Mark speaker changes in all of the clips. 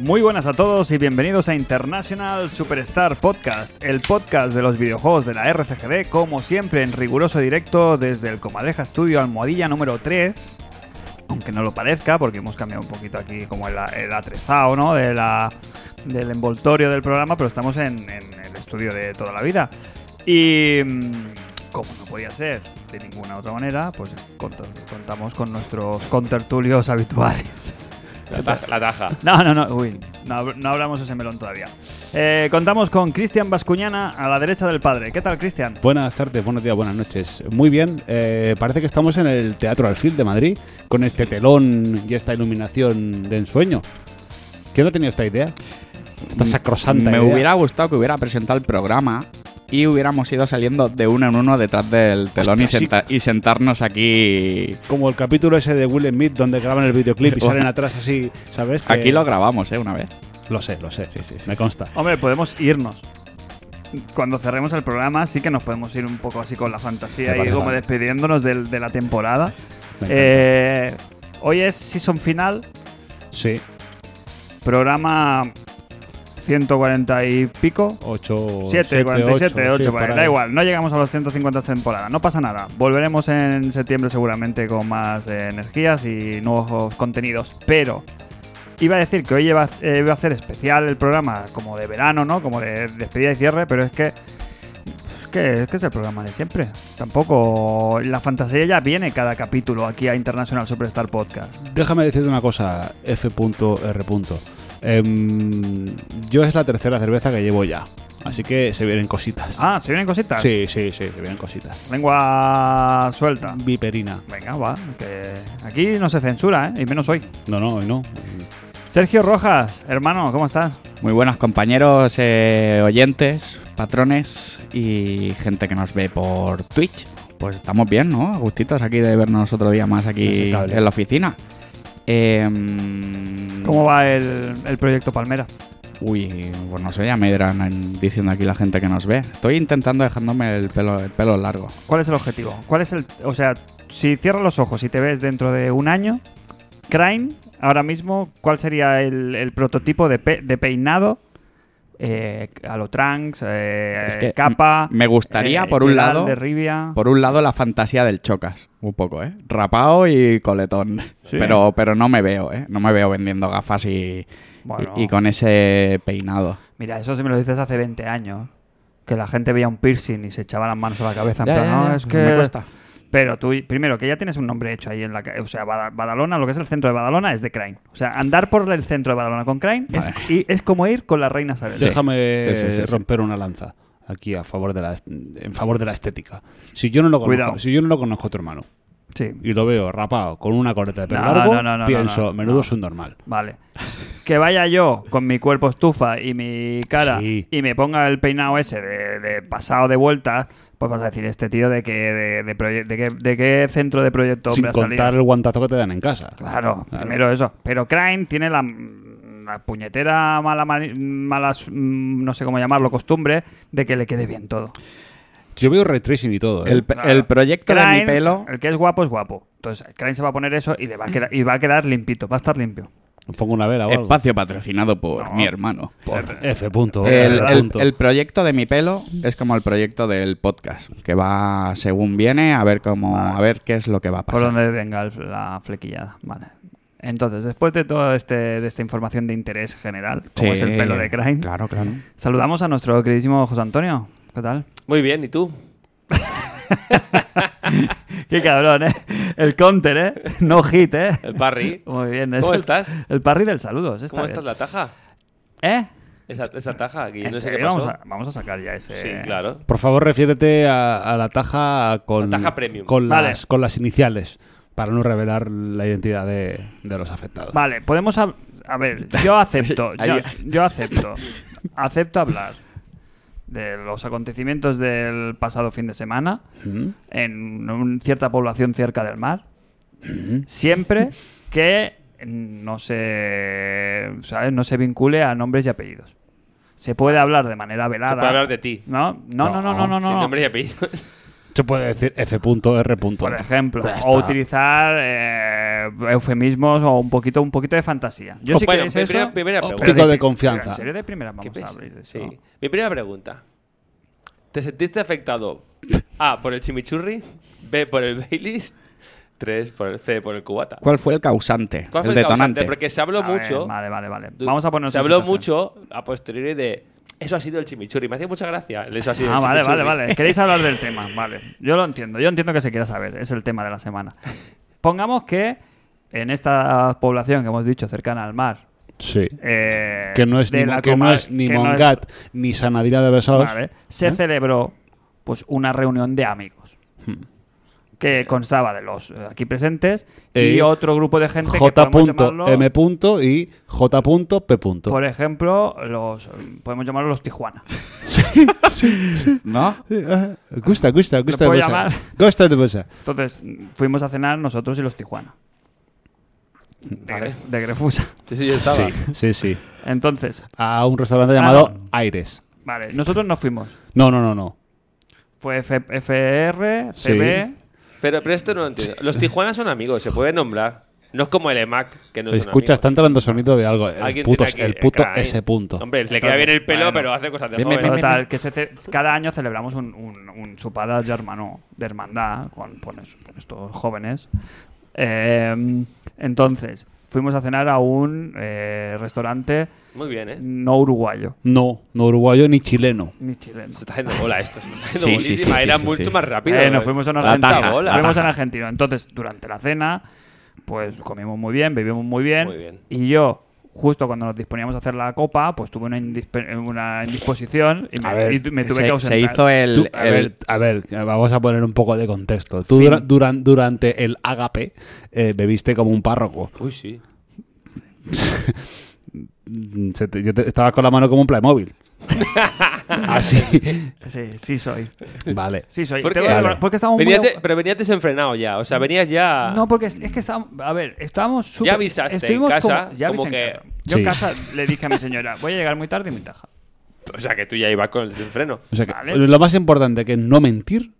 Speaker 1: Muy buenas a todos y bienvenidos a International Superstar Podcast, el podcast de los videojuegos de la RCGB, como siempre en riguroso directo desde el Comadreja Studio Almohadilla número 3, aunque no lo parezca porque hemos cambiado un poquito aquí como el, el atrezado, ¿no? De la, del envoltorio del programa, pero estamos en, en el estudio de toda la vida. Y mm, como no podía ser de ninguna otra manera, pues cont- contamos con nuestros contertulios habituales.
Speaker 2: La taja. la taja.
Speaker 1: No, no, no, uy, no, hab- no hablamos ese melón todavía. Eh, contamos con Cristian Bascuñana a la derecha del padre. ¿Qué tal, Cristian?
Speaker 3: Buenas tardes, buenos días, buenas noches. Muy bien, eh, parece que estamos en el Teatro Alfil de Madrid con este telón y esta iluminación de ensueño. ¿Quién ha tenido esta idea? Mm, Esta sacrosanta
Speaker 4: Me
Speaker 3: idea.
Speaker 4: hubiera gustado que hubiera presentado el programa y hubiéramos ido saliendo de uno en uno detrás del telón y,
Speaker 3: Hostia, sí.
Speaker 4: senta- y sentarnos aquí.
Speaker 3: Como el capítulo ese de Will Smith donde graban el videoclip y salen atrás así, ¿sabes? Que-
Speaker 4: Aquí lo grabamos, ¿eh? Una vez.
Speaker 3: Lo sé, lo sé, me consta.
Speaker 1: Hombre, podemos irnos. Cuando cerremos el programa, sí que nos podemos ir un poco así con la
Speaker 3: Me
Speaker 1: fantasía y
Speaker 3: parece
Speaker 1: como
Speaker 3: bien.
Speaker 1: despidiéndonos del- de, la temporada.
Speaker 3: Me encanta.
Speaker 1: Eh, hoy es Season Final,
Speaker 3: Sí,
Speaker 1: programa 140 y pico.
Speaker 3: 8,
Speaker 1: 7, 47, 8, vale, da
Speaker 3: igual.
Speaker 1: igual, no llegamos a los 150 temporadas, no pasa nada. Volveremos en septiembre seguramente con más eh, energías y nuevos contenidos, pero iba a decir que hoy iba, eh, iba a ser especial el programa, como de verano, ¿no? Como de despedida y cierre, pero es que es que, es que es el programa de siempre. Tampoco la fantasía ya viene cada capítulo aquí a International Superstar Podcast.
Speaker 3: Déjame decirte una cosa, F.R. Em, yo es la tercera cerveza que llevo ya, así que se vienen cositas.
Speaker 1: Ah, se vienen cositas.
Speaker 3: Sí, sí, sí, se vienen cositas.
Speaker 1: Lengua suelta.
Speaker 3: Viperina.
Speaker 1: Venga, va, que aquí no se censura, ¿eh? Y menos hoy.
Speaker 3: No, no, hoy no.
Speaker 1: Sergio Rojas, hermano, ¿cómo estás?
Speaker 4: Muy buenos compañeros, eh, oyentes, patrones y gente que nos ve por Twitch. Pues estamos bien, ¿no? A gustitos aquí de vernos otro día más aquí
Speaker 3: Ese cable.
Speaker 4: en la oficina. Eh, Mm.
Speaker 1: ¿Cómo va el, el proyecto Palmera?
Speaker 4: Uy, pues no sé, ya me irán en- diciendo aquí la gente que nos ve. Estoy intentando dejándome el pelo, el pelo largo.
Speaker 1: ¿Cuál es el objetivo? ¿Cuál es el, o sea, si cierras los ojos y te ves dentro de un año, Crane, ahora mismo, ¿cuál sería el, el prototipo de, pe- de peinado? Eh, a lo Trunks, eh,
Speaker 4: Es que
Speaker 1: capa.
Speaker 4: m- me gustaría, por un
Speaker 1: Gerald
Speaker 4: lado-
Speaker 1: Eh, de Rivia.
Speaker 4: Por un lado, la fantasía del chocas, un poco, ¿eh? Rapao y coletón.
Speaker 1: Sí.
Speaker 4: Pero, pero no me veo, ¿eh? No me veo vendiendo gafas y,
Speaker 1: Bueno.
Speaker 4: y, y con ese peinado.
Speaker 1: Mira, eso si me lo dices hace 20 años. Que la gente veía un piercing y se echaba las manos a la cabeza. en
Speaker 4: Ya,
Speaker 1: plan,
Speaker 4: ya,
Speaker 1: "No,
Speaker 4: ya,
Speaker 1: es que
Speaker 4: me cuesta.
Speaker 1: Pero tú, primero, que ya tienes un nombre hecho ahí en la ca- O sea, Bada- Badalona, lo que es el centro de Badalona es de Crane. O sea, andar por el centro de Badalona con Crane es,
Speaker 4: Vale.
Speaker 1: y es como ir con la reina Isabel.
Speaker 4: Sí.
Speaker 3: Déjame
Speaker 4: Sí, sí, sí, sí.
Speaker 3: romper una lanza aquí a favor de la est- en favor de la estética. Si yo no lo conozco,
Speaker 1: Cuidado.
Speaker 3: si yo no lo conozco a tu hermano
Speaker 1: Sí.
Speaker 3: y lo veo rapado con una corteta de pelo
Speaker 1: No,
Speaker 3: largo,
Speaker 1: no, no, no,
Speaker 3: pienso,
Speaker 1: no, no.
Speaker 3: menudo es un normal.
Speaker 1: Vale. Que vaya yo con mi cuerpo estufa y mi cara
Speaker 3: Sí.
Speaker 1: y me ponga el peinado ese de, de pasado de vueltas, pues vas a decir, este tío de qué, de, de proye- de qué, de qué centro de proyecto
Speaker 3: Sin
Speaker 1: hombre ha salido.
Speaker 3: contar el guantazo que te dan en casa.
Speaker 1: Claro, primero eso. Pero Crane tiene la, la puñetera mala, mani- malas, mm, no sé cómo llamarlo, costumbre de que le quede bien todo.
Speaker 3: Yo veo ray tracing y todo. ¿eh?
Speaker 4: El, pe- el proyecto de mi
Speaker 1: Crane,
Speaker 4: pelo.
Speaker 1: el que es guapo es guapo. Entonces, Crane se va a poner eso y le va a quedar, y va a quedar limpito, va a estar limpio.
Speaker 3: Pongo una vela o algo.
Speaker 4: Espacio patrocinado por mi hermano.
Speaker 3: F. Punto,
Speaker 4: El,
Speaker 3: R.
Speaker 4: el-
Speaker 3: punto.
Speaker 4: el proyecto de mi pelo es como el proyecto del podcast, que va según viene a ver cómo, a ver qué es lo que va a
Speaker 1: Por
Speaker 4: pasar.
Speaker 1: donde venga el- la flequillada. Vale. Entonces, después de toda este, de esta información de interés general, como
Speaker 4: Sí,
Speaker 1: es el pelo de Crane,
Speaker 4: Claro, claro.
Speaker 1: saludamos a nuestro queridísimo José Antonio. ¿Qué tal?
Speaker 2: Muy bien, ¿y tú?
Speaker 1: Qué cabrón, ¿eh? El counter, ¿eh? No hit, ¿eh?
Speaker 2: El parry.
Speaker 1: Muy bien.
Speaker 2: ¿Cómo
Speaker 1: el-
Speaker 2: estás?
Speaker 1: El parry del saludo. ese está
Speaker 2: ¿Cómo estás
Speaker 1: bien.
Speaker 2: la taja?
Speaker 1: ¿Eh?
Speaker 2: Esa, esa taja, que yo
Speaker 1: ¿En
Speaker 2: no sé
Speaker 1: serio?
Speaker 2: qué pasó.
Speaker 1: Vamos, a, eh, vamos a sacar ya ese.
Speaker 2: Sí, claro.
Speaker 3: Por favor, refiérete a, a la taja con,
Speaker 2: La taja premium.
Speaker 3: con,
Speaker 1: Vale.
Speaker 3: las, con las iniciales para no revelar la identidad de, de los afectados.
Speaker 1: Vale, podemos. hab- A ver, yo acepto. yo,
Speaker 4: Ahí-
Speaker 1: yo acepto. acepto hablar de los acontecimientos del pasado fin de semana en un- cierta población cerca del mar. Siempre que no se. ¿Sabes? No se vincule a nombres y apellidos. Se puede hablar de manera velada.
Speaker 2: Se puede hablar de ti.
Speaker 1: ¿No? No, no, no, no, no.
Speaker 4: No,
Speaker 1: no,
Speaker 2: Sin
Speaker 1: no.
Speaker 2: nombre y apellidos.
Speaker 3: Se puede decir F.R.
Speaker 1: Por ejemplo, o utilizar eh, eufemismos o un poquito, un poquito de fantasía. Yo
Speaker 2: Pues
Speaker 1: si
Speaker 2: bueno,
Speaker 1: queréis
Speaker 2: mi
Speaker 1: eso,
Speaker 2: primera- primera
Speaker 1: pero
Speaker 2: pregunta.
Speaker 3: Óptico de
Speaker 1: pri-
Speaker 3: confianza.
Speaker 1: En serio, de primera
Speaker 2: ¿Qué
Speaker 1: vamos a
Speaker 2: pesa?
Speaker 1: abrir eso.
Speaker 2: Sí. Mi primera pregunta. ¿Te sentiste afectado? A. Por el chimichurri. B. Por el Baileys. 3. Por el C. Por el cubata.
Speaker 4: ¿Cuál fue el causante?
Speaker 2: ¿Cuál
Speaker 4: el,
Speaker 2: fue el
Speaker 4: detonante.
Speaker 2: causante? Porque se habló
Speaker 1: A ver,
Speaker 2: mucho.
Speaker 1: vale, vale, vale.
Speaker 2: Du-
Speaker 1: Vamos a poner
Speaker 2: Se habló mucho a posteriori de. Eso ha sido el chimichurri. Me hacía mucha gracia. el Eso ha sido
Speaker 1: Ah,
Speaker 2: el
Speaker 1: vale, vale,
Speaker 2: chimichurri".
Speaker 1: vale. Queréis hablar del tema, vale. Yo lo entiendo, yo entiendo que se quiera saber, es el tema de la semana. Pongamos que en esta población que hemos dicho cercana al mar,
Speaker 3: Sí.
Speaker 1: eh,
Speaker 3: Que no es
Speaker 1: de
Speaker 3: ni,
Speaker 1: la
Speaker 3: que no
Speaker 1: coma-
Speaker 3: es ni
Speaker 1: que no es-
Speaker 3: Mongat ni Sanadira de Besos.
Speaker 1: Vale. Se celebró pues una reunión de amigos. Que constaba de los eh, aquí presentes y
Speaker 3: Eh,
Speaker 1: otro grupo de gente que podemos llamarlo,
Speaker 3: J.M. punto y J.P. punto.
Speaker 1: por ejemplo, los eh, podemos llamarlos los Tijuana.
Speaker 4: ¿No?
Speaker 3: Sí, ah, Gusta, gusta, gusta de
Speaker 1: puedo
Speaker 3: Bosa.
Speaker 1: llamar?
Speaker 3: Gusta de Bosa.
Speaker 1: Entonces, mm, fuimos a cenar nosotros y los Tijuana. De,
Speaker 2: Vale.
Speaker 1: Gre- de Grefusa.
Speaker 2: Sí, sí, yo estaba.
Speaker 3: Sí, sí, sí.
Speaker 1: Entonces,
Speaker 3: A un restaurante
Speaker 1: Ah,
Speaker 3: llamado
Speaker 1: no.
Speaker 3: Aires.
Speaker 1: vale, nosotros no fuimos.
Speaker 3: No, no, no, no.
Speaker 1: Fue F- FR,
Speaker 3: Sí.
Speaker 1: CB.
Speaker 2: Pero, pero esto no lo entiendo. Los Tijuanas son amigos, se puede nombrar. No es como el EMAC, que no son
Speaker 3: Escucha, está
Speaker 2: amigos.
Speaker 3: entrando el sonido de algo. El
Speaker 2: Alguien
Speaker 3: puto,
Speaker 2: tiene que-
Speaker 3: el puto
Speaker 2: caray.
Speaker 3: ese punto.
Speaker 2: Hombre, le queda bien el pelo,
Speaker 1: Bueno.
Speaker 2: pero hace cosas de
Speaker 4: Bien,
Speaker 2: joven.
Speaker 4: bien, bien,
Speaker 1: Total, que se ce- cada año celebramos un, un, un supada de hermano, de hermandad, con, con es- con estos jóvenes. Eh, entonces, fuimos a cenar a un eh, restaurante
Speaker 2: Muy bien, ¿eh?
Speaker 1: no uruguayo,
Speaker 3: No, no uruguayo ni chileno.
Speaker 1: ni chileno.
Speaker 2: Se está haciendo
Speaker 3: Ah.
Speaker 2: bola esto, se está haciendo
Speaker 4: Sí, sí,
Speaker 2: bolísima.
Speaker 4: sí,
Speaker 2: Era
Speaker 4: sí,
Speaker 2: mucho
Speaker 4: sí.
Speaker 2: más rápido.
Speaker 1: Eh, nos fuimos a un
Speaker 4: La
Speaker 1: argentino.
Speaker 4: taja, la
Speaker 1: fuimos a un
Speaker 4: taja.
Speaker 1: argentino. Entonces, durante la cena, pues comimos muy bien, bebimos muy bien,
Speaker 2: Muy bien.
Speaker 1: Y yo, justo cuando nos disponíamos a hacer la copa, pues tuve una, indispe- una indisposición y me,
Speaker 3: A ver,
Speaker 1: y tu- me tuve
Speaker 4: se,
Speaker 1: que
Speaker 4: se
Speaker 1: ausentar.
Speaker 4: hizo el.
Speaker 3: Tú- a,
Speaker 4: el-
Speaker 3: ver, a ver, vamos a poner un poco de contexto. Tú
Speaker 1: Fin.
Speaker 3: dura- duran- durante el agape eh, bebiste como un párroco.
Speaker 2: Uy, sí.
Speaker 3: Mm, se te- yo te- estabas con la mano como un Playmobil. Así.
Speaker 1: Sí, sí soy.
Speaker 3: Vale.
Speaker 1: Sí soy.
Speaker 2: ¿Por
Speaker 1: Tengo
Speaker 2: qué?
Speaker 1: que recordar-
Speaker 3: Vale.
Speaker 1: Porque estábamos muy...
Speaker 2: Venías de- pero venías desenfrenado ya. O sea, venías ya.
Speaker 1: No, porque es, es que estábamos. A ver, estábamos súper.
Speaker 2: avisaste en
Speaker 1: estuvimos
Speaker 2: casa,
Speaker 1: como- ya avisé
Speaker 2: como
Speaker 1: en
Speaker 2: que-
Speaker 1: casa. Yo en
Speaker 3: Sí.
Speaker 1: casa le dije a mi señora, voy a llegar muy tarde y muy taja.
Speaker 2: O sea, que tú ya ibas con el desenfreno.
Speaker 3: O sea que
Speaker 1: Vale.
Speaker 3: lo más importante que es no mentir,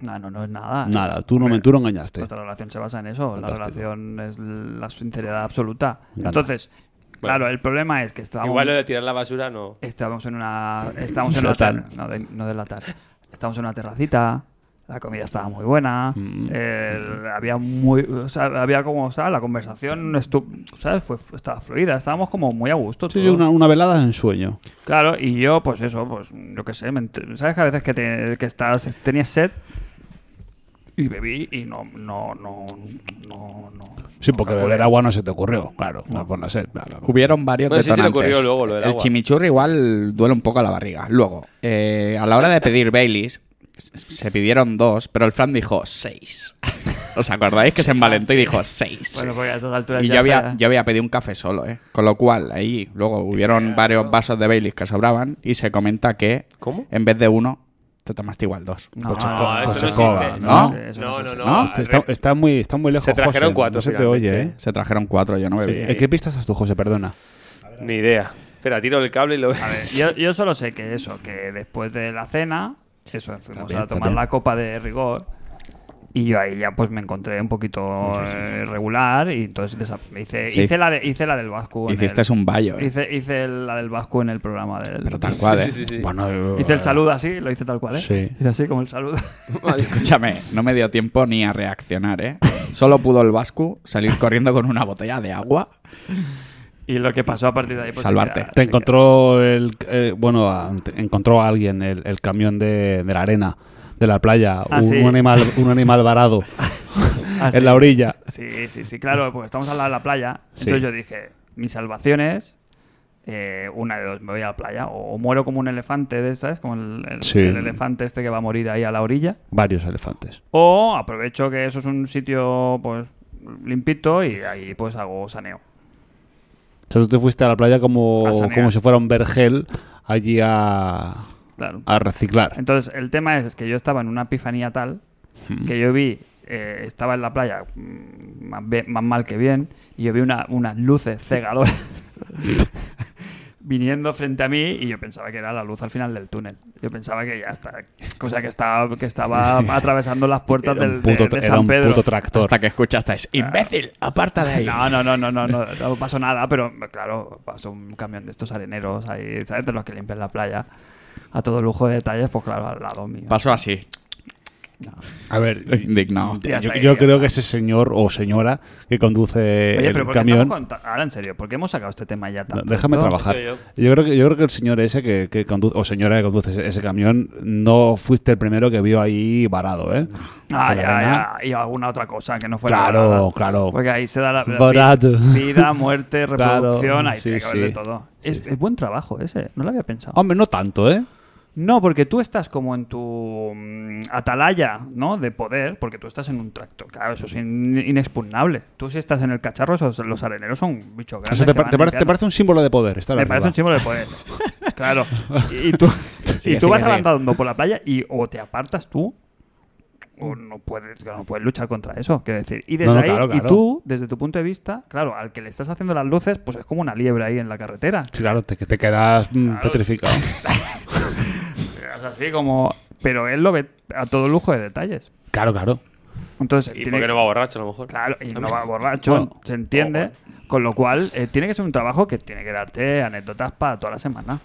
Speaker 1: No, no, no es nada.
Speaker 3: nada. Tú no,
Speaker 1: Hombre,
Speaker 3: men- tú no engañaste.
Speaker 2: Pues
Speaker 1: Nuestra relación se basa en eso. La
Speaker 3: Fantástico.
Speaker 1: relación es la sinceridad absoluta.
Speaker 3: Gana.
Speaker 1: Entonces, claro, el problema es que estábamos.
Speaker 2: Igual lo de tirar la basura no.
Speaker 1: Estábamos en una. Estábamos en una
Speaker 3: Delatar.
Speaker 1: ter- No, de, no delatar. Estábamos en una terracita. La comida estaba muy buena. el- había muy. o sea, había como. O sea, la conversación. estu- ¿Sabes? Fue, fue- estaba fluida. Estábamos como muy a gusto.
Speaker 3: Sí,
Speaker 1: todo.
Speaker 3: una, una velada en sueño.
Speaker 1: Claro, y yo, pues eso, pues yo qué sé. me ent- ¿Sabes que a veces que, te- que estás. Tenías sed. Y bebí y no. No, no. No, no.
Speaker 3: Sí, porque beber agua no se te ocurrió. Claro, no, por la sed. claro.
Speaker 4: Hubieron varios
Speaker 2: Bueno, sí se le
Speaker 4: detonantes.
Speaker 2: ocurrió luego lo del
Speaker 4: el
Speaker 2: agua.
Speaker 4: chimichurri igual duele un poco a la barriga. Luego, eh, a la hora de pedir Baileys, s- se pidieron dos, pero el Fran dijo seis. ¿Os acordáis que se envalentó y dijo seis?
Speaker 1: Bueno, porque a esas alturas
Speaker 4: y
Speaker 1: ya
Speaker 4: yo había,
Speaker 1: está-
Speaker 4: yo había pedido un café solo, ¿eh? Con lo cual, ahí luego hubieron varios vasos de Baileys que sobraban y se comenta que
Speaker 2: ¿Cómo?
Speaker 4: en vez de uno, te tomaste igual dos.
Speaker 1: No,
Speaker 3: Coche-
Speaker 2: No,
Speaker 3: Ah,
Speaker 2: eso no
Speaker 3: Coca-Cola,
Speaker 2: existe.
Speaker 4: ¿no?
Speaker 2: No,
Speaker 1: Eso no
Speaker 2: no, no.
Speaker 1: existe.
Speaker 4: ¿No?
Speaker 2: al
Speaker 3: Está,
Speaker 2: revés.
Speaker 3: está muy, está muy lejos.
Speaker 2: Se trajeron
Speaker 3: José.
Speaker 2: cuatro,
Speaker 3: No se te
Speaker 2: finalmente.
Speaker 3: oye, ¿eh?
Speaker 4: Se trajeron cuatro, yo no bebí.
Speaker 3: ¿En qué pista estás tú, José? Perdona.
Speaker 2: Ni idea. Espera, tiro el cable y lo veo.
Speaker 1: Yo, yo solo sé que eso, que después de la cena, eso, fuimos
Speaker 4: bien,
Speaker 1: a
Speaker 4: está
Speaker 1: tomar
Speaker 4: bien.
Speaker 1: la copa de rigor. Y yo ahí ya pues me encontré un poquito eh, regular y entonces desa- hice,
Speaker 4: Sí.
Speaker 1: hice, la de- hice la del Vasco. en
Speaker 4: Hiciste
Speaker 1: el-
Speaker 4: un bayo, ¿eh?
Speaker 1: hice, hice la del Vasco en el programa del...
Speaker 4: Pero tal cual, ¿eh?
Speaker 2: Sí, sí, sí.
Speaker 3: Bueno,
Speaker 1: Hice el
Speaker 3: eh,
Speaker 1: saludo así, lo hice tal cual, ¿eh?
Speaker 3: Sí.
Speaker 1: Hice así como el saludo.
Speaker 4: Escúchame, no me dio tiempo ni a reaccionar, ¿eh? Solo pudo el Vasco salir corriendo con una botella de agua.
Speaker 1: y lo que pasó a partir de ahí... Pues, se
Speaker 4: Salvarte.
Speaker 1: queda-
Speaker 3: Te
Speaker 1: se
Speaker 3: encontró el. eh, bueno, a- te- encontró a alguien el, el camión de, de la arena, de la playa.
Speaker 1: Ah,
Speaker 3: un,
Speaker 1: sí. Ah,
Speaker 3: un animal, un animal varado
Speaker 1: queda- así.
Speaker 3: en la orilla.
Speaker 1: Sí, sí, sí, claro, porque estamos al lado de la playa.
Speaker 3: Sí.
Speaker 1: Entonces yo dije, mi salvación es eh, una de dos, me voy a la playa o, o muero como un elefante de esas, como el, el-
Speaker 3: Sí.
Speaker 1: el elefante este que va a morir ahí a la orilla,
Speaker 3: Varios elefantes.
Speaker 1: o aprovecho que eso es un sitio pues limpito y ahí pues hago saneo.
Speaker 3: O sea, tú te fuiste a la playa como,
Speaker 1: A sanear.
Speaker 3: como si fuera un vergel allí a,
Speaker 1: Claro.
Speaker 3: a reciclar.
Speaker 1: Entonces el tema es, es que yo estaba en una epifanía tal
Speaker 3: Hmm.
Speaker 1: que yo vi, eh, estaba en la playa mm, más, be- más mal que bien, y yo vi una- unas luces cegadoras. viniendo frente a mí y yo pensaba que era la luz al final del túnel. Yo pensaba que ya está, cosa que estaba, que estaba atravesando las puertas
Speaker 3: Era
Speaker 1: del,
Speaker 3: un puto,
Speaker 1: de, de
Speaker 3: era
Speaker 1: San
Speaker 3: un
Speaker 1: Pedro.
Speaker 3: puto tractor.
Speaker 4: Hasta que escuchaste es imbécil, aparta de ahí.
Speaker 1: No, no, no, no, no, no, no pasó nada, pero claro, pasó un camión de estos areneros ahí, ¿sabes? De los que limpian la playa. A todo lujo de detalles, pues claro, al lado mío.
Speaker 4: Pasó así.
Speaker 3: A ver,
Speaker 4: Indignado.
Speaker 1: Ya
Speaker 3: Eh, yo,
Speaker 1: está,
Speaker 3: yo
Speaker 1: ya
Speaker 3: creo
Speaker 1: está.
Speaker 3: que ese señor o señora que conduce
Speaker 1: Oye, pero
Speaker 3: el
Speaker 1: ¿por qué
Speaker 3: camión.
Speaker 1: estamos conta- Ahora en serio, ¿por qué hemos sacado este tema ya
Speaker 3: No,
Speaker 1: tanto?
Speaker 3: déjame trabajar.
Speaker 2: Yo,
Speaker 3: Yo,
Speaker 2: yo.
Speaker 3: creo que yo creo que el señor ese que, que conduce o señora que conduce ese, ese camión no fuiste el primero que vio ahí varado, ¿eh?
Speaker 1: Ah,
Speaker 3: Por la arena.
Speaker 1: ya, ya. Y alguna otra cosa que no fuera.
Speaker 3: Claro,
Speaker 1: dorada.
Speaker 3: claro.
Speaker 1: Porque ahí se da la, la
Speaker 3: Dorado.
Speaker 1: vi- vida, muerte,
Speaker 3: Claro,
Speaker 1: reproducción, ahí
Speaker 3: sí,
Speaker 1: tiene que haber
Speaker 3: sí.
Speaker 1: de todo. es, es buen trabajo ese, no lo había pensado.
Speaker 3: Hombre, no tanto, ¿eh?
Speaker 1: No, porque tú estás como en tu mm, atalaya, ¿no? De poder, porque tú estás en un tractor. Claro, eso es in- inexpugnable. Tú si estás en el cacharro, esos- los areneros son bichos grandes.
Speaker 3: Eso te,
Speaker 1: que
Speaker 3: par-
Speaker 1: van
Speaker 3: te pare- te
Speaker 1: limpiando.
Speaker 3: parece un símbolo de poder. estar
Speaker 1: Me
Speaker 3: arriba.
Speaker 1: parece un símbolo de poder. claro. Y, y tú, y tú
Speaker 4: sigue,
Speaker 1: vas
Speaker 4: sigue.
Speaker 1: avanzando por la playa y o te apartas tú o no puedes, no puedes luchar contra eso, quiero decir. Y desde
Speaker 3: No, no,
Speaker 1: ahí,
Speaker 3: claro,
Speaker 1: y
Speaker 3: claro.
Speaker 1: tú, desde tu punto de vista, claro, al que le estás haciendo las luces, pues es como una liebre ahí en la carretera.
Speaker 3: Sí, claro, te, te quedas mm, petrificado.
Speaker 1: Es así como... Pero él lo ve a todo lujo de detalles.
Speaker 3: Claro, claro.
Speaker 1: Entonces,
Speaker 2: Y
Speaker 1: tiene-
Speaker 2: porque no va borracho, a lo mejor.
Speaker 1: Claro, y no va borracho,
Speaker 3: Bueno.
Speaker 1: se entiende. Con lo cual, eh, tiene que ser un trabajo que tiene que darte anécdotas para toda la semana.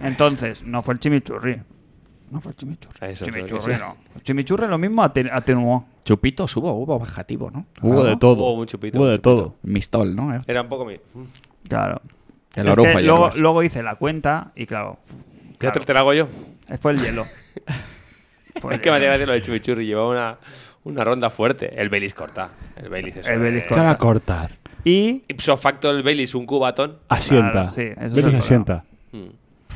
Speaker 1: Entonces, no fue el chimichurri. No fue el chimichurri.
Speaker 2: Eso,
Speaker 1: chimichurri
Speaker 2: eso.
Speaker 1: no. El chimichurri lo mismo ate- atenuó.
Speaker 4: Chupito, subo, hubo bajativo, ¿no? Ah.
Speaker 3: Hubo de todo.
Speaker 2: Hubo un chupito,
Speaker 3: Hubo
Speaker 2: un
Speaker 3: de
Speaker 2: chupito.
Speaker 3: todo.
Speaker 4: Mistol, ¿no? Eh,
Speaker 2: Era un poco mi. Mm.
Speaker 1: Claro.
Speaker 4: El
Speaker 1: Es que
Speaker 4: orujo y el
Speaker 1: luego,
Speaker 4: hueso.
Speaker 1: luego hice la cuenta y claro, f-
Speaker 2: Ya te,
Speaker 1: claro,
Speaker 2: te la hago yo.
Speaker 1: fue el hielo. Fue
Speaker 2: Es
Speaker 1: el
Speaker 2: que
Speaker 1: hielo.
Speaker 2: me hace gracia lo del chimichurri. Llevaba una, una ronda fuerte. El Baileys corta. El Baileys eso.
Speaker 1: El
Speaker 2: de-
Speaker 1: Baileys
Speaker 3: Te
Speaker 1: corta.
Speaker 3: va a cortar.
Speaker 1: Y
Speaker 2: Ipso facto el Baileys, un cubatón.
Speaker 3: Asienta.
Speaker 1: Claro, sí, eso es
Speaker 3: Ven y
Speaker 1: el
Speaker 3: asienta.
Speaker 2: Mm.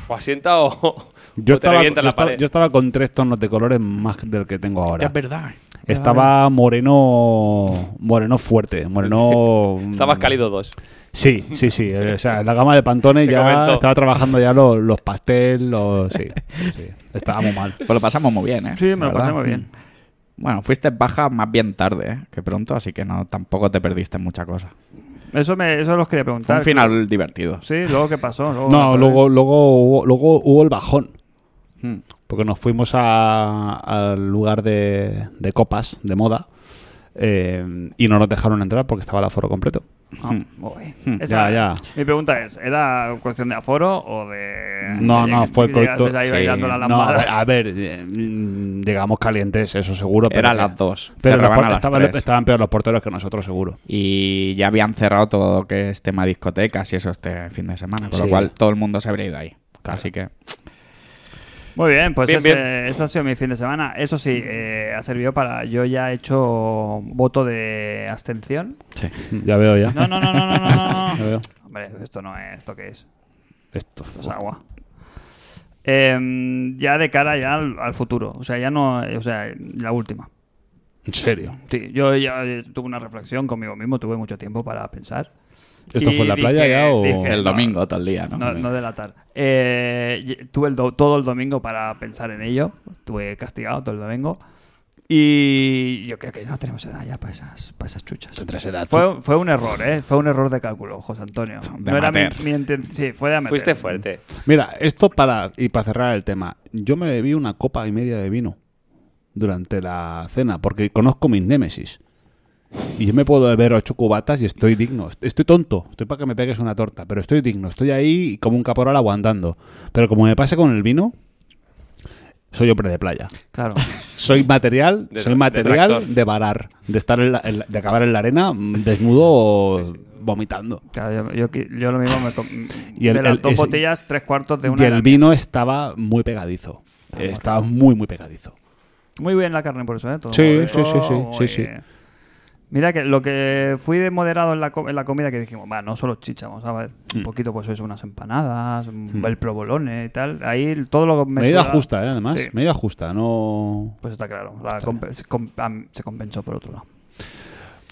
Speaker 2: O asienta o,
Speaker 3: Yo
Speaker 2: o te
Speaker 3: estaba,
Speaker 2: revienta
Speaker 3: yo,
Speaker 2: la
Speaker 3: estaba,
Speaker 2: pared.
Speaker 3: yo estaba con tres tonos de colores más del que tengo ahora.
Speaker 4: Es verdad.
Speaker 3: eh. Estaba moreno moreno fuerte, moreno... mm,
Speaker 2: Estabas cálido dos.
Speaker 3: Sí, sí, sí. eh, O sea, en la gama de Pantone
Speaker 2: Se
Speaker 3: ya
Speaker 2: comentó.
Speaker 3: estaba trabajando ya los, los pastel, los... Sí, sí. Estaba muy mal.
Speaker 4: Pues lo pasamos muy bien, ¿eh?
Speaker 1: sí, me lo
Speaker 4: ¿Verdad?
Speaker 1: pasé muy bien.
Speaker 4: Bueno, fuiste baja más bien tarde ¿eh? que pronto, así que no tampoco te perdiste mucha cosa.
Speaker 1: Eso, me, eso los quería
Speaker 4: Fue
Speaker 1: preguntar.
Speaker 4: un final divertido.
Speaker 1: Sí, luego qué pasó. Luego
Speaker 3: No,
Speaker 1: otra
Speaker 3: luego, luego, hubo, luego hubo el bajón.
Speaker 4: Hmm.
Speaker 3: Porque nos fuimos a- al lugar de, de copas, de moda, eh, y no nos dejaron entrar porque estaba el aforo completo.
Speaker 1: vez. Ah, uy.
Speaker 4: Hmm.
Speaker 1: Esa-
Speaker 3: Mm. Ya, ya.
Speaker 1: Mi pregunta es, ¿era cuestión de aforo o de...
Speaker 3: No,
Speaker 1: de
Speaker 3: no,
Speaker 1: Eh, que
Speaker 3: fue
Speaker 1: llegases
Speaker 3: corto-
Speaker 1: ahí
Speaker 4: sí,
Speaker 1: bailando la
Speaker 3: No,
Speaker 1: lambada?
Speaker 3: a ver, eh, mm, llegamos calientes, eso seguro. Pero
Speaker 4: Era
Speaker 3: que-
Speaker 4: las dos.
Speaker 3: Pero los
Speaker 4: Cerraban
Speaker 3: por-
Speaker 4: a las
Speaker 3: estaban,
Speaker 4: tres.
Speaker 3: estaban peor los porteros que nosotros, seguro.
Speaker 4: Y ya habían cerrado todo lo que es tema discotecas y eso este fin de semana, con
Speaker 3: Sí.
Speaker 4: lo cual todo el mundo se habría ido ahí.
Speaker 3: Claro.
Speaker 4: Así que
Speaker 1: Muy bien, pues
Speaker 2: Bien,
Speaker 1: ese,
Speaker 2: bien.
Speaker 1: ese ha sido mi fin de semana. Eso sí, eh, ha servido para... Yo ya he hecho voto de abstención.
Speaker 3: Ya veo, ya.
Speaker 1: No, no, no, no, no, no, no,
Speaker 3: Ya
Speaker 1: no.
Speaker 3: veo.
Speaker 1: Hombre, esto no es... ¿Esto qué es?
Speaker 3: Esto.
Speaker 1: Esto es agua. Em, ya de cara ya al, al futuro. O sea, ya no... O sea, la última.
Speaker 3: En serio.
Speaker 1: Sí, yo ya eh, tuve una reflexión conmigo mismo. Tuve mucho tiempo para pensar.
Speaker 3: ¿Esto
Speaker 1: Y
Speaker 3: fue en la
Speaker 1: dije-
Speaker 3: playa ya o.?
Speaker 1: dije-
Speaker 4: el
Speaker 1: no.
Speaker 4: domingo todo el día,
Speaker 3: Ah,
Speaker 4: ¿no?
Speaker 1: No, no delatar. Eh, y- tuve el do- todo el domingo para pensar en ello. Estuve castigado todo el domingo. Y yo creo que no tenemos edad ya para esas, para esas chuchas.
Speaker 3: Tendrás edad, tú.
Speaker 1: Fue, fue un error, ¿eh? Fue un error de cálculo, José Antonio.
Speaker 4: De
Speaker 1: no era mi,
Speaker 4: amateur.
Speaker 1: mi inten- Sí, fue de amateur.
Speaker 2: Fuiste fuerte.
Speaker 3: Mira, esto para. Y para cerrar el tema. Yo me bebí una copa y media de vino durante la cena porque conozco mis némesis. Y yo me puedo beber ocho cubatas y estoy digno. Estoy tonto. Estoy para que me pegues una torta, pero estoy digno. Estoy ahí como un caporal aguantando. Pero como me pase con el vino, soy hombre de playa.
Speaker 1: Claro.
Speaker 3: Soy material,
Speaker 2: De-
Speaker 3: soy
Speaker 2: de
Speaker 3: material
Speaker 2: tractor.
Speaker 3: de, varar, de estar en la- en la- de acabar en la arena mm, desnudo o vomitando.
Speaker 1: Claro, yo, yo, yo lo mismo me. com-
Speaker 3: Y el-
Speaker 1: de las
Speaker 3: el-
Speaker 1: dos
Speaker 3: ese-
Speaker 1: botellas, tres cuartos de
Speaker 3: Y
Speaker 1: una. era
Speaker 3: el
Speaker 1: mía.
Speaker 3: vino estaba muy pegadizo. Eh, Estaba muy, muy pegadizo.
Speaker 1: Muy bien la carne, por eso, ¿eh? Todo
Speaker 3: Sí,
Speaker 1: moderado,
Speaker 3: sí, sí, sí,
Speaker 1: muy
Speaker 3: sí, sí.
Speaker 1: bien. Mira que lo que fui de moderado en la, co- en la comida que dijimos, va, no solo chicha, vamos a ver, un poquito pues eso, unas empanadas, un- el provolone y tal. Ahí el- todo lo que me
Speaker 3: Medida
Speaker 1: sobraba-
Speaker 3: justa, eh, además.
Speaker 1: Sí.
Speaker 3: Medida justa, no.
Speaker 1: Pues está claro, la compe- se, com- am- se compensó por otro lado.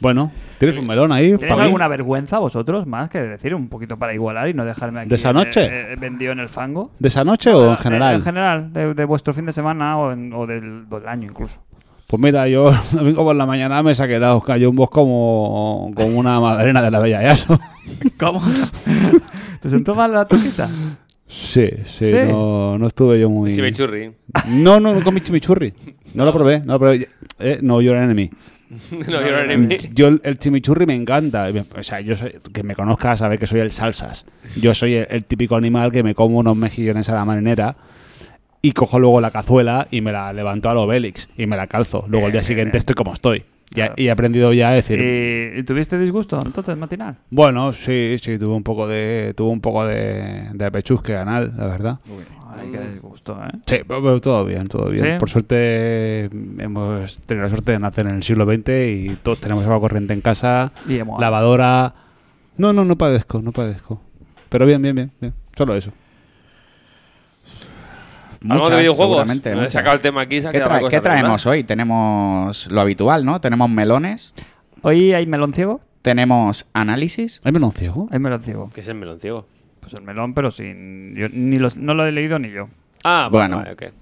Speaker 3: Bueno, tienes un melón ahí.
Speaker 1: ¿Tenéis
Speaker 3: Pablín?
Speaker 1: alguna vergüenza vosotros más que decir un poquito para igualar y no dejarme aquí
Speaker 3: ¿De esa
Speaker 1: eh,
Speaker 3: noche?
Speaker 1: eh, vendido en el fango? Ah,
Speaker 3: ¿De esa noche o en
Speaker 1: eh, En
Speaker 3: general?
Speaker 1: general, de, de vuestro fin de semana o, en- o del, del año incluso.
Speaker 3: Pues mira, yo el domingo por la mañana me saqué los cayombos como, como una madrena de la Bella Yaso.
Speaker 4: ¿Cómo?
Speaker 1: ¿Te sentó mal la toquita?
Speaker 3: Sí, sí,
Speaker 1: Sí.
Speaker 3: No, no estuve yo muy...
Speaker 2: Chimichurri.
Speaker 3: No, no, no comí chimichurri. No lo probé, no lo probé. Eh, no, you're an enemy.
Speaker 2: no vieron enemigo.
Speaker 3: Yo el, el chimichurri me encanta. O sea, yo soy, que me conozcas sabe que soy el salsas. Yo soy el, el típico animal que me como unos mejillones a la marinera y cojo luego la cazuela y me la levanto a lo Bélix y me la calzo. Luego al día siguiente estoy como estoy. Y, he- y he aprendido ya a decir,
Speaker 1: Eh, ¿Y, y tuviste disgusto entonces matinal?
Speaker 3: bueno, sí, sí, tuve un poco de tuve un poco de, de pechusque anal, la verdad.
Speaker 1: Ay, qué disgusto, ¿eh?
Speaker 3: Sí, pero, pero todo bien, todo bien.
Speaker 1: ¿Sí?
Speaker 3: Por suerte hemos tenido la suerte de nacer en el siglo XX y todos tenemos agua corriente en casa.
Speaker 1: Y hemos-
Speaker 3: lavadora. No, no, no padezco, no padezco. Pero bien, bien, bien, bien. Solo eso.
Speaker 2: Hablamos de
Speaker 4: Muchas,
Speaker 2: videojuegos.
Speaker 4: seguramente,
Speaker 2: He
Speaker 4: muchas.
Speaker 2: sacado el tema aquí. se ha
Speaker 4: ¿Qué,
Speaker 2: quedado
Speaker 4: tra-
Speaker 2: la cosa
Speaker 4: qué
Speaker 2: regular.
Speaker 4: traemos hoy? Tenemos lo habitual, ¿no? Tenemos melones,
Speaker 1: ¿Hoy hay melón ciego?
Speaker 4: tenemos análisis.
Speaker 3: ¿Hay melón ciego?
Speaker 1: Hay melón ciego.
Speaker 2: ¿Qué es el melón ciego?
Speaker 1: Pues el melón, pero sin... yo ni los- no lo he leído ni yo.
Speaker 2: Ah, bueno.
Speaker 4: Bueno.
Speaker 2: vale, ok.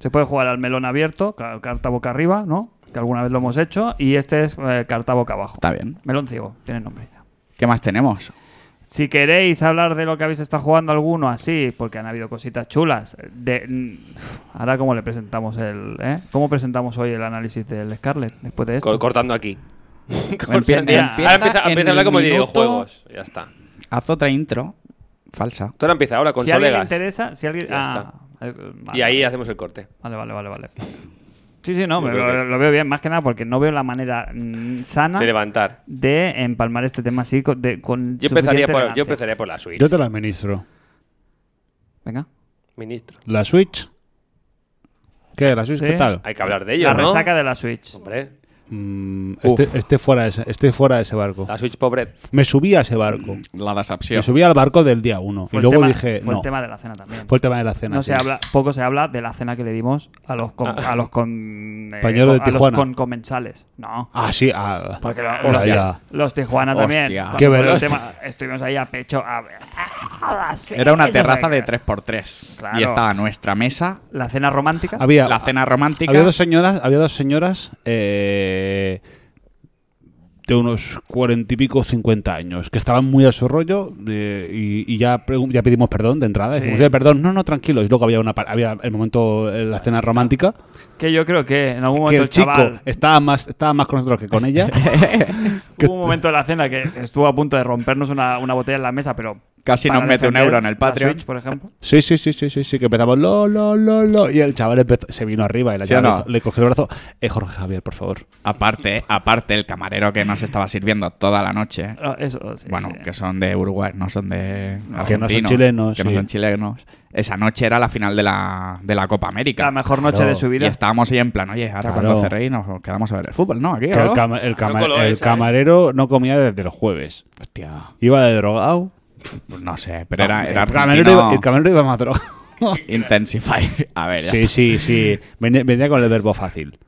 Speaker 1: Se puede jugar al melón abierto, ca- carta boca arriba, ¿no? Que alguna vez lo hemos hecho. Y este es eh, carta boca abajo.
Speaker 4: Está bien.
Speaker 1: Melón ciego, tiene nombre ya.
Speaker 4: ¿Qué más tenemos?
Speaker 1: Si queréis hablar de lo que habéis estado jugando alguno así, porque han habido cositas chulas. De, mm, ahora cómo le presentamos el, ¿eh? cómo presentamos hoy el análisis del Scarlet después de esto.
Speaker 2: Cor- cortando aquí.
Speaker 4: Empie-
Speaker 2: Ya,
Speaker 4: empieza
Speaker 2: ahora empieza,
Speaker 4: en
Speaker 2: empieza a hablar
Speaker 4: el
Speaker 2: como de
Speaker 4: minuto-
Speaker 2: videojuegos. Ya está.
Speaker 4: Haz otra intro falsa.
Speaker 2: Tú ahora empieza ahora con
Speaker 1: si a alguien le
Speaker 2: Solegas.
Speaker 1: interesa, si alguien,
Speaker 2: Ya
Speaker 1: ah, eh, vale,
Speaker 2: Y ahí hacemos el corte.
Speaker 1: vale, vale, vale, vale. Sí, sí, no,
Speaker 2: Yo
Speaker 1: me-
Speaker 2: creo
Speaker 1: lo,
Speaker 2: que-
Speaker 1: lo veo bien, más que nada porque no veo la manera mm, sana
Speaker 2: De levantar.
Speaker 1: de empalmar este tema así con, de- con
Speaker 2: Yo empezaría,
Speaker 1: suficiente
Speaker 2: por, yo
Speaker 1: elegancia.
Speaker 2: empezaría por la Switch.
Speaker 3: Yo te la administro.
Speaker 1: Venga.
Speaker 2: Ministro.
Speaker 3: ¿La Switch? ¿Qué? ¿La Switch
Speaker 1: Sí.
Speaker 3: qué tal?
Speaker 2: Hay que hablar de ello,
Speaker 1: La
Speaker 2: ¿no?
Speaker 1: resaca de la Switch.
Speaker 2: Hombre,
Speaker 3: Mm, estoy, estoy fuera de ese, estoy fuera de ese barco.
Speaker 1: Ah.
Speaker 2: la Switch pobre.
Speaker 3: Me subí a ese barco.
Speaker 4: La
Speaker 3: Me
Speaker 4: desapción.
Speaker 3: subí al barco del día 1. Y
Speaker 1: Mm, Fue el
Speaker 3: luego
Speaker 1: tema-
Speaker 3: dije,
Speaker 1: fue
Speaker 3: no.
Speaker 1: el tema de la cena también.
Speaker 3: Fue el tema de la cena.
Speaker 1: No
Speaker 3: sí.
Speaker 1: se habla, poco se habla de la cena que le dimos a los con,
Speaker 2: Ah.
Speaker 1: a los con, eh,
Speaker 3: Pañuelo de
Speaker 1: con- a los
Speaker 3: Tijuana.
Speaker 1: con comensales. No.
Speaker 3: Ah, sí. ah.
Speaker 1: Porque lo- los,
Speaker 3: Hostia.
Speaker 1: los Tijuana
Speaker 4: Hostia.
Speaker 1: también. cuando
Speaker 3: Qué
Speaker 1: fue el
Speaker 3: veloz.
Speaker 1: tema, estuvimos ahí a pecho. a-
Speaker 4: Era una terraza de 3x3.
Speaker 1: Claro.
Speaker 4: Y estaba nuestra mesa,
Speaker 1: La cena romántica.
Speaker 3: Había,
Speaker 4: la cena romántica.
Speaker 3: Había dos señoras, había dos señoras eh, de unos cuarenta y pico, cincuenta años, que estaban muy a su rollo eh, y, y ya, pregun- ya pedimos perdón de entrada. Dijimos, "Oye, perdón, no, no, tranquilo. Y luego había, una, pa- había el momento, eh, la cena romántica,
Speaker 4: Ah,
Speaker 1: Que yo creo que en algún
Speaker 3: que
Speaker 1: momento
Speaker 3: el chico eh,
Speaker 1: chaval,
Speaker 3: estaba, más, estaba más con nosotros que con ella.
Speaker 1: hubo un momento de la cena que estuvo a punto de rompernos una, una botella en la mesa, pero.
Speaker 4: Casi
Speaker 1: para
Speaker 4: nos mete un
Speaker 1: defender
Speaker 4: euro en el
Speaker 1: la
Speaker 4: Patreon.
Speaker 1: Switch, por ejemplo.
Speaker 3: sí, sí, sí, sí, sí, sí, que empezamos, lo, lo, lo, lo. Y el chaval empezó- se vino arriba y la
Speaker 4: ¿Sí o
Speaker 3: chaval
Speaker 4: no?
Speaker 3: le, le cogió el brazo. Eh, Jorge Javier, por favor.
Speaker 4: Aparte, aparte, el camarero que nos estaba sirviendo toda la noche.
Speaker 1: No, Eso, sí,
Speaker 4: Bueno,
Speaker 1: sí.
Speaker 4: que son de Uruguay, no son de
Speaker 3: que no son
Speaker 4: argentinos,
Speaker 3: chilenos,
Speaker 4: Que no
Speaker 3: sí.
Speaker 4: son chilenos. Esa noche era la final de la, de la Copa América.
Speaker 1: La mejor noche
Speaker 3: Claro.
Speaker 1: de su
Speaker 4: y
Speaker 1: vida.
Speaker 4: estábamos ahí en plan, oye, ahora
Speaker 3: Claro.
Speaker 4: cuando cerréis nos quedamos a ver el fútbol, ¿no? Aquí,
Speaker 3: Que el,
Speaker 4: Ah, ¿no?
Speaker 3: cama- el cama-
Speaker 2: coló
Speaker 3: el
Speaker 2: esa, eh.
Speaker 3: camarero no comía desde los jueves.
Speaker 4: Hostia,
Speaker 3: Iba de drogado.
Speaker 4: pues no sé, pero era, era
Speaker 3: el, camarero iba, eh, el
Speaker 4: argentino
Speaker 3: camarero iba más drogado.
Speaker 4: Intensify. A ver, ya.
Speaker 3: sí, sí, sí. Venía, venía con el verbo fácil.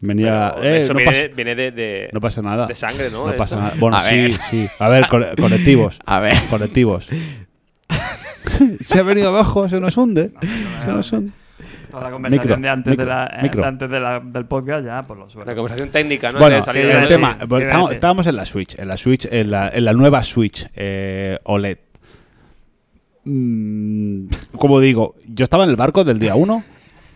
Speaker 3: Venía.
Speaker 2: Pero
Speaker 3: eh,
Speaker 2: eso
Speaker 3: no,
Speaker 2: viene,
Speaker 3: pasa,
Speaker 2: viene de, de-
Speaker 3: no pasa nada.
Speaker 2: de sangre, ¿no?
Speaker 3: No
Speaker 2: Esto.
Speaker 3: pasa nada. Bueno,
Speaker 4: A
Speaker 3: sí,
Speaker 4: ver.
Speaker 3: sí. A ver, cole- colectivos.
Speaker 4: A ver.
Speaker 3: Colectivos. se ha venido abajo, se nos hunde. Se nos hunde.
Speaker 1: Toda la conversación
Speaker 3: Micro,
Speaker 1: de antes,
Speaker 3: micro,
Speaker 1: de la, eh,
Speaker 3: micro.
Speaker 1: de antes de la- del podcast, ya, por lo suelto.
Speaker 2: La conversación técnica, ¿no?
Speaker 3: Bueno, eh,
Speaker 2: De salir
Speaker 1: que
Speaker 2: de
Speaker 3: el
Speaker 1: decir,
Speaker 3: tema.
Speaker 1: te
Speaker 3: bueno,
Speaker 1: iba a
Speaker 3: estábamos,
Speaker 1: decir.
Speaker 3: estábamos en la Switch, en la Switch, en la, en la nueva Switch eh, OLED. Mm, como digo, yo estaba en el barco del día 1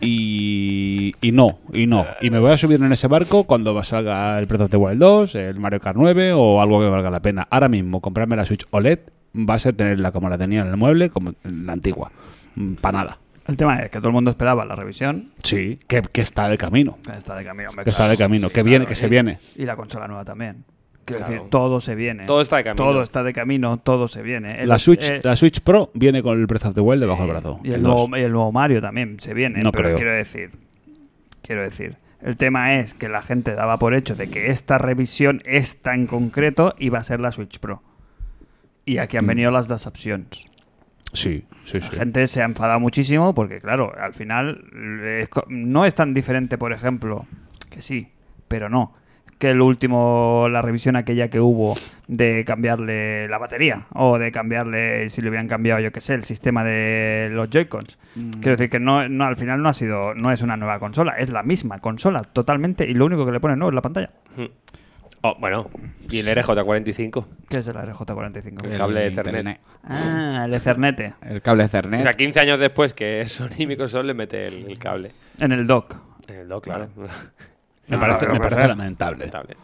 Speaker 3: y, y no, y no. Y me voy a subir en ese barco cuando salga el Breath of the Wild 2, el Mario Kart 9 o algo que valga la pena. Ahora mismo, comprarme la Switch OLED va a ser tenerla como la tenía en el mueble, como la antigua. Para nada.
Speaker 1: El tema es que todo el mundo esperaba la revisión.
Speaker 3: Sí, que, que está de camino.
Speaker 1: que Está de camino. hombre,
Speaker 3: Que está
Speaker 1: claro.
Speaker 3: de camino, que viene, que se viene.
Speaker 1: Y la consola nueva también. Quiero
Speaker 2: Claro.
Speaker 1: decir, todo se viene.
Speaker 2: Todo está de camino.
Speaker 1: Todo está de camino, todo se viene. El-
Speaker 3: La Switch,
Speaker 1: eh,
Speaker 3: la Switch Pro viene con el Breath of the Wild debajo del brazo.
Speaker 1: y, el
Speaker 3: el dos.
Speaker 1: nuevo, y el nuevo Mario también se viene.
Speaker 3: No
Speaker 1: pero
Speaker 3: creo.
Speaker 1: quiero decir, quiero decir, el tema es que la gente daba por hecho de que esta revisión, esta en concreto, iba a ser la Switch Pro. Y aquí
Speaker 3: Mm.
Speaker 1: han venido las dos opciones.
Speaker 3: Sí, sí, sí.
Speaker 1: La gente se ha enfadado muchísimo porque, claro, al final es co- no es tan diferente, por ejemplo, que sí, pero no. Que el último, la revisión aquella que hubo de cambiarle la batería o de cambiarle, si le hubieran cambiado, yo qué sé, el sistema de los Joy-Cons. Quiero decir que no, no, al final no ha sido, no es una nueva consola, es la misma consola totalmente y lo único que le ponen nuevo es la pantalla.
Speaker 2: Oh, bueno, y el RJ45.
Speaker 1: ¿Qué es el RJ45?
Speaker 2: El cable Ethernet.
Speaker 1: Ah, el Ethernete.
Speaker 4: El cable
Speaker 2: O
Speaker 4: Ethernet.
Speaker 3: Eh.
Speaker 2: sea, 15 años después que Sony y Microsoft le mete el, el cable.
Speaker 1: En el dock.
Speaker 2: En el dock, claro.
Speaker 3: Me parece, me parece lamentable.
Speaker 2: Lamentable.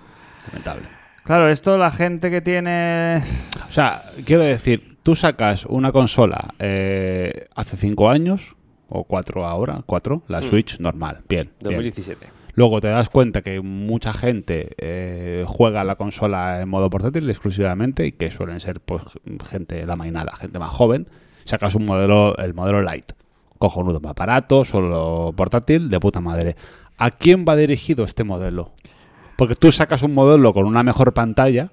Speaker 3: lamentable.
Speaker 1: Claro, esto la gente que tiene.
Speaker 3: O sea, quiero decir, tú sacas una consola eh, hace 5 años, o 4 ahora, 4,
Speaker 1: Mm.
Speaker 3: la Switch normal, bien. bien.
Speaker 2: 2017.
Speaker 3: Luego te das cuenta que mucha gente eh, juega la consola en modo portátil exclusivamente y que suelen ser pues, gente la mainada, gente más joven. Sacas un modelo, el modelo light, cojonudo, más barato, solo portátil, de puta madre. ¿A quién va dirigido este modelo? Porque tú sacas un modelo con una mejor pantalla,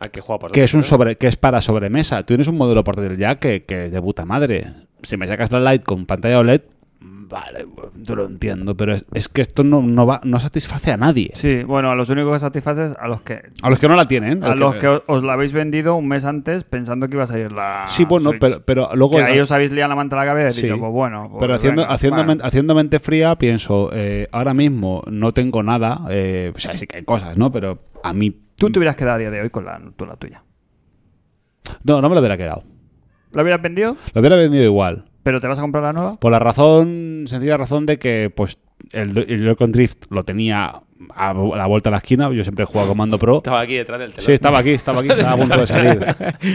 Speaker 2: Al que juega por
Speaker 3: que es un
Speaker 2: ¿no?
Speaker 3: sobre, que es para sobremesa. Tú tienes un modelo portátil ya que, que es de puta madre. Si me sacas la Lite con pantalla OLED, vale, yo lo entiendo, pero es, es que esto no, no va, no satisface a nadie.
Speaker 1: Sí, bueno, a los únicos que satisfaces a los que.
Speaker 3: A los que no la tienen.
Speaker 1: A los que os- os la habéis vendido un mes antes pensando que iba a salir la.
Speaker 3: Sí, bueno,
Speaker 1: Switch.
Speaker 3: pero, pero luego.
Speaker 1: Que ahí os habéis liado la manta a la cabeza y
Speaker 3: Sí.
Speaker 1: dicho, pues bueno. pues
Speaker 3: pero haciendo,
Speaker 1: venga,
Speaker 3: haciendo,
Speaker 1: bueno.
Speaker 3: men- haciendo mente fría, pienso, eh, ahora mismo no tengo nada. eh, o sea, sí que hay cosas, ¿no? Pero a mí.
Speaker 1: Tú te hubieras quedado a día de hoy con la, tú la tuya.
Speaker 3: No, no me lo hubiera quedado.
Speaker 1: ¿La hubieras vendido?
Speaker 3: Lo hubiera vendido igual.
Speaker 1: ¿Pero te vas a comprar la nueva?
Speaker 3: Por la razón, sencilla razón de que pues el, el Joy-Con Drift lo tenía a la vuelta de la esquina. Yo siempre he jugado con mando Pro.
Speaker 2: Estaba aquí detrás del telón.
Speaker 3: Sí, estaba aquí, estaba aquí, estaba a punto de salir.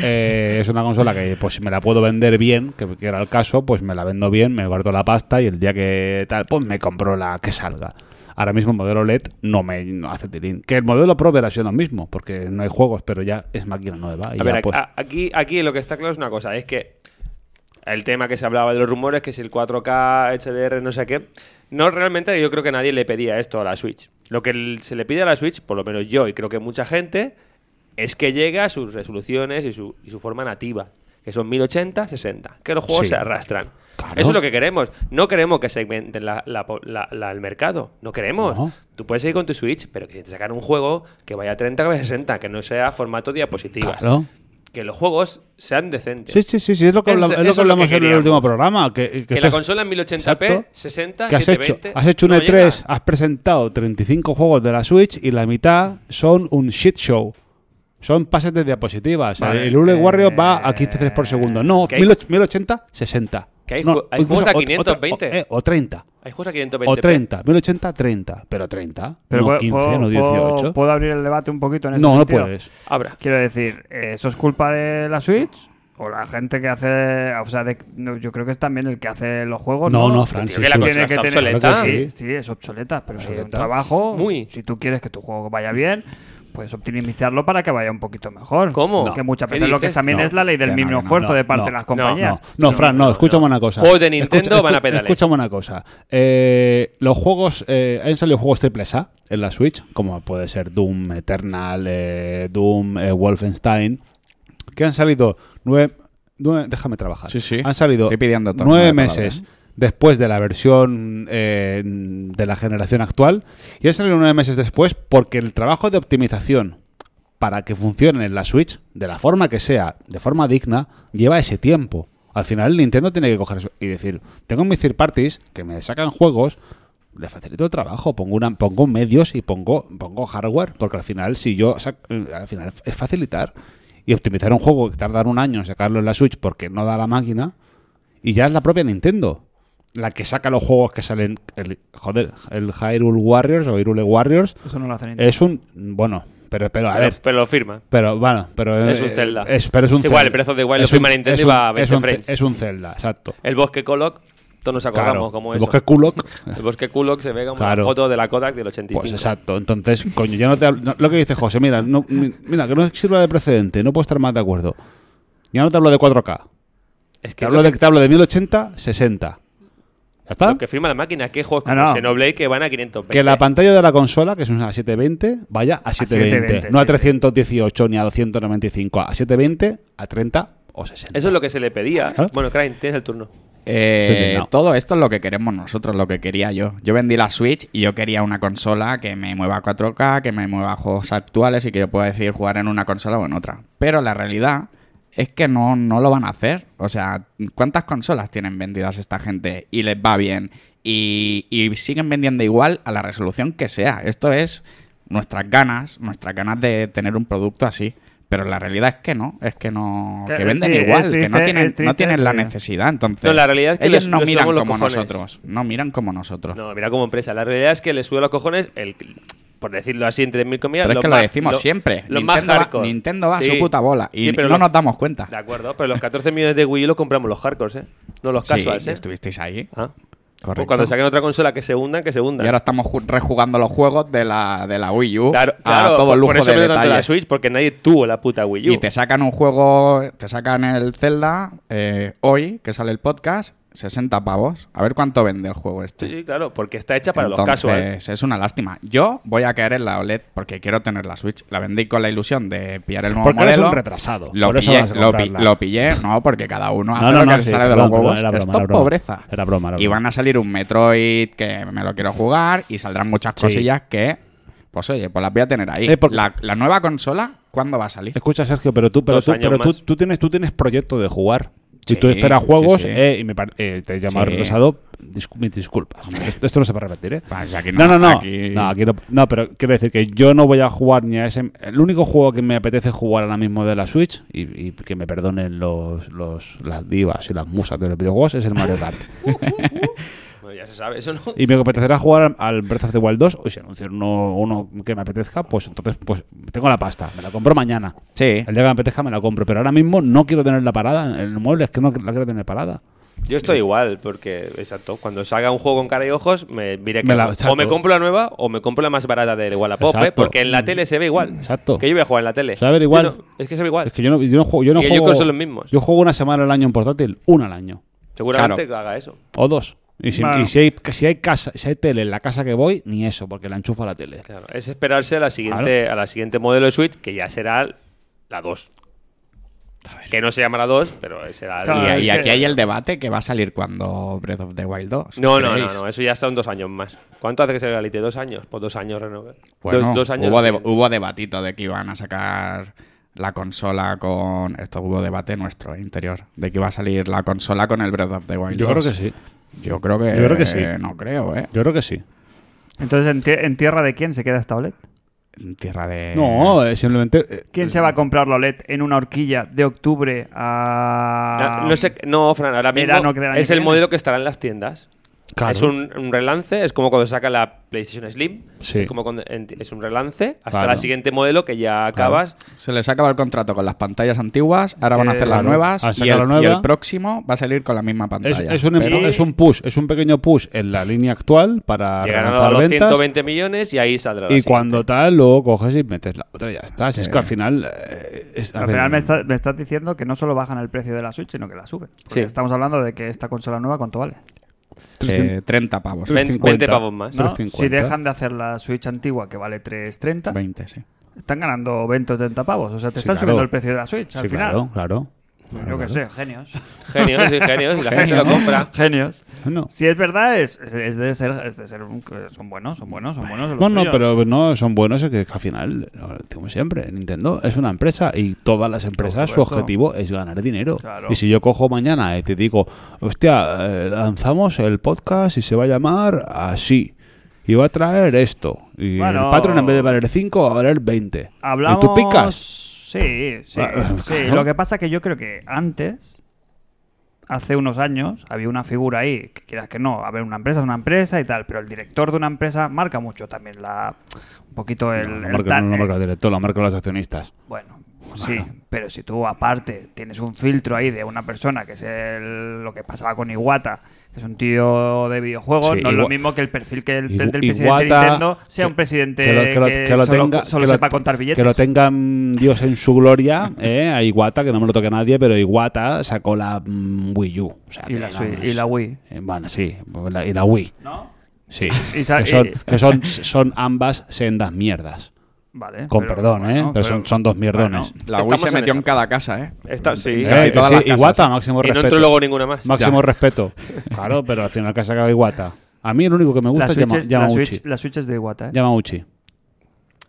Speaker 3: Eh, es una consola que, pues, si me la puedo vender bien, que, que era el caso, pues me la vendo bien, me guardo la pasta y el día que tal, pues me compro la que salga. Ahora mismo el modelo LED no me no hace tilín. Que el modelo Pro verá sido lo mismo, porque no hay juegos, pero ya es máquina nueva. y
Speaker 2: A
Speaker 3: ya,
Speaker 2: ver, ah,
Speaker 3: pues,
Speaker 2: a- aquí, aquí lo que está claro es una cosa, es que el tema que se hablaba de los rumores, que si el 4K, HDR, no sé qué, no realmente yo creo que nadie le pedía esto a la Switch. Lo que el- se le pide a la Switch, por lo menos yo y creo que mucha gente, es que llegue a sus resoluciones y su, y su forma nativa, que son 1080, 60, que los juegos
Speaker 3: Sí.
Speaker 2: se arrastran.
Speaker 3: Claro.
Speaker 2: Eso es lo que queremos. No queremos que segmenten la- la po- la- la- el mercado. No queremos.
Speaker 3: No.
Speaker 2: Tú puedes ir con tu Switch, pero que te sacan un juego que vaya a 30 x 60, que no sea formato diapositiva
Speaker 3: claro.
Speaker 2: que los juegos sean decentes.
Speaker 3: Sí, sí, sí, sí, es lo que,
Speaker 2: Eso-
Speaker 3: hablamos, es
Speaker 2: eso
Speaker 3: lo que
Speaker 2: es lo
Speaker 3: hablamos en
Speaker 2: que
Speaker 3: el
Speaker 2: queríamos.
Speaker 3: último programa. Que, que
Speaker 2: Que
Speaker 3: estás-
Speaker 2: la consola en 1080p,
Speaker 3: Exacto.
Speaker 2: 60,
Speaker 3: ¿Qué has hecho?
Speaker 2: 720,
Speaker 3: Has hecho E un
Speaker 2: no
Speaker 3: E3,
Speaker 2: llega.
Speaker 3: has presentado 35 juegos de la Switch y la mitad son un shit show. Son pases de diapositivas.
Speaker 1: Vale.
Speaker 3: el Ule Warrior va a 15 frames por segundo. No,
Speaker 2: ¿Qué hay?
Speaker 3: 1080, 60.
Speaker 2: Que hay
Speaker 3: No,
Speaker 2: ju- hay
Speaker 3: incluso
Speaker 2: juegos a
Speaker 3: o- o-
Speaker 2: 520.
Speaker 3: eh, O, 30.
Speaker 2: Hay cosas
Speaker 3: O
Speaker 2: 520p.
Speaker 3: 30. 1080, 30. Pero 30.
Speaker 1: Pero
Speaker 3: no
Speaker 1: puedo-
Speaker 3: 15,
Speaker 1: puedo-
Speaker 3: no 18.
Speaker 1: Puedo, puedo abrir el debate un poquito en este
Speaker 3: no, no
Speaker 1: sentido?
Speaker 3: puedes.
Speaker 2: Habrá.
Speaker 1: Quiero decir, eh, ¿eso es culpa de la Switch? O la gente que hace. O sea, de- no, yo creo que es también el que hace los juegos. No,
Speaker 3: No, no,
Speaker 2: Tío,
Speaker 3: Francis.
Speaker 2: que la
Speaker 3: tú-
Speaker 2: consola está
Speaker 1: tener-
Speaker 2: obsoleta.
Speaker 3: Claro que
Speaker 1: Sí,
Speaker 3: sí.
Speaker 1: sí, es obsoleta, pero si hay un
Speaker 3: Obsoleta.
Speaker 1: trabajo,
Speaker 2: Muy.
Speaker 1: si tú quieres que tu juego vaya bien, puedes optimizarlo para que vaya un poquito mejor.
Speaker 2: ¿Cómo?
Speaker 1: Que
Speaker 2: No.
Speaker 1: muchas
Speaker 2: ¿Qué
Speaker 1: veces lo que
Speaker 2: dices?
Speaker 1: también
Speaker 3: No,
Speaker 1: es la ley del
Speaker 3: que no,
Speaker 1: mínimo
Speaker 3: que no,
Speaker 1: esfuerzo
Speaker 3: no,
Speaker 1: de parte
Speaker 3: no,
Speaker 1: de las
Speaker 3: no,
Speaker 1: compañías.
Speaker 3: No, no, Fran, no, escúchame una cosa.
Speaker 2: Juegos de Nintendo van a pedales.
Speaker 3: Escúchame una cosa. Eh, los juegos, eh, han salido juegos triple A en la Switch, como puede ser Doom, Eternal, eh, Doom, eh, Wolfenstein, que han salido nueve, nueve- déjame trabajar.
Speaker 4: Sí, sí.
Speaker 3: Han salido
Speaker 4: Estoy pidiendo turno
Speaker 3: nueve
Speaker 4: de palabra,
Speaker 3: meses
Speaker 4: ¿eh?
Speaker 3: después de la versión eh, de la generación actual y han salido nueve meses después porque el trabajo de optimización para que funcione en la Switch, de la forma que sea, de forma digna, lleva ese tiempo. Al final Nintendo tiene que coger eso y decir, tengo mis third parties que me sacan juegos, le facilito el trabajo, pongo una, pongo medios y pongo, pongo hardware, porque al final si yo sac- eh, al final es facilitar y optimizar un juego que tardar un año en sacarlo en la Switch porque no da la máquina, y ya es la propia Nintendo la que saca los juegos que salen. El, joder, el Hyrule Warriors o Hyrule Warriors
Speaker 1: Eso no lo hacen
Speaker 3: es un. Bueno, pero, pero a
Speaker 2: Pero,
Speaker 3: ver.
Speaker 2: pero lo firma.
Speaker 3: Pero bueno, pero
Speaker 2: Es
Speaker 3: eh,
Speaker 2: un Zelda.
Speaker 3: Es, pero es un
Speaker 2: Es igual,
Speaker 3: Zelda.
Speaker 2: el Breath of the Wild lo
Speaker 3: Es un-
Speaker 2: firma Nintendo
Speaker 3: es
Speaker 2: y
Speaker 3: un-
Speaker 2: va a 20
Speaker 3: es un,
Speaker 2: frames.
Speaker 3: Es un Zelda, exacto.
Speaker 2: El bosque Kolok, todos nos acordamos
Speaker 3: Claro.
Speaker 2: como
Speaker 3: el
Speaker 2: eso.
Speaker 3: bosque Kulok.
Speaker 2: el bosque Kolok se ve como
Speaker 3: Claro.
Speaker 2: una foto de la Kodak del 85.
Speaker 3: Pues exacto, entonces, coño, ya no te hablo, no, lo que dice José, mira, no, mi- mira, que no sirva de precedente, no puedo estar más de acuerdo. Ya no te hablo de 4K,
Speaker 2: es que
Speaker 3: te hablo
Speaker 2: lo
Speaker 3: de, te hablo de 1080, 60. ¿Ya está?
Speaker 2: lo que firma la máquina, que juegos
Speaker 1: No,
Speaker 2: como
Speaker 1: no.
Speaker 2: Xenoblade que van a 520.
Speaker 3: Que la pantalla de la consola, que es una 720, vaya a 720.
Speaker 1: 720,
Speaker 3: no a
Speaker 1: sí, sí.
Speaker 3: 318 ni a 295. A 720, a 30 o 60.
Speaker 2: Eso es lo que se le pedía.
Speaker 3: Claro.
Speaker 2: Bueno, Crane, tienes el turno.
Speaker 4: Eh,
Speaker 3: Estoy indignado.
Speaker 4: todo esto es lo que queremos nosotros, lo que quería yo. Yo vendí la Switch y yo quería una consola que me mueva a 4K, que me mueva a juegos actuales y que yo pueda decidir jugar en una consola o en otra. Pero la realidad es que no, no lo van a hacer. O sea, ¿cuántas consolas tienen vendidas esta gente y les va bien? Y, y siguen vendiendo igual a la resolución que sea. Esto es nuestras ganas, nuestras ganas de tener un producto así. Pero la realidad es que no, es que no,
Speaker 1: Que-
Speaker 4: que venden
Speaker 1: sí,
Speaker 4: igual,
Speaker 1: es
Speaker 4: que no
Speaker 1: triste,
Speaker 4: tienen,
Speaker 1: es triste,
Speaker 4: no tienen la
Speaker 1: pero-
Speaker 4: necesidad, entonces.
Speaker 2: No, la realidad es que
Speaker 4: ellos
Speaker 2: les-
Speaker 4: no
Speaker 2: les
Speaker 4: miran
Speaker 2: subo los
Speaker 4: como
Speaker 2: cojones.
Speaker 4: nosotros, no miran como nosotros.
Speaker 2: No, mira como empresa. La realidad es que le sube los cojones, el, por decirlo así, entre mil comillas.
Speaker 4: Pero es
Speaker 2: los
Speaker 4: que
Speaker 2: más-
Speaker 4: lo decimos
Speaker 2: lo-
Speaker 4: siempre.
Speaker 2: Los más
Speaker 4: Nintendo, va,
Speaker 2: hardcore.
Speaker 4: Nintendo va a
Speaker 2: Sí.
Speaker 4: su puta bola y
Speaker 2: Sí, pero
Speaker 4: no
Speaker 2: los-
Speaker 4: nos damos cuenta.
Speaker 2: De acuerdo, pero los 14 millones de Wii U los compramos los hardcores, ¿eh? No los
Speaker 4: Sí,
Speaker 2: casuals,
Speaker 4: y
Speaker 2: ¿eh?
Speaker 4: estuvisteis ahí.
Speaker 2: Ah.
Speaker 4: Correcto.
Speaker 2: Pues cuando saquen otra consola que se hundan, que se
Speaker 4: y
Speaker 2: hundan.
Speaker 4: ahora estamos ju- rejugando los juegos de la, de la Wii U
Speaker 2: claro,
Speaker 4: a
Speaker 2: claro,
Speaker 4: todo
Speaker 2: por-
Speaker 4: lujo
Speaker 2: por eso
Speaker 4: de
Speaker 2: me tanto la
Speaker 4: detalles.
Speaker 2: Switch, porque nadie tuvo la puta Wii U.
Speaker 4: Y te sacan un juego, te sacan el Zelda eh, hoy, que sale el podcast, 60 pavos. A ver cuánto vende el juego este.
Speaker 2: Sí, sí, claro, porque está hecha para los
Speaker 4: Entonces,
Speaker 2: casuals.
Speaker 4: Es una lástima. Yo voy a caer en la OLED porque quiero tener la Switch. La vendí con la ilusión de pillar el nuevo
Speaker 3: Porque eres
Speaker 4: modelo.
Speaker 3: un retrasado.
Speaker 4: Lo
Speaker 3: Por eso
Speaker 4: pillé,
Speaker 3: vas a
Speaker 4: lo, pi-
Speaker 3: comprarla.
Speaker 4: lo pillé, no, porque cada uno
Speaker 3: No,
Speaker 4: hace
Speaker 3: no,
Speaker 4: lo
Speaker 3: no,
Speaker 4: que le
Speaker 3: sí,
Speaker 4: sale de
Speaker 3: perdón,
Speaker 4: los huevos.
Speaker 3: perdón, era broma,
Speaker 4: Esto
Speaker 3: era
Speaker 4: es
Speaker 3: broma.
Speaker 4: pobreza.
Speaker 3: Era broma, era
Speaker 4: Y
Speaker 3: broma.
Speaker 4: van a salir un Metroid que me lo quiero jugar y saldrán muchas
Speaker 3: Sí.
Speaker 4: cosillas que, pues oye, pues las voy a tener ahí.
Speaker 3: Eh, porque-
Speaker 4: la, la nueva consola, ¿cuándo va a salir?
Speaker 3: Escucha, Sergio, pero tú, pero
Speaker 2: Dos
Speaker 3: tú,
Speaker 2: años
Speaker 3: pero tú,
Speaker 2: más.
Speaker 3: tú tienes, tú tienes proyecto de jugar. Si
Speaker 4: Sí,
Speaker 3: tú esperas juegos,
Speaker 4: sí, sí.
Speaker 3: eh, y me par- eh, te he llamado
Speaker 4: Sí.
Speaker 3: retrasado, discu- mis disculpas. hombre. Esto, esto no se va a repetir, ¿eh?
Speaker 4: Pues aquí
Speaker 3: no, no, no.
Speaker 4: aquí-
Speaker 3: No, aquí no- no, pero quiero decir que yo no voy a jugar ni a ese. El único juego que me apetece jugar ahora mismo de la Switch, y, y que me perdonen los, los, las divas y las musas de los videojuegos, es el Mario Kart.
Speaker 2: Bueno, ya se sabe, eso no.
Speaker 3: y me apetecerá jugar al Breath of the Wild 2, o si anuncian uno, uno que me apetezca, pues entonces pues tengo la pasta, me la compro mañana.
Speaker 4: Sí.
Speaker 3: El día que me apetezca me la compro, pero ahora mismo no quiero tener la parada en el mueble, es que no la quiero tener parada.
Speaker 2: Yo estoy igual, porque, exacto, cuando salga un juego con cara y ojos, me diré que
Speaker 3: Me la-
Speaker 2: o
Speaker 3: exacto.
Speaker 2: me compro la nueva o me compro la más barata de Wallapop, ¿eh?
Speaker 3: Exacto.
Speaker 2: porque en la tele se ve igual.
Speaker 3: Exacto.
Speaker 2: Que yo voy a jugar en la tele.
Speaker 3: Se va a ver
Speaker 2: Yo
Speaker 3: igual.
Speaker 2: no- es que se ve igual.
Speaker 3: Es que yo no, yo no juego. Yo no
Speaker 2: Y ellos
Speaker 3: juego
Speaker 2: que son los mismos.
Speaker 3: Yo juego una semana al año en portátil, una al año,
Speaker 2: Seguramente que haga eso.
Speaker 3: o dos. Y si,
Speaker 1: Bueno.
Speaker 3: y si hay, si hay casa, si hay tele en la casa que voy, ni eso, porque la enchufa la tele.
Speaker 2: Claro, es esperarse a la siguiente, a la siguiente modelo de Switch, que ya será la 2. Que no se llamará 2, pero será
Speaker 1: Claro,
Speaker 2: la
Speaker 1: es
Speaker 4: Y,
Speaker 1: que-
Speaker 4: y aquí hay el debate que va a salir cuando Breath of the Wild 2.
Speaker 2: No, no, no,
Speaker 4: ¿creéis?
Speaker 2: no, eso ya son dos años más. ¿Cuánto hace que se realite? ¿Dos años? Pues dos años renovar.
Speaker 4: Bueno,
Speaker 2: dos, dos años.
Speaker 4: Pues hubo,
Speaker 2: sí.
Speaker 4: de- hubo debatito de que iban a sacar la consola con... Esto hubo debate nuestro eh, interior. De que iba a salir la consola con el Breath of the Wild
Speaker 3: Yo
Speaker 4: 2.
Speaker 3: creo que sí.
Speaker 4: Yo creo que,
Speaker 3: Yo creo que sí.
Speaker 4: no creo, ¿eh?
Speaker 3: Yo creo que sí.
Speaker 1: Entonces, ¿en, tie- en tierra de quién se queda esta OLED?
Speaker 4: En tierra de...
Speaker 3: No, eh, simplemente. eh,
Speaker 1: ¿Quién se va a comprar la OLED en una horquilla de octubre a.
Speaker 2: Ah, No, sé, no, Fran, ahora mismo
Speaker 1: Verano que del año
Speaker 2: es
Speaker 1: que
Speaker 2: el
Speaker 1: viene.
Speaker 2: modelo que estará en las tiendas.
Speaker 3: Claro.
Speaker 2: Es un, un relance, es como cuando saca la PlayStation Slim.
Speaker 3: Sí.
Speaker 2: Es, como cuando- en- es un relance hasta
Speaker 3: Claro.
Speaker 2: la siguiente modelo que ya acabas.
Speaker 4: Se les acaba el contrato con las pantallas antiguas, ahora van a
Speaker 1: Eh,
Speaker 4: hacer las
Speaker 1: claro.
Speaker 4: nuevas
Speaker 3: Han sacado
Speaker 4: y el,
Speaker 3: la nueva.
Speaker 4: y el próximo va a salir con la misma
Speaker 3: Es,
Speaker 4: pantalla.
Speaker 3: es un,
Speaker 4: Pero-
Speaker 3: empu- es un push, es un pequeño push en la línea actual para
Speaker 2: Llegarán a
Speaker 3: relanzar
Speaker 2: los
Speaker 3: ventas.
Speaker 2: 120 millones y ahí saldrá. la
Speaker 3: Y
Speaker 2: siguiente.
Speaker 3: cuando tal, luego coges y metes la otra y ya está. Si Es, que... al final. eh, es- a
Speaker 1: Al
Speaker 3: ver,
Speaker 1: final me, está- me estás diciendo que no solo bajan el precio de la Switch, sino que la suben. Porque
Speaker 2: Sí.
Speaker 1: Estamos hablando de que esta consola nueva, ¿cuánto vale?
Speaker 4: eh, 30 pavos.
Speaker 2: Ven-
Speaker 3: 350.
Speaker 2: 20 pavos más.
Speaker 1: ¿No?
Speaker 3: 3,50.
Speaker 1: Si dejan de hacer la Switch antigua, que vale 3.30,
Speaker 4: 20, sí.
Speaker 1: están ganando 20 o 30 pavos. O sea, te
Speaker 3: Sí,
Speaker 1: están
Speaker 3: claro.
Speaker 1: subiendo el precio de la Switch al
Speaker 3: Sí,
Speaker 1: final.
Speaker 3: claro, claro.
Speaker 1: Yo qué sé, genios.
Speaker 2: Genios, sí, genios. y la gente lo compra.
Speaker 1: Genios.
Speaker 3: No.
Speaker 1: Si es verdad, es, es de ser, es de ser un- son buenos, son buenos, son buenos. son
Speaker 3: No,
Speaker 1: los
Speaker 3: no,
Speaker 1: suyos.
Speaker 3: pero no son buenos, es que al final, como siempre, Nintendo es una empresa y todas las empresas su
Speaker 1: supuesto.
Speaker 3: objetivo es ganar dinero.
Speaker 1: Claro.
Speaker 3: Y si yo cojo mañana y te digo, hostia, eh, lanzamos el podcast y se va a llamar así. Y va a traer esto. Y
Speaker 1: Bueno.
Speaker 3: el Patreon en vez de valer 5 va a valer 20.
Speaker 1: Hablamos...
Speaker 3: Y tú picas.
Speaker 1: Sí, sí,
Speaker 3: Ah,
Speaker 1: sí.
Speaker 3: claro.
Speaker 1: Lo que pasa es que yo creo que antes, hace unos años, había una figura ahí, que quieras que no, a ver, una empresa es una empresa y tal, pero el director de una empresa marca mucho también la... Un poquito el...
Speaker 3: No,
Speaker 1: el
Speaker 3: la marca,
Speaker 1: tal-
Speaker 3: no la marca
Speaker 1: eh,
Speaker 3: el director, la marca los accionistas.
Speaker 1: Bueno, sí, pero si tú aparte tienes un filtro ahí de una persona, que es el- lo que pasaba con Iwata, que es un tío de videojuegos,
Speaker 3: Sí,
Speaker 1: no es lo
Speaker 3: Iwa-
Speaker 1: mismo que el perfil que el,
Speaker 3: Y-
Speaker 1: del
Speaker 3: y
Speaker 1: presidente
Speaker 3: Wata,
Speaker 1: de Nintendo sea un
Speaker 3: que-
Speaker 1: presidente que,
Speaker 3: que lo- que lo- que lo
Speaker 1: solo,
Speaker 3: tenga-
Speaker 1: solo
Speaker 3: que lo-
Speaker 1: sepa contar billetes.
Speaker 3: Que lo tenga mm, Dios en su gloria, eh, a Iwata, que no me lo toque nadie, pero Iwata sacó la mm, Wii U. o sea,
Speaker 1: Y
Speaker 3: que
Speaker 1: la
Speaker 3: digamos-
Speaker 1: Switch- y la Wii.
Speaker 3: Eh, bueno, sí, pues la- y la Wii.
Speaker 1: ¿No?
Speaker 3: Sí.
Speaker 1: Y sa-
Speaker 3: que son,
Speaker 1: y-
Speaker 3: que son, son ambas sendas mierdas.
Speaker 1: Vale.
Speaker 3: Con
Speaker 1: pero-
Speaker 3: perdón, ¿eh?
Speaker 1: bueno,
Speaker 3: Pero, son, son dos mierdones.
Speaker 1: bueno.
Speaker 4: La
Speaker 2: Estamos
Speaker 4: Wii se
Speaker 2: en
Speaker 4: metió
Speaker 2: esa.
Speaker 4: en cada casa, ¿eh?
Speaker 2: Está- sí.
Speaker 3: Eh,
Speaker 4: Casi
Speaker 3: eh,
Speaker 4: todas
Speaker 3: sí,
Speaker 4: las casas.
Speaker 3: Iwata, máximo
Speaker 2: Y no
Speaker 3: respeto.
Speaker 2: entró luego ninguna más.
Speaker 3: máximo
Speaker 4: Ya.
Speaker 3: respeto. Claro, pero al final que ha sacado Iwata. A mí el único que me
Speaker 1: La
Speaker 3: gusta es
Speaker 1: Switch,
Speaker 3: Yama-
Speaker 1: es, la,
Speaker 3: Yamauchi.
Speaker 1: Switch, la Switch es de Iwata, ¿eh?
Speaker 3: Yamauchi.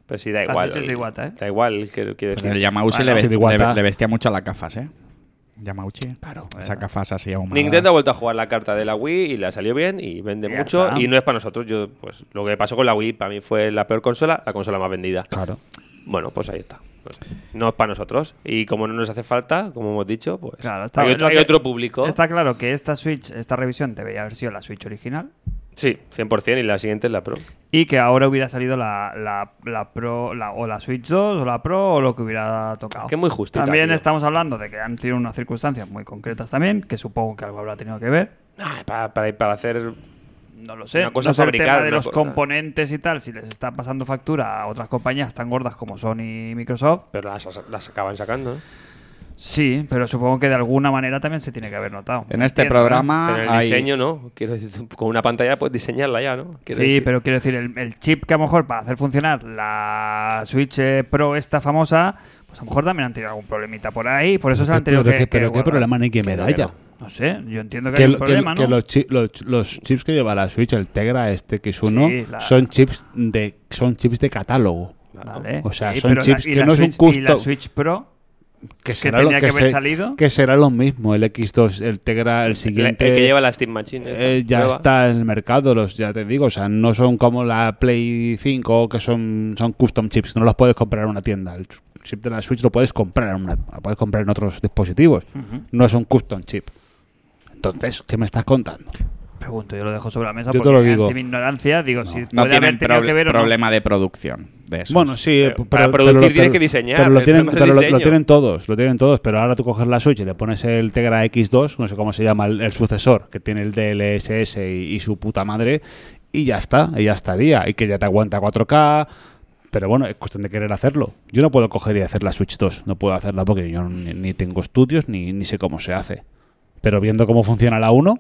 Speaker 2: Pero sí, da
Speaker 1: Las
Speaker 2: igual.
Speaker 1: leches de Iwata, ¿eh?
Speaker 2: Da igual, quiero, quiero
Speaker 4: Pero
Speaker 2: decir.
Speaker 4: El Yamauchi
Speaker 3: Bueno, sí,
Speaker 4: le,
Speaker 3: de
Speaker 4: ve-
Speaker 3: Iwata.
Speaker 4: le- le vestía mucho las gafas, ¿eh? Yamauchi. Claro. Esas gafas así aún
Speaker 2: Nintendo ha vuelto a jugar la carta de la Wii y la salió bien y vende
Speaker 1: Ya
Speaker 2: mucho
Speaker 1: está.
Speaker 2: y no es para nosotros. Yo, pues lo que pasó con la Wii para mí fue la peor consola, la consola más vendida.
Speaker 3: Claro.
Speaker 2: Bueno, pues ahí está. Pues, no es para nosotros y como no nos hace falta, como hemos dicho, pues
Speaker 1: Claro, está-
Speaker 2: hay,
Speaker 1: lo
Speaker 2: otro, hay
Speaker 1: que-
Speaker 2: otro público.
Speaker 1: Está claro que esta Switch, esta revisión debería haber sido la Switch original
Speaker 2: Sí, 100% y la siguiente es la Pro.
Speaker 1: y que ahora hubiera salido la, la- la Pro la- o la Switch 2 o la Pro o lo que hubiera tocado.
Speaker 2: Que muy justita,
Speaker 1: También
Speaker 2: tío.
Speaker 1: estamos hablando de que han tenido unas circunstancias muy concretas también, que supongo que algo habrá tenido que ver.
Speaker 2: Ah, para, para- para hacer
Speaker 1: No lo sé.
Speaker 2: Una cosa
Speaker 1: no sé el
Speaker 2: fabricar,
Speaker 1: tema de
Speaker 2: una
Speaker 1: los
Speaker 2: cosa.
Speaker 1: componentes y tal, si les está pasando factura a otras compañías tan gordas como Sony y Microsoft.
Speaker 2: pero las, las acaban sacando. ¿eh?
Speaker 1: Sí, pero supongo que de alguna manera también se tiene que haber notado.
Speaker 4: En este
Speaker 1: Entiendo, ¿no?
Speaker 4: programa
Speaker 2: pero el
Speaker 4: hay-
Speaker 2: diseño no. Quiero decir, tú con una pantalla puedes diseñarla ya, ¿no? Quiero
Speaker 1: Sí,
Speaker 2: decir-
Speaker 1: pero quiero decir, el, el chip que a lo mejor para hacer funcionar la Switch eh, Pro esta famosa, pues a lo mejor también han tenido algún problemita por ahí, por eso se lo han tenido
Speaker 3: Pero,
Speaker 1: que,
Speaker 3: qué-
Speaker 1: que
Speaker 3: pero qué
Speaker 1: guardar.
Speaker 3: problema ni que medalla.
Speaker 1: No sé, yo entiendo que,
Speaker 3: Que,
Speaker 1: hay un
Speaker 3: lo- que-
Speaker 1: problema,
Speaker 3: que
Speaker 1: ¿no?
Speaker 3: los, chi- los- los chips que lleva la Switch, el Tegra, este X1,
Speaker 1: Sí, la-
Speaker 3: son chips de son chips de catálogo.
Speaker 1: Vale.
Speaker 3: O sea,
Speaker 1: Sí,
Speaker 3: son
Speaker 1: pero
Speaker 3: chips
Speaker 1: y
Speaker 3: que no es un
Speaker 1: Switch- Y la
Speaker 3: custom-
Speaker 1: Switch Pro,
Speaker 3: Que
Speaker 1: tenía que haber salido?
Speaker 3: Que será lo mismo, el X2, el Tegra, el
Speaker 2: El- el
Speaker 3: siguiente.
Speaker 2: que lleva la Steam Machine. esta,
Speaker 3: eh, ya
Speaker 2: nueva.
Speaker 3: está en el mercado, los ya te digo, o sea, no son como la Play 5 que son, son custom chips, no los puedes comprar en una tienda. El chip de la Switch lo puedes comprar en una, lo puedes comprar en otros dispositivos. No es un custom chip. Entonces, ¿qué me estás contando?
Speaker 1: pregunto, yo lo dejo sobre la mesa
Speaker 3: Yo te
Speaker 1: porque
Speaker 3: lo digo.
Speaker 1: ante mi ignorancia digo si
Speaker 4: No
Speaker 1: puede haber
Speaker 4: tienen
Speaker 1: tenido
Speaker 4: proble-
Speaker 1: que ver o no.
Speaker 4: problema de producción de esos.
Speaker 3: Bueno, sí,
Speaker 2: Pero para producir tienes que diseñar,
Speaker 3: Pero, lo
Speaker 2: el
Speaker 3: tienen,
Speaker 2: tema es
Speaker 3: pero lo,
Speaker 2: diseño.
Speaker 3: lo tienen todos, lo tienen todos. Pero ahora tú coges la Switch y le pones el Tegra X2, no sé cómo se llama el, el sucesor, que tiene el DLSS y, y su puta madre, y ya está, y ya estaría. Y que ya te aguanta 4K. Pero bueno, es cuestión de querer hacerlo. Yo no puedo coger y hacer la Switch 2, no puedo hacerla porque yo ni, ni tengo estudios ni, ni sé cómo se hace. Pero viendo cómo funciona la 1,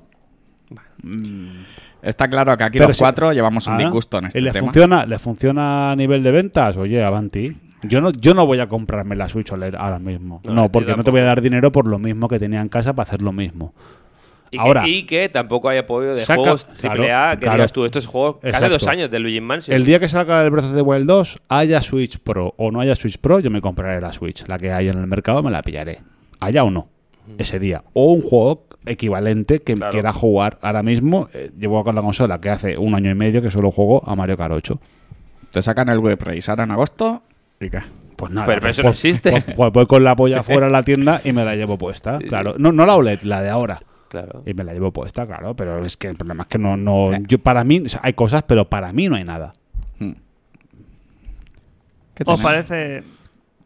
Speaker 4: Está claro que aquí
Speaker 3: Pero
Speaker 4: los
Speaker 3: si-
Speaker 4: cuatro llevamos un
Speaker 3: Ah,
Speaker 4: disgusto en
Speaker 3: ¿Y
Speaker 4: este
Speaker 3: le
Speaker 4: tema.
Speaker 3: funciona, le funciona a nivel de ventas? Oye, Avanti. Yo no, yo no voy a comprarme la Switch OLED ahora mismo.
Speaker 2: No,
Speaker 3: No,
Speaker 2: yo
Speaker 3: porque no te
Speaker 2: tampoco.
Speaker 3: voy a dar dinero por lo mismo que tenía en casa para hacer lo mismo.
Speaker 2: Y que-
Speaker 3: Ahora.
Speaker 2: y que tampoco hay apoyo de
Speaker 3: Saca-
Speaker 2: juegos AAA
Speaker 3: claro,
Speaker 2: que
Speaker 3: claro.
Speaker 2: digas tú, estos juegos cada
Speaker 3: Exacto.
Speaker 2: dos años de Luigi Mansion.
Speaker 3: El día que salga el Breath of the Wild 2, haya Switch Pro o no haya Switch Pro, yo me compraré la Switch. La que hay en el mercado me la pillaré. Haya o no. Ese día. O un juego equivalente que
Speaker 2: Claro.
Speaker 3: quiera jugar ahora mismo. eh, llevo con la consola que hace un año y medio que solo juego a Mario Kart 8.
Speaker 4: Te sacan el web race ahora en agosto y qué.
Speaker 3: Pues nada.
Speaker 2: Pero- pero
Speaker 3: pues-
Speaker 2: eso no
Speaker 3: pues-
Speaker 2: existe.
Speaker 3: Pues, pues voy con la polla fuera a la tienda y me la llevo puesta. Claro. No, no la OLED, la de ahora.
Speaker 2: Claro.
Speaker 3: Y me la llevo puesta, claro. Pero es que el problema es que no. no yo, para mí, o sea, hay cosas, pero para mí no hay nada.
Speaker 1: Hmm.
Speaker 4: ¿Qué
Speaker 1: ¿Os
Speaker 4: tenemos?
Speaker 1: parece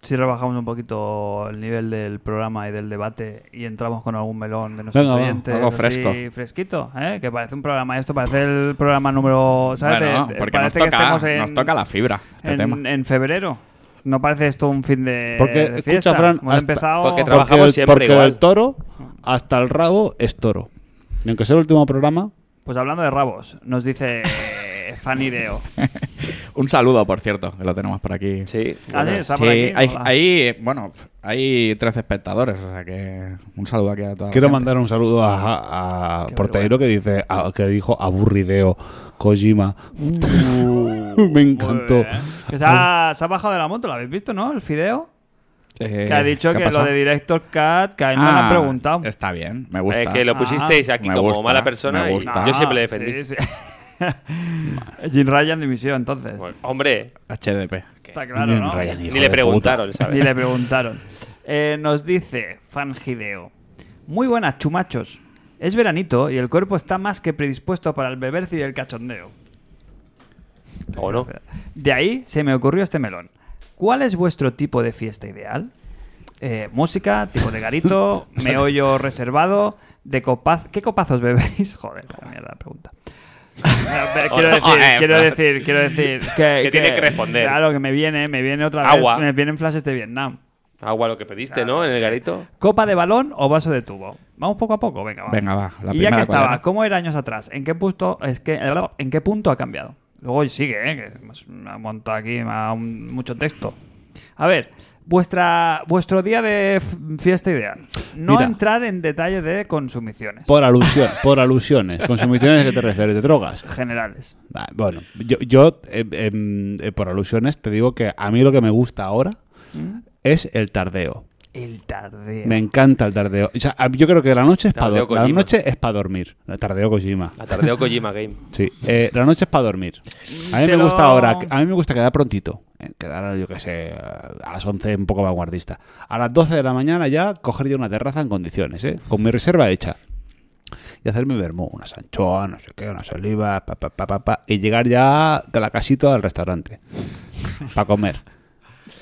Speaker 1: si rebajamos un poquito el nivel del programa y del debate y entramos con algún melón de nuestros
Speaker 3: Venga, va,
Speaker 1: oyentes?
Speaker 4: algo
Speaker 1: así
Speaker 4: fresco.
Speaker 1: fresquito, ¿eh? Que parece un programa, esto parece el programa número, ¿sabes?
Speaker 4: Bueno,
Speaker 1: De- de-
Speaker 4: porque nos
Speaker 1: parece que
Speaker 4: toca,
Speaker 1: estemos en,
Speaker 4: nos toca la fibra este
Speaker 1: en-
Speaker 4: tema.
Speaker 1: en febrero. No parece esto un fin de,
Speaker 3: Porque,
Speaker 1: de
Speaker 3: escucha,
Speaker 1: fiesta.
Speaker 3: Fran,
Speaker 1: Hemos
Speaker 3: hasta-
Speaker 1: empezado...
Speaker 2: porque
Speaker 1: Bueno,
Speaker 2: trabajamos
Speaker 3: porque el,
Speaker 2: siempre
Speaker 3: porque
Speaker 2: igual.
Speaker 3: el toro, hasta el rabo, es toro. Y aunque sea el último programa,
Speaker 1: Pues hablando de rabos, nos dice eh, Fanny Deo.
Speaker 4: Un saludo, por cierto, que lo tenemos por aquí.
Speaker 2: Sí.
Speaker 1: Ah, sí,
Speaker 2: bueno.
Speaker 1: está
Speaker 4: Sí,
Speaker 1: por aquí.
Speaker 4: hay,
Speaker 1: Hola.
Speaker 4: hay- bueno, hay 13 espectadores, o sea que un saludo aquí a todos.
Speaker 3: quiero mandar un saludo a, a- a
Speaker 1: Qué
Speaker 3: Porteiro que dice a- que dijo aburrideo Kojima.
Speaker 2: Uh,
Speaker 3: me encantó.
Speaker 1: Muy bien. Pues, eh, Que se, ha, se ha bajado de la moto, ¿lo habéis visto, no? El fideo.
Speaker 4: Eh,
Speaker 1: Que ha dicho que lo de Director Cat, que a él no le
Speaker 4: Ah,
Speaker 1: han preguntado.
Speaker 4: Está bien, me gusta.
Speaker 2: Es eh, que
Speaker 3: Ah,
Speaker 2: lo pusisteis aquí
Speaker 4: Me
Speaker 2: como
Speaker 4: gusta,
Speaker 2: mala persona
Speaker 4: me
Speaker 2: y
Speaker 4: gusta.
Speaker 2: yo siempre le defendí.
Speaker 1: Ah, sí, sí. Jim Ryan dimisión, entonces.
Speaker 2: Bueno, hombre,
Speaker 4: HDP.
Speaker 1: Está claro, ¿no?
Speaker 3: Ryan, hijo de
Speaker 2: ni
Speaker 3: puta.
Speaker 2: le preguntaron, ¿sabes?
Speaker 1: Ni le preguntaron. Eh, nos dice Fangideo. Muy buenas, chumachos. Es veranito y el cuerpo está más que predispuesto para el bebercio y el cachondeo.
Speaker 2: ¿O no?
Speaker 1: De ahí se me ocurrió este melón. ¿Cuál es vuestro tipo de fiesta ideal? Eh, música, tipo de garito, meollo reservado, de copaz... ¿Qué copazos bebéis? Joder, la mierda de pregunta. Pero quiero, decir,
Speaker 4: Joder,
Speaker 1: quiero
Speaker 4: Fran.
Speaker 1: decir, quiero decir que,
Speaker 2: Que tiene que responder.
Speaker 1: Claro, que me viene, me viene otra vez,
Speaker 2: Agua.
Speaker 1: me vienen flashes de Vietnam.
Speaker 2: Agua lo que pediste, ¿no? En el garito.
Speaker 1: ¿Copa de balón o vaso de tubo? Vamos poco a poco, venga, va.
Speaker 4: Venga, va, la
Speaker 1: y ya
Speaker 4: primera,
Speaker 1: que
Speaker 4: ¿cuál
Speaker 1: estaba,
Speaker 4: era?
Speaker 1: ¿cómo era años atrás? ¿En qué punto, es que, ¿en qué punto ha cambiado? Luego sigue, ¿eh? que hemos- me ha montado aquí me ha- un- mucho texto. A ver, vuestra, vuestro día de f- fiesta ideal. No
Speaker 3: Mira.
Speaker 1: entrar en detalle de consumiciones
Speaker 3: Por alusión, por alusiones. Consumiciones que te refieres, de drogas.
Speaker 1: generales.
Speaker 3: Ah, Bueno, yo, yo, eh, em, eh, por alusiones te digo que a mí lo que me gusta ahora es el tardeo.
Speaker 1: El tardeo.
Speaker 3: Me encanta el tardeo. O sea, a- yo creo que la noche es
Speaker 2: Tardeo
Speaker 3: para la
Speaker 2: Kojima.
Speaker 3: noche es para dormir. La tardeo Kojima.
Speaker 2: A tardeo Kojima Game.
Speaker 3: Sí, eh, la noche es para dormir. A mí
Speaker 1: Te
Speaker 3: me
Speaker 1: lo-
Speaker 3: gusta ahora, a mí me gusta quedar prontito. Eh, Quedar, yo qué sé, a las 11 un poco vanguardista. A las 12 de la mañana ya coger yo una terraza en condiciones, ¿eh? Con mi reserva hecha. Y hacerme vermú, una anchoas, no sé qué, unas olivas, pa, pa, pa, pa, pa, y llegar ya de la casita al restaurante. Para comer.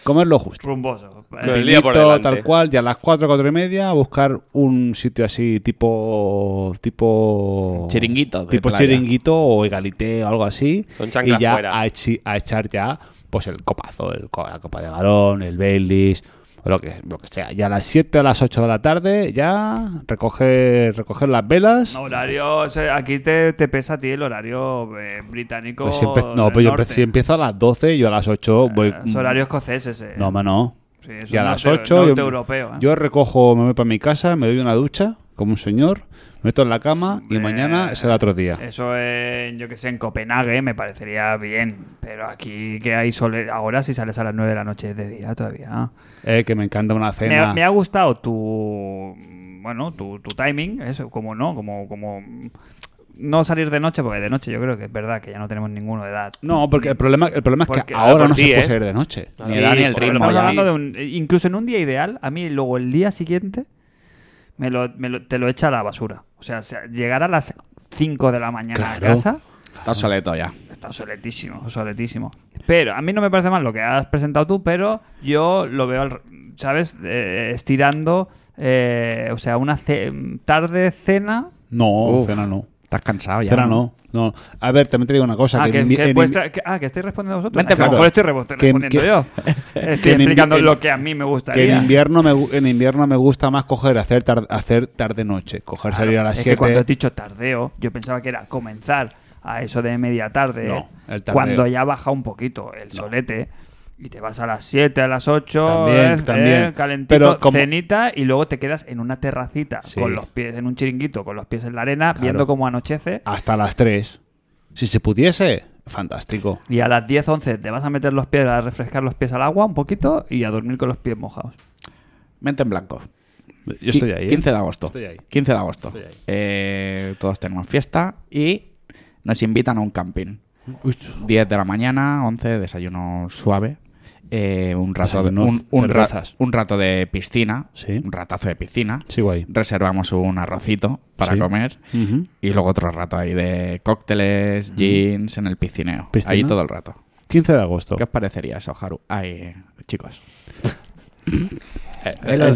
Speaker 3: Comer lo justo.
Speaker 1: Rumboso.
Speaker 2: Con
Speaker 1: Eh,
Speaker 2: el día por
Speaker 3: Pinito,
Speaker 2: delante.
Speaker 3: tal cual, ya a las 4, 4 y media, a buscar un sitio así tipo. tipo
Speaker 4: Chiringuito de
Speaker 3: Tipo
Speaker 4: playa.
Speaker 3: chiringuito o egalité o algo así.
Speaker 2: Con chancla
Speaker 3: y ya
Speaker 2: fuera.
Speaker 3: A, echi- a echar ya pues el copazo, el co- la copa de galón, el Baileys, o lo que, lo que sea. Ya a las 7 o las 8 de la tarde, ya recoger, recoger las velas.
Speaker 1: Horario, o sea, aquí te, te pesa a ti el horario eh, británico.
Speaker 3: Pues si empe- no,
Speaker 1: del
Speaker 3: pues yo empe-
Speaker 1: norte.
Speaker 3: si empiezo a las 12, yo a las 8
Speaker 2: Eh,
Speaker 3: voy.
Speaker 1: Es horario escocés ese. eh.
Speaker 3: No, hombre, no.
Speaker 1: Sí, es
Speaker 3: y a
Speaker 1: un
Speaker 3: las
Speaker 1: norte-
Speaker 3: 8
Speaker 1: norte
Speaker 3: yo,
Speaker 1: europeo, ¿eh?
Speaker 3: yo recojo, me voy para mi casa, me doy una ducha como un señor, me meto en la cama y
Speaker 1: Hombre. Eh,
Speaker 3: mañana será otro día.
Speaker 1: Eso en, yo que sé, en Copenhague me parecería bien. Pero aquí que hay sol. Ahora si sales a las 9 de la noche es de día todavía.
Speaker 3: Eh, que me encanta una
Speaker 1: Me
Speaker 3: cena.
Speaker 1: ha, me ha gustado tu. Bueno, tu, tu timing, eso, como no, como, como. No salir de noche, porque de noche yo creo que es verdad que ya no tenemos ninguno de edad.
Speaker 3: No, porque el problema, el problema es
Speaker 1: Porque-
Speaker 3: que ahora
Speaker 2: por
Speaker 3: no
Speaker 2: ti,
Speaker 3: se puede
Speaker 2: ¿eh?
Speaker 3: salir de noche.
Speaker 1: Ah,
Speaker 4: Ni edad ni el
Speaker 1: pero
Speaker 4: ritmo
Speaker 1: estamos
Speaker 4: ya.
Speaker 1: hablando de un- incluso en un día ideal, a mí luego el día siguiente me lo, me lo- te lo echa a la basura. O sea, se- llegar a las 5 de la mañana
Speaker 3: Claro.
Speaker 1: a casa
Speaker 4: Está obsoleto ya.
Speaker 1: está obsoletísimo, obsoletísimo. Pero a mí no me parece mal lo que has presentado tú, pero yo lo veo, al r- ¿sabes? Eh, estirando, eh, o sea, una ce- tarde cena.
Speaker 3: No,
Speaker 4: Uf.
Speaker 3: cena Oh, no.
Speaker 4: Estás cansado ya.
Speaker 3: Cena no. no. A ver, también te digo una cosa.
Speaker 1: Ah,
Speaker 3: que
Speaker 1: que,
Speaker 3: en mi-
Speaker 1: que
Speaker 3: en
Speaker 1: puedes
Speaker 3: mi-
Speaker 1: tra- que- ah, que estáis respondiendo vosotros.
Speaker 4: Vente
Speaker 1: Es que a lo
Speaker 4: para
Speaker 1: mejor
Speaker 3: acá.
Speaker 1: estoy rebo-
Speaker 3: Que en-
Speaker 1: respondiendo
Speaker 3: que-
Speaker 1: yo. Estoy
Speaker 3: en invi-
Speaker 1: explicando
Speaker 3: en-
Speaker 1: lo que a mí me
Speaker 3: que
Speaker 1: gustaría.
Speaker 3: en invierno me, gu- en invierno me gusta más coger, hacer, tar- hacer tarde-noche. Coger, salir a
Speaker 1: Claro,
Speaker 3: las
Speaker 1: es que
Speaker 3: 7.
Speaker 1: cuando has dicho tardeo, yo pensaba que era comenzar a eso de media tarde, ¿eh?
Speaker 3: No, el tardeo.
Speaker 1: cuando ya baja un poquito el solete. Y te vas a las 7, a las 8,
Speaker 3: También, también.
Speaker 1: calentito,
Speaker 3: Pero como-
Speaker 1: cenita, y luego te quedas en una terracita,
Speaker 3: Sí.
Speaker 1: con los pies en un chiringuito, con los pies en la arena, viendo cómo anochece.
Speaker 3: Hasta las 3. Si se pudiese, fantástico.
Speaker 1: Y a las 10, 11 te vas a meter los pies, a refrescar los pies al agua un poquito y a dormir con los pies mojados.
Speaker 4: Mente en blanco.
Speaker 3: Yo estoy ahí. ¿eh?
Speaker 4: 15 de agosto.
Speaker 3: Estoy ahí.
Speaker 4: 15 de agosto.
Speaker 3: Estoy ahí.
Speaker 4: Eh, todos tenemos fiesta y nos invitan a un camping. 10 de la mañana, 11, desayuno suave. eh, un, rato de,
Speaker 3: Desayuno,
Speaker 4: un, un ra-
Speaker 3: cervezas.
Speaker 4: un rato de piscina.
Speaker 3: Sí.
Speaker 4: Un ratazo de piscina.
Speaker 3: Sigo ahí.
Speaker 4: Reservamos un arrocito para
Speaker 3: Sí.
Speaker 4: comer.
Speaker 3: Ujú.
Speaker 4: Y luego otro rato ahí de cócteles, jeans, en el piscineo.
Speaker 3: Mm. Piscina.
Speaker 4: Ahí todo el rato.
Speaker 3: 15 de agosto.
Speaker 4: ¿Qué os parecería eso, Haru? Ay, chicos.
Speaker 3: Eh,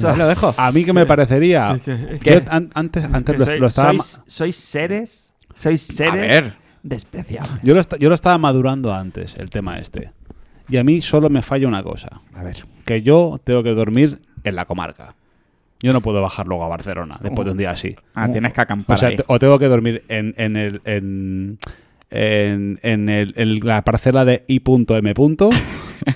Speaker 3: A mí que me parecería. Yo an- antes antes
Speaker 1: Que
Speaker 3: lo,
Speaker 1: sois-
Speaker 3: lo estaba.
Speaker 1: sois, sois seres, sois seres
Speaker 4: ver.
Speaker 1: despreciables.
Speaker 3: Yo lo, esta- yo lo estaba madurando antes, el tema este. Y a mí solo me falla una cosa.
Speaker 4: A ver.
Speaker 3: Que yo tengo que dormir en la comarca. Yo no puedo bajar luego a Barcelona después de un día así.
Speaker 4: Ah, tienes que acampar
Speaker 3: Oh. O sea,
Speaker 4: ahí.
Speaker 3: te- o tengo que dormir en, en el... En, en- en el- en la parcela de I.M. punto,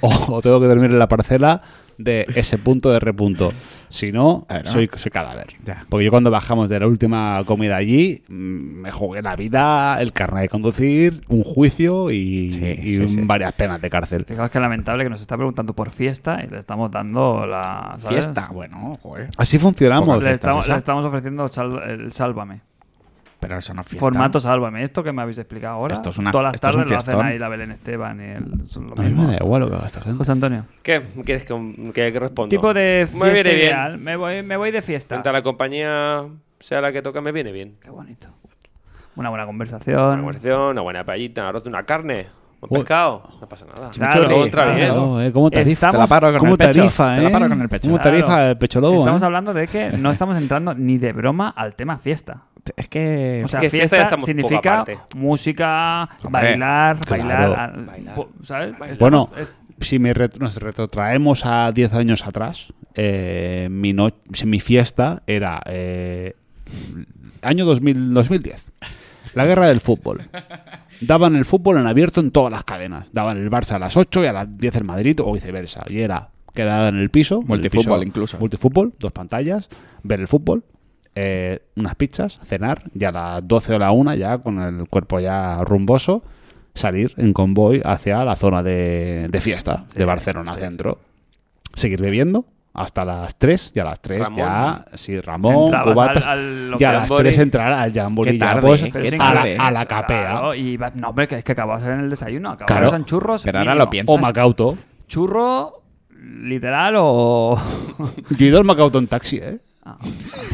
Speaker 3: o, o tengo que dormir en la parcela de S.R. punto. Si no,
Speaker 4: A ver, ¿no?
Speaker 3: soy, soy cadáver.
Speaker 4: Ya.
Speaker 3: Porque yo cuando bajamos de la última comida allí, mm, me jugué la vida, el carnet de conducir, un juicio y,
Speaker 4: Sí,
Speaker 3: y
Speaker 4: sí, sí.
Speaker 3: varias penas de cárcel.
Speaker 1: Fijaos que lamentable que nos está preguntando por fiesta y le estamos dando la. ¿sabes?
Speaker 4: Fiesta, bueno, joder.
Speaker 3: Así funcionamos.
Speaker 1: Le Pues estamos, le estamos ofreciendo sal- el sálvame.
Speaker 4: Pero eso no es fiesta.
Speaker 1: Formato sálvame. Esto que me habéis explicado ahora.
Speaker 4: Esto es una-
Speaker 1: todas las
Speaker 4: esto es un
Speaker 1: tardes lo hacen
Speaker 4: fiestón.
Speaker 1: ahí la Belén Esteban y el. son lo
Speaker 3: A mí
Speaker 1: mismo.
Speaker 3: me da igual lo que haga esta gente.
Speaker 1: José Antonio.
Speaker 2: ¿Qué? ¿Quieres que, que, que responda?
Speaker 1: Tipo de fiesta
Speaker 2: Me viene bien.
Speaker 1: ideal. Me voy, me voy de fiesta.
Speaker 2: Mientras la compañía sea la que toca, me viene bien.
Speaker 1: Qué bonito. Una buena conversación.
Speaker 2: Una conversación, una buena paellita, un arroz, una carne, un
Speaker 3: Uy.
Speaker 2: pescado. No pasa nada.
Speaker 1: Claro,
Speaker 2: Todo entra
Speaker 1: claro.
Speaker 2: bien.
Speaker 3: Claro, eh, ¿Cómo tarifa?
Speaker 1: Estamos-
Speaker 4: Te la paro con
Speaker 3: ¿Cómo
Speaker 4: el pecho.
Speaker 3: tarifa,
Speaker 4: Te la
Speaker 3: eh?
Speaker 4: paro con el pecho.
Speaker 3: ¿Cómo tarifa el pecho lobo?
Speaker 1: Estamos
Speaker 3: eh?
Speaker 1: hablando de que no estamos entrando ni de broma al tema fiesta.
Speaker 4: Es que...
Speaker 1: O sea,
Speaker 2: que
Speaker 1: fiesta,
Speaker 2: fiesta ya estamos poco
Speaker 1: significa
Speaker 2: aparte.
Speaker 1: música,
Speaker 4: Hombre,
Speaker 1: bailar,
Speaker 3: claro.
Speaker 1: bailar, ah,
Speaker 2: Bailar.
Speaker 1: po- ¿sabes?
Speaker 3: Bueno,
Speaker 1: Estamos- es-
Speaker 3: si me ret- nos retrotraemos a 10 años atrás, eh, mi, no- si mi fiesta era eh, año 2000, 2010, la guerra del fútbol. Daban el fútbol en abierto en todas las cadenas. Daban el Barça a las 8 y a las 10 el Madrid o viceversa. Y era quedada en el piso. en el
Speaker 4: Multifútbol
Speaker 3: piso-
Speaker 4: incluso.
Speaker 3: Multifútbol, dos pantallas, ver el fútbol, eh, unas pizzas, cenar, y a las 12 o la 1 ya con el cuerpo ya rumboso, salir en convoy hacia la zona de, de fiesta de Barcelona Centro. Seguir bebiendo hasta las 3 y a las 3
Speaker 2: Ramón.
Speaker 3: ya, sí, Ramón,
Speaker 1: Entrabas
Speaker 3: Cubatas,
Speaker 1: al- al-
Speaker 3: y a las
Speaker 2: Jamboree.
Speaker 3: 3 entrar al Jamboree
Speaker 4: Qué
Speaker 3: ya,
Speaker 4: tarde,
Speaker 3: pues,
Speaker 4: ¿eh? Qué
Speaker 1: sin
Speaker 3: a,
Speaker 4: tarde.
Speaker 3: la, a la
Speaker 1: Claro,
Speaker 3: capea
Speaker 1: y va- no, hombre, que es que acababas en el desayuno. Acababas
Speaker 3: Claro.
Speaker 1: en churros.
Speaker 4: Pero ahora
Speaker 1: mínimo.
Speaker 4: lo piensas.
Speaker 3: o Macauto.
Speaker 1: ¿Churro literal o.?
Speaker 3: Yo he ido al Macauto en taxi, ¿eh?
Speaker 1: Ah.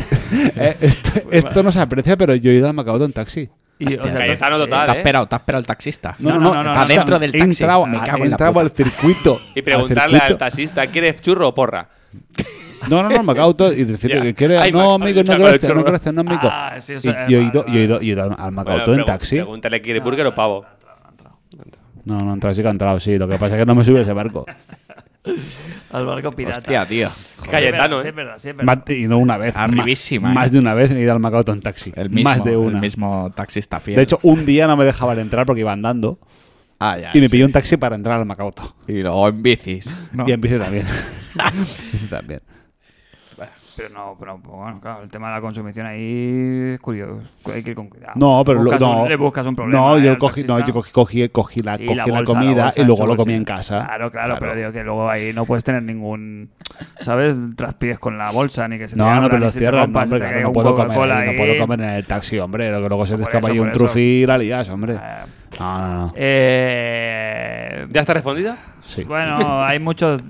Speaker 3: Eh, esto, esto no se aprecia, pero yo he ido al Macauto en taxi.
Speaker 1: Y, o sea,
Speaker 4: Hostia,
Speaker 1: entonces-
Speaker 2: Cayetano total,
Speaker 4: Te has
Speaker 2: ¿eh?
Speaker 4: esperado, te has esperado al taxista.
Speaker 1: No, no, no, no, no,
Speaker 4: adentro
Speaker 3: o sea,
Speaker 4: del
Speaker 3: he
Speaker 4: taxi.
Speaker 3: entrado-
Speaker 4: Me
Speaker 3: he
Speaker 4: cago en la
Speaker 3: entrado
Speaker 4: puta.
Speaker 3: al circuito.
Speaker 2: Y
Speaker 3: al
Speaker 2: preguntarle al
Speaker 3: circuito.
Speaker 2: taxista, ¿quieres churro o porra?
Speaker 3: No, no, no, Macauto. Y decirle
Speaker 2: Ya.
Speaker 3: que quiere.
Speaker 2: Ay,
Speaker 3: no,
Speaker 2: Macauto,
Speaker 3: amigo, no
Speaker 2: chaval,
Speaker 3: gracias,
Speaker 2: chorro.
Speaker 3: no gracias, no, amigo.
Speaker 1: Ah, sí, eso
Speaker 3: Y
Speaker 1: es
Speaker 3: yo he
Speaker 1: mal,
Speaker 3: ido,
Speaker 1: vale.
Speaker 3: yo he ido, yo he ido al- al Macauto
Speaker 2: Bueno,
Speaker 3: en
Speaker 2: pregun-
Speaker 3: taxi.
Speaker 2: Pregúntale, ¿quiere burger o pavo?
Speaker 3: No, no, en taxi que he entrado, sí. Lo que pasa es que no me subí a ese barco.
Speaker 1: Al barco pirata.
Speaker 4: Hostia, tío.
Speaker 1: Joder,
Speaker 2: Cayetano,
Speaker 1: sí,
Speaker 2: ¿eh?
Speaker 1: es verdad, sí, es verdad.
Speaker 3: Más- Y no una vez. ma-
Speaker 4: Arribísima, eh.
Speaker 3: Más de una vez he ido al Macauto en taxi.
Speaker 4: El mismo,
Speaker 3: más de una.
Speaker 4: El mismo taxista fiel.
Speaker 3: De hecho, un día no me dejaban entrar porque iba andando.
Speaker 4: Ah, ya,
Speaker 3: Y me
Speaker 4: sí.
Speaker 3: pidió un taxi para entrar al Macauto.
Speaker 4: Y luego en bicis. ¿no?
Speaker 3: Y en bici también. Bici también.
Speaker 1: Pero no, pero bueno, claro, el tema de la consumición ahí es curioso. Hay que ir con cuidado.
Speaker 3: No, pero lo-
Speaker 1: Ah, Buscas
Speaker 3: no.
Speaker 1: un- le buscas un problema.
Speaker 3: No,
Speaker 1: ¿eh?
Speaker 3: yo
Speaker 1: al
Speaker 3: cogí, no,
Speaker 1: taxista.
Speaker 3: yo cogí, cogí, cogí la,
Speaker 1: Sí,
Speaker 3: cogí la
Speaker 1: bolsa,
Speaker 3: comida
Speaker 1: bolsa
Speaker 3: y
Speaker 1: en
Speaker 3: luego
Speaker 1: su
Speaker 3: lo comí
Speaker 1: bolsillo.
Speaker 3: en casa.
Speaker 1: Claro, claro, pero digo que luego ahí no puedes tener ningún, ¿sabes? Traspiés con la bolsa ni que se te
Speaker 3: No, no,
Speaker 1: abra,
Speaker 3: pero
Speaker 1: ni
Speaker 3: los
Speaker 1: se te
Speaker 3: tierras,
Speaker 1: rompa,
Speaker 3: no,
Speaker 1: se te
Speaker 3: hombre, claro,
Speaker 1: caiga
Speaker 3: no
Speaker 1: un
Speaker 3: puedo comer,
Speaker 1: Coca-Cola
Speaker 3: ahí, no
Speaker 1: ahí. Ah,
Speaker 3: puedo comer en el taxi, hombre. Lo que luego se te
Speaker 1: Por
Speaker 3: escapa
Speaker 1: eso,
Speaker 3: ahí
Speaker 1: por
Speaker 3: un
Speaker 1: eso.
Speaker 3: trufi y la lías, hombre.
Speaker 1: Eh,
Speaker 3: No, no, no.
Speaker 1: eh,
Speaker 2: ¿Ya está respondida?
Speaker 3: Sí.
Speaker 1: Bueno, hay muchos,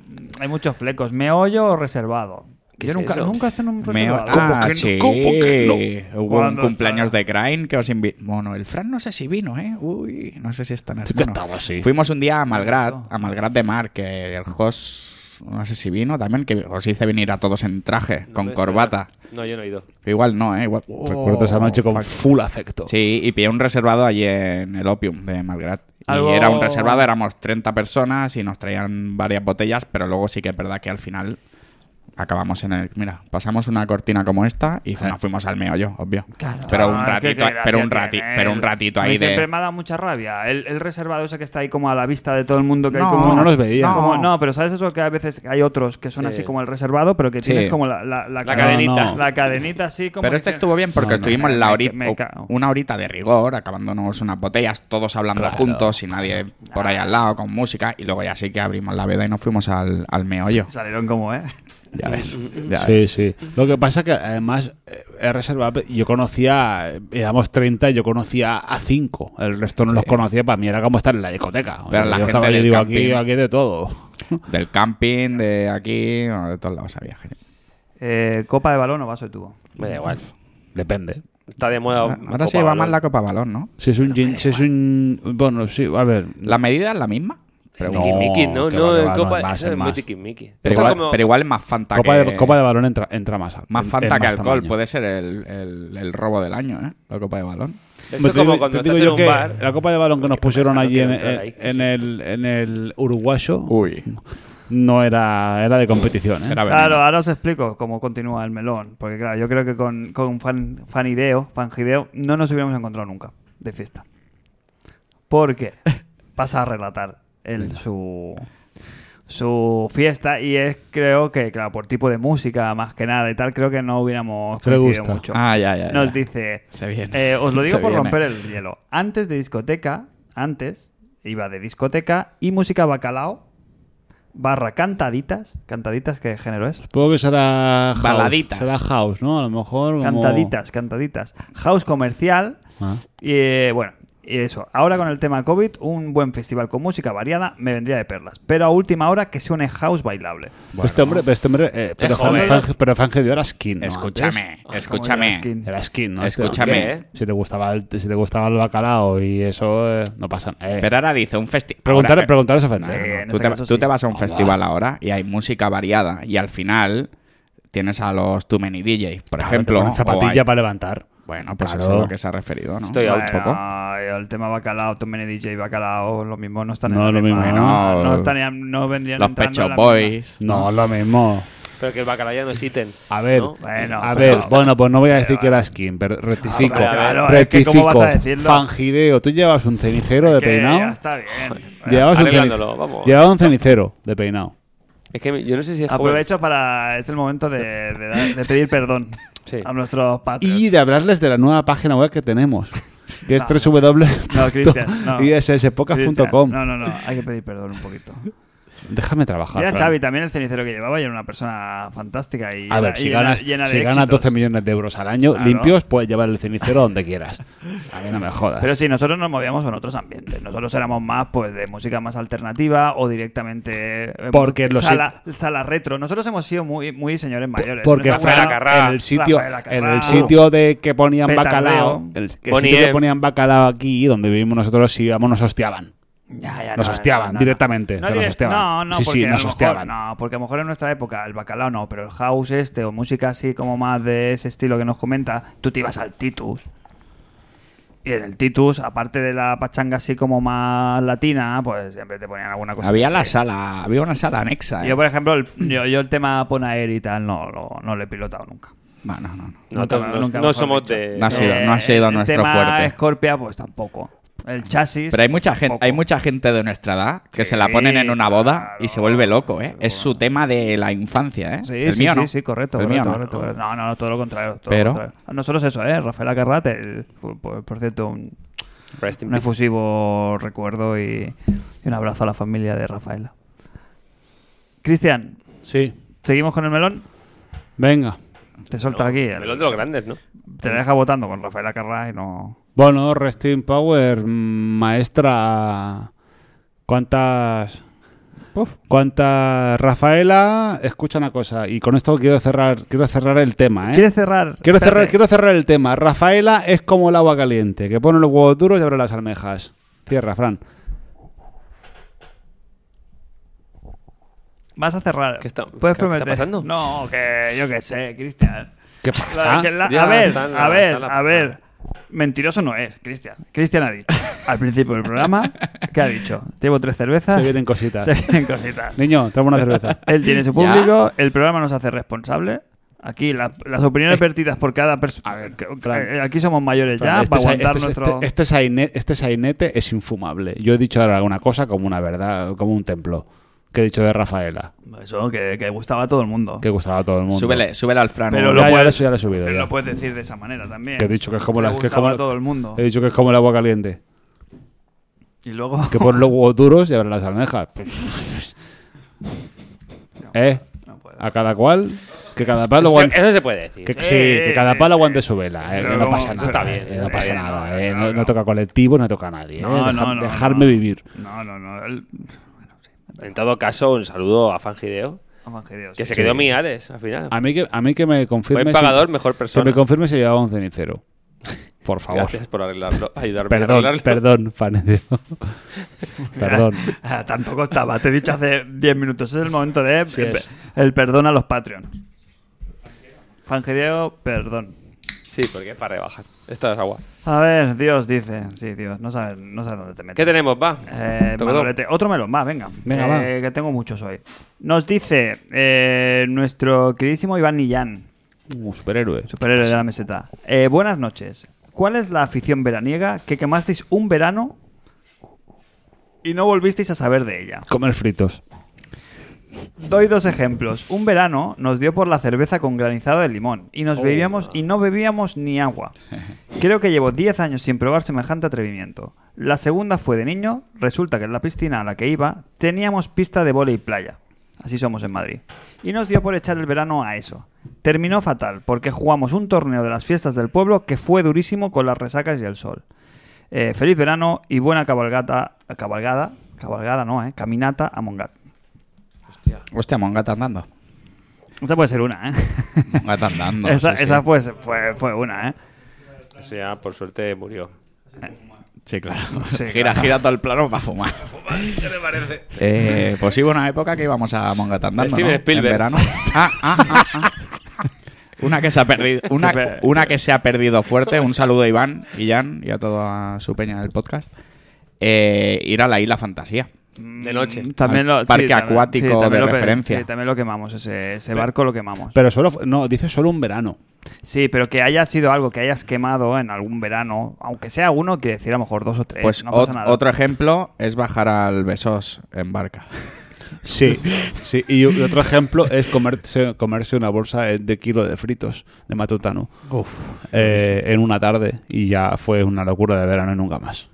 Speaker 1: hay muchos flecos. ¿Meollo o reservado?
Speaker 2: ¿Qué
Speaker 1: Yo
Speaker 2: es
Speaker 1: nunca,
Speaker 2: eso?
Speaker 1: nunca he estado en un
Speaker 4: Me...
Speaker 1: reservado.
Speaker 4: Ah, sí. Hubo un
Speaker 1: ¿Cuándo
Speaker 4: cumpleaños
Speaker 1: está?
Speaker 4: de Grind que os invitó. Bueno, el Fran no sé si vino, ¿eh? Uy, no sé si está en el-
Speaker 3: Sí que
Speaker 4: bueno,
Speaker 3: estaba así.
Speaker 4: Fuimos un día a Malgrat, a Malgrat de Mar, que el host, no sé si vino también, que os hice venir a todos en traje,
Speaker 2: No
Speaker 4: con
Speaker 2: me
Speaker 4: corbata.
Speaker 2: suena. No, yo no he ido.
Speaker 4: Igual no, ¿eh? Igual...
Speaker 3: Recuerdo esa noche con
Speaker 4: Fuck.
Speaker 3: full afecto.
Speaker 4: Sí, y pillé un reservado allí en el Opium de Malgrat.
Speaker 1: Algo-
Speaker 4: Y era un reservado, éramos 30 personas y nos traían varias botellas, pero luego sí que es verdad que al final acabamos en el... Mira, pasamos una cortina como esta y nos fuimos al meollo, obvio.
Speaker 1: Claro.
Speaker 4: pero un
Speaker 1: Ah, qué- qué
Speaker 4: ratito, pero un
Speaker 1: gracia
Speaker 4: rati-
Speaker 1: tiene.
Speaker 4: pero un ratito
Speaker 1: A mí
Speaker 4: ahí
Speaker 1: Siempre
Speaker 4: de...
Speaker 1: me ha dado mucha rabia. El, el reservado ese que está ahí como a la vista de todo el mundo. Que hay
Speaker 4: No,
Speaker 1: como,
Speaker 3: no los veía.
Speaker 1: como-
Speaker 4: no.
Speaker 1: no, pero ¿sabes eso? Que a veces hay otros que son
Speaker 2: Sí.
Speaker 1: así como el reservado, pero que tienes
Speaker 4: Sí.
Speaker 1: como la, la, la
Speaker 2: La
Speaker 1: cadena-
Speaker 2: cadenita.
Speaker 1: La cadenita así como...
Speaker 4: Pero
Speaker 1: que
Speaker 4: este
Speaker 1: tiene-
Speaker 4: estuvo bien porque
Speaker 3: No, no,
Speaker 4: estuvimos
Speaker 1: me-
Speaker 4: la
Speaker 1: me-
Speaker 4: horita,
Speaker 1: me
Speaker 4: o-
Speaker 1: cago.
Speaker 4: una horita de rigor, acabándonos unas botellas, todos hablando juntos y nadie por
Speaker 1: Ah.
Speaker 4: ahí al lado con música. Y luego ya sí que abrimos la veda y nos fuimos al, al meollo.
Speaker 1: Salieron como, ¿eh?
Speaker 4: Ya ves. ya
Speaker 3: Sí,
Speaker 4: ves.
Speaker 3: sí. Lo que pasa que además eh, he reservado. Yo conocía, eh, éramos 30, yo conocía a 5. El resto no los conocía. Para mí era como estar en la discoteca.
Speaker 4: Pero
Speaker 3: yo
Speaker 4: la gente
Speaker 3: estaba ahí,
Speaker 4: del
Speaker 3: digo,
Speaker 4: camping.
Speaker 3: aquí, aquí de todo.
Speaker 4: Del camping, de aquí, o de todos lados había gente.
Speaker 1: Eh, ¿Copa de balón o vaso de tubo?
Speaker 2: Me da igual.
Speaker 3: Depende.
Speaker 2: Está de moda.
Speaker 4: Ah, Ahora ahora se
Speaker 2: Copa
Speaker 4: lleva
Speaker 2: Balón.
Speaker 4: más la copa balón, ¿no?
Speaker 3: Si es un gin, si es un. Bueno, sí, a ver.
Speaker 4: ¿La medida es la misma? Pero,
Speaker 3: No,
Speaker 2: Tiquismiqui, no,
Speaker 3: que va,
Speaker 2: no,
Speaker 3: que
Speaker 2: en
Speaker 3: va, no,
Speaker 2: Copa.
Speaker 3: va a
Speaker 2: eso
Speaker 3: ser
Speaker 2: es muy
Speaker 3: más.
Speaker 2: tiquismiqui.
Speaker 4: pero,
Speaker 2: Esto es
Speaker 4: igual,
Speaker 2: como-
Speaker 4: pero igual es más fanta
Speaker 3: Copa,
Speaker 4: que,
Speaker 3: de, copa de balón entra, entra más.
Speaker 4: más
Speaker 3: en-
Speaker 4: fanta
Speaker 3: en
Speaker 4: que
Speaker 3: más
Speaker 4: alcohol.
Speaker 3: tamaño.
Speaker 4: Puede ser el, el- el robo del año, ¿eh? La copa de balón.
Speaker 2: esto es
Speaker 3: Te digo-
Speaker 2: como
Speaker 3: te
Speaker 2: cuando estás
Speaker 3: digo
Speaker 2: en
Speaker 3: yo
Speaker 2: un
Speaker 3: que
Speaker 2: bar.
Speaker 3: La copa de balón que nos pusieron
Speaker 2: no
Speaker 3: allí
Speaker 2: quiero
Speaker 3: en,
Speaker 2: entrar ahí, ¿qué
Speaker 3: en
Speaker 2: es
Speaker 3: el, en el uruguayo
Speaker 4: Uy.
Speaker 3: no era, era de competición. ¿eh?
Speaker 4: Uh. Era veneno.
Speaker 1: Claro, ahora os explico cómo continúa el melón. Porque claro, yo creo que con, con fan, fanideo, fangideo, no nos hubiéramos encontrado nunca de fiesta. Porque pasa a relatar el, su, su fiesta y es creo que, claro, por tipo de música más que nada y tal, creo que no hubiéramos
Speaker 3: Que le
Speaker 1: coincidido
Speaker 3: gusta.
Speaker 1: mucho.
Speaker 4: Ah, ya, ya. ya.
Speaker 1: Nos dice,
Speaker 4: Se viene.
Speaker 1: eh, os lo digo
Speaker 4: Se
Speaker 1: por
Speaker 4: viene.
Speaker 1: romper el hielo. Antes de discoteca, antes iba de discoteca y música bacalao barra cantaditas. ¿Cantaditas qué género es?
Speaker 3: Supongo que será house,
Speaker 4: Baladitas.
Speaker 3: Será house, ¿no? A lo mejor. como-
Speaker 1: Cantaditas, cantaditas. House comercial.
Speaker 3: Ah.
Speaker 1: Y eh, bueno, y eso. Ahora con el tema COVID, un buen festival con música variada me vendría de perlas. Pero a última hora que se une house bailable.
Speaker 3: Pues este hombre, pero este hombre, eh, pero,
Speaker 2: joven.
Speaker 3: Fangio- Fangio- pero Fangio era skin. ¿no?
Speaker 4: Escúchame,
Speaker 1: Ay,
Speaker 4: escúchame.
Speaker 1: cómo
Speaker 3: Antes Era skin, ¿no? Este
Speaker 4: Escúchame. ¿eh?
Speaker 3: hombre. Si te gustaba el, si te gustaba el bacalao y eso, eh, no pasa nada. Eh,
Speaker 4: Pero ahora eh, dice un festival.
Speaker 3: preguntar, preguntar es ofensa.
Speaker 1: Sí,
Speaker 3: ¿no?
Speaker 1: en
Speaker 4: tú,
Speaker 1: este
Speaker 4: te,
Speaker 1: caso
Speaker 4: tú
Speaker 1: sí.
Speaker 4: te vas a un festival ahora y hay música variada y al final tienes a los Too Many DJs, por
Speaker 3: Claro, te
Speaker 4: ejemplo.
Speaker 3: ponen
Speaker 4: o
Speaker 3: zapatilla
Speaker 4: hay-
Speaker 3: para levantar.
Speaker 4: Bueno, pues
Speaker 3: Claro.
Speaker 4: eso es a lo que se ha referido, ¿no?
Speaker 2: Estoy a
Speaker 4: un
Speaker 2: un
Speaker 1: Bueno,
Speaker 4: poco.
Speaker 1: el tema bacalao, Tommy y DJ bacalao, lo mismo no están
Speaker 3: No,
Speaker 1: en
Speaker 3: lo
Speaker 1: la misma-
Speaker 3: mismo,
Speaker 1: no,
Speaker 4: no.
Speaker 1: no estarían, no vendrían
Speaker 4: Los
Speaker 1: entrando en
Speaker 4: Pecho
Speaker 1: la misma.
Speaker 4: Boys.
Speaker 3: No, lo mismo.
Speaker 2: Pero que el bacalao ya no es ítem.
Speaker 3: A ver,
Speaker 2: ¿No?
Speaker 1: Bueno,
Speaker 3: a
Speaker 1: pero-
Speaker 3: ver, bueno, pues no voy a decir que era skin, pero rectifico.
Speaker 1: Hombre, a ver, es que
Speaker 3: rectifico.
Speaker 1: ¿cómo vas a decirlo?
Speaker 3: Fangideo, tú llevas un cenicero de
Speaker 1: Que ya
Speaker 3: peinado.
Speaker 1: está bien.
Speaker 3: Llevabas un,
Speaker 2: Arreglándolo,
Speaker 3: cenic-
Speaker 2: vamos.
Speaker 3: llevabas un cenicero de peinado.
Speaker 2: Es que yo no sé si es joven.
Speaker 1: Aprovecho para. Es el momento de, de dar- de pedir perdón
Speaker 2: Sí.
Speaker 1: a nuestros patrios.
Speaker 3: Y de hablarles de la nueva página web que tenemos, que es
Speaker 1: No.
Speaker 3: www.
Speaker 1: No, Cristian, no.
Speaker 3: ISSpocas.com.
Speaker 1: No, no, no. Hay que pedir perdón un poquito.
Speaker 3: Déjame trabajar.
Speaker 1: Era
Speaker 3: Fran.
Speaker 1: Xavi también el cenicero que llevaba y era una persona fantástica y,
Speaker 3: A ver,
Speaker 1: y
Speaker 3: si
Speaker 1: llena,
Speaker 3: ganas,
Speaker 1: llena de
Speaker 3: si ganas
Speaker 1: éxitos.
Speaker 3: 12 millones de euros al año
Speaker 1: Claro.
Speaker 3: limpios, puedes llevar el cenicero a donde quieras. A mí no me jodas.
Speaker 1: Pero sí, nosotros nos movíamos en otros ambientes. Nosotros éramos más pues de música más alternativa o directamente eh,
Speaker 3: Porque los
Speaker 1: sala, sala retro. Nosotros hemos sido muy, muy señores mayores.
Speaker 3: Porque
Speaker 1: Nos
Speaker 2: Rafael
Speaker 3: Fran,
Speaker 1: hemos-
Speaker 2: Acarrá.
Speaker 3: en el sitio,
Speaker 1: Rafael Acarrá. uh,
Speaker 3: en el sitio de que ponían
Speaker 1: Petardeo.
Speaker 3: bacalao, el, que el
Speaker 2: Bonnie
Speaker 3: sitio que
Speaker 2: M.
Speaker 3: ponían bacalao aquí, donde vivimos nosotros, si íbamos nos hostiaban.
Speaker 1: Ya, ya,
Speaker 3: Nos hostiaban directamente,
Speaker 1: No,
Speaker 3: nos
Speaker 1: direct-
Speaker 3: hostiaban.
Speaker 1: no, no,
Speaker 3: Sí, sí,
Speaker 1: porque a
Speaker 3: nos
Speaker 1: lo
Speaker 3: hostiaban.
Speaker 1: Mejor, no, porque a lo mejor en nuestra época el bacalao no, pero el house este o música así como más de ese estilo que nos comenta, tú te ibas al Titus. Y en el Titus, aparte de la pachanga así como más latina, pues siempre te ponían alguna cosa.
Speaker 4: Había
Speaker 1: así.
Speaker 4: la sala, había una sala anexa. ¿eh?
Speaker 1: Yo, por ejemplo, el, yo, yo el tema Ponaer y tal no, lo- no lo he pilotado nunca.
Speaker 4: Bueno, no, no.
Speaker 2: Nosotros
Speaker 1: Nunca,
Speaker 2: no-
Speaker 1: nunca,
Speaker 2: no
Speaker 1: mejor
Speaker 2: somos
Speaker 1: dicho.
Speaker 2: de.
Speaker 4: No ha sido- no ha sido
Speaker 1: Eh, el
Speaker 4: nuestro
Speaker 1: tema
Speaker 4: fuerte.
Speaker 1: Scorpia, pues tampoco. El chasis.
Speaker 4: Pero hay mucha gente,
Speaker 1: tampoco.
Speaker 4: hay mucha gente de nuestra edad que
Speaker 1: Sí,
Speaker 4: se la ponen en una boda y
Speaker 1: claro.
Speaker 4: se vuelve loco, ¿eh? Es su tema de la infancia, ¿eh?
Speaker 1: Sí,
Speaker 4: el
Speaker 1: sí,
Speaker 4: mío
Speaker 1: sí,
Speaker 4: no.
Speaker 1: sí, correcto.
Speaker 4: El mío
Speaker 1: correcto, correcto,
Speaker 4: no.
Speaker 1: correcto. no. no, no, todo lo contrario. todo
Speaker 4: Pero-
Speaker 1: lo contrario. A Nosotros eso, ¿eh? Rafael Acarrate, por, por cierto, un,
Speaker 2: Rest in
Speaker 1: un
Speaker 2: peace.
Speaker 1: efusivo recuerdo y, y un abrazo a la familia de Rafaela. Cristian,
Speaker 3: Sí.
Speaker 1: ¿seguimos con el melón?
Speaker 3: Venga.
Speaker 1: Te suelta aquí. el-
Speaker 2: Melón de los grandes, ¿no?
Speaker 1: te deja votando con Rafael Acarrá y no...
Speaker 3: Bueno, Resting Power, mm, maestra. ¿Cuántas. ¿Cuántas. Rafaela, escucha una cosa, y con esto quiero cerrar, quiero cerrar el tema, ¿eh?
Speaker 1: ¿Quieres cerrar?
Speaker 3: Quiero cerrar,
Speaker 1: Espérate.
Speaker 3: quiero cerrar el tema. Rafaela es como el agua caliente, que pone los huevos duros y abre las almejas. Cierra, Fran.
Speaker 1: Vas a cerrar.
Speaker 2: ¿Qué está-
Speaker 1: ¿Puedes
Speaker 2: qué- qué está
Speaker 1: prometer?
Speaker 2: pasando?
Speaker 1: No, que yo qué sé, Cristian.
Speaker 3: ¿Qué
Speaker 1: La-
Speaker 3: pasa?
Speaker 1: que la-
Speaker 2: Ya
Speaker 1: a ver,
Speaker 2: está la-
Speaker 1: a
Speaker 2: está
Speaker 1: ver,
Speaker 2: la-
Speaker 1: a ver. Mentiroso no es, Cristian. Cristian ha dicho al principio del programa que ha dicho: Llevo tres cervezas.
Speaker 3: Se vienen cositas.
Speaker 1: Se vienen cositas.
Speaker 3: Niño, tráeme una cerveza.
Speaker 1: Él tiene su público, el programa nos hace responsable. Aquí la- las opiniones vertidas por cada
Speaker 3: A
Speaker 1: persona.
Speaker 3: ver, Fran.
Speaker 1: eh, Aquí somos mayores ya
Speaker 3: Este
Speaker 1: para
Speaker 3: sai-
Speaker 1: aguantar
Speaker 3: este-
Speaker 1: nuestro.
Speaker 3: este- este saine- este sainete es infumable. Yo he dicho ahora alguna cosa como una verdad, como un templo. Que he dicho de Rafaela,
Speaker 1: Eso, que, que gustaba a todo el mundo.
Speaker 3: este- que gustaba a todo el mundo.
Speaker 4: Súbele, súbele al Fran.
Speaker 1: Pero
Speaker 3: Ya,
Speaker 4: ¿no?
Speaker 1: lo
Speaker 3: ya,
Speaker 1: puedes-
Speaker 3: eso ya lo he subido.
Speaker 1: Pero
Speaker 3: ya.
Speaker 1: lo puedes decir de esa manera también.
Speaker 3: Que he dicho que es como
Speaker 1: Le
Speaker 3: la- que es
Speaker 1: gustaba
Speaker 3: como- Eh,
Speaker 1: a todo el mundo.
Speaker 3: He dicho que es como el agua caliente.
Speaker 1: Y luego.
Speaker 3: Que pone los huevos duros y abre las almejas. ¿Eh?
Speaker 1: No puedo.
Speaker 3: A cada cual, que cada palo
Speaker 2: Eso,
Speaker 3: aguante.
Speaker 2: eso se puede decir.
Speaker 3: Que,
Speaker 1: Sí,
Speaker 3: sí, que cada
Speaker 1: sí,
Speaker 3: palo
Speaker 1: sí.
Speaker 3: aguante su vela, eh,
Speaker 1: Pero
Speaker 3: que no
Speaker 1: como-
Speaker 3: pasa nada.
Speaker 1: está
Speaker 2: bien,
Speaker 3: eh, no
Speaker 2: está
Speaker 3: pasa
Speaker 2: bien,
Speaker 3: nada.
Speaker 1: no,
Speaker 3: eh,
Speaker 1: no,
Speaker 3: no,
Speaker 1: no.
Speaker 3: no toca colectivo, no toca nadie. eh,
Speaker 1: No,
Speaker 3: deja-
Speaker 1: no, no,
Speaker 3: dejarme
Speaker 1: no.
Speaker 3: vivir.
Speaker 1: No, no, no. El...
Speaker 2: En todo caso, un saludo a Fangideo,
Speaker 1: Evangelio,
Speaker 2: que
Speaker 1: sí. Ah,
Speaker 2: se quedó en Miades al final.
Speaker 3: A mí que, a mí que me confirme.
Speaker 2: Buen pagador,
Speaker 3: si,
Speaker 2: mejor
Speaker 3: que
Speaker 2: persona.
Speaker 3: me confirme si llevaba un cenicero. Por favor.
Speaker 2: Gracias por arreglarlo, ayudarme a
Speaker 3: Perdón,
Speaker 2: arreglarlo.
Speaker 3: perdón, Fanedeo. perdón.
Speaker 1: Ah, Tanto costaba, te he dicho hace 10 minutos. Es el momento de
Speaker 3: Sí es.
Speaker 1: el perdón a los Patreons. Fangideo, perdón.
Speaker 2: Sí, porque es para rebajar. Esto es agua.
Speaker 1: A ver, Dios dice. Sí, Dios, no sabes, no sabes dónde te
Speaker 2: ¿Qué
Speaker 1: metes.
Speaker 2: tenemos, va?
Speaker 1: Eh,
Speaker 2: Tocó.
Speaker 1: Manolete, Otro melón, va, venga.
Speaker 3: Venga,
Speaker 1: Eh, Que tengo muchos hoy. Nos dice eh, nuestro queridísimo Iván Nillán.
Speaker 3: Uh, superhéroe.
Speaker 1: Superhéroe de la meseta. Eh, buenas noches. ¿Cuál es la afición veraniega que quemasteis un verano y no volvisteis a saber de ella?
Speaker 3: Comer fritos.
Speaker 1: Doy dos ejemplos. Un verano nos dio por la cerveza con granizado de limón y nos bebíamos y no bebíamos ni agua. Creo que llevo 10 años sin probar semejante atrevimiento. La segunda fue de niño, resulta que en la piscina a la que iba teníamos pista de vóley y playa. Así somos en Madrid. Y nos dio por echar el verano a eso. Terminó fatal porque jugamos un torneo de las fiestas del pueblo que fue durísimo con las resacas y el sol. Eh, feliz verano y buena cabalgata, cabalgada, cabalgada no, eh, caminata a Mongat.
Speaker 4: Hostia, Mongata andando.
Speaker 1: Esta puede ser una, ¿eh?
Speaker 4: Mongata andando.
Speaker 1: esa
Speaker 4: Ah, sí, sí.
Speaker 1: esa Pues, fue, fue una, ¿eh?
Speaker 2: O sea, por suerte murió.
Speaker 4: Sí, claro.
Speaker 1: Sí,
Speaker 4: gira,
Speaker 1: claro.
Speaker 4: gira todo el plano para fumar. Eh, pues sí, hubo una época que íbamos a Mongata andando,
Speaker 2: Steven
Speaker 4: ¿no?
Speaker 2: Spielberg.
Speaker 4: En verano. Ah, ah, ah, ah. Una que se ha perdido, una, una que se ha perdido fuerte. Un saludo a Iván y Jan y a toda su peña del podcast. Eh, ir a la isla fantasía.
Speaker 1: mm,
Speaker 2: De noche.
Speaker 1: También
Speaker 4: Al
Speaker 1: lo, sí,
Speaker 4: parque
Speaker 1: también-
Speaker 4: acuático de
Speaker 1: lo pe-
Speaker 4: referencia.
Speaker 1: sí, también lo quemamos, ese, ese barco lo quemamos.
Speaker 3: Pero solo. fu- No, dice solo un verano.
Speaker 1: sí, pero que haya sido algo que hayas quemado en algún verano, aunque sea uno, que decir a lo mejor dos o tres,
Speaker 4: Pues
Speaker 1: Eh, no pasa
Speaker 4: ot-
Speaker 1: nada.
Speaker 4: otro ejemplo es bajar al Besos en barca.
Speaker 3: Sí, sí. Y u- otro ejemplo es comerse, comerse una bolsa de- de kilo de fritos de matutano eh, en una tarde y ya fue una locura de verano y nunca más.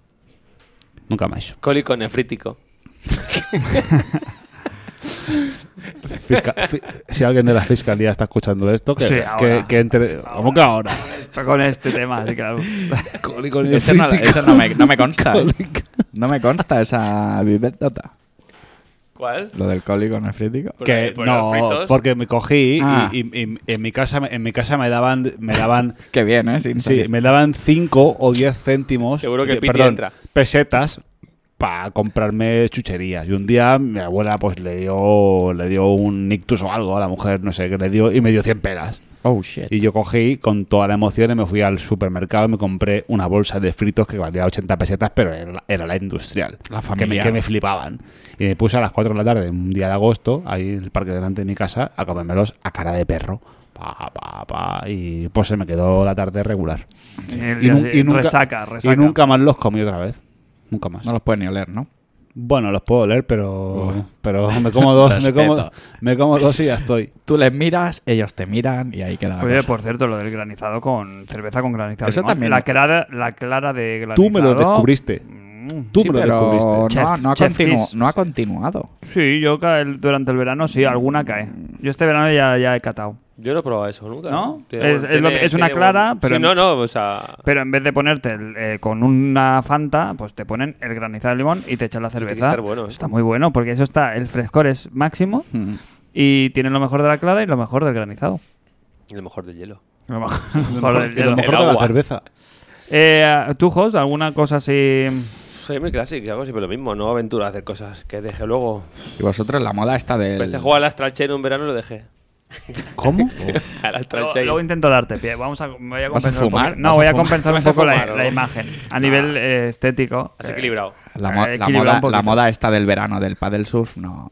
Speaker 3: Nunca más.
Speaker 2: Cólico nefrítico.
Speaker 3: Fisca- fi- si alguien de la fiscalía está escuchando esto, que,
Speaker 1: Sí,
Speaker 3: que-
Speaker 1: ahora.
Speaker 3: que entre. ¿Cómo que ahora?
Speaker 1: Está con este tema, así claro.
Speaker 3: Con- con el
Speaker 4: Eso no,
Speaker 3: crítico.
Speaker 4: eso no me, no me consta. ¿eh? No me consta esa viverdota.
Speaker 2: ¿Cuál?
Speaker 4: Lo del cólico nefrítico.
Speaker 2: Por-
Speaker 3: Que
Speaker 2: por
Speaker 3: no,
Speaker 2: los fritos.
Speaker 3: porque me cogí y-
Speaker 4: Ah.
Speaker 3: y, y- en mi casa en mi casa me daban me daban
Speaker 4: Qué bien, ¿eh? Sin
Speaker 3: sí,
Speaker 4: salir.
Speaker 3: me daban 5 o 10 céntimos
Speaker 2: Seguro que
Speaker 3: de-
Speaker 2: Piti
Speaker 3: perdón,
Speaker 2: entra.
Speaker 3: pesetas para comprarme chucherías y un día mi abuela pues le dio le dio un ictus o algo a la mujer no sé qué le dio y me dio 100 pelas
Speaker 4: Oh, shit.
Speaker 3: y yo cogí con toda la emoción y me fui al supermercado y me compré una bolsa de fritos que valía 80 pesetas, pero era, la- era la industrial.
Speaker 4: La
Speaker 3: que me,
Speaker 4: familiar.
Speaker 3: que me flipaban. Y me puse a las 4 de la tarde, un día de agosto, ahí en el parque delante de mi casa, a comérmelos a cara de perro. Pa, pa, pa, y pues se me quedó la tarde regular.
Speaker 1: Sí,
Speaker 3: Y, nu- y nunca,
Speaker 1: resaca, resaca.
Speaker 3: y nunca más los comí otra vez. Nunca más.
Speaker 4: No los puedes ni oler, ¿no?
Speaker 3: Bueno, los puedo leer, pero,
Speaker 4: Uy.
Speaker 3: pero me como dos, me como,
Speaker 4: Respeto.
Speaker 3: me como dos y ya estoy.
Speaker 4: Tú les miras, ellos te miran y ahí queda la
Speaker 1: Oye,
Speaker 4: cosa.
Speaker 1: por cierto, lo del granizado con cerveza con granizado. de
Speaker 4: Eso
Speaker 1: limón.
Speaker 4: también.
Speaker 1: La clara, la clara de granizado.
Speaker 3: Tú me lo descubriste.
Speaker 1: Mm,
Speaker 3: Tú
Speaker 4: Sí,
Speaker 3: me lo
Speaker 4: pero
Speaker 3: descubriste.
Speaker 4: no,
Speaker 1: Chef-
Speaker 4: no ha
Speaker 1: Chef
Speaker 4: continu-
Speaker 1: Kiss.
Speaker 4: no ha continuado.
Speaker 1: Sí, yo ca- el- durante el verano sí, alguna cae. Yo este verano ya, ya he catado.
Speaker 2: Yo no he probado eso nunca.
Speaker 1: ¿No?
Speaker 2: Tiene-
Speaker 1: Es- es lo-
Speaker 2: tiene-
Speaker 1: es una
Speaker 2: tiene
Speaker 1: clara,
Speaker 2: buen-
Speaker 1: pero-
Speaker 2: Sí, no, no, o sea...
Speaker 1: Pero en vez de ponerte el, eh, con una fanta, pues te ponen el granizado de limón y te echan la
Speaker 2: tiene que
Speaker 1: cerveza.
Speaker 2: estar bueno, ¿eh?
Speaker 1: Está muy bueno, porque eso está, el frescor es máximo
Speaker 4: Mm.
Speaker 1: y tienen lo mejor de la clara y lo mejor del granizado.
Speaker 2: Lo mejor del hielo.
Speaker 1: Lo mejor,
Speaker 3: Mejor-
Speaker 1: del
Speaker 3: y
Speaker 1: hielo.
Speaker 3: lo mejor de la
Speaker 2: agua.
Speaker 3: cerveza.
Speaker 1: Eh, ¿Tú, Jos, alguna cosa así?
Speaker 2: Soy muy clásico, hago siempre lo mismo. No aventura a hacer cosas que dejé luego.
Speaker 4: Y vosotros la moda está del...
Speaker 2: Empecé a jugar al Astral Chain un verano y lo dejé.
Speaker 3: ¿Cómo?
Speaker 2: Al Astral
Speaker 1: Luego,
Speaker 2: Chain.
Speaker 1: luego intento darte pie. Vamos a, voy a
Speaker 4: ¿Vas a
Speaker 1: compensar un
Speaker 4: fumar?
Speaker 1: poquito- No,
Speaker 4: ¿Vas a
Speaker 1: voy a
Speaker 4: fumar?
Speaker 1: compensar un
Speaker 2: ¿Vas a
Speaker 1: poco la,
Speaker 2: fumar o
Speaker 1: la
Speaker 2: no?
Speaker 1: imagen. A nivel eh, estético.
Speaker 2: Has
Speaker 1: eh,
Speaker 2: equilibrado.
Speaker 4: La, mo-
Speaker 1: Eh,
Speaker 4: la
Speaker 1: equilibra un
Speaker 4: moda,
Speaker 1: poquito.
Speaker 4: la moda está del verano, del paddle surf, no.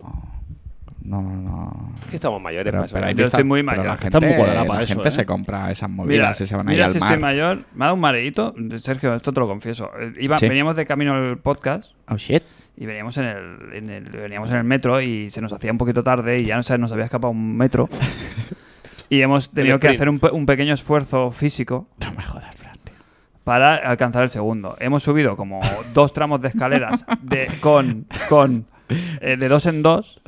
Speaker 4: No, no.
Speaker 2: Es que estamos mayores.
Speaker 4: Pero-
Speaker 2: pasa
Speaker 4: pero hay
Speaker 1: Pues, yo
Speaker 2: nada.
Speaker 1: estoy
Speaker 4: vista-
Speaker 1: muy
Speaker 4: pero
Speaker 1: mayor.
Speaker 4: La gente,
Speaker 3: Está muy cuadrada para
Speaker 4: la
Speaker 3: eso,
Speaker 4: gente
Speaker 3: ¿eh?
Speaker 4: se compra esas movidas
Speaker 1: Mira,
Speaker 4: y se van a ir
Speaker 1: mira
Speaker 4: al
Speaker 1: si
Speaker 4: mar.
Speaker 1: estoy mayor, me ha dado un mareíto. Sergio, esto te lo confieso. Eh, iba-
Speaker 4: Sí.
Speaker 1: Veníamos de camino al podcast
Speaker 4: Oh shit.
Speaker 1: y veníamos en el, en el- veníamos en el metro y se nos hacía un poquito tarde y ya no se nos había escapado un metro. y hemos tenido que
Speaker 2: sprint.
Speaker 1: hacer un, pe- un pequeño esfuerzo físico
Speaker 4: No me jodas, Fran. tío.
Speaker 1: para alcanzar el segundo. Hemos subido como dos tramos de escaleras de, con, con eh, de dos en dos.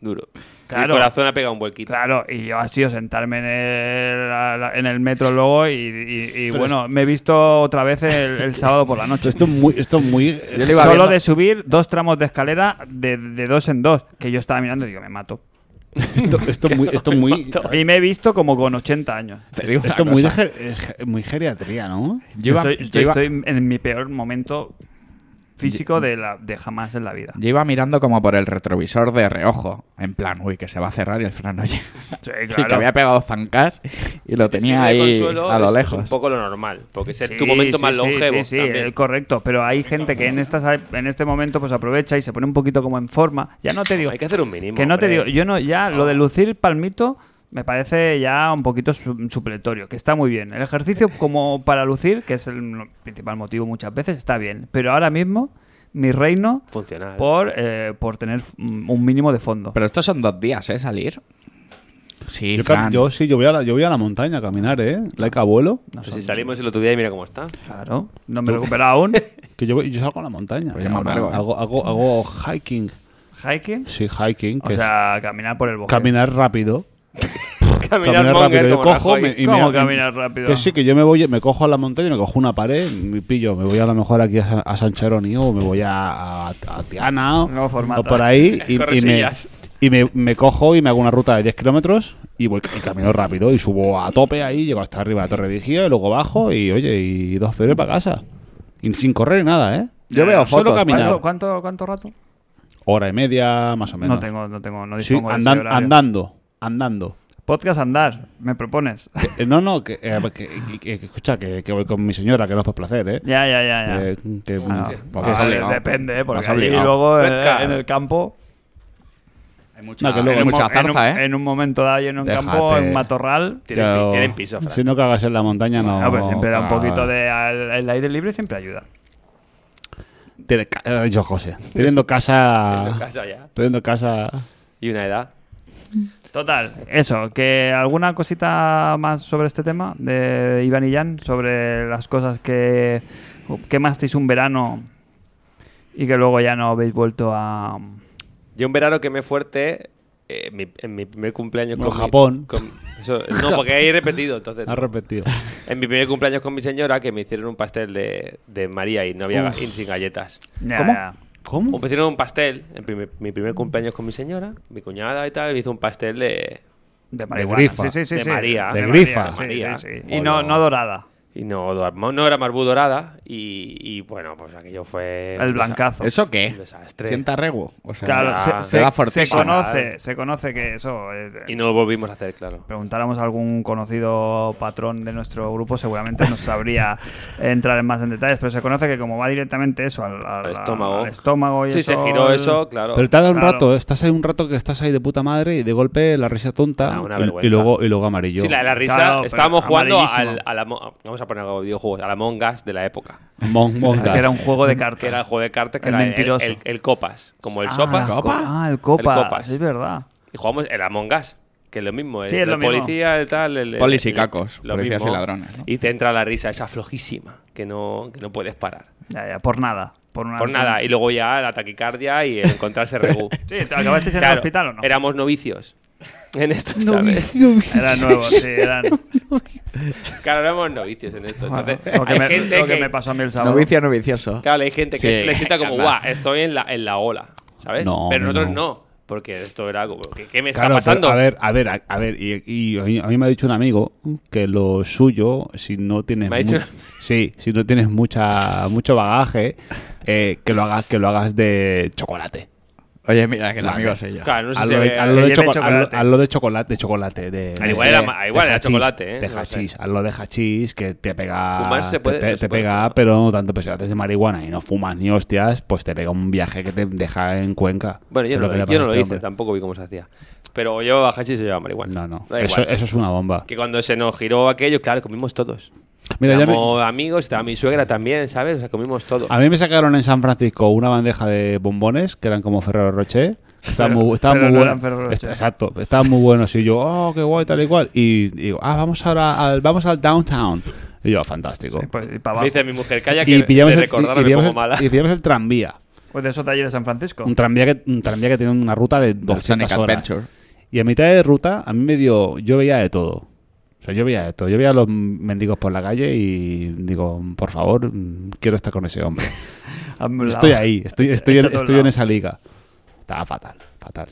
Speaker 2: Duro.
Speaker 1: Claro.
Speaker 2: El corazón ha pegado un vuelquito.
Speaker 1: Claro, y yo ha sido sentarme en el, la- la- en el metro luego y, y- y, bueno, me he visto otra vez el, el sábado por la noche.
Speaker 3: Esto es muy. Esto es muy
Speaker 4: Yo le iba
Speaker 1: Solo
Speaker 4: viendo-
Speaker 1: de subir dos tramos de escalera de, de dos en dos, que yo estaba mirando y digo, me mato.
Speaker 3: esto, esto es muy. Esto es muy.
Speaker 1: Y me he visto como con 80 años.
Speaker 4: Te digo
Speaker 3: Esto es
Speaker 4: una
Speaker 3: muy, de
Speaker 4: cosa.
Speaker 3: ger- eh, ge- muy geriatría, ¿no?
Speaker 4: Yo iba,
Speaker 1: Yo soy-
Speaker 4: yo
Speaker 1: estoy,
Speaker 4: iba-
Speaker 1: estoy en mi peor momento físico de, la, de jamás en la vida.
Speaker 4: yo iba mirando como por el retrovisor de reojo. En plan, uy, que se va a cerrar y el Fran oye.
Speaker 1: Sí,
Speaker 4: Sí, que
Speaker 1: claro.
Speaker 4: había pegado zancas y lo tenía
Speaker 2: Ese de
Speaker 4: ahí
Speaker 2: consuelo
Speaker 4: a
Speaker 2: es-
Speaker 4: lo
Speaker 2: es
Speaker 4: lejos.
Speaker 2: un poco lo normal. Porque es
Speaker 1: Sí,
Speaker 2: tu momento
Speaker 1: sí,
Speaker 2: más
Speaker 1: sí,
Speaker 2: longevo.
Speaker 1: Sí, sí,
Speaker 2: también.
Speaker 1: eh, correcto. Pero hay gente que en, estas, en este momento pues aprovecha y se pone un poquito como en forma. Ya no te digo.
Speaker 2: Hay que hacer un mínimo.
Speaker 1: Que no te
Speaker 2: hombre.
Speaker 1: digo, yo no, ya lo de lucir palmito me parece ya un poquito su- supletorio, que está muy bien. El ejercicio como para lucir, que es el principal motivo muchas veces, está bien. Pero ahora mismo mi reino
Speaker 2: Funcional.
Speaker 1: por, eh, por tener mm, un mínimo de fondo.
Speaker 4: Pero estos son dos días, ¿eh? Salir. Sí,
Speaker 3: Yo, cam-
Speaker 4: Fran.
Speaker 3: yo sí, yo voy, a la, yo voy a la montaña a caminar, ¿eh? Like abuelo.
Speaker 1: No
Speaker 2: Pues
Speaker 1: son-
Speaker 2: si salimos el otro día y mira cómo está.
Speaker 1: Claro, no me he recuperado aún.
Speaker 3: Que yo, voy- yo salgo a la montaña.
Speaker 4: Pues yo me
Speaker 3: Ahora
Speaker 4: amargo, ¿eh?
Speaker 3: hago, hago, hago hiking.
Speaker 1: Hiking,
Speaker 3: Sí, hiking.
Speaker 1: o
Speaker 3: que es
Speaker 1: sea, caminar por el bosque.
Speaker 3: caminar rápido.
Speaker 2: Caminar, monger
Speaker 3: Yo
Speaker 2: como
Speaker 3: cojo
Speaker 2: Rajoy.
Speaker 3: me- y
Speaker 1: ¿Cómo
Speaker 3: me-
Speaker 1: caminar rápido?
Speaker 3: Que sí, que yo me voy, me cojo a la montaña, me cojo una pared, me pillo, me voy a lo mejor aquí a, San, a Sancheroni o me voy a, a, a Tiana o,
Speaker 1: Nuevo formato.
Speaker 3: o por ahí y, y me,
Speaker 2: Corresillas.
Speaker 3: y me, me cojo y me hago una ruta de 10 kilómetros y voy y camino rápido y subo a tope ahí, llego hasta arriba de la Torre Vigía y luego bajo y oye, y dos ceros para casa. Y sin correr ni nada, ¿eh?
Speaker 4: Yo veo
Speaker 3: Solo
Speaker 4: fotos,
Speaker 3: caminar.
Speaker 1: ¿Cuánto, cuánto, cuánto rato?
Speaker 3: Hora y media, más o menos.
Speaker 1: No tengo, no tengo, no
Speaker 3: Sí,
Speaker 1: dispongo de ese
Speaker 3: andan-
Speaker 1: horario.
Speaker 3: andando, andando.
Speaker 1: Podcast andar, me propones.
Speaker 3: Eh, No, no, que, eh, que- que- que- que- escucha, que, que voy con mi señora, que no es por placer, ¿eh?
Speaker 1: ya, ya, ya, ya.
Speaker 3: Eh, que-
Speaker 1: Ah, no.
Speaker 3: que-
Speaker 4: Pues
Speaker 1: Ah,
Speaker 4: vas
Speaker 1: de-
Speaker 4: obligado.
Speaker 1: depende, ¿eh? porque
Speaker 4: Vas
Speaker 1: ahí
Speaker 4: obligado.
Speaker 1: luego eh,
Speaker 2: Fresca.
Speaker 1: en el campo.
Speaker 4: Hay mucha,
Speaker 3: No, que luego-
Speaker 1: en
Speaker 4: hay
Speaker 1: un
Speaker 4: mucha
Speaker 1: mo- en un-
Speaker 4: zarza, ¿eh?
Speaker 1: En un momento dado, y en un campo,
Speaker 4: Déjate.
Speaker 1: en matorral.
Speaker 2: Tienen,
Speaker 3: Pero-
Speaker 2: pi- tienen piso, Fran.
Speaker 3: Si no cagas en la montaña, no.
Speaker 1: No, pues, pero siempre da un
Speaker 3: cagas.
Speaker 1: poquito de. al- el aire libre siempre ayuda.
Speaker 3: Tiene ca- eh, yo, José. Teniendo casa.
Speaker 2: Tengo casa ya.
Speaker 3: Teniendo casa.
Speaker 2: Y una edad.
Speaker 1: Total, eso, que alguna cosita más sobre este tema de Iván y Jan, sobre las cosas que quemasteis un verano y que luego ya no habéis vuelto a,
Speaker 2: Yo un verano quemé fuerte eh, mi- en mi primer cumpleaños
Speaker 3: Bueno,
Speaker 2: con mi-
Speaker 3: Japón.
Speaker 2: con- eso- no, porque ahí he repetido, entonces.
Speaker 3: Ha repetido.
Speaker 2: En mi primer cumpleaños con mi señora, que me hicieron un pastel de, de María y no había ga- y sin galletas.
Speaker 1: Ya,
Speaker 3: ¿Cómo?
Speaker 1: ya.
Speaker 3: ¿Cómo?
Speaker 2: Me hicieron un pastel, en primer- mi primer cumpleaños con mi señora, mi cuñada y tal, me hizo un pastel de.
Speaker 1: De marihuana.
Speaker 3: grifa.
Speaker 1: Sí, sí, sí,
Speaker 2: De
Speaker 1: sí.
Speaker 2: María.
Speaker 3: De
Speaker 1: María,
Speaker 3: grifa.
Speaker 1: sí,
Speaker 2: María.
Speaker 1: sí, sí. Y no, no dorada.
Speaker 2: Y no, do- no era marbú dorada, y, y bueno, pues aquello fue.
Speaker 1: El blancazo.
Speaker 4: ¿Eso qué?
Speaker 2: Un desastre.
Speaker 4: Sienta rego. O sea,
Speaker 1: Claro,
Speaker 2: ya,
Speaker 1: se,
Speaker 2: se
Speaker 1: se-
Speaker 4: da
Speaker 1: se
Speaker 4: fortísimo.
Speaker 1: conoce, se conoce que eso. eh,
Speaker 2: Y no lo volvimos a hacer, claro.
Speaker 1: preguntáramos a algún conocido patrón de nuestro grupo, seguramente nos sabría entrar en más en detalles, pero se conoce que como va directamente eso al, al-
Speaker 2: Al estómago.
Speaker 1: al estómago y
Speaker 2: sí,
Speaker 1: eso,
Speaker 2: se giró
Speaker 1: el-
Speaker 2: eso, claro.
Speaker 3: Pero te ha dado un
Speaker 1: Claro.
Speaker 3: rato, eh, estás ahí un rato que estás ahí de puta madre y de golpe la risa tonta
Speaker 2: Ah, una
Speaker 3: y- y,
Speaker 2: vergüenza.
Speaker 3: luego, y luego amarillo.
Speaker 2: Sí, la, la risa.
Speaker 1: Claro, pero
Speaker 2: estábamos jugando al,
Speaker 1: amarillísimo.
Speaker 2: a la mo- Vamos a poner algo de videojuegos. A la Mongas de la época.
Speaker 3: Mon- monga.
Speaker 1: Que era un juego de cartas.
Speaker 2: Que era el juego de cartas que
Speaker 1: El
Speaker 2: era el-
Speaker 1: mentiroso.
Speaker 2: El, el Copas. Como el
Speaker 1: Ah,
Speaker 2: Sopas.
Speaker 1: co- Ah, el copa.
Speaker 2: El Copas.
Speaker 1: Sí, es verdad.
Speaker 2: Y jugamos el Among Us, que es lo mismo.
Speaker 1: Sí,
Speaker 2: es
Speaker 1: es lo
Speaker 2: la
Speaker 1: mismo.
Speaker 2: policía, el tal. El, el-
Speaker 4: Polis y
Speaker 2: el-
Speaker 4: cacos,
Speaker 2: lo
Speaker 4: policías y ladrones, ¿no?
Speaker 2: Y te entra la risa esa flojísima que no, que no puedes parar.
Speaker 1: Ya, ya, por nada. Por, una
Speaker 2: Por
Speaker 1: razón.
Speaker 2: nada. Y luego ya la taquicardia y el encontrarse Regu.
Speaker 1: Sí, ¿te acabasteis en el
Speaker 2: Claro,
Speaker 1: hospital o no?
Speaker 2: Éramos novicios. En esto, ¿sabes?
Speaker 1: Era nuevo, sí, eran.
Speaker 2: Claro, éramos novicios en esto. Entonces,
Speaker 1: lo que,
Speaker 2: hay
Speaker 1: me,
Speaker 2: gente
Speaker 1: lo que
Speaker 2: que-
Speaker 1: me pasó a mí el sábado.
Speaker 4: Novicio, novicioso.
Speaker 2: Claro, hay gente que
Speaker 4: Sí,
Speaker 2: le sienta como,
Speaker 4: anda.
Speaker 2: guau, estoy en la, en la ola, ¿sabes?
Speaker 3: No,
Speaker 2: Pero
Speaker 3: hombre,
Speaker 2: nosotros
Speaker 3: no.
Speaker 2: no. porque esto era como, ¿qué, qué me está
Speaker 3: Claro,
Speaker 2: pasando?
Speaker 3: pero a ver, a ver, a, a ver, y, y a, mí, a mí me ha dicho un amigo que lo suyo, si no tienes,
Speaker 2: ¿Me ha dicho?
Speaker 3: mu- sí, si no tienes mucha, mucho bagaje, eh, que lo hagas, que lo hagas de chocolate.
Speaker 4: Oye, mira, que el
Speaker 3: Vale.
Speaker 4: amigo soy yo.
Speaker 2: Claro, no sé si
Speaker 3: Hazlo
Speaker 2: se
Speaker 3: de,
Speaker 2: ve-
Speaker 3: hazlo de
Speaker 1: lleve
Speaker 3: choco-
Speaker 1: chocolate.
Speaker 3: hazlo- hazlo de chocolate, de chocolate, de,
Speaker 2: Al
Speaker 3: de-
Speaker 2: Ah, igual era
Speaker 3: de-
Speaker 2: ma- al igual
Speaker 3: de
Speaker 2: era
Speaker 3: hachís,
Speaker 2: chocolate, ¿eh?
Speaker 3: De
Speaker 2: No sé.
Speaker 3: hachís, hazlo de hachís que te pega,
Speaker 2: Fumar se puede,
Speaker 3: te, pe-
Speaker 2: no se
Speaker 3: te
Speaker 2: puede
Speaker 3: pega,
Speaker 2: fumar.
Speaker 3: pero no tanto, pero si haces de marihuana y no fumas ni hostias, pues te pega un viaje que te deja en Cuenca.
Speaker 2: Bueno, yo
Speaker 3: Es
Speaker 2: no,
Speaker 3: que le
Speaker 2: lo,
Speaker 3: pasa
Speaker 2: yo
Speaker 3: a
Speaker 2: no lo
Speaker 3: este
Speaker 2: hice,
Speaker 3: hombre.
Speaker 2: tampoco vi cómo se hacía. Pero yo a Hachi se llevaba marihuana.
Speaker 3: No, no,
Speaker 2: Da
Speaker 3: eso,
Speaker 2: igual.
Speaker 3: eso es una bomba.
Speaker 2: Que cuando se nos giró aquello, claro, comimos todos.
Speaker 3: Mira, ya me-
Speaker 2: Como amigos, estaba mi suegra también, ¿sabes? O sea, comimos todos.
Speaker 3: A mí me sacaron en San Francisco una bandeja de bombones que eran como Ferrero Rocher. Estaban
Speaker 1: Pero-
Speaker 3: muy, estaban
Speaker 1: pero
Speaker 3: muy
Speaker 1: no
Speaker 3: buenos.
Speaker 1: eran Ferrero Rocher.
Speaker 3: Est- Exacto, estaban muy buenos. Y yo, oh, qué guay, tal y cual. Y digo, ah, vamos ahora al, vamos al downtown. Y yo, fantástico.
Speaker 1: Sí, pues, y para
Speaker 2: Me
Speaker 1: abajo.
Speaker 2: dice mi mujer, calla que
Speaker 3: y, pillamos el,
Speaker 2: de recordarlo
Speaker 3: y- y
Speaker 2: me
Speaker 3: pillamos
Speaker 2: pongo
Speaker 3: el-
Speaker 2: mala.
Speaker 3: y pillamos el tranvía.
Speaker 1: Pues de esos talleres de San Francisco.
Speaker 3: Un tranvía que, un tranvía que tiene una ruta de 200
Speaker 4: Sonic
Speaker 3: horas.
Speaker 4: Adventure.
Speaker 3: Y a mitad de ruta, a mí me dio. Yo veía de todo. O sea, yo veía de todo. Yo veía a los mendigos por la calle y digo, por favor, quiero estar con ese hombre.
Speaker 1: Hazme un lado.
Speaker 3: Estoy ahí, estoy,
Speaker 1: Echa-
Speaker 3: estoy,
Speaker 1: echa todo
Speaker 3: en,
Speaker 1: el
Speaker 3: estoy en
Speaker 1: lado.
Speaker 3: esa liga. Estaba fatal, fatal.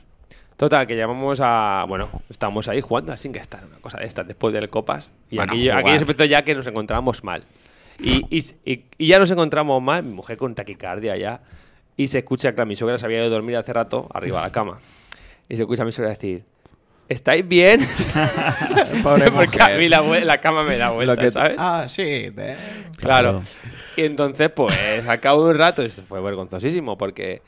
Speaker 2: Total, que llamamos a. Bueno, estábamos ahí jugando así que estar, una cosa de estas, después del Copas. Y
Speaker 4: Bueno,
Speaker 2: aquí,
Speaker 4: jugar.
Speaker 2: aquí se empezó ya que nos encontramos mal. Y, y, y- y ya nos encontramos mal, mi mujer con taquicardia ya. Y se escucha que mi suegra se había ido a dormir hace rato arriba a la cama. Y se escucha a mi suegra decir: ¿Estáis bien?
Speaker 4: Pobre
Speaker 2: Porque a
Speaker 4: mujer.
Speaker 2: mí la, vue- la cama me da
Speaker 4: Lo
Speaker 2: vuelta,
Speaker 4: que-
Speaker 2: ¿sabes?
Speaker 4: Ah, sí. te-
Speaker 2: Claro. Y entonces, pues, al cabo de un rato, esto fue vergonzosísimo porque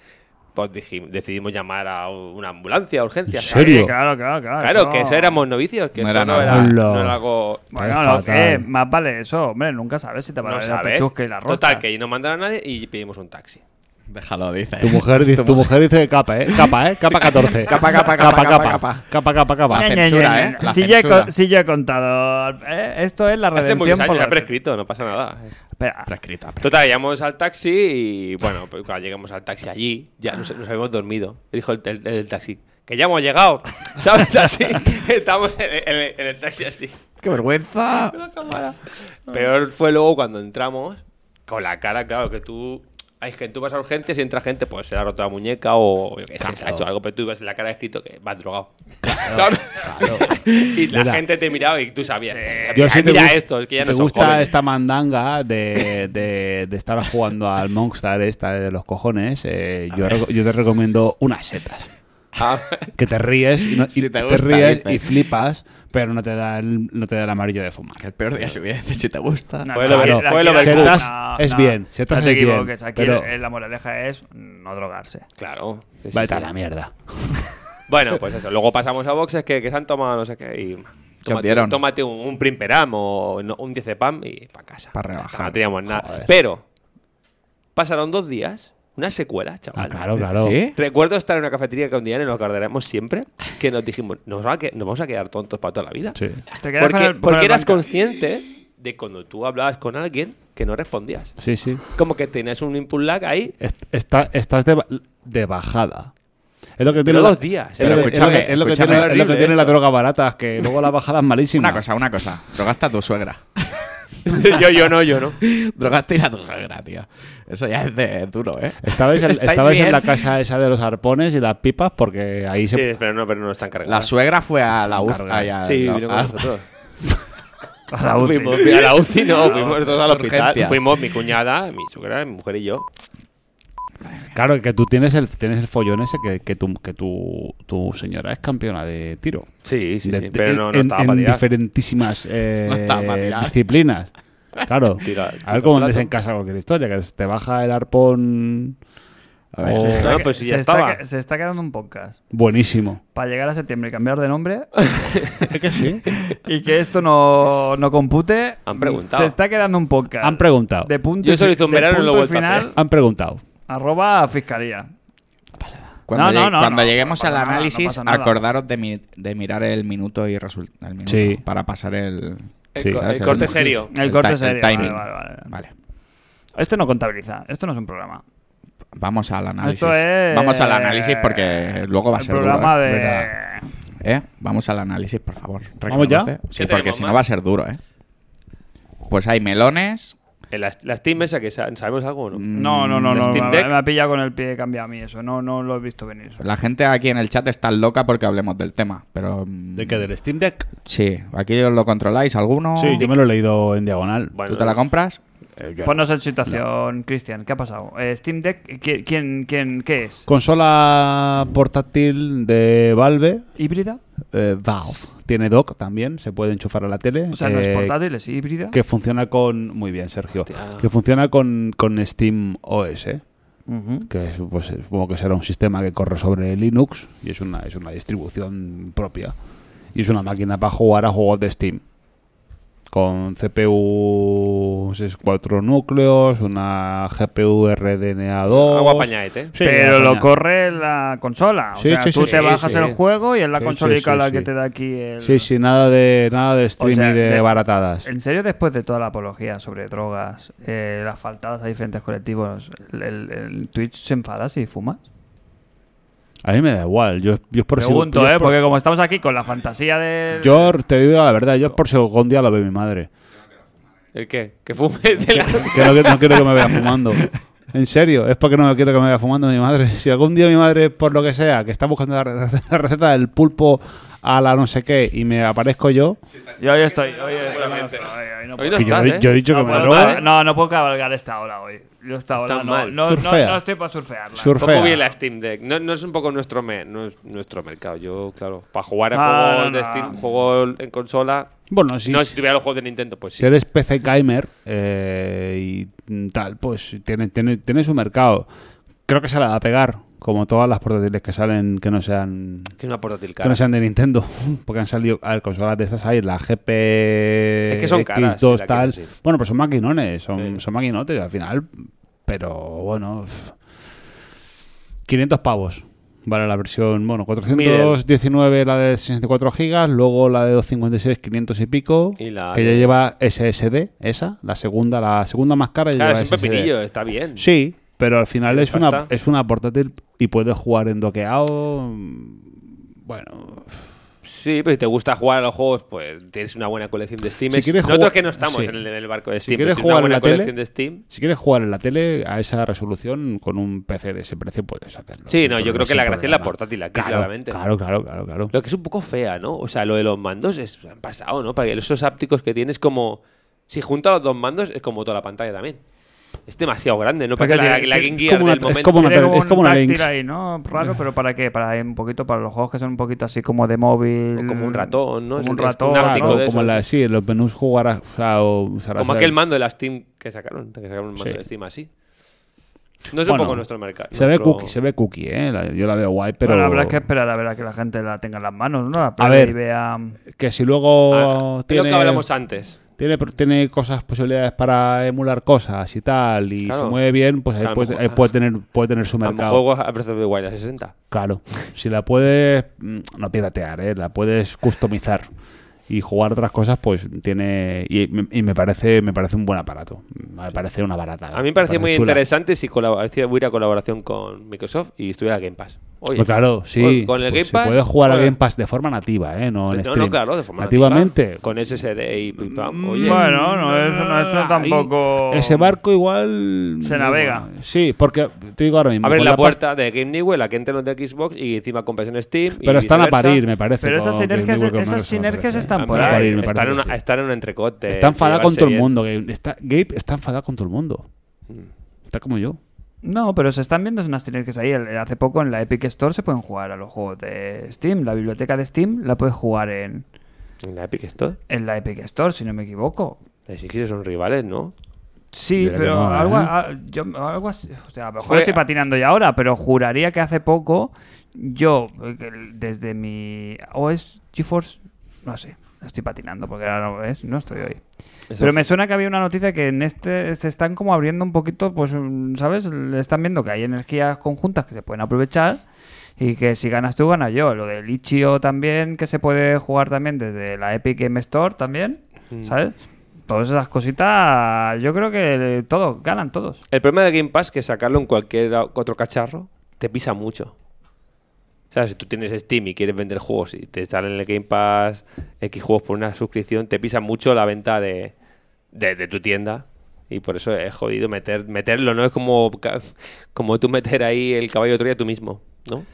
Speaker 2: pues, dijim- decidimos llamar a una ambulancia, a urgencias.
Speaker 3: ¿En
Speaker 2: ¿sabes?
Speaker 3: serio?
Speaker 1: Sí, claro, claro, claro.
Speaker 2: Claro,
Speaker 1: Ah, eso-
Speaker 2: que eso éramos novicios, que
Speaker 4: No
Speaker 2: esto
Speaker 4: era
Speaker 2: no,
Speaker 4: nada.
Speaker 2: era,
Speaker 3: Hola.
Speaker 2: no era algo.
Speaker 1: Bueno,
Speaker 3: Es
Speaker 1: lo
Speaker 3: fatal.
Speaker 1: que es, más vale eso, hombre, nunca sabes si te va a
Speaker 2: No
Speaker 1: dar la
Speaker 2: sabes.
Speaker 1: pechusca y la roca.
Speaker 2: Total, que no mandaron a nadie y pedimos un taxi.
Speaker 4: Déjalo, dice.
Speaker 3: Tu mujer, dice- tu mujer dice capa, ¿eh? Capa, ¿eh? Capa 14.
Speaker 4: Capa, capa,
Speaker 3: capa,
Speaker 4: capa,
Speaker 3: capa.
Speaker 4: capa.
Speaker 3: Capa, capa, capa.
Speaker 1: Ña,
Speaker 4: La
Speaker 1: Ña, Ña,
Speaker 4: censura,
Speaker 1: Ña,
Speaker 4: ¿eh?
Speaker 1: Ña.
Speaker 4: La
Speaker 1: Si yo, he,
Speaker 4: censura.
Speaker 1: co- si yo he contado. eh, Esto es la
Speaker 2: Hace
Speaker 1: redención
Speaker 2: muchos
Speaker 1: por
Speaker 2: años,
Speaker 1: la-
Speaker 2: ya prescrito, no pasa nada.
Speaker 1: Espera,
Speaker 4: Prescrita. prescrita.
Speaker 2: Total, llamamos al taxi y bueno, pues cuando llegamos al taxi allí, ya nos, nos habíamos dormido. Y Dijo el, el- el taxi, que ya hemos llegado. ¿Sabes? Así, estamos en, en- en el taxi así.
Speaker 4: ¡Qué vergüenza!
Speaker 2: Peor fue luego cuando entramos, con la cara, claro, que tú. Hay gente, tú vas a urgencias y entra gente, pues se le ha roto la muñeca o yo qué sé, se ha hecho algo, pero tú ves en la cara escrito que vas drogado. ¿Sabes? y la
Speaker 3: Mira.
Speaker 2: gente te miraba y tú sabías. eh,
Speaker 3: Yo
Speaker 2: mira,
Speaker 3: sí te
Speaker 2: mira
Speaker 3: gust-
Speaker 2: esto, que ya
Speaker 3: te
Speaker 2: no son
Speaker 3: gusta
Speaker 2: jóvenes.
Speaker 3: esta mandanga de, de, de estar jugando al Monster esta de los cojones. eh, yo, reco- yo te recomiendo unas setas.
Speaker 2: Ah,
Speaker 3: Que te ríes y, no- y
Speaker 4: Si te
Speaker 3: te,
Speaker 4: gusta,
Speaker 3: ríes
Speaker 4: dice.
Speaker 3: y flipas, pero no te da el, no te da el amarillo de fumar.
Speaker 4: Que el peor día se hubiera dicho si te gusta.
Speaker 1: No,
Speaker 2: Fue
Speaker 1: no,
Speaker 2: el
Speaker 1: aquí-
Speaker 2: over-
Speaker 1: aquí
Speaker 2: fue el
Speaker 1: la-
Speaker 2: overcook.
Speaker 1: no,
Speaker 3: Setas es
Speaker 1: no,
Speaker 3: bien, setas
Speaker 1: No te
Speaker 3: es bien,
Speaker 1: equivoques, aquí
Speaker 3: pero-
Speaker 1: eh, la moraleja es no drogarse.
Speaker 2: claro. Sí, sí,
Speaker 3: Vete
Speaker 2: sí.
Speaker 3: a la mierda.
Speaker 2: Bueno, pues eso. Luego pasamos a boxes que, que se han tomado no sé qué y... Tómate,
Speaker 4: dieron?
Speaker 2: tómate un, un primperam o no- un dicepam y para casa.
Speaker 4: Pa' rebajar.
Speaker 2: No teníamos nada.
Speaker 4: Joder.
Speaker 2: Pero pasaron dos días, una secuela, chaval.
Speaker 3: Ah, claro, claro.
Speaker 4: ¿Sí?
Speaker 2: Recuerdo estar en una cafetería que un día nos acordaremos siempre, que nos dijimos, nos, va a que- nos vamos a quedar tontos para toda la vida.
Speaker 3: Sí.
Speaker 1: Te quedas con
Speaker 2: Porque,
Speaker 1: el- con
Speaker 2: porque
Speaker 1: el
Speaker 2: eras
Speaker 1: banca.
Speaker 2: consciente de cuando tú hablabas con alguien que no respondías.
Speaker 3: Sí, sí.
Speaker 2: Como que tenías un input lag ahí.
Speaker 3: Est- está- estás de, ba- de bajada. Es lo que tiene
Speaker 2: Pero
Speaker 3: la-
Speaker 2: dos días, ¿eh?
Speaker 3: es
Speaker 2: pero
Speaker 3: lo que- es lo
Speaker 4: escúchame,
Speaker 3: que- es lo que
Speaker 4: escúchame,
Speaker 3: tiene- es lo que
Speaker 2: horrible
Speaker 3: tiene la
Speaker 2: esto.
Speaker 3: droga barata, que luego la bajada es malísima.
Speaker 4: Una cosa, una cosa. Drogaste a tu suegra.
Speaker 2: yo, yo no, yo no.
Speaker 4: Drogaste a tu suegra, tío. Eso ya es de- duro, ¿eh?
Speaker 3: Estabais, en-
Speaker 4: Estáis
Speaker 3: estabais en
Speaker 4: bien.
Speaker 3: la casa esa de los arpones y las pipas porque ahí se...
Speaker 2: Sí, pero no, pero no están cargados.
Speaker 4: La suegra fue a la ah. UF.
Speaker 3: Cargada.
Speaker 4: ahí a-
Speaker 2: Sí,
Speaker 4: no,
Speaker 2: vino con
Speaker 4: a-
Speaker 2: nosotros.
Speaker 1: A la UCI.
Speaker 2: Fuimos, a la UCI no, fuimos todos al hospital.
Speaker 4: urgencias.
Speaker 2: Fuimos mi cuñada, mi suegra, mi mujer y yo.
Speaker 3: Claro, que tú tienes el, tienes el follón ese que, que, tu, que tu, tu señora es campeona de tiro.
Speaker 2: Sí, sí,
Speaker 3: De-
Speaker 2: sí.
Speaker 3: de-
Speaker 2: Pero no, no
Speaker 3: en,
Speaker 2: estaba
Speaker 3: en
Speaker 2: para tirar.
Speaker 3: diferentísimas eh,
Speaker 4: No estaba pa' tirar.
Speaker 3: disciplinas. Claro.
Speaker 2: Tira-
Speaker 3: a
Speaker 2: tira
Speaker 3: ver cómo
Speaker 2: plato.
Speaker 3: andes en casa cualquier historia, que te baja el arpón
Speaker 4: A ver,
Speaker 3: o-
Speaker 1: Oh.
Speaker 4: sí.
Speaker 2: No, pues si ya
Speaker 1: se
Speaker 2: estaba.
Speaker 1: Está, que- se está quedando un podcast.
Speaker 3: buenísimo.
Speaker 1: Para llegar a septiembre y cambiar de nombre
Speaker 3: Es que sí.
Speaker 1: y que esto no, no compute.
Speaker 2: Han preguntado.
Speaker 1: Se está quedando un podcast.
Speaker 3: Han preguntado.
Speaker 1: De punto
Speaker 2: Yo
Speaker 1: y-
Speaker 2: solo hice un
Speaker 1: de
Speaker 2: verano y lo
Speaker 1: punto
Speaker 2: he vuelto a
Speaker 1: final,
Speaker 2: hacer.
Speaker 3: Han preguntado.
Speaker 1: Arroba fiscalía.
Speaker 4: Cuando,
Speaker 1: No,
Speaker 4: llegue-
Speaker 1: no, no,
Speaker 4: cuando
Speaker 1: no,
Speaker 4: lleguemos
Speaker 1: no
Speaker 4: al
Speaker 1: pasa nada, no
Speaker 4: análisis,
Speaker 1: pasa nada.
Speaker 4: acordaros de, mi- de mirar el minuto y resultado
Speaker 3: Sí.
Speaker 4: para pasar el,
Speaker 2: El
Speaker 3: Sí,
Speaker 2: co-
Speaker 4: ¿sabes?
Speaker 2: el corte serio.
Speaker 1: El corte
Speaker 4: ti-
Speaker 1: serio, vale,
Speaker 4: timing.
Speaker 1: vale, vale.
Speaker 4: Vale.
Speaker 1: Esto no contabiliza. Esto no es un programa.
Speaker 4: Vamos al análisis.
Speaker 1: Esto es.
Speaker 4: Vamos al análisis porque luego va a
Speaker 1: el
Speaker 4: ser
Speaker 1: programa
Speaker 4: duro. ¿eh?
Speaker 1: de.
Speaker 4: Verdad. ¿Eh? Vamos al análisis, por favor.
Speaker 3: ¿Vamos ya?
Speaker 4: Reconoce. Sí,
Speaker 2: ¿Qué
Speaker 4: porque
Speaker 2: tenemos
Speaker 4: si no
Speaker 2: más?
Speaker 4: va a ser duro, ¿eh? Pues hay melones.
Speaker 2: En Las, las Steam esa que sa- sabemos algo o no.
Speaker 1: No, no, no,
Speaker 4: Mm,
Speaker 1: no.
Speaker 4: Steam
Speaker 1: me,
Speaker 4: Deck.
Speaker 1: me ha pillado con el pie cambiado a mí eso. No, no lo he visto venir.
Speaker 4: La gente aquí en el chat está loca porque hablemos del tema, pero... mm,
Speaker 3: ¿De qué? ¿Del Steam Deck?
Speaker 4: Sí, aquí os lo controláis alguno.
Speaker 3: Sí, yo me lo he leído en diagonal. Eh,
Speaker 2: Bueno,
Speaker 4: ¿Tú te la compras?
Speaker 1: Ponnos en situación, Cristian. ¿Qué ha pasado? Eh, Steam Deck, ¿qui- ¿quién, quién, qué es?
Speaker 3: Consola portátil de Valve,
Speaker 1: ¿Híbrida?
Speaker 3: eh, Valve. Tiene dock también, se puede enchufar a la tele.
Speaker 1: O sea, no es
Speaker 3: eh,
Speaker 1: portátil, es híbrida.
Speaker 3: Que funciona con. Muy bien, Sergio. Que funciona con, con Steam eh. OS.
Speaker 1: Ujú.
Speaker 3: Que es, pues, supongo que será un sistema que corre sobre Linux y es una, es una distribución propia. Y es una máquina para jugar a juegos de Steam. Con CPU 4 núcleos, una GPU RDNA2.
Speaker 2: Agua pañaete. ¿eh?
Speaker 3: Sí,
Speaker 1: Pero
Speaker 3: agua
Speaker 1: lo
Speaker 3: paña.
Speaker 1: corre la consola. O
Speaker 3: Sí,
Speaker 1: sea,
Speaker 3: sí,
Speaker 1: tú
Speaker 3: sí,
Speaker 1: te
Speaker 3: sí,
Speaker 1: bajas
Speaker 3: sí.
Speaker 1: el juego y es la
Speaker 3: Sí,
Speaker 1: consolica
Speaker 3: sí, sí,
Speaker 1: la
Speaker 3: sí.
Speaker 1: que te da aquí el.
Speaker 3: Sí, sí, nada de, nada de stream
Speaker 1: sea,
Speaker 3: y de,
Speaker 1: de-
Speaker 3: baratadas.
Speaker 1: En serio, después de toda la apología sobre drogas, eh, las faltadas a diferentes colectivos, ¿el, el- el Twitch se enfada si fumas?
Speaker 3: A mí me da igual. Yo, yo por si-
Speaker 1: Pregunto,
Speaker 3: yo
Speaker 1: ¿eh?
Speaker 3: por-
Speaker 1: Porque como estamos aquí con la fantasía de...
Speaker 3: Yo te digo la verdad, yo por si algún día lo ve mi madre.
Speaker 2: ¿El qué? Que fume de la...
Speaker 3: Que no, no quiero que me vea fumando. En serio, es porque no me quiero que me vea fumando mi madre. Si algún día mi madre, por lo que sea, que está buscando la, re- la receta del pulpo a la no sé qué y me aparezco yo,
Speaker 1: Yo hoy estoy... Hoy, hoy- hoy no
Speaker 2: Hoy
Speaker 1: puedo.
Speaker 2: no
Speaker 3: que yo,
Speaker 2: estás, ¿eh?
Speaker 3: yo he dicho
Speaker 1: No
Speaker 3: que me
Speaker 1: puedo
Speaker 3: drogo,
Speaker 1: cabalgar- no, no puedo cabalgar esta hora hoy. Yo esta hora
Speaker 2: Está
Speaker 1: no,
Speaker 2: mal.
Speaker 1: no, no,
Speaker 3: Surfea.
Speaker 1: no estoy para surfearla.
Speaker 3: Surf-
Speaker 2: Poco
Speaker 3: Fea.
Speaker 2: bien la Steam Deck. No, no es un poco nuestro, me- no es nuestro mercado. Yo, claro, para jugar a
Speaker 1: Ah,
Speaker 2: juegos
Speaker 1: no,
Speaker 2: de
Speaker 1: no.
Speaker 2: Steam, juegos en consola.
Speaker 3: Bueno, si,
Speaker 2: no, si tuviera los juegos de Nintendo, pues
Speaker 3: si
Speaker 2: sí.
Speaker 3: eres PC gamer eh, y mm, tal, pues tiene, tiene, tiene su mercado. Creo que se la va a pegar, como todas las portátiles que salen que no sean
Speaker 2: Que es una portátil
Speaker 3: que
Speaker 2: cara.
Speaker 3: no sean de Nintendo, porque han salido a ver, consolas de estas hay, la GP
Speaker 2: Es que son caras, sí,
Speaker 3: X2
Speaker 2: la
Speaker 3: tal.
Speaker 2: quiero decir.
Speaker 3: Bueno, pues son maquinones, son,
Speaker 2: Sí.
Speaker 3: son maquinotes al final, pero bueno, pf. 500 pavos. Vale, la versión, bueno, 419 la de 64 gigas, luego la de 256, 500 y pico,
Speaker 2: Y la
Speaker 3: que ya
Speaker 2: de-
Speaker 3: lleva SSD, esa, la segunda, la segunda más cara. ya
Speaker 2: Claro,
Speaker 3: lleva
Speaker 2: es un
Speaker 3: SSD.
Speaker 2: pepinillo, está bien.
Speaker 3: Sí, pero al final
Speaker 2: Tiene
Speaker 3: es una,
Speaker 2: pasta.
Speaker 3: es una portátil y puedes jugar en doqueado. mm, Bueno,
Speaker 2: Sí, pero si te gusta jugar a los juegos, pues tienes una buena colección de Steam.
Speaker 3: Si
Speaker 2: Es-
Speaker 3: quieres
Speaker 2: Nosotros
Speaker 3: jugar-
Speaker 2: que no estamos
Speaker 3: sí.
Speaker 2: en, el, en el barco de
Speaker 3: Si
Speaker 2: Steam.
Speaker 3: quieres
Speaker 2: pero tienes
Speaker 3: jugar
Speaker 2: una
Speaker 3: en
Speaker 2: buena
Speaker 3: la
Speaker 2: colección
Speaker 3: tele-
Speaker 2: de Steam.
Speaker 3: Si quieres jugar en la tele a esa resolución con un PC de ese precio puedes hacerlo.
Speaker 2: Sí, no,
Speaker 3: Sin
Speaker 2: yo creo que
Speaker 3: problema,
Speaker 2: la
Speaker 3: sin
Speaker 2: gracia es la
Speaker 3: problema.
Speaker 2: portátil aquí,
Speaker 3: Claro,
Speaker 2: claramente.
Speaker 3: Claro, claro, claro, claro.
Speaker 2: Lo que es un poco fea, ¿no? O sea, lo de los mandos es, han pasado, ¿no? Para que esos ápticos que tienes como... Si juntas los dos mandos es como toda la pantalla también. Es demasiado grande, ¿no? Para
Speaker 1: Porque
Speaker 2: que la,
Speaker 1: tiene-
Speaker 2: la
Speaker 1: es
Speaker 2: Game Gear
Speaker 3: como una-
Speaker 2: del
Speaker 3: es
Speaker 2: momento...
Speaker 3: como una
Speaker 1: Tiene
Speaker 3: tele-
Speaker 1: como
Speaker 3: es como
Speaker 1: un
Speaker 3: una
Speaker 1: táctil
Speaker 3: Lynx.
Speaker 1: ahí, ¿no? Raro, pero ¿para qué? Para eh, un poquito para los juegos que son un poquito así como de móvil.
Speaker 2: O como un ratón,
Speaker 1: Como
Speaker 2: ¿no?
Speaker 1: un
Speaker 2: Es- es un
Speaker 1: ratón.
Speaker 3: Claro,
Speaker 2: áptico
Speaker 1: ¿no?
Speaker 2: de
Speaker 3: Ah, como
Speaker 2: esos.
Speaker 3: la, sí, en los menús jugarás. O sea, o usarás
Speaker 2: Como
Speaker 3: el-
Speaker 2: aquel mando de la Steam que sacaron. Que sacaron un mando
Speaker 3: ¿eh? Sí.
Speaker 2: de Steam así. No es un
Speaker 3: Bueno,
Speaker 2: poco nuestro mercado.
Speaker 3: Se ve
Speaker 2: nuestro- Ah,
Speaker 3: cookie, se ve cookie, ¿eh? La- yo la veo guay, pero.
Speaker 1: Bueno, habrá que esperar a ver a que la gente la tenga en las manos, ¿no? La Play
Speaker 3: ver.
Speaker 1: y vea-
Speaker 3: que si luego.
Speaker 2: Ah, es lo
Speaker 3: tiene,
Speaker 2: que hablamos antes.
Speaker 3: tiene, tiene cosas, posibilidades para emular cosas y tal, y
Speaker 2: Claro.
Speaker 3: se mueve bien, pues ahí,
Speaker 2: A lo
Speaker 3: puede,
Speaker 2: mejor-
Speaker 3: ahí puede tener, puede tener su
Speaker 2: A lo
Speaker 3: mercado.
Speaker 2: mejor juego a Breath of the Wild a 60.
Speaker 3: Claro, si la puedes, mm, no piratear, ¿eh? la puedes customizar y jugar otras cosas, pues tiene y, me- y me parece me parece un buen aparato, me Ah, parece una barata.
Speaker 2: A mí me parece muy
Speaker 3: chula.
Speaker 2: interesante si colab- si hubiera colaboración con Microsoft y estuviera Game Pass. Oye,
Speaker 3: Pues claro, sí.
Speaker 2: Con, con el
Speaker 3: pues
Speaker 2: Game Pass.
Speaker 3: Se puede jugar al
Speaker 2: oye,
Speaker 3: Game Pass de forma nativa, ¿eh? No, en
Speaker 2: No,
Speaker 3: stream.
Speaker 2: no, claro, de forma nativa,
Speaker 3: Nativamente.
Speaker 2: Con SSD y pim
Speaker 3: Mm,
Speaker 2: pam. Oye,
Speaker 1: Bueno, no es, no es tampoco.
Speaker 3: Ahí, Ese barco igual.
Speaker 1: Se navega.
Speaker 3: Sí, porque te digo ahora mismo.
Speaker 2: abren
Speaker 3: con
Speaker 2: la
Speaker 3: pa-
Speaker 2: puerta de Game Newell a que entren los de Xbox y encima compras en Steam. y
Speaker 3: Pero están a
Speaker 2: viceversa.
Speaker 3: parir, me parece.
Speaker 1: Pero esas
Speaker 3: con Game
Speaker 1: sinergias-
Speaker 3: Boy con
Speaker 1: esas
Speaker 3: Microsoft, me
Speaker 1: sinergias
Speaker 3: parece.
Speaker 1: están por
Speaker 3: Están a
Speaker 1: ahí.
Speaker 3: parir, me
Speaker 2: Está en,
Speaker 3: parece,
Speaker 2: una-
Speaker 3: sí.
Speaker 2: está en un entrecote.
Speaker 3: Está enfadada con
Speaker 2: llevarse
Speaker 3: todo el
Speaker 2: bien.
Speaker 3: mundo. Gabe está, Gabe está enfadada con todo el mundo.
Speaker 2: Mm.
Speaker 3: Está como yo.
Speaker 1: No, pero se están viendo unas sinergias ahí. El- Hace poco en la Epic Store se pueden jugar a los juegos de Steam. La biblioteca de Steam la puedes jugar en,
Speaker 2: En la Epic Store.
Speaker 1: en la Epic Store, si no me equivoco.
Speaker 2: Así que son rivales, ¿no?
Speaker 1: Sí,
Speaker 3: Yo creo
Speaker 1: pero
Speaker 3: que no,
Speaker 1: algo,
Speaker 3: ¿eh?
Speaker 1: a- yo, algo así. O sea, a lo mejor
Speaker 2: Fue-
Speaker 1: estoy patinando ya ahora, pero juraría que hace poco yo, que el- desde mi. ¿O es GeForce? No sé. Estoy patinando porque ahora no, es, no estoy hoy.
Speaker 2: Eso
Speaker 1: Pero
Speaker 2: fue-
Speaker 1: me suena que había una noticia que en este se están como abriendo un poquito, pues, un- ¿sabes? Le Están viendo que hay energías conjuntas que se pueden aprovechar y que si ganas tú, ganas yo. Lo del Ichio también, que se puede jugar también desde la Epic Game Store también,
Speaker 2: Mm.
Speaker 1: ¿sabes? Todas esas cositas, yo creo que todos, ganan todos.
Speaker 2: El problema del Game Pass es que sacarlo en cualquier otro cacharro te pisa mucho. O sea, si tú tienes Steam y quieres vender juegos y te salen en el Game Pass X juegos por una suscripción, te pisa mucho la venta de, de, de tu tienda. Y por eso es jodido meter, meterlo, ¿no? Es como, ca- como tú meter ahí el caballo de Troya tú mismo, ¿no? Que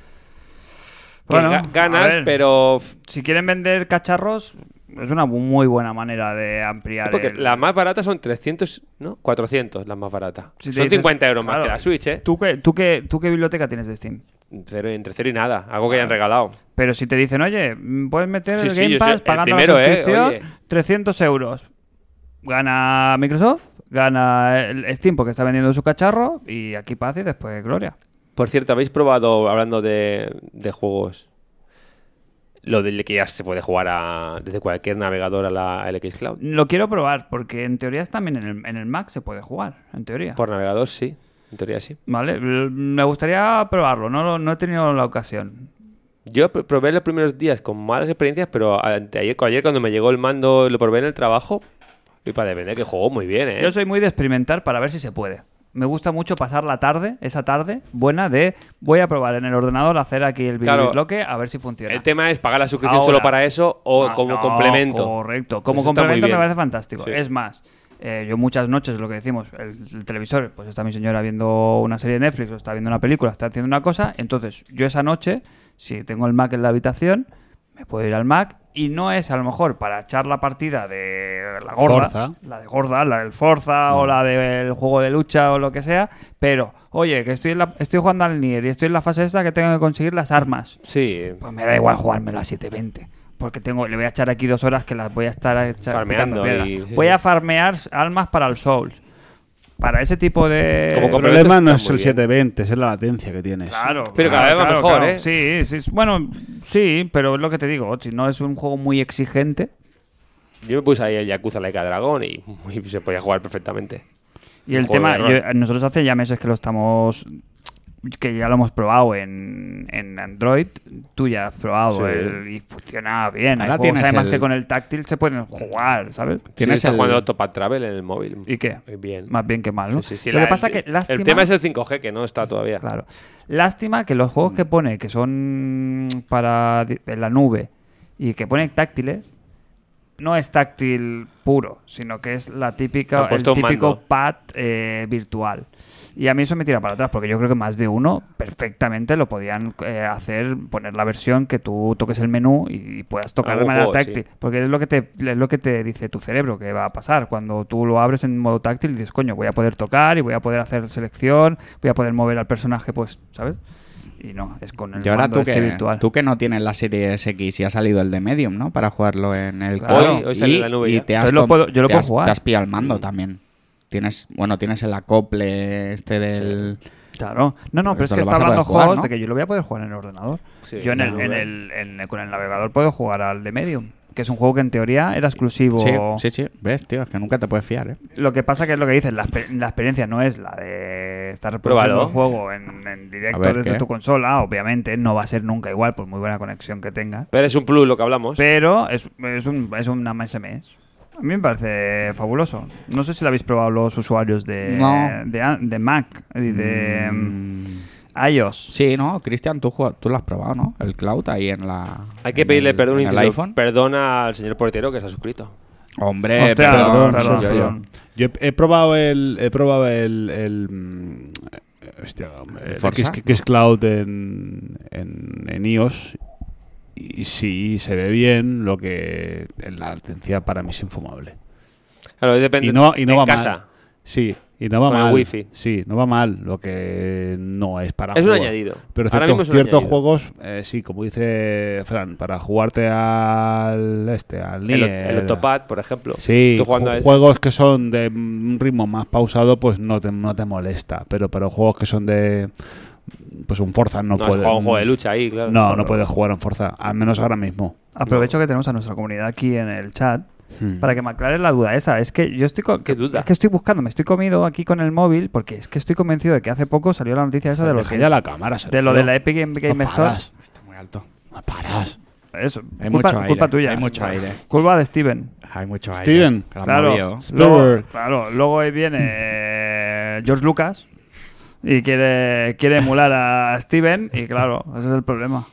Speaker 1: Bueno,
Speaker 2: ga-
Speaker 1: a
Speaker 2: ganas,
Speaker 1: ver.
Speaker 2: pero f-
Speaker 1: Si quieren vender cacharros, es una bu- muy buena manera de ampliar.
Speaker 2: Porque
Speaker 1: el-
Speaker 2: las más baratas son 300, ¿no? 400 las más baratas.
Speaker 1: Si te
Speaker 2: son
Speaker 1: dices-
Speaker 2: 50 euros más
Speaker 1: claro,
Speaker 2: que la Switch, ¿eh?
Speaker 1: ¿Tú qué, tú, qué, ¿Tú qué biblioteca tienes de Steam?
Speaker 2: Cero- entre cero y nada. Algo que hayan regalado.
Speaker 1: Pero si te dicen, oye, mm, puedes meter
Speaker 2: Sí,
Speaker 1: el
Speaker 2: sí,
Speaker 1: Game
Speaker 2: yo
Speaker 1: Pass
Speaker 2: sé, el
Speaker 1: pagando
Speaker 2: primero,
Speaker 1: la
Speaker 2: eh,
Speaker 1: suscripción,
Speaker 2: oye.
Speaker 1: 300 euros. Gana Microsoft, gana el Steam porque está vendiendo su cacharro y aquí paz y después gloria.
Speaker 2: Por cierto, ¿habéis probado, hablando de, de juegos, lo de que ya se puede jugar a- desde cualquier navegador a la LX Cloud?
Speaker 1: Lo quiero probar porque en teoría es también en el, en el Mac se puede jugar, en teoría.
Speaker 2: Por navegador, sí. En teoría, sí.
Speaker 1: Vale, l- me gustaría probarlo, no, lo- no he tenido la ocasión.
Speaker 2: Yo pr- probé los primeros días con malas experiencias, pero anteayer- ayer cuando me llegó el mando, lo probé en el trabajo. Y para depender que jugó muy bien, ¿eh?
Speaker 1: Yo soy muy de experimentar para ver si se puede. Me gusta mucho pasar la tarde, esa tarde buena de voy a probar en el ordenador hacer aquí el video
Speaker 2: Claro.
Speaker 1: bloque a ver si funciona.
Speaker 2: El tema es pagar la suscripción
Speaker 1: Ahora.
Speaker 2: solo para eso o
Speaker 1: Ah,
Speaker 2: como
Speaker 1: no,
Speaker 2: complemento.
Speaker 1: Correcto, como
Speaker 2: Eso está muy
Speaker 1: complemento me
Speaker 2: bien.
Speaker 1: parece fantástico.
Speaker 2: Sí.
Speaker 1: Es más, eh, yo muchas noches, lo que decimos, el, el televisor, pues está mi señora viendo una serie de Netflix o está viendo una película, está haciendo una cosa, entonces yo esa noche, si tengo el Mac en la habitación, me puedo ir al Mac y no es a lo mejor para echar la partida de la gorda,
Speaker 3: Forza.
Speaker 1: la de gorda, la del Forza o la del juego de lucha o lo que sea, pero oye, que estoy, en la- estoy jugando al Nier y estoy en la fase esta que tengo que conseguir las armas.
Speaker 2: Sí,
Speaker 1: Pues me da igual jugármelo a 720. Porque tengo, le voy a echar aquí dos horas que las voy a estar echa-
Speaker 2: Farmeando
Speaker 1: picando piedra.
Speaker 2: y- sí,
Speaker 1: Voy
Speaker 2: sí.
Speaker 1: a farmear almas para el Souls. Para ese tipo de.
Speaker 2: Como
Speaker 3: El
Speaker 2: con-
Speaker 3: problema
Speaker 2: Complemento
Speaker 3: no
Speaker 2: este está
Speaker 3: es el
Speaker 2: muy bien.
Speaker 3: 720, es la latencia que tienes.
Speaker 1: Claro.
Speaker 2: Pero cada
Speaker 1: claro,
Speaker 2: vez va
Speaker 1: claro,
Speaker 2: mejor,
Speaker 1: claro.
Speaker 2: ¿eh?
Speaker 1: Sí, sí. es- Bueno, sí, pero es lo que te digo. Si no es un juego muy exigente.
Speaker 2: yo me puse ahí el Yakuza Laika Dragon y, y se podía jugar perfectamente.
Speaker 1: Y el
Speaker 2: Juego de
Speaker 1: tema,
Speaker 2: error.
Speaker 1: yo- nosotros hace ya meses que lo estamos. que ya lo hemos probado en, en Android. Tú ya has probado
Speaker 2: Sí.
Speaker 1: el- y funciona bien. Hay
Speaker 4: Ahora
Speaker 1: juegos
Speaker 4: tienes
Speaker 1: ademmas
Speaker 4: el-
Speaker 1: que con el táctil se pueden jugar, ¿sabes?
Speaker 2: Tienes
Speaker 4: Tienes
Speaker 2: está
Speaker 4: el-
Speaker 2: jugando Octopath Travel en el móvil.
Speaker 1: ¿Y qué?
Speaker 2: Eh, Bien.
Speaker 1: Más bien que mal, ¿no?
Speaker 2: Sí, sí, sí,
Speaker 1: Lo
Speaker 2: la-
Speaker 1: que pasa que lástima,
Speaker 2: El tema es el 5G, que no está todavía.
Speaker 1: claro, lástima que los juegos que pone que son para di- en la nube y que pone táctiles no es táctil puro, sino que es la típica
Speaker 2: Han
Speaker 1: el
Speaker 2: puesto un
Speaker 1: típico
Speaker 2: mando.
Speaker 1: pad eh, virtual. Y a mí eso me tira para atrás porque yo creo que más de uno perfectamente lo podían eh, hacer poner la versión que tú toques el menú y, puedas tocar de
Speaker 2: Algún
Speaker 1: manera
Speaker 2: juego, sí.
Speaker 1: táctil. Porque es lo que te es lo que te dice tu cerebro que va a pasar cuando tú lo abres en modo táctil y dices, coño, voy a poder tocar y voy a poder hacer selección, voy a poder mover al personaje, pues, ¿sabes? Y no, es con el
Speaker 4: Y ahora
Speaker 1: mando
Speaker 4: tú,
Speaker 1: este
Speaker 4: que,
Speaker 1: virtual.
Speaker 4: tú que no tienes la serie X y ha salido el de Medium, ¿no? Para jugarlo en el
Speaker 1: Claro.
Speaker 4: cloud.
Speaker 2: Hoy- hoy sale
Speaker 4: y,
Speaker 2: la nube
Speaker 4: y
Speaker 2: ya.
Speaker 4: te has
Speaker 1: Entonces lo
Speaker 4: com-
Speaker 1: puedo- yo lo
Speaker 4: te
Speaker 1: puedo
Speaker 4: has-
Speaker 1: jugar.
Speaker 4: Te has pillado el mando también. Tienes, bueno, tienes el acople este del...
Speaker 1: Claro. No, no, pero es
Speaker 4: Esto
Speaker 1: que
Speaker 4: lo
Speaker 1: está
Speaker 4: vas a poder
Speaker 1: hablando
Speaker 4: jugar,
Speaker 1: juegos
Speaker 4: ¿no?
Speaker 1: de que yo lo voy a poder jugar en el ordenador.
Speaker 2: Sí,
Speaker 1: yo en el,
Speaker 2: claro.
Speaker 1: en el- en el- con el navegador puedo jugar al de Medium, que es un juego que en teoría era exclusivo.
Speaker 4: Sí, sí, sí. Ves, tío, es que nunca te puedes fiar, ¿eh?
Speaker 1: Lo que pasa que es lo que dices, la, exper- la experiencia no es la de estar
Speaker 2: Pruébalo.
Speaker 1: probando el juego en, en directo
Speaker 4: A ver,
Speaker 1: desde
Speaker 4: ¿qué?
Speaker 1: tu consola, obviamente no va a ser nunca igual por muy buena conexión que tengas.
Speaker 2: Pero es un plus lo que hablamos.
Speaker 1: Pero es, es, un, es una SMS. A mí me parece fabuloso. No sé si lo habéis probado los usuarios de,
Speaker 4: No.
Speaker 1: de, de Mac y de... mm, iOS.
Speaker 4: Sí, no, Cristian, tú, jue- tú lo has probado, ¿no? El cloud ahí en la.
Speaker 2: Hay que
Speaker 4: en
Speaker 2: pedirle
Speaker 4: el-
Speaker 2: perdón,
Speaker 4: en el
Speaker 2: inciso,
Speaker 4: iPhone.
Speaker 2: perdona al señor portero que se ha suscrito.
Speaker 4: Hombre,
Speaker 1: Hostia,
Speaker 4: Eh, perdón,
Speaker 1: perdón,
Speaker 4: soy yo, yo.
Speaker 1: perdón.
Speaker 3: Yo he, he probado el. He probado el. el, mm, hostia, el que,
Speaker 4: Forza?
Speaker 3: es, que es cloud en, en, en iOS. Y sí, se ve bien, lo que la latencia para mí es infumable.
Speaker 2: Claro, depende.
Speaker 3: Y no, y no
Speaker 2: en
Speaker 3: va
Speaker 2: casa.
Speaker 3: mal. Sí, y no va
Speaker 2: Con el
Speaker 3: mal.
Speaker 2: wifi.
Speaker 3: Sí, no va mal, lo que no es para
Speaker 2: Es un
Speaker 3: jugar.
Speaker 2: añadido.
Speaker 3: Pero
Speaker 2: Ahora mismo
Speaker 3: ciertos,
Speaker 2: es un
Speaker 3: ciertos
Speaker 2: añadido.
Speaker 3: juegos, eh, sí, como dice Fran, para jugarte al este, al
Speaker 2: El,
Speaker 3: Nier,
Speaker 2: el Octopad, por ejemplo.
Speaker 3: Sí,
Speaker 2: Tú jugando este.
Speaker 3: ju-
Speaker 2: a ese.
Speaker 3: juegos que son de un ritmo más pausado, pues no te, no te molesta. Pero para juegos que son de. Pues un Forza no,
Speaker 2: No, has
Speaker 3: puedes.
Speaker 2: jugado un juego de lucha ahí, claro.
Speaker 3: No, no puedes jugar en Forza, al menos ahora mismo.
Speaker 1: Aprovecho que tenemos a nuestra comunidad aquí en el chat
Speaker 4: Hmm.
Speaker 1: para que me aclares la duda esa. Es que yo estoy co-
Speaker 2: ¿Qué duda?
Speaker 1: Es que estoy buscando, me estoy comido aquí con el móvil porque es que estoy convencido de que hace poco salió la noticia esa de, los,
Speaker 3: Deja ya la cámara, Sergio.
Speaker 1: de lo de la Epic Game, Game
Speaker 3: no
Speaker 1: Store.
Speaker 3: paras,
Speaker 4: Está muy alto.
Speaker 3: no paras.
Speaker 1: Eso,
Speaker 4: Hay
Speaker 1: culpa,
Speaker 4: mucho aire,
Speaker 1: culpa tuya.
Speaker 4: hay mucho aire.
Speaker 1: Culpa de Steven.
Speaker 4: Hay mucho aire.
Speaker 3: Steven.
Speaker 4: Que la han movido.
Speaker 1: Claro, luego,
Speaker 3: Spielberg.
Speaker 1: claro, luego ahí viene eh, George Lucas y quiere, quiere emular a Steven y claro, ese es el problema.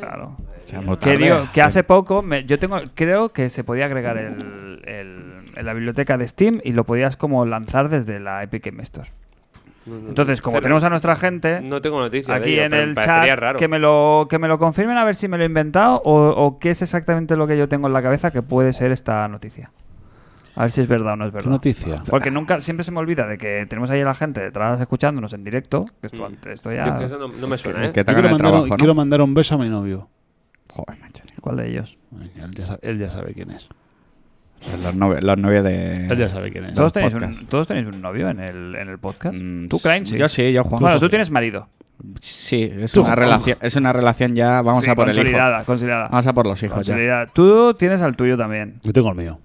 Speaker 1: Claro.
Speaker 4: Se llama
Speaker 1: Que,
Speaker 4: tarde.
Speaker 1: digo, que hace poco me- yo tengo creo que se podía agregar el, el- en la biblioteca de Steam y lo podías como lanzar desde la Epic Game Store. Entonces, como
Speaker 2: Cero.
Speaker 1: tenemos a nuestra gente
Speaker 2: No tengo noticia. de
Speaker 1: aquí
Speaker 2: ello,
Speaker 1: en
Speaker 2: pero
Speaker 1: el
Speaker 2: me parecería
Speaker 1: chat
Speaker 2: raro.
Speaker 1: que me lo que me lo confirmen a ver si me lo he inventado o, o qué es exactamente lo que yo tengo en la cabeza que puede ser esta noticia. A ver si es verdad o no es
Speaker 3: ¿Qué
Speaker 1: verdad.
Speaker 3: noticia?
Speaker 1: Porque nunca siempre se me olvida de que tenemos ahí a la gente detrás escuchándonos en directo, que esto antes esto
Speaker 2: Mm. Yo es
Speaker 1: ya
Speaker 2: que eso no, no me suena, ¿eh?
Speaker 4: Que te
Speaker 3: Yo
Speaker 4: hagan
Speaker 3: quiero,
Speaker 4: el
Speaker 3: mandar
Speaker 4: trabajo,
Speaker 3: un,
Speaker 4: ¿no?
Speaker 3: quiero mandar un beso a mi novio.
Speaker 4: Joder, macho. tío.
Speaker 1: ¿Cuál de ellos?
Speaker 3: Él ya, sa- él ya sabe quién es.
Speaker 4: Los novios, los novios de...
Speaker 3: Él ya sabe quién es.
Speaker 4: Todo-
Speaker 1: ¿Todos tenéis, un,
Speaker 4: podcast.
Speaker 1: ¿Todos tenéis un novio en el, en el podcast?
Speaker 4: Mm,
Speaker 1: ¿Tú, Crane? Sí.
Speaker 4: Yo sí, yo, Juan.
Speaker 1: Bueno, tú tienes marido.
Speaker 4: Sí, es
Speaker 3: Tú,
Speaker 4: una,
Speaker 3: Juan.
Speaker 4: relación, es una relación ya... Vamos
Speaker 1: Sí,
Speaker 4: a por el hijo.
Speaker 1: consolidada, consolidada.
Speaker 4: Vamos a por los hijos ya.
Speaker 1: Consolidada. Tú tienes al tuyo también.
Speaker 3: Yo tengo el mío.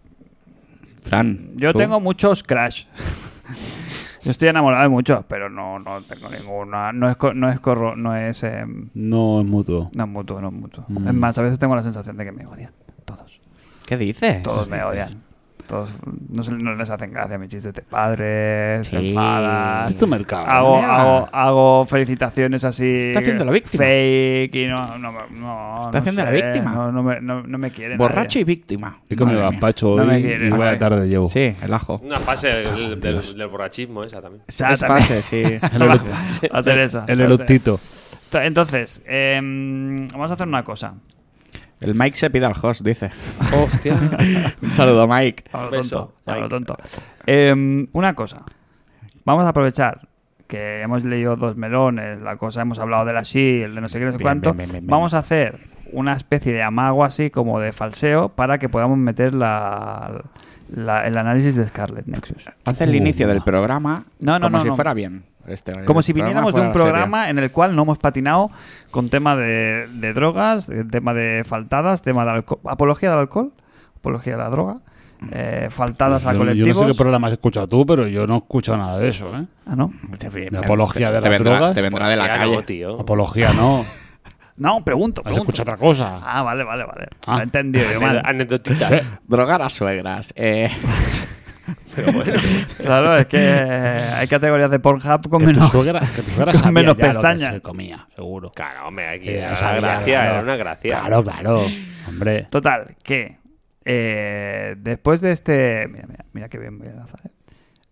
Speaker 4: Fran,
Speaker 1: Yo
Speaker 4: tú.
Speaker 1: tengo muchos crash. Yo estoy enamorado de muchos, pero no, no tengo ninguna. No es, co- no es corro, no es, em,
Speaker 3: No es mutuo.
Speaker 1: no es mutuo, no es mutuo.
Speaker 3: Mm.
Speaker 1: Es más, a veces tengo la sensación de que me odian. Todos.
Speaker 4: ¿Qué dices?
Speaker 1: Todos me odian. Todos no, se- no les hacen gracia mis chistes de padres, se
Speaker 4: Sí.
Speaker 1: enfadan.
Speaker 3: Es tu mercado. ¿eh?
Speaker 1: Hago,
Speaker 4: mía.
Speaker 1: hago, hago felicitaciones así.
Speaker 4: Está haciendo la víctima.
Speaker 1: Fake y no. no, me- no
Speaker 4: Está
Speaker 1: no
Speaker 4: haciendo la
Speaker 1: sé,
Speaker 4: víctima.
Speaker 1: No, no me, no, no me quiere. nadie.
Speaker 4: Borracho y víctima.
Speaker 3: He comido
Speaker 4: Madre mía.
Speaker 3: gazpacho
Speaker 1: No me
Speaker 3: hoy y
Speaker 1: quieres,
Speaker 3: vaya
Speaker 1: vale.
Speaker 3: tarde llevo.
Speaker 4: Sí, el ajo.
Speaker 2: Una fase del, del- del borrachismo esa también.
Speaker 1: O sea,
Speaker 4: es
Speaker 1: también-
Speaker 4: fase, sí.
Speaker 1: Va a ser eso.
Speaker 3: El eructito.
Speaker 1: Entonces, em, vamos a hacer una cosa.
Speaker 4: El Mike se pide al host, dice.
Speaker 2: Hostia.
Speaker 4: Un saludo, Mike.
Speaker 1: A lo
Speaker 2: Beso,
Speaker 1: tonto. a lo
Speaker 2: Mike.
Speaker 1: tonto. Em, una cosa. Vamos a aprovechar que hemos leído dos melones, la cosa, hemos hablado de la Shield, de no sé qué, no sé
Speaker 4: Bien,
Speaker 1: cuánto.
Speaker 4: bien, bien, bien, bien.
Speaker 1: Vamos a hacer una especie de amago así como de falseo para que podamos meter la, la- el análisis de Scarlet Nexus.
Speaker 4: Hace el
Speaker 3: Uh,
Speaker 4: inicio
Speaker 3: no.
Speaker 4: del programa
Speaker 1: No, no,
Speaker 4: como
Speaker 1: no,
Speaker 4: si
Speaker 1: no.
Speaker 4: fuera bien. Este,
Speaker 1: Como
Speaker 4: el
Speaker 1: si
Speaker 4: programa
Speaker 1: viniéramos de
Speaker 4: fuera
Speaker 1: un
Speaker 4: serio.
Speaker 1: programa en el cual no hemos patinado con tema de, de drogas, de- tema de faltadas, tema de alcohol, apología del alcohol, apología de la droga, eh, faltadas a
Speaker 3: Yo- yo,
Speaker 1: colectivos.
Speaker 3: no sé qué programa has escuchado tú, pero yo no he escuchado nada de eso, ¿eh?
Speaker 1: Ah, ¿no?
Speaker 4: Te- te-
Speaker 3: De apología de
Speaker 4: te
Speaker 3: las
Speaker 4: vendrá,
Speaker 3: drogas.
Speaker 4: Te vendrá de la
Speaker 2: Ya no,
Speaker 4: calle.
Speaker 2: tío.
Speaker 3: Apología no.
Speaker 1: No, pregunto, pregunto.
Speaker 3: Has escuchado otra cosa.
Speaker 1: Ah, vale, vale, vale.
Speaker 3: Ah.
Speaker 1: Lo he entendido yo mal.
Speaker 2: Anecdotitas.
Speaker 4: Drogar a suegras. Eh,
Speaker 2: Pero bueno.
Speaker 1: Claro, es que hay categorías de Pornhub con
Speaker 3: Que tu
Speaker 1: menos.
Speaker 3: suegra, que tu suegra
Speaker 1: con
Speaker 3: sabía
Speaker 1: menos
Speaker 3: ya lo que
Speaker 1: pestañas.
Speaker 3: se comía, seguro.
Speaker 2: Claro, hombre, aquí
Speaker 3: Que
Speaker 4: Eh,
Speaker 3: ya
Speaker 2: era una
Speaker 3: sabía,
Speaker 2: gracia,
Speaker 3: claro.
Speaker 2: era una gracia.
Speaker 3: Claro, claro. Hombre.
Speaker 1: Total, que eh, después de este. Mira, mira, mira qué bien voy a lanzar. eh.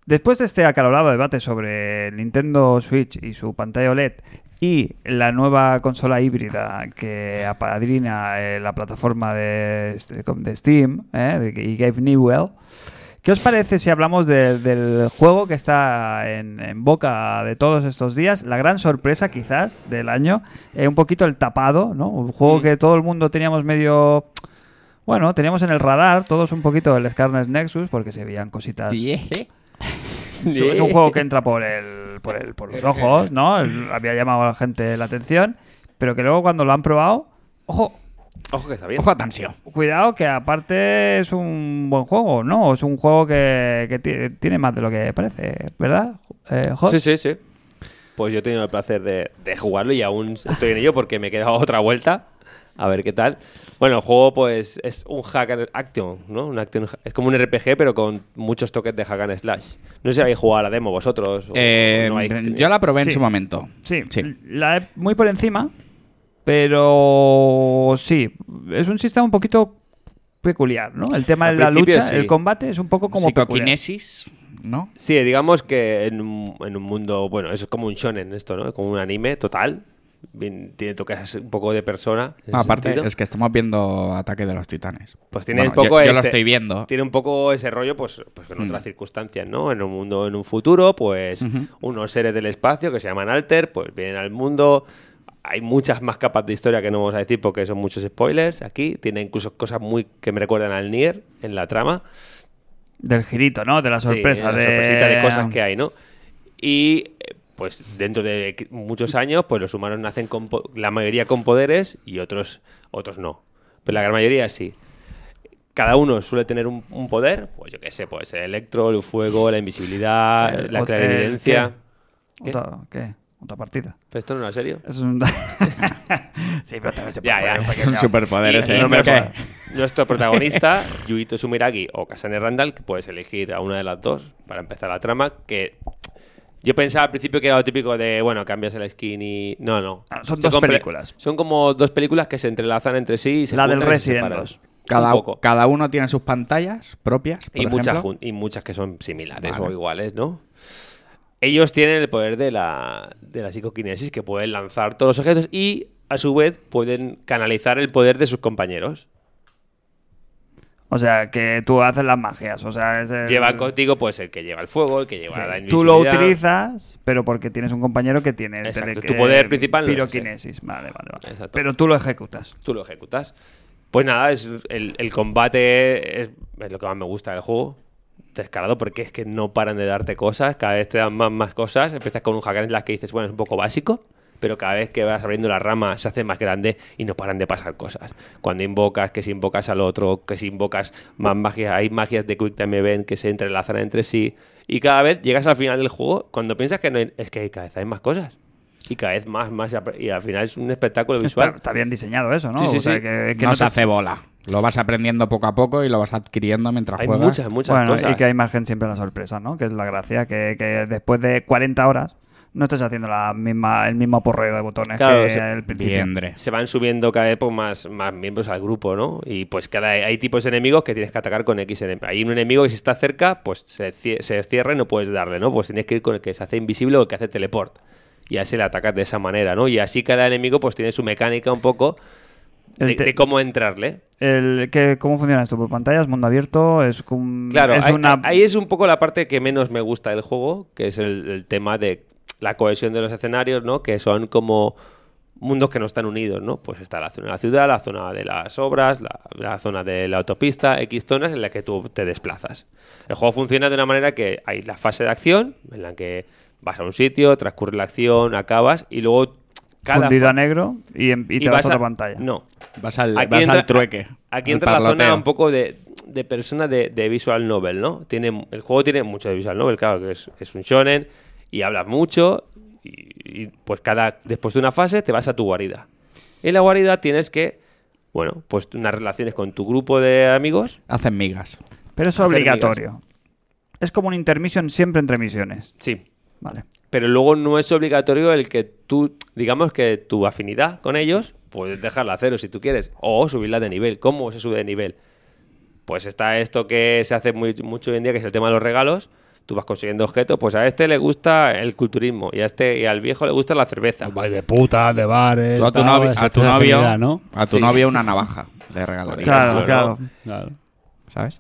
Speaker 1: Después de este acalorado debate sobre el Nintendo Switch y su pantalla OLED y la nueva consola híbrida que apadrina eh, la plataforma de, de Steam eh, de- y Gabe Newell, ¿qué os parece si hablamos de- del juego que está en, en boca de todos estos días? La gran sorpresa quizás del año, eh, un poquito el tapado, ¿no? Un juego que todo el mundo teníamos medio... Bueno, teníamos en el radar todos un poquito el Scarlet Nexus porque se veían cositas
Speaker 4: yeah.
Speaker 1: es un- es un juego que entra por el, por el- por los ojos, ¿no? El- había llamado a la gente la atención, pero que luego cuando lo han probado, ojo,
Speaker 2: Ojo que está bien.
Speaker 4: Ojo a Tansio.
Speaker 1: cuidado que aparte es un buen juego, ¿no? Es un juego que, que ti- tiene más de lo que parece, ¿verdad? Eh, Jos?
Speaker 2: Sí, sí, sí. Pues yo he tenido el placer de, de jugarlo y aún estoy en ello porque me he quedado otra vuelta A ver qué tal. Bueno, el juego pues es un hack and action, ¿no? Un action- es como un RPG pero con muchos toques de hack and slash. No sé si habéis jugado a la demo vosotros. o
Speaker 4: Eh,
Speaker 2: no habéis-
Speaker 4: yo la probé en
Speaker 1: Sí.
Speaker 4: su momento.
Speaker 1: Sí, mm, la he- muy por encima, pero sí, es un sistema un poquito peculiar, ¿no? El tema
Speaker 2: Al
Speaker 1: de la
Speaker 2: principio
Speaker 1: lucha,
Speaker 2: sí.
Speaker 1: el combate es un poco como peculiar.
Speaker 4: Psicoquinesis, ¿no?
Speaker 2: Sí, digamos que en un, en un mundo, bueno, es como un shonen esto, ¿no? Es como un anime total. Bien, tiene toques un poco de persona. en ese
Speaker 4: Aparte,
Speaker 2: sentido.
Speaker 4: es que estamos viendo Ataque de los Titanes.
Speaker 2: Pues tiene
Speaker 4: Bueno,
Speaker 2: un poco
Speaker 4: yo, yo lo
Speaker 2: este-
Speaker 4: estoy viendo. Mm.
Speaker 2: Tiene un poco ese rollo, pues, pues con otras circunstancias, ¿no? En un mundo, en un futuro, pues unos seres del espacio que se llaman Alter, pues vienen al mundo. Hay muchas más capas de historia que no vamos a decir porque son muchos spoilers aquí. Tiene incluso cosas muy que me recuerdan al Nier en la trama.
Speaker 1: Del girito, ¿no? De la
Speaker 2: Sí,
Speaker 1: sorpresa.
Speaker 2: la
Speaker 1: de...
Speaker 2: sorpresita de cosas que hay, ¿no? Y eh, pues dentro de qu- muchos años, pues los humanos nacen con po- la mayoría con poderes y otros, otros no. Pero la gran mayoría sí. Cada uno suele tener un, un poder, pues yo qué sé, pues el electro, el fuego, la invisibilidad,
Speaker 1: Eh,
Speaker 2: la
Speaker 1: o-
Speaker 2: clarividencia.
Speaker 1: eh, ¿Qué? Otra, ¿qué? Otra partida.
Speaker 2: ¿Pero esto no era serio?
Speaker 1: Es un... sí, pero también se puede
Speaker 2: Ya, ya,
Speaker 1: poner un
Speaker 2: es
Speaker 1: pequeño-
Speaker 4: superpoder
Speaker 2: Y no me
Speaker 4: ¿Qué?
Speaker 2: jodas. Nuestro protagonista, Yuito Sumiragi o Kasane Randall, que puedes elegir a una de las dos para empezar la trama, que yo pensaba al principio que era lo típico de, bueno, cambias el skin y... No, no.
Speaker 1: Ah, son
Speaker 2: Se
Speaker 1: dos
Speaker 2: compre-
Speaker 1: películas.
Speaker 2: Son como dos películas que se entrelazan entre sí y se
Speaker 1: La del
Speaker 2: juntan y se
Speaker 1: Resident
Speaker 2: separan.
Speaker 1: 2.
Speaker 4: Cada,
Speaker 2: Un poco.
Speaker 4: cada uno tiene sus pantallas propias. Por
Speaker 2: y, muchas
Speaker 4: ejemplo.
Speaker 2: jun- y muchas que son similares
Speaker 4: Vale.
Speaker 2: o iguales, ¿no? Ellos tienen el poder de la, de la psicoquinesis, que pueden lanzar todos los objetos y, a su vez, pueden canalizar el poder de sus compañeros.
Speaker 1: O sea, que tú haces las magias. O sea, es el-
Speaker 2: Lleva contigo, pues, el que lleva el fuego, el que lleva
Speaker 1: Eh, Sí,
Speaker 2: la
Speaker 1: Tú lo
Speaker 2: invisibilidad.
Speaker 1: utilizas, pero porque tienes un compañero que tiene tele-
Speaker 2: Exacto, tu poder
Speaker 1: eh,
Speaker 2: principal no es ese.
Speaker 1: Piroquinesis, vale, vale, vale.
Speaker 2: Exacto.
Speaker 1: Pero tú lo ejecutas.
Speaker 2: tú lo ejecutas. Pues nada, es el, el combate es, es lo que más me gusta del juego. Descarado, porque es que no paran de darte cosas, cada vez te dan más, más cosas. Empiezas con un hack en las que dices, bueno, es un poco básico, pero cada vez que vas abriendo la rama se hace más grande y no paran de pasar cosas. Cuando invocas, que si invocas al otro, que si invocas más magias, hay magias de Quick Time Event que se entrelazan entre sí. Y cada vez llegas al final del juego cuando piensas que no hay- es que cada vez hay más cosas. Y cada vez más, más, y ap- y al final es un espectáculo
Speaker 1: Está,
Speaker 2: visual.
Speaker 1: está bien diseñado eso, ¿no?
Speaker 2: Sí, sí,
Speaker 1: o sea,
Speaker 2: sí.
Speaker 1: que, que
Speaker 4: no, se
Speaker 1: te-
Speaker 4: hace bola. Lo vas aprendiendo poco a poco y lo vas adquiriendo mientras
Speaker 2: Hay
Speaker 4: juegas.
Speaker 2: muchas, muchas
Speaker 1: bueno,
Speaker 2: cosas.
Speaker 1: y que hay margen siempre a la sorpresa, ¿no? Que es la gracia, que, que después de 40 horas no estás haciendo la misma, el mismo porreo de botones
Speaker 2: Claro,
Speaker 1: que
Speaker 2: sí.
Speaker 1: al principio.
Speaker 4: Bien, Dre.
Speaker 2: Se van subiendo cada vez pues, más, más miembros al grupo, ¿no? Y pues cada hay tipos de enemigos que tienes que atacar con X enemigos. Hay un enemigo que si está cerca, pues se, cie- se cierra y no puedes darle, ¿no? Pues tienes que ir con el que se hace invisible o el que hace teleport. Y así le atacas de esa manera, ¿no? Y así cada enemigo pues tiene su mecánica un poco
Speaker 1: El
Speaker 2: de,
Speaker 1: te-
Speaker 2: de cómo entrarle.
Speaker 1: El, que, ¿Cómo funciona esto? ¿Por pantallas? ¿Mundo abierto? ¿Es, un-
Speaker 2: Claro,
Speaker 1: es
Speaker 2: ahí,
Speaker 1: una...
Speaker 2: ahí es un poco la parte que menos me gusta del juego, que es el, el tema de la cohesión de los escenarios, ¿no? Que son como mundos que no están unidos, ¿no? Pues está la zona de la ciudad, la zona de las obras, la, la zona de la autopista, X zonas en las que tú te desplazas. El juego funciona de una manera que hay la fase de acción, en la que vas a un sitio, transcurre la acción, acabas y luego cada
Speaker 1: fundido
Speaker 2: fa-
Speaker 1: a negro y, en- y te
Speaker 2: y
Speaker 1: vas,
Speaker 2: vas
Speaker 1: a otra
Speaker 2: a-
Speaker 1: pantalla.
Speaker 2: No,
Speaker 4: Vas al,
Speaker 2: Aquí
Speaker 4: vas
Speaker 2: entra-
Speaker 4: al trueque.
Speaker 2: Aquí
Speaker 4: al
Speaker 2: entra la
Speaker 4: parloteo.
Speaker 2: zona un poco de, de persona de, de visual novel, ¿no? Tiene, el juego tiene mucho de visual novel, claro, que es, es un shonen y hablas mucho y, y, pues cada después de una fase te vas a tu guarida. En la guarida tienes que, bueno, pues unas relaciones con tu grupo de amigos.
Speaker 4: Hacen migas.
Speaker 1: Pero es
Speaker 2: Hacer
Speaker 1: obligatorio. Es como un intermission siempre entre misiones.
Speaker 2: Sí.
Speaker 1: Vale.
Speaker 2: Pero luego no es obligatorio el que tú, digamos que tu afinidad con ellos, puedes dejarla a cero si tú quieres, o subirla de nivel. ¿Cómo se sube de nivel? Pues está esto que se hace muy, mucho hoy en día, que es el tema de los regalos. Tú vas consiguiendo objetos, pues a este le gusta el culturismo y a este y al viejo le gusta la cerveza.
Speaker 3: de puta, de bares.
Speaker 4: Tú a tu,
Speaker 3: tal,
Speaker 4: novio,
Speaker 3: esa
Speaker 4: a tu novio,
Speaker 3: afinidad, ¿no?
Speaker 4: a tu
Speaker 2: Sí.
Speaker 4: novio una navaja le regalaría.
Speaker 1: Claro,
Speaker 2: eso, ¿no?
Speaker 1: claro.
Speaker 3: Claro.
Speaker 4: ¿Sabes?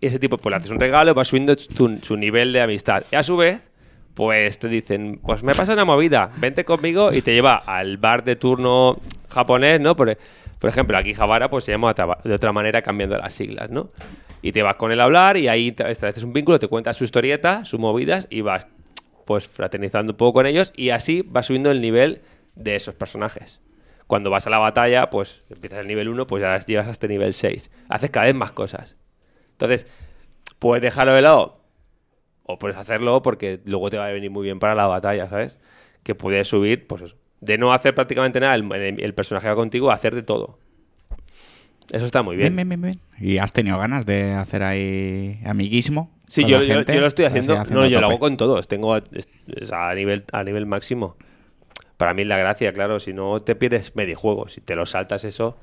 Speaker 2: Y ese tipo, pues le haces un regalo, va subiendo tu- su nivel de amistad. Y a su vez, pues te dicen, pues me pasa una movida, vente conmigo y te lleva al bar de turno japonés, ¿no? Por, por ejemplo, aquí Javara pues se llama ataba- de otra manera cambiando las siglas, ¿no? Y te vas con él a hablar y ahí te estableces un vínculo, te cuentas su historieta, sus movidas y vas pues fraternizando un poco con ellos y así vas subiendo el nivel de esos personajes. Cuando vas a la batalla, pues empiezas el nivel 1, pues ya las llevas hasta el nivel 6. Haces cada vez más cosas. Entonces, puedes dejarlo de lado o puedes hacerlo porque luego te va a venir muy bien para la batalla, ¿sabes? Que puedes subir, pues eso. De no hacer prácticamente nada, el, el- el personaje va contigo a hacer de todo. Eso está muy bien.
Speaker 4: Bien, bien, bien, bien. ¿Y has tenido ganas de hacer ahí amiguismo?
Speaker 2: Sí,
Speaker 4: con
Speaker 2: yo,
Speaker 4: la
Speaker 2: yo-
Speaker 4: gente?
Speaker 2: yo lo estoy
Speaker 4: Así,
Speaker 2: haciendo. no, yo lo
Speaker 4: tope.
Speaker 2: hago con todos. Tengo es- es a nivel, a nivel máximo. Para mí es la gracia, claro. Si no te pierdes medio juego, si te lo saltas eso.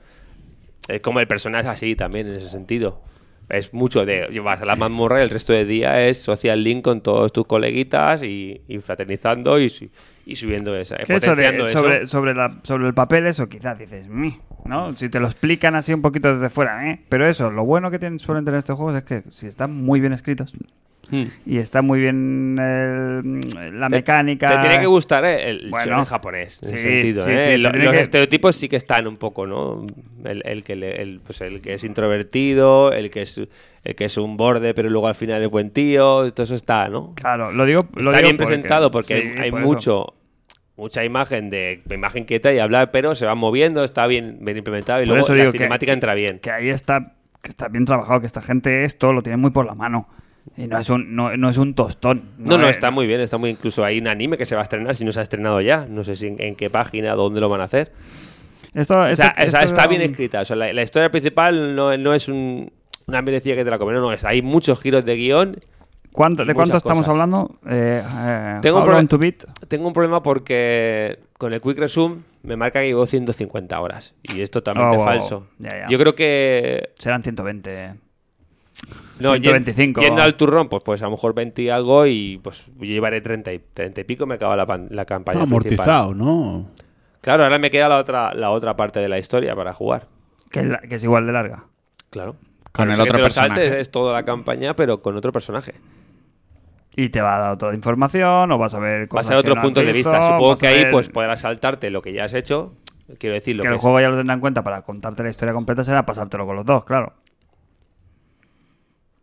Speaker 2: Es como el personaje así también, en ese sentido. Es mucho de. Vas a la mazmorra y el resto del día es social link con todos tus coleguitas y, y fraternizando y, su- y subiendo esa.
Speaker 1: Que sobre,
Speaker 2: potenciando eso.
Speaker 1: sobre, sobre, la- sobre el papel, eso quizás dices, "Mi", ¿no? Si te lo explican así un poquito desde fuera, ¿eh? Pero eso, lo bueno que tienen, suelen tener estos juegos es que si están muy bien escritos
Speaker 2: Hmm.
Speaker 1: y está muy bien eh, la
Speaker 2: Te-
Speaker 1: mecánica.
Speaker 2: Te, tiene que gustar eh, el,
Speaker 1: Bueno.
Speaker 2: shonen japonés. en ese
Speaker 1: Sí,
Speaker 2: sentido,
Speaker 1: sí,
Speaker 2: ¿eh?
Speaker 1: sí, te
Speaker 2: Lo-
Speaker 1: tiene
Speaker 2: los
Speaker 1: que-
Speaker 2: estereotipos sí que están un poco, ¿no? El, el que, le- el, pues el que es introvertido, el que es, el que es un borde, pero luego al final es buen tío. Todo eso está, ¿no?
Speaker 1: Claro, lo digo. lo
Speaker 2: está
Speaker 1: digo
Speaker 2: bien presentado porque
Speaker 1: sí,
Speaker 2: hay, hay
Speaker 1: por eso.
Speaker 2: mucho. Mucha imagen de imagen quieta y hablar, pero se va moviendo, está bien, bien implementado y
Speaker 1: Por
Speaker 2: luego
Speaker 1: eso
Speaker 2: la
Speaker 1: digo que-
Speaker 2: cinemática entra bien.
Speaker 1: Que ahí está, que está bien trabajado, que esta gente esto lo tiene muy por la mano. Y no es un, no, no es un tostón.
Speaker 2: No, no,
Speaker 1: es-
Speaker 2: está muy bien, está muy incluso. Hay un anime que se va a estrenar, si no se ha estrenado ya, no sé si en, en qué página, dónde lo van a hacer.
Speaker 1: Esto,
Speaker 2: O
Speaker 1: esto-
Speaker 2: sea, o sea,
Speaker 1: esto
Speaker 2: está
Speaker 1: era
Speaker 2: bien
Speaker 1: un-
Speaker 2: escrita. O sea, la, la historia principal no, no es un- una merecida que te la comen. No, no, es- hay muchos giros de guión.
Speaker 1: ¿Cuánto- ¿De
Speaker 2: muchas
Speaker 1: cuánto estamos
Speaker 2: cosas.
Speaker 1: hablando? Eh, eh,
Speaker 2: Tengo un
Speaker 1: How Long
Speaker 2: problema-
Speaker 1: to Beat.
Speaker 2: Tengo un problema porque con el Quick Resume me marca que llevo 150 horas. Y es totalmente
Speaker 1: Oh, wow.
Speaker 2: falso.
Speaker 1: Ya, ya.
Speaker 2: Yo creo que.
Speaker 1: Serán 120.
Speaker 2: No,
Speaker 1: 125.
Speaker 2: yen- Yendo al turrón, pues, pues a lo mejor 20 y algo y pues yo llevaré 30 y, 30 y pico. Me acaba la, pan- la campaña. principal.
Speaker 3: amortizado, ¿no?
Speaker 2: Claro, ahora me queda la otra, la otra parte de la historia para jugar.
Speaker 1: Que es, la- que es igual de larga.
Speaker 2: Claro.
Speaker 4: Con
Speaker 2: A no
Speaker 4: el
Speaker 2: ser que
Speaker 4: otro
Speaker 2: te lo saltes,
Speaker 4: personaje.
Speaker 2: es toda la campaña, pero con otro personaje.
Speaker 1: Y te va a dar otra información o vas a ver
Speaker 2: Va a
Speaker 1: cosas
Speaker 2: ser otro
Speaker 1: que no has
Speaker 2: punto de
Speaker 1: visto,
Speaker 2: vista. Supongo
Speaker 1: vas
Speaker 2: que
Speaker 1: a
Speaker 2: ahí
Speaker 1: ver
Speaker 2: pues podrás saltarte lo que ya has hecho. Quiero decir, lo
Speaker 1: que
Speaker 2: que,
Speaker 1: el
Speaker 2: es-
Speaker 1: juego ya lo tendrá en cuenta para contarte la historia completa será pasártelo con los dos, claro.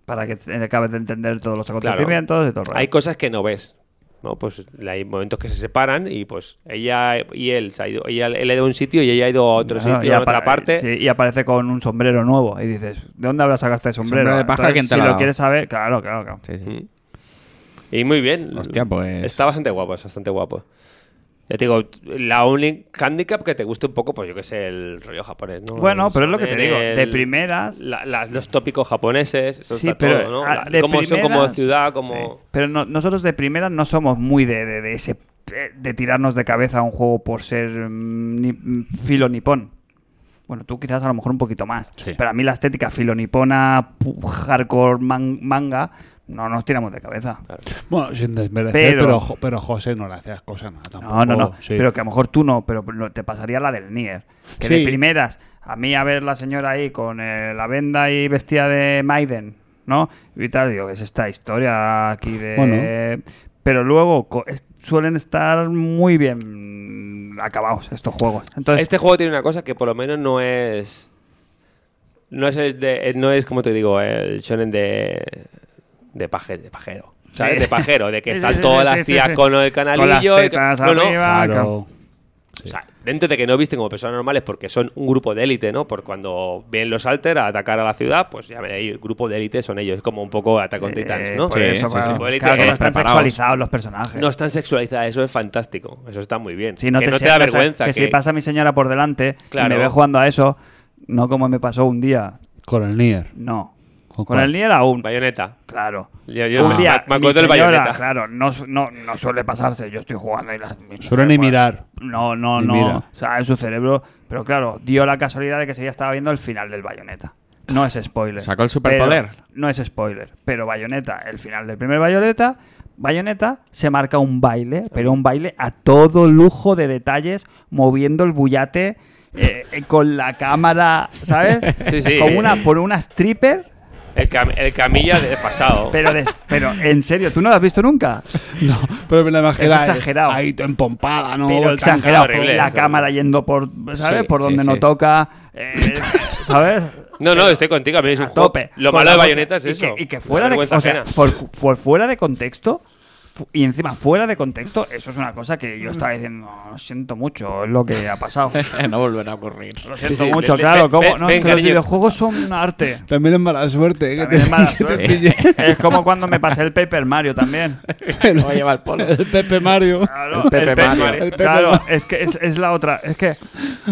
Speaker 1: Para que te- acabes de entender todos los
Speaker 2: Claro.
Speaker 1: acontecimientos y todo el rollo.
Speaker 2: hay cosas que no ves. ¿no? Pues hay momentos que se separan y pues ella y él se ha ido, ella, él ha ido a un sitio y ella ha ido a otro
Speaker 1: Claro,
Speaker 2: sitio, a otra
Speaker 1: apa-
Speaker 2: parte.
Speaker 1: sí, y aparece con un sombrero nuevo y dices, ¿de dónde habrá sacado este sombrero?
Speaker 4: Sombrero de paja,
Speaker 1: Entonces,
Speaker 4: ¿quién te
Speaker 1: si
Speaker 4: lo ha
Speaker 1: lo
Speaker 4: dado?
Speaker 1: quieres saber, claro, claro, claro.
Speaker 4: Sí, sí.
Speaker 2: Mm. Y muy bien.
Speaker 4: Hostia, pues-
Speaker 2: Está bastante guapo, es bastante guapo. Ya te digo, la only handicap que te guste un poco, pues yo que sé, el rollo japonés,
Speaker 4: pues,
Speaker 2: ¿no?
Speaker 1: Bueno,
Speaker 2: El
Speaker 1: pero es lo que te
Speaker 2: shonen,
Speaker 1: digo, de
Speaker 2: el-
Speaker 1: primeras-
Speaker 2: la- las- los tópicos japoneses, eso
Speaker 1: Sí,
Speaker 2: está
Speaker 1: pero,
Speaker 2: todo, ¿no?
Speaker 1: ah,
Speaker 2: La-
Speaker 1: de
Speaker 2: cómo son como
Speaker 1: primeras-
Speaker 2: ciudad, como...
Speaker 1: Sí. Pero no- nosotros de primera no somos muy de, de, de ese de, de tirarnos de cabeza a un juego por ser mm, ni- mm, filo nipón. Bueno, tú quizás a lo mejor un poquito más.
Speaker 3: Sí.
Speaker 1: Pero a mí la estética filonipona, pu- hardcore man- manga, no nos tiramos de cabeza.
Speaker 3: Bueno, sin desmerecer,
Speaker 1: Pero-
Speaker 3: pero, jo- pero José no le hacías cosas nada tampoco.
Speaker 1: No, no, no.
Speaker 3: Sí.
Speaker 1: Pero que a lo mejor tú no, pero lo- te pasaría la del Nier. Que de
Speaker 3: Sí.
Speaker 1: primeras, a mí a ver la señora ahí con eh, la venda y vestida de Maiden, ¿no? Y tal, digo, es esta historia aquí de...
Speaker 3: Bueno.
Speaker 1: Pero luego co- es- suelen estar muy bien acabados estos juegos. Entonces,
Speaker 2: Este juego tiene una cosa que por lo menos no es. No es, el de- no es como te digo, el shonen de. de, paje- de pajero. ¿Sabes? De pajero, de que
Speaker 1: Sí,
Speaker 2: están
Speaker 1: sí, sí,
Speaker 2: todas
Speaker 1: sí,
Speaker 2: las
Speaker 1: sí,
Speaker 2: tías
Speaker 1: sí.
Speaker 2: con el
Speaker 1: con las
Speaker 2: canalillo. y que-
Speaker 1: tetas
Speaker 2: no, no.
Speaker 1: arriba,
Speaker 3: Claro.
Speaker 2: O sea, dentro de que no visten como personas normales porque son un grupo de élite, ¿no? Por cuando vienen los Alter a atacar a la ciudad, pues ya veréis, el grupo de élite son ellos. Es como un poco Attack on
Speaker 1: Eh,
Speaker 2: Titans, ¿no?
Speaker 1: por
Speaker 4: Sí,
Speaker 1: eso,
Speaker 4: sí,
Speaker 1: claro,
Speaker 4: sí.
Speaker 2: Grupo de élite
Speaker 1: claro, que
Speaker 2: que
Speaker 1: no están
Speaker 2: preparados.
Speaker 1: sexualizados los personajes.
Speaker 2: No están sexualizadas, eso es fantástico. Eso está muy bien.
Speaker 1: Si no
Speaker 2: que
Speaker 1: te,
Speaker 2: no te
Speaker 1: sientas
Speaker 2: da
Speaker 1: a-
Speaker 2: vergüenza.
Speaker 1: Que,
Speaker 2: Que,
Speaker 1: si pasa mi señora por delante
Speaker 2: Claro.
Speaker 1: y me ve jugando a eso, no como me pasó un día,
Speaker 3: Con el Nier.
Speaker 1: no.
Speaker 3: ¿Con
Speaker 1: Con,
Speaker 3: cuál?
Speaker 1: el Nier aún,
Speaker 2: Bayoneta.
Speaker 1: claro.
Speaker 2: Yo- yo
Speaker 1: un
Speaker 2: me-
Speaker 1: día,
Speaker 2: me
Speaker 1: mi
Speaker 2: acuerdo del
Speaker 1: señora,
Speaker 2: Bayonetta.
Speaker 1: Claro, no, su- no, no suele pasarse. Yo estoy jugando y las... mi
Speaker 3: Suele
Speaker 1: mujer
Speaker 3: ni
Speaker 1: juega.
Speaker 3: mirar.
Speaker 1: No, no,
Speaker 3: Ni
Speaker 1: no.
Speaker 3: mira.
Speaker 1: O sea, en su cerebro... Pero claro, dio la casualidad de que se ya estaba viendo el final del Bayonetta. No es spoiler.
Speaker 4: Sacó el superpoder.
Speaker 1: Pero- No es spoiler. Pero Bayonetta, el final del primer Bayonetta... Bayonetta se marca un baile, pero un baile a todo lujo de detalles, moviendo el bullate eh, eh, con la cámara, ¿sabes?
Speaker 2: Sí, sí.
Speaker 1: Como una, por una stripper
Speaker 2: El, cam- el camilla de pasado.
Speaker 1: pero, des- pero en serio, ¿tú no lo has visto nunca?
Speaker 3: No, pero me la imaginé
Speaker 1: Es
Speaker 3: ahí-
Speaker 1: exagerado.
Speaker 3: Ahí empompada, ¿no?
Speaker 1: pero
Speaker 3: Tan-
Speaker 1: exagerado.
Speaker 2: horrible,
Speaker 1: la
Speaker 2: eso.
Speaker 1: cámara yendo por, ¿sabes?
Speaker 4: Sí,
Speaker 1: por
Speaker 4: sí,
Speaker 1: donde no
Speaker 4: sí.
Speaker 1: toca, eh, ¿sabes?
Speaker 2: No, no, estoy contigo. A mí es un
Speaker 1: A
Speaker 2: juego.
Speaker 1: tope.
Speaker 2: Lo
Speaker 1: Con
Speaker 2: malo de
Speaker 1: la
Speaker 2: Bayonetta es
Speaker 1: y
Speaker 2: eso.
Speaker 1: Que, y que fuera de,
Speaker 2: vergüenza
Speaker 1: o sea,
Speaker 2: ajena.
Speaker 1: por, por fuera de contexto, fu- y encima fuera de contexto, eso es una cosa que yo estaba diciendo, "No, lo siento mucho, es lo que ha pasado.
Speaker 2: Mm.
Speaker 4: no volverá a ocurrir.
Speaker 1: Lo siento
Speaker 2: sí,
Speaker 1: mucho,
Speaker 2: le- le-
Speaker 1: claro.
Speaker 2: ve-
Speaker 1: ¿cómo?
Speaker 2: ve-
Speaker 1: No,
Speaker 2: ven,
Speaker 1: es que los
Speaker 2: cariño.
Speaker 1: videojuegos son un arte.
Speaker 3: También es mala suerte. ¿eh? que
Speaker 1: También
Speaker 3: te-
Speaker 1: es mala
Speaker 3: que te
Speaker 1: suerte.
Speaker 3: pille
Speaker 1: Es como cuando me pasé el Paper Mario también.
Speaker 4: Voy a llevar el polo.
Speaker 3: el Pepe Mario.
Speaker 1: Claro,
Speaker 4: El Pepe
Speaker 1: el Pepe
Speaker 4: Mario.
Speaker 1: Mario.
Speaker 3: El Pepe
Speaker 1: Claro,
Speaker 3: Mario.
Speaker 1: es que es, es la otra. Es que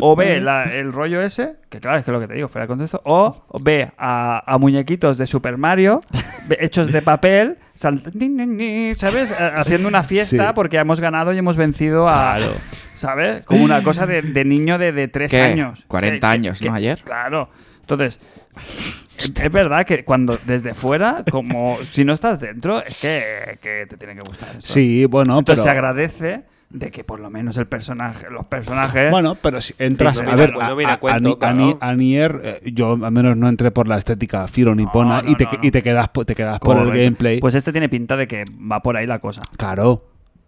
Speaker 1: o ve la- el rollo ese, que claro, es que lo que te digo, fuera de contexto, o ve a, a muñequitos de Super Mario ve- hechos de papel, sal- nin, nin, nin, ¿sabes? Ha- Haciendo una fiesta
Speaker 3: Sí.
Speaker 1: porque hemos ganado y hemos vencido a...
Speaker 2: Claro.
Speaker 1: ¿Sabes? Como una cosa de, de niño de, de 3
Speaker 4: ¿Qué?
Speaker 1: años.
Speaker 4: 40 años, ¿no? Ayer.
Speaker 1: Claro. Entonces, es es verdad que cuando desde fuera, como si no estás dentro, es que, que te tiene que gustar. esto.
Speaker 3: Sí, bueno,
Speaker 1: Entonces se
Speaker 3: pero...
Speaker 1: agradece de que por lo menos el personaje, los personajes.
Speaker 3: Bueno, pero si entras
Speaker 1: Sí,
Speaker 3: a
Speaker 1: no
Speaker 3: ver,
Speaker 2: viene-
Speaker 3: a,
Speaker 2: no viene
Speaker 3: a-
Speaker 2: a cuento,
Speaker 3: a Ni- a
Speaker 2: claro.
Speaker 3: Ni- a Nier, eh, yo al menos no entré por la estética firo nipona
Speaker 1: no,
Speaker 3: y, te,
Speaker 1: no, no.
Speaker 3: y te quedas, po- te quedas por
Speaker 1: como
Speaker 3: el
Speaker 1: ven-
Speaker 3: gameplay.
Speaker 1: Pues este tiene pinta de que va por ahí la cosa.
Speaker 3: claro.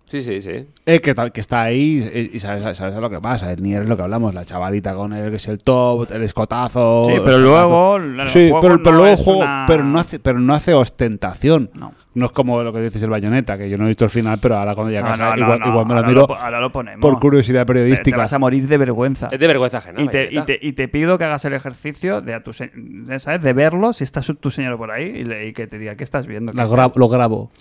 Speaker 2: Sí, sí, sí.
Speaker 3: Eh, que, tal- que está ahí eh, y sabes, sabes lo que pasa. El Nier es lo que hablamos, la chavalita con el que es el top, el escotazo.
Speaker 1: Sí, pero
Speaker 3: el
Speaker 1: luego,
Speaker 3: escotazo.
Speaker 1: el
Speaker 3: Sí,
Speaker 1: juego
Speaker 3: pero, pero
Speaker 1: no
Speaker 3: luego el
Speaker 1: es
Speaker 3: juego-
Speaker 1: una-
Speaker 3: pero no hace, pero no hace ostentación.
Speaker 1: No.
Speaker 3: es como lo que dices el bayoneta, que yo no he visto el final, pero ahora cuando llegue
Speaker 1: No,
Speaker 3: a casa
Speaker 1: no, no,
Speaker 3: igual,
Speaker 1: no,
Speaker 3: igual me lo
Speaker 1: ahora
Speaker 3: miro
Speaker 1: po- ahora lo ponemos.
Speaker 3: por curiosidad
Speaker 1: Te- Te,
Speaker 3: periodística.
Speaker 1: vas a morir de vergüenza.
Speaker 2: Es de vergüenza ajena.
Speaker 1: Y te,
Speaker 2: Bayonetta.
Speaker 1: y, te, y te pido que hagas el ejercicio de, a tu se- de, ¿sabes? de verlo, si está su- tu señor por ahí, y, le- y que te diga, ¿qué estás viendo?
Speaker 3: La gra- lo grabo.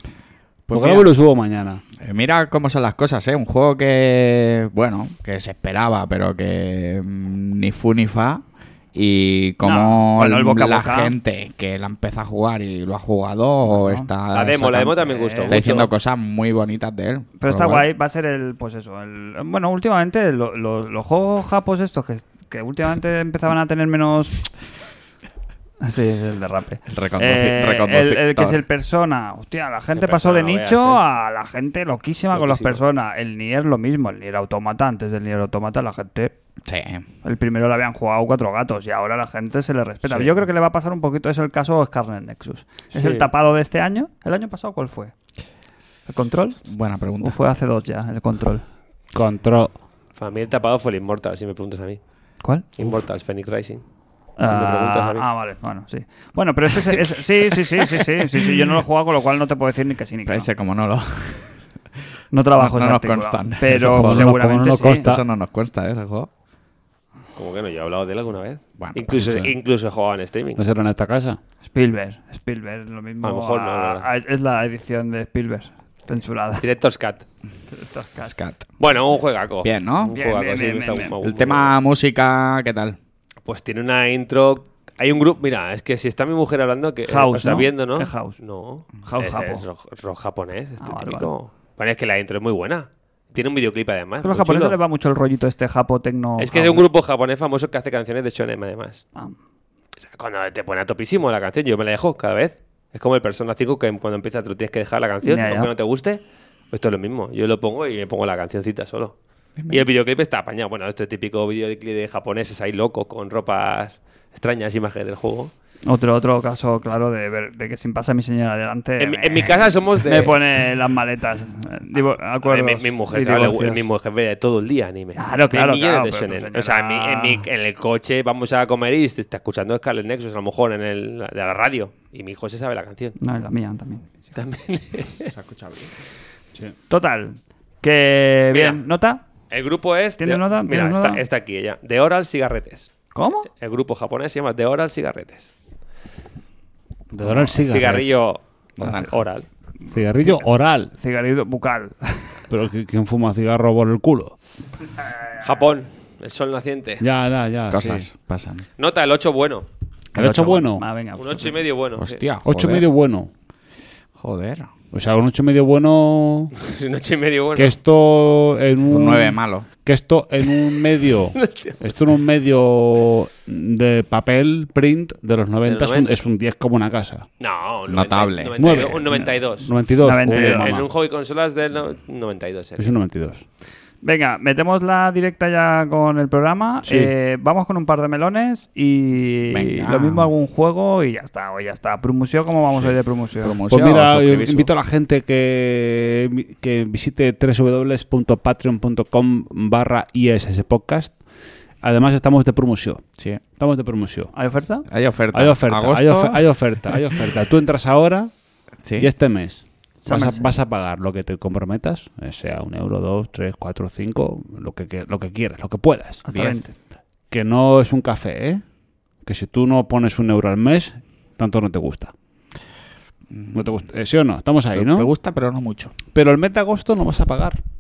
Speaker 4: Pues
Speaker 3: lo grabo
Speaker 4: mira.
Speaker 3: y lo subo mañana.
Speaker 4: Eh, Mira cómo son las cosas, ¿eh? Un juego que, bueno, que se esperaba, pero que mm, ni fu ni fa. Y como
Speaker 1: No, bueno, el boca a
Speaker 4: la
Speaker 1: boca.
Speaker 4: gente que la empieza a jugar y lo ha jugado está...
Speaker 1: Ah,
Speaker 2: La demo, la demo
Speaker 4: sacando-
Speaker 2: también gustó.
Speaker 4: Está
Speaker 2: mucho.
Speaker 4: diciendo cosas muy bonitas de él.
Speaker 1: Pero está
Speaker 4: bueno.
Speaker 1: guay, va a ser el, pues eso, el- bueno, últimamente lo- lo- los juegos japos estos que, que últimamente empezaban a tener menos... Sí, es el derrape.
Speaker 4: El reconduci-
Speaker 1: Eh, el, el que es el
Speaker 4: reconductor.
Speaker 1: persona. Hostia, la gente
Speaker 2: Persona,
Speaker 1: pasó de
Speaker 2: no veas,
Speaker 1: nicho
Speaker 2: eh.
Speaker 1: a la gente loquísima con los
Speaker 2: Loquísima.
Speaker 1: personas. El Nier lo mismo, el Nier Automata. Antes del Nier Automata la gente...
Speaker 4: Sí.
Speaker 1: El primero lo habían jugado cuatro gatos y ahora la gente se le respeta.
Speaker 4: Sí.
Speaker 1: Yo creo que le va a pasar un poquito eso el caso a Scarlet Nexus. Es
Speaker 2: Sí.
Speaker 1: el tapado de este año. ¿El año pasado cuál fue? ¿El control?
Speaker 4: Buena
Speaker 1: ¿O
Speaker 4: pregunta.
Speaker 1: fue hace dos ya, el control?
Speaker 3: Control.
Speaker 2: Para mí el tapado fue el Immortal, si me preguntas a mí.
Speaker 1: ¿Cuál?
Speaker 2: Immortals, Phoenix Rising. Si me preguntas
Speaker 1: ah,
Speaker 2: a mí.
Speaker 1: ah, vale, bueno, sí. Bueno, pero ese, es- es- sí, sí, sí, sí, sí, sí, sí, yo no lo he jugado, con lo cual no te puedo decir ni que sí ni que no.
Speaker 4: Parece como no lo...
Speaker 1: No trabajo
Speaker 4: no
Speaker 1: ese
Speaker 4: nos
Speaker 1: artículo,
Speaker 4: constan. Esos
Speaker 1: Pero
Speaker 4: juegos no-
Speaker 1: seguramente
Speaker 3: no
Speaker 1: sí.
Speaker 3: consta. Está-
Speaker 4: Eso no nos cuesta, ¿eh? Ese juego.
Speaker 2: Como que no, yo he hablado de él alguna vez.
Speaker 4: Bueno,
Speaker 2: incluso,
Speaker 4: pues, sí.
Speaker 2: incluso he jugado en streaming.
Speaker 1: Pues
Speaker 3: ¿No será en esta casa?
Speaker 1: Spielberg, Spielberg, lo mismo.
Speaker 2: A lo mejor no,
Speaker 1: a-
Speaker 2: no, no.
Speaker 1: a- es la edición de Spielberg, censurada.
Speaker 2: Director's Cut.
Speaker 1: Toscas.
Speaker 4: Scat.
Speaker 2: Bueno, un juegaco.
Speaker 4: Bien, ¿no?
Speaker 2: Un
Speaker 1: Bien,
Speaker 2: juegaco,
Speaker 1: bien,
Speaker 2: sí,
Speaker 1: bien,
Speaker 2: me está
Speaker 1: bien,
Speaker 2: muy-
Speaker 4: El
Speaker 2: muy
Speaker 4: tema música, ¿qué tal?
Speaker 2: bueno. Pues tiene una intro. Hay un grupo. Mira, es que si está mi mujer hablando, que. eh,
Speaker 1: House,
Speaker 2: o sea,
Speaker 1: ¿no?
Speaker 2: viendo, ¿no?
Speaker 1: Es house.
Speaker 2: No.
Speaker 1: House
Speaker 2: es,
Speaker 1: japo.
Speaker 2: es rock, rock japonés, este
Speaker 1: Ah, vale,
Speaker 2: típico. Bueno, es que la intro es muy buena. Tiene un videoclip además.
Speaker 1: Es que a los
Speaker 2: muy
Speaker 1: japoneses
Speaker 2: chulo.
Speaker 1: les va mucho el rollito este japo tecno.
Speaker 2: Es que es
Speaker 1: house.
Speaker 2: un grupo japonés famoso que hace canciones de shonen además.
Speaker 1: Ah,
Speaker 2: O sea, cuando te pone a topísimo la canción, yo me la dejo cada vez. Es como el Persona 5 que cuando empieza tú tienes que dejar la canción,
Speaker 1: Ya, ya.
Speaker 2: aunque no te guste. Pues esto es lo mismo. Yo lo pongo y me pongo la cancioncita solo. Y el videoclip está apañado. Bueno, este típico videoclip de japoneses ahí loco con ropas extrañas, imágenes del juego.
Speaker 1: Otro, otro caso, claro, de, ver, de que sin pasar mi señora adelante.
Speaker 2: En, mi- en mi casa somos de...
Speaker 1: Me pone las maletas. Digo,
Speaker 2: Eh,
Speaker 1: acuerdos
Speaker 2: mi, mi mujer,
Speaker 1: y
Speaker 2: claro, le-
Speaker 1: divorcios.
Speaker 2: mi mujer ve todo el día anime.
Speaker 1: Claro,
Speaker 2: Ve
Speaker 1: claro,
Speaker 2: millones
Speaker 1: claro,
Speaker 2: de
Speaker 1: pero pues tu
Speaker 2: shonen. O sea, en, mi- en mi- en el coche vamos a comer y se está escuchando Scarlet Nexus, a lo mejor en el, de la radio. Y mi hijo se sabe la canción.
Speaker 1: No, y la mía también.
Speaker 2: También.
Speaker 1: Total. Que
Speaker 2: Mira.
Speaker 1: bien, ¿nota?
Speaker 2: El grupo es.
Speaker 1: ¿Tienes
Speaker 2: de-
Speaker 1: nota?
Speaker 2: Mira,
Speaker 1: ¿Tienes
Speaker 2: está,
Speaker 1: nota?
Speaker 2: está aquí ella. The Oral Cigarretes.
Speaker 1: ¿Cómo?
Speaker 2: El grupo japonés se llama The Oral Cigarretes.
Speaker 3: De Oral Cigarette.
Speaker 2: Cigarrillo
Speaker 4: Naranja.
Speaker 2: oral.
Speaker 3: Cigarrillo oral.
Speaker 1: Cigarrillo bucal.
Speaker 3: Pero ¿qui- ¿quién fuma cigarro por el culo?
Speaker 2: Japón, el sol naciente.
Speaker 3: Ya, ya,
Speaker 1: Ah,
Speaker 3: ya.
Speaker 4: Cosas
Speaker 3: sí.
Speaker 4: pasan.
Speaker 2: Nota el 8 bueno.
Speaker 3: El ocho bueno.
Speaker 1: Ah, venga.
Speaker 2: Un
Speaker 1: pues,
Speaker 2: 8 y medio bueno. sí.
Speaker 4: Hostia, joder.
Speaker 3: Ocho medio bueno.
Speaker 4: Joder.
Speaker 3: O sea, un ocho medio bueno.
Speaker 2: Un 8 y medio bueno.
Speaker 3: Que esto en un.
Speaker 4: Un nueve malo.
Speaker 3: Que esto en un medio. esto en un medio de papel, print de los 90, es un-
Speaker 2: 90.
Speaker 3: es un 10 como una casa.
Speaker 2: No, un
Speaker 4: Notable.
Speaker 2: 90,
Speaker 3: Nueve.
Speaker 2: un 92.
Speaker 3: 92.
Speaker 1: Noventa y
Speaker 3: joder,
Speaker 1: dos.
Speaker 3: mamá.
Speaker 2: en Eh, un hobby consolas del no- 92. era.
Speaker 3: Es un 92.
Speaker 1: Venga, metemos la directa ya con el programa.
Speaker 3: Sí.
Speaker 1: Eh, vamos con un par de melones y
Speaker 4: Venga.
Speaker 1: lo mismo algún juego y ya está. Hoy ya está. Promoción, ¿cómo vamos hoy de promoción?
Speaker 4: Promoción
Speaker 3: Pues mira,
Speaker 4: o
Speaker 3: yo
Speaker 4: suscribisu.
Speaker 3: invito a la gente que, que visite www.patreon.com barra ISS Podcast. Además estamos de promoción.
Speaker 4: Sí.
Speaker 3: Estamos de promoción.
Speaker 1: ¿Hay oferta?
Speaker 4: Hay oferta.
Speaker 3: Hay oferta, hay,
Speaker 4: Agosto,
Speaker 3: ofe- hay oferta, hay oferta. Tú entras ahora
Speaker 4: Sí.
Speaker 3: y este mes vas a,
Speaker 1: Summerset.
Speaker 3: vas a pagar lo que te comprometas, eh, sea un euro, dos, tres, cuatro, cinco, lo que, que- lo que quieras, lo que puedas.
Speaker 1: Hasta
Speaker 4: Bien.
Speaker 1: 20.
Speaker 3: Que no es un café, ¿eh? Que si tú no pones un euro al mes, tanto no te gusta. No te gusta. Eh, ¿Sí o no? Estamos
Speaker 4: Te-
Speaker 3: ahí, ¿no?
Speaker 4: Te gusta, pero no mucho.
Speaker 3: Pero el mes de agosto no vas a pagar.
Speaker 4: El mes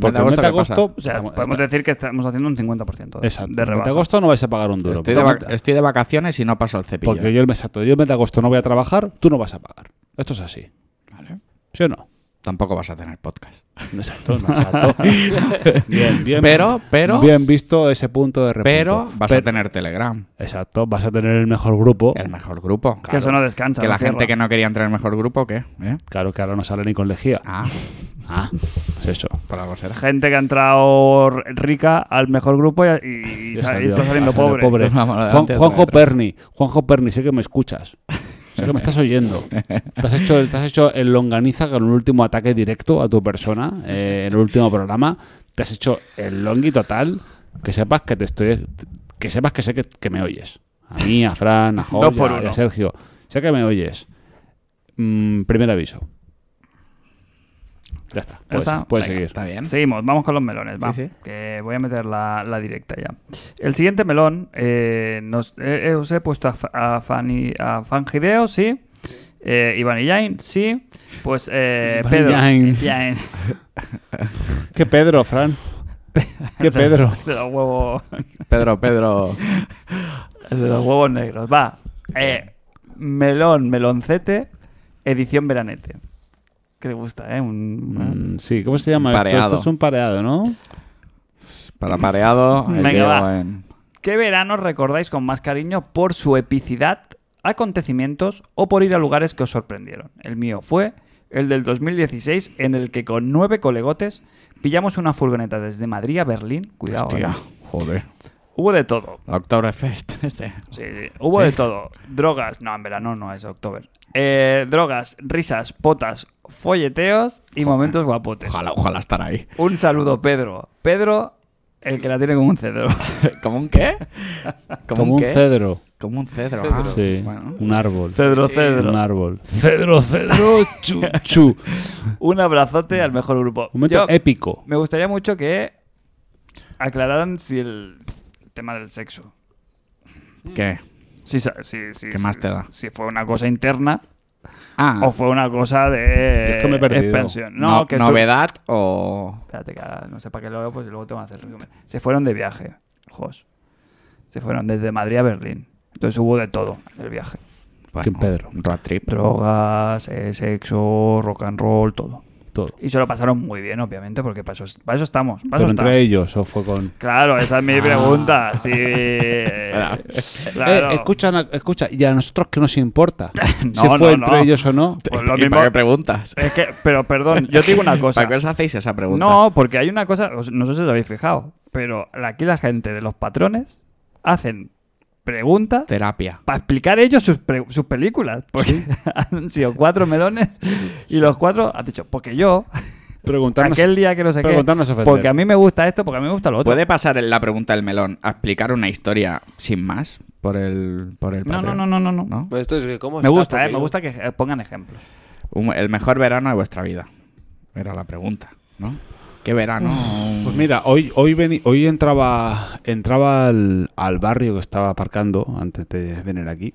Speaker 3: Porque
Speaker 4: de
Speaker 3: el mes
Speaker 4: agosto,
Speaker 3: de
Speaker 4: ¿qué pasa?
Speaker 3: agosto.
Speaker 1: O sea,
Speaker 3: estamos-
Speaker 1: podemos
Speaker 3: está-
Speaker 1: decir que estamos haciendo un 50% de,
Speaker 3: Exacto.
Speaker 1: de
Speaker 3: El mes
Speaker 1: rebaja.
Speaker 3: de agosto no vais a pagar un duro.
Speaker 4: Estoy de,
Speaker 3: Porque-
Speaker 4: vac- estoy de vacaciones y no paso el cepillo.
Speaker 3: Porque yo el mes, exacto, yo el mes de agosto no voy a trabajar, tú no vas a pagar. Esto es así.
Speaker 4: Vale.
Speaker 3: ¿Sí o no?
Speaker 4: Tampoco vas a tener podcast.
Speaker 3: Exacto, no, exacto. bien, bien.
Speaker 4: Pero, pero-
Speaker 3: Bien visto ese punto de repunto.
Speaker 4: Pero vas a
Speaker 3: Pero-
Speaker 4: tener Telegram,
Speaker 3: Exacto, vas a tener el mejor grupo.
Speaker 4: el mejor grupo.
Speaker 1: Que eso no descansa.
Speaker 4: Que
Speaker 1: no
Speaker 4: la gente
Speaker 1: cierra.
Speaker 4: que no quería entrar en el mejor grupo, ¿qué? ¿Eh?
Speaker 3: Claro que ahora no sale ni con lejía.
Speaker 4: Ah,
Speaker 3: Ah, pues eso.
Speaker 4: por la vocera.
Speaker 1: Gente que ha entrado rica al mejor grupo y, y- y sa- y
Speaker 3: Salió-
Speaker 1: está saliendo
Speaker 3: ha salido
Speaker 1: pobre.
Speaker 4: Vamos, adelante,
Speaker 3: Juan-
Speaker 4: otra
Speaker 3: Juanjo
Speaker 4: vez.
Speaker 3: Perni, Juanjo Perni, sé que me escuchas. Sé que me estás oyendo. Te has hecho, el- te has hecho el longaniza con un último ataque directo a tu persona eh, en el último programa. Te has hecho el longi total. Que sepas que te estoy. Que sepas que sé que, que me oyes. A mí, a Fran, a Jorge,
Speaker 1: Dos por uno.
Speaker 3: a Sergio. Sé que me oyes. Mm, primer aviso. Ya está. Puedes,
Speaker 1: está?
Speaker 3: puedes
Speaker 1: Venga,
Speaker 3: seguir.
Speaker 4: Está bien.
Speaker 1: Seguimos, vamos con los melones, va.
Speaker 4: Sí, sí.
Speaker 1: Que voy a meter la, la directa ya. El siguiente melón, eh, nos, eh, eh, os he puesto a, Fa- a, Fanny- a Fangideo, sí. Eh, Iván y Jain, sí. Pues eh,
Speaker 3: Iván y
Speaker 1: Pedro.
Speaker 3: Jain.
Speaker 1: Jain.
Speaker 3: ¿Qué Pedro, Fran? ¿Qué Pedro?
Speaker 1: De los huevos,
Speaker 4: Pedro, Pedro.
Speaker 1: de los huevos negros, va. Eh, melón, meloncete, edición veranete. Que le gusta, ¿eh? Un,
Speaker 3: Mm, sí, ¿cómo se llama esto?
Speaker 4: Pareado.
Speaker 3: Esto es un pareado, ¿no?
Speaker 4: Para pareado, el
Speaker 1: Venga,
Speaker 4: Diego
Speaker 1: va.
Speaker 4: en-
Speaker 1: ¿Qué verano recordáis con más cariño por su epicidad, acontecimientos o por ir a lugares que os sorprendieron? El mío fue el del 2016 en el que con nueve colegotes pillamos una furgoneta desde Madrid a Berlín. Cuidado.
Speaker 4: Hostia,
Speaker 1: ¿eh?
Speaker 4: joder.
Speaker 1: Hubo de todo.
Speaker 4: Oktoberfest. Este.
Speaker 1: Sí, sí, hubo de todo. Drogas. No, en verano no es October. Eh, drogas, risas, potas, folleteos y momentos guapotes.
Speaker 4: Ojalá, ojalá estar ahí.
Speaker 1: Un saludo, Pedro. Pedro, el que la tiene como un cedro.
Speaker 4: ¿Cómo un qué? ¿Cómo
Speaker 3: Como un
Speaker 4: qué?
Speaker 3: cedro.
Speaker 4: Como un cedro. ah,
Speaker 3: Sí,
Speaker 4: bueno.
Speaker 3: un árbol.
Speaker 1: Cedro, cedro.
Speaker 3: Un árbol. Cedro, cedro, chu, chu.
Speaker 1: Un abrazote al mejor grupo.
Speaker 3: Momento eh.
Speaker 1: Yo-
Speaker 3: épico.
Speaker 1: Me gustaría mucho que aclararan si el tema del sexo.
Speaker 4: ¿Qué?
Speaker 1: Si, sa- si, si-
Speaker 4: ¿Qué
Speaker 1: si-
Speaker 4: más te da?
Speaker 1: Si fue una cosa interna
Speaker 4: Ah,
Speaker 1: o fue una cosa de
Speaker 3: Yo es que me he perdido.
Speaker 1: expansión. No,
Speaker 4: no,
Speaker 1: que tú-
Speaker 4: novedad o.
Speaker 1: Espérate, que ahora no sé para qué lo veo, pues luego te van a hacer el resumen. Se fueron de viaje, jos. Se fueron desde Madrid a Berlín. Entonces hubo de todo en el viaje.
Speaker 4: Bueno,
Speaker 3: ¿Quién, Pedro?
Speaker 4: un Road trip.
Speaker 1: Drogas, eh, sexo, rock and roll, todo.
Speaker 3: Todo.
Speaker 1: Y se lo pasaron muy bien, obviamente, porque para eso, para eso estamos. Para eso
Speaker 3: Pero
Speaker 1: estamos.
Speaker 3: entre ellos, o fue con.
Speaker 1: Claro, esa es mi pregunta. Sí. Claro.
Speaker 3: Eh, escucha, na- escucha, y a nosotros que nos importa
Speaker 1: No,
Speaker 3: si fue
Speaker 1: no,
Speaker 3: entre
Speaker 1: no.
Speaker 3: ellos o no.
Speaker 1: Pues lo
Speaker 4: ¿Y para qué
Speaker 1: mismo. eh,
Speaker 4: preguntas?
Speaker 1: Es que, pero perdón, yo te digo una cosa.
Speaker 4: ¿Para qué os hacéis esa pregunta?
Speaker 1: No, porque hay una cosa, os- no sé si os habéis fijado, pero aquí la gente de los patrones hacen preguntas
Speaker 4: Terapia.
Speaker 1: para explicar ellos sus, pre- sus películas. Porque han sido cuatro melones y los cuatro han dicho, porque yo,
Speaker 3: Preguntarnos.
Speaker 1: aquel día que no sé qué,
Speaker 3: preguntarnos ofender.
Speaker 1: porque a mí me gusta esto, porque a mí me gusta lo otro.
Speaker 4: ¿Puede pasar en la pregunta del melón a explicar una historia sin más por el, por el
Speaker 1: No, no,
Speaker 4: Patreon?
Speaker 1: no, no, no, no.
Speaker 4: ¿No?
Speaker 2: Pues esto es que cómo
Speaker 1: Me
Speaker 2: está,
Speaker 1: gusta,
Speaker 2: porque
Speaker 1: eh, me
Speaker 2: yo-
Speaker 1: gusta que eh, pongan ejemplos.
Speaker 4: Un- el mejor verano de vuestra vida. Era la pregunta, ¿no? ¿Qué verano?
Speaker 3: Pues mira, hoy, hoy, veni- hoy entraba, entraba al, al barrio que estaba aparcando antes de venir aquí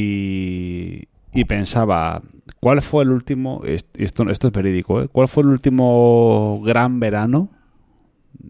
Speaker 3: y, y pensaba, ¿cuál fue el último, est- y esto, esto es verídico, ¿eh? ¿cuál fue el último gran verano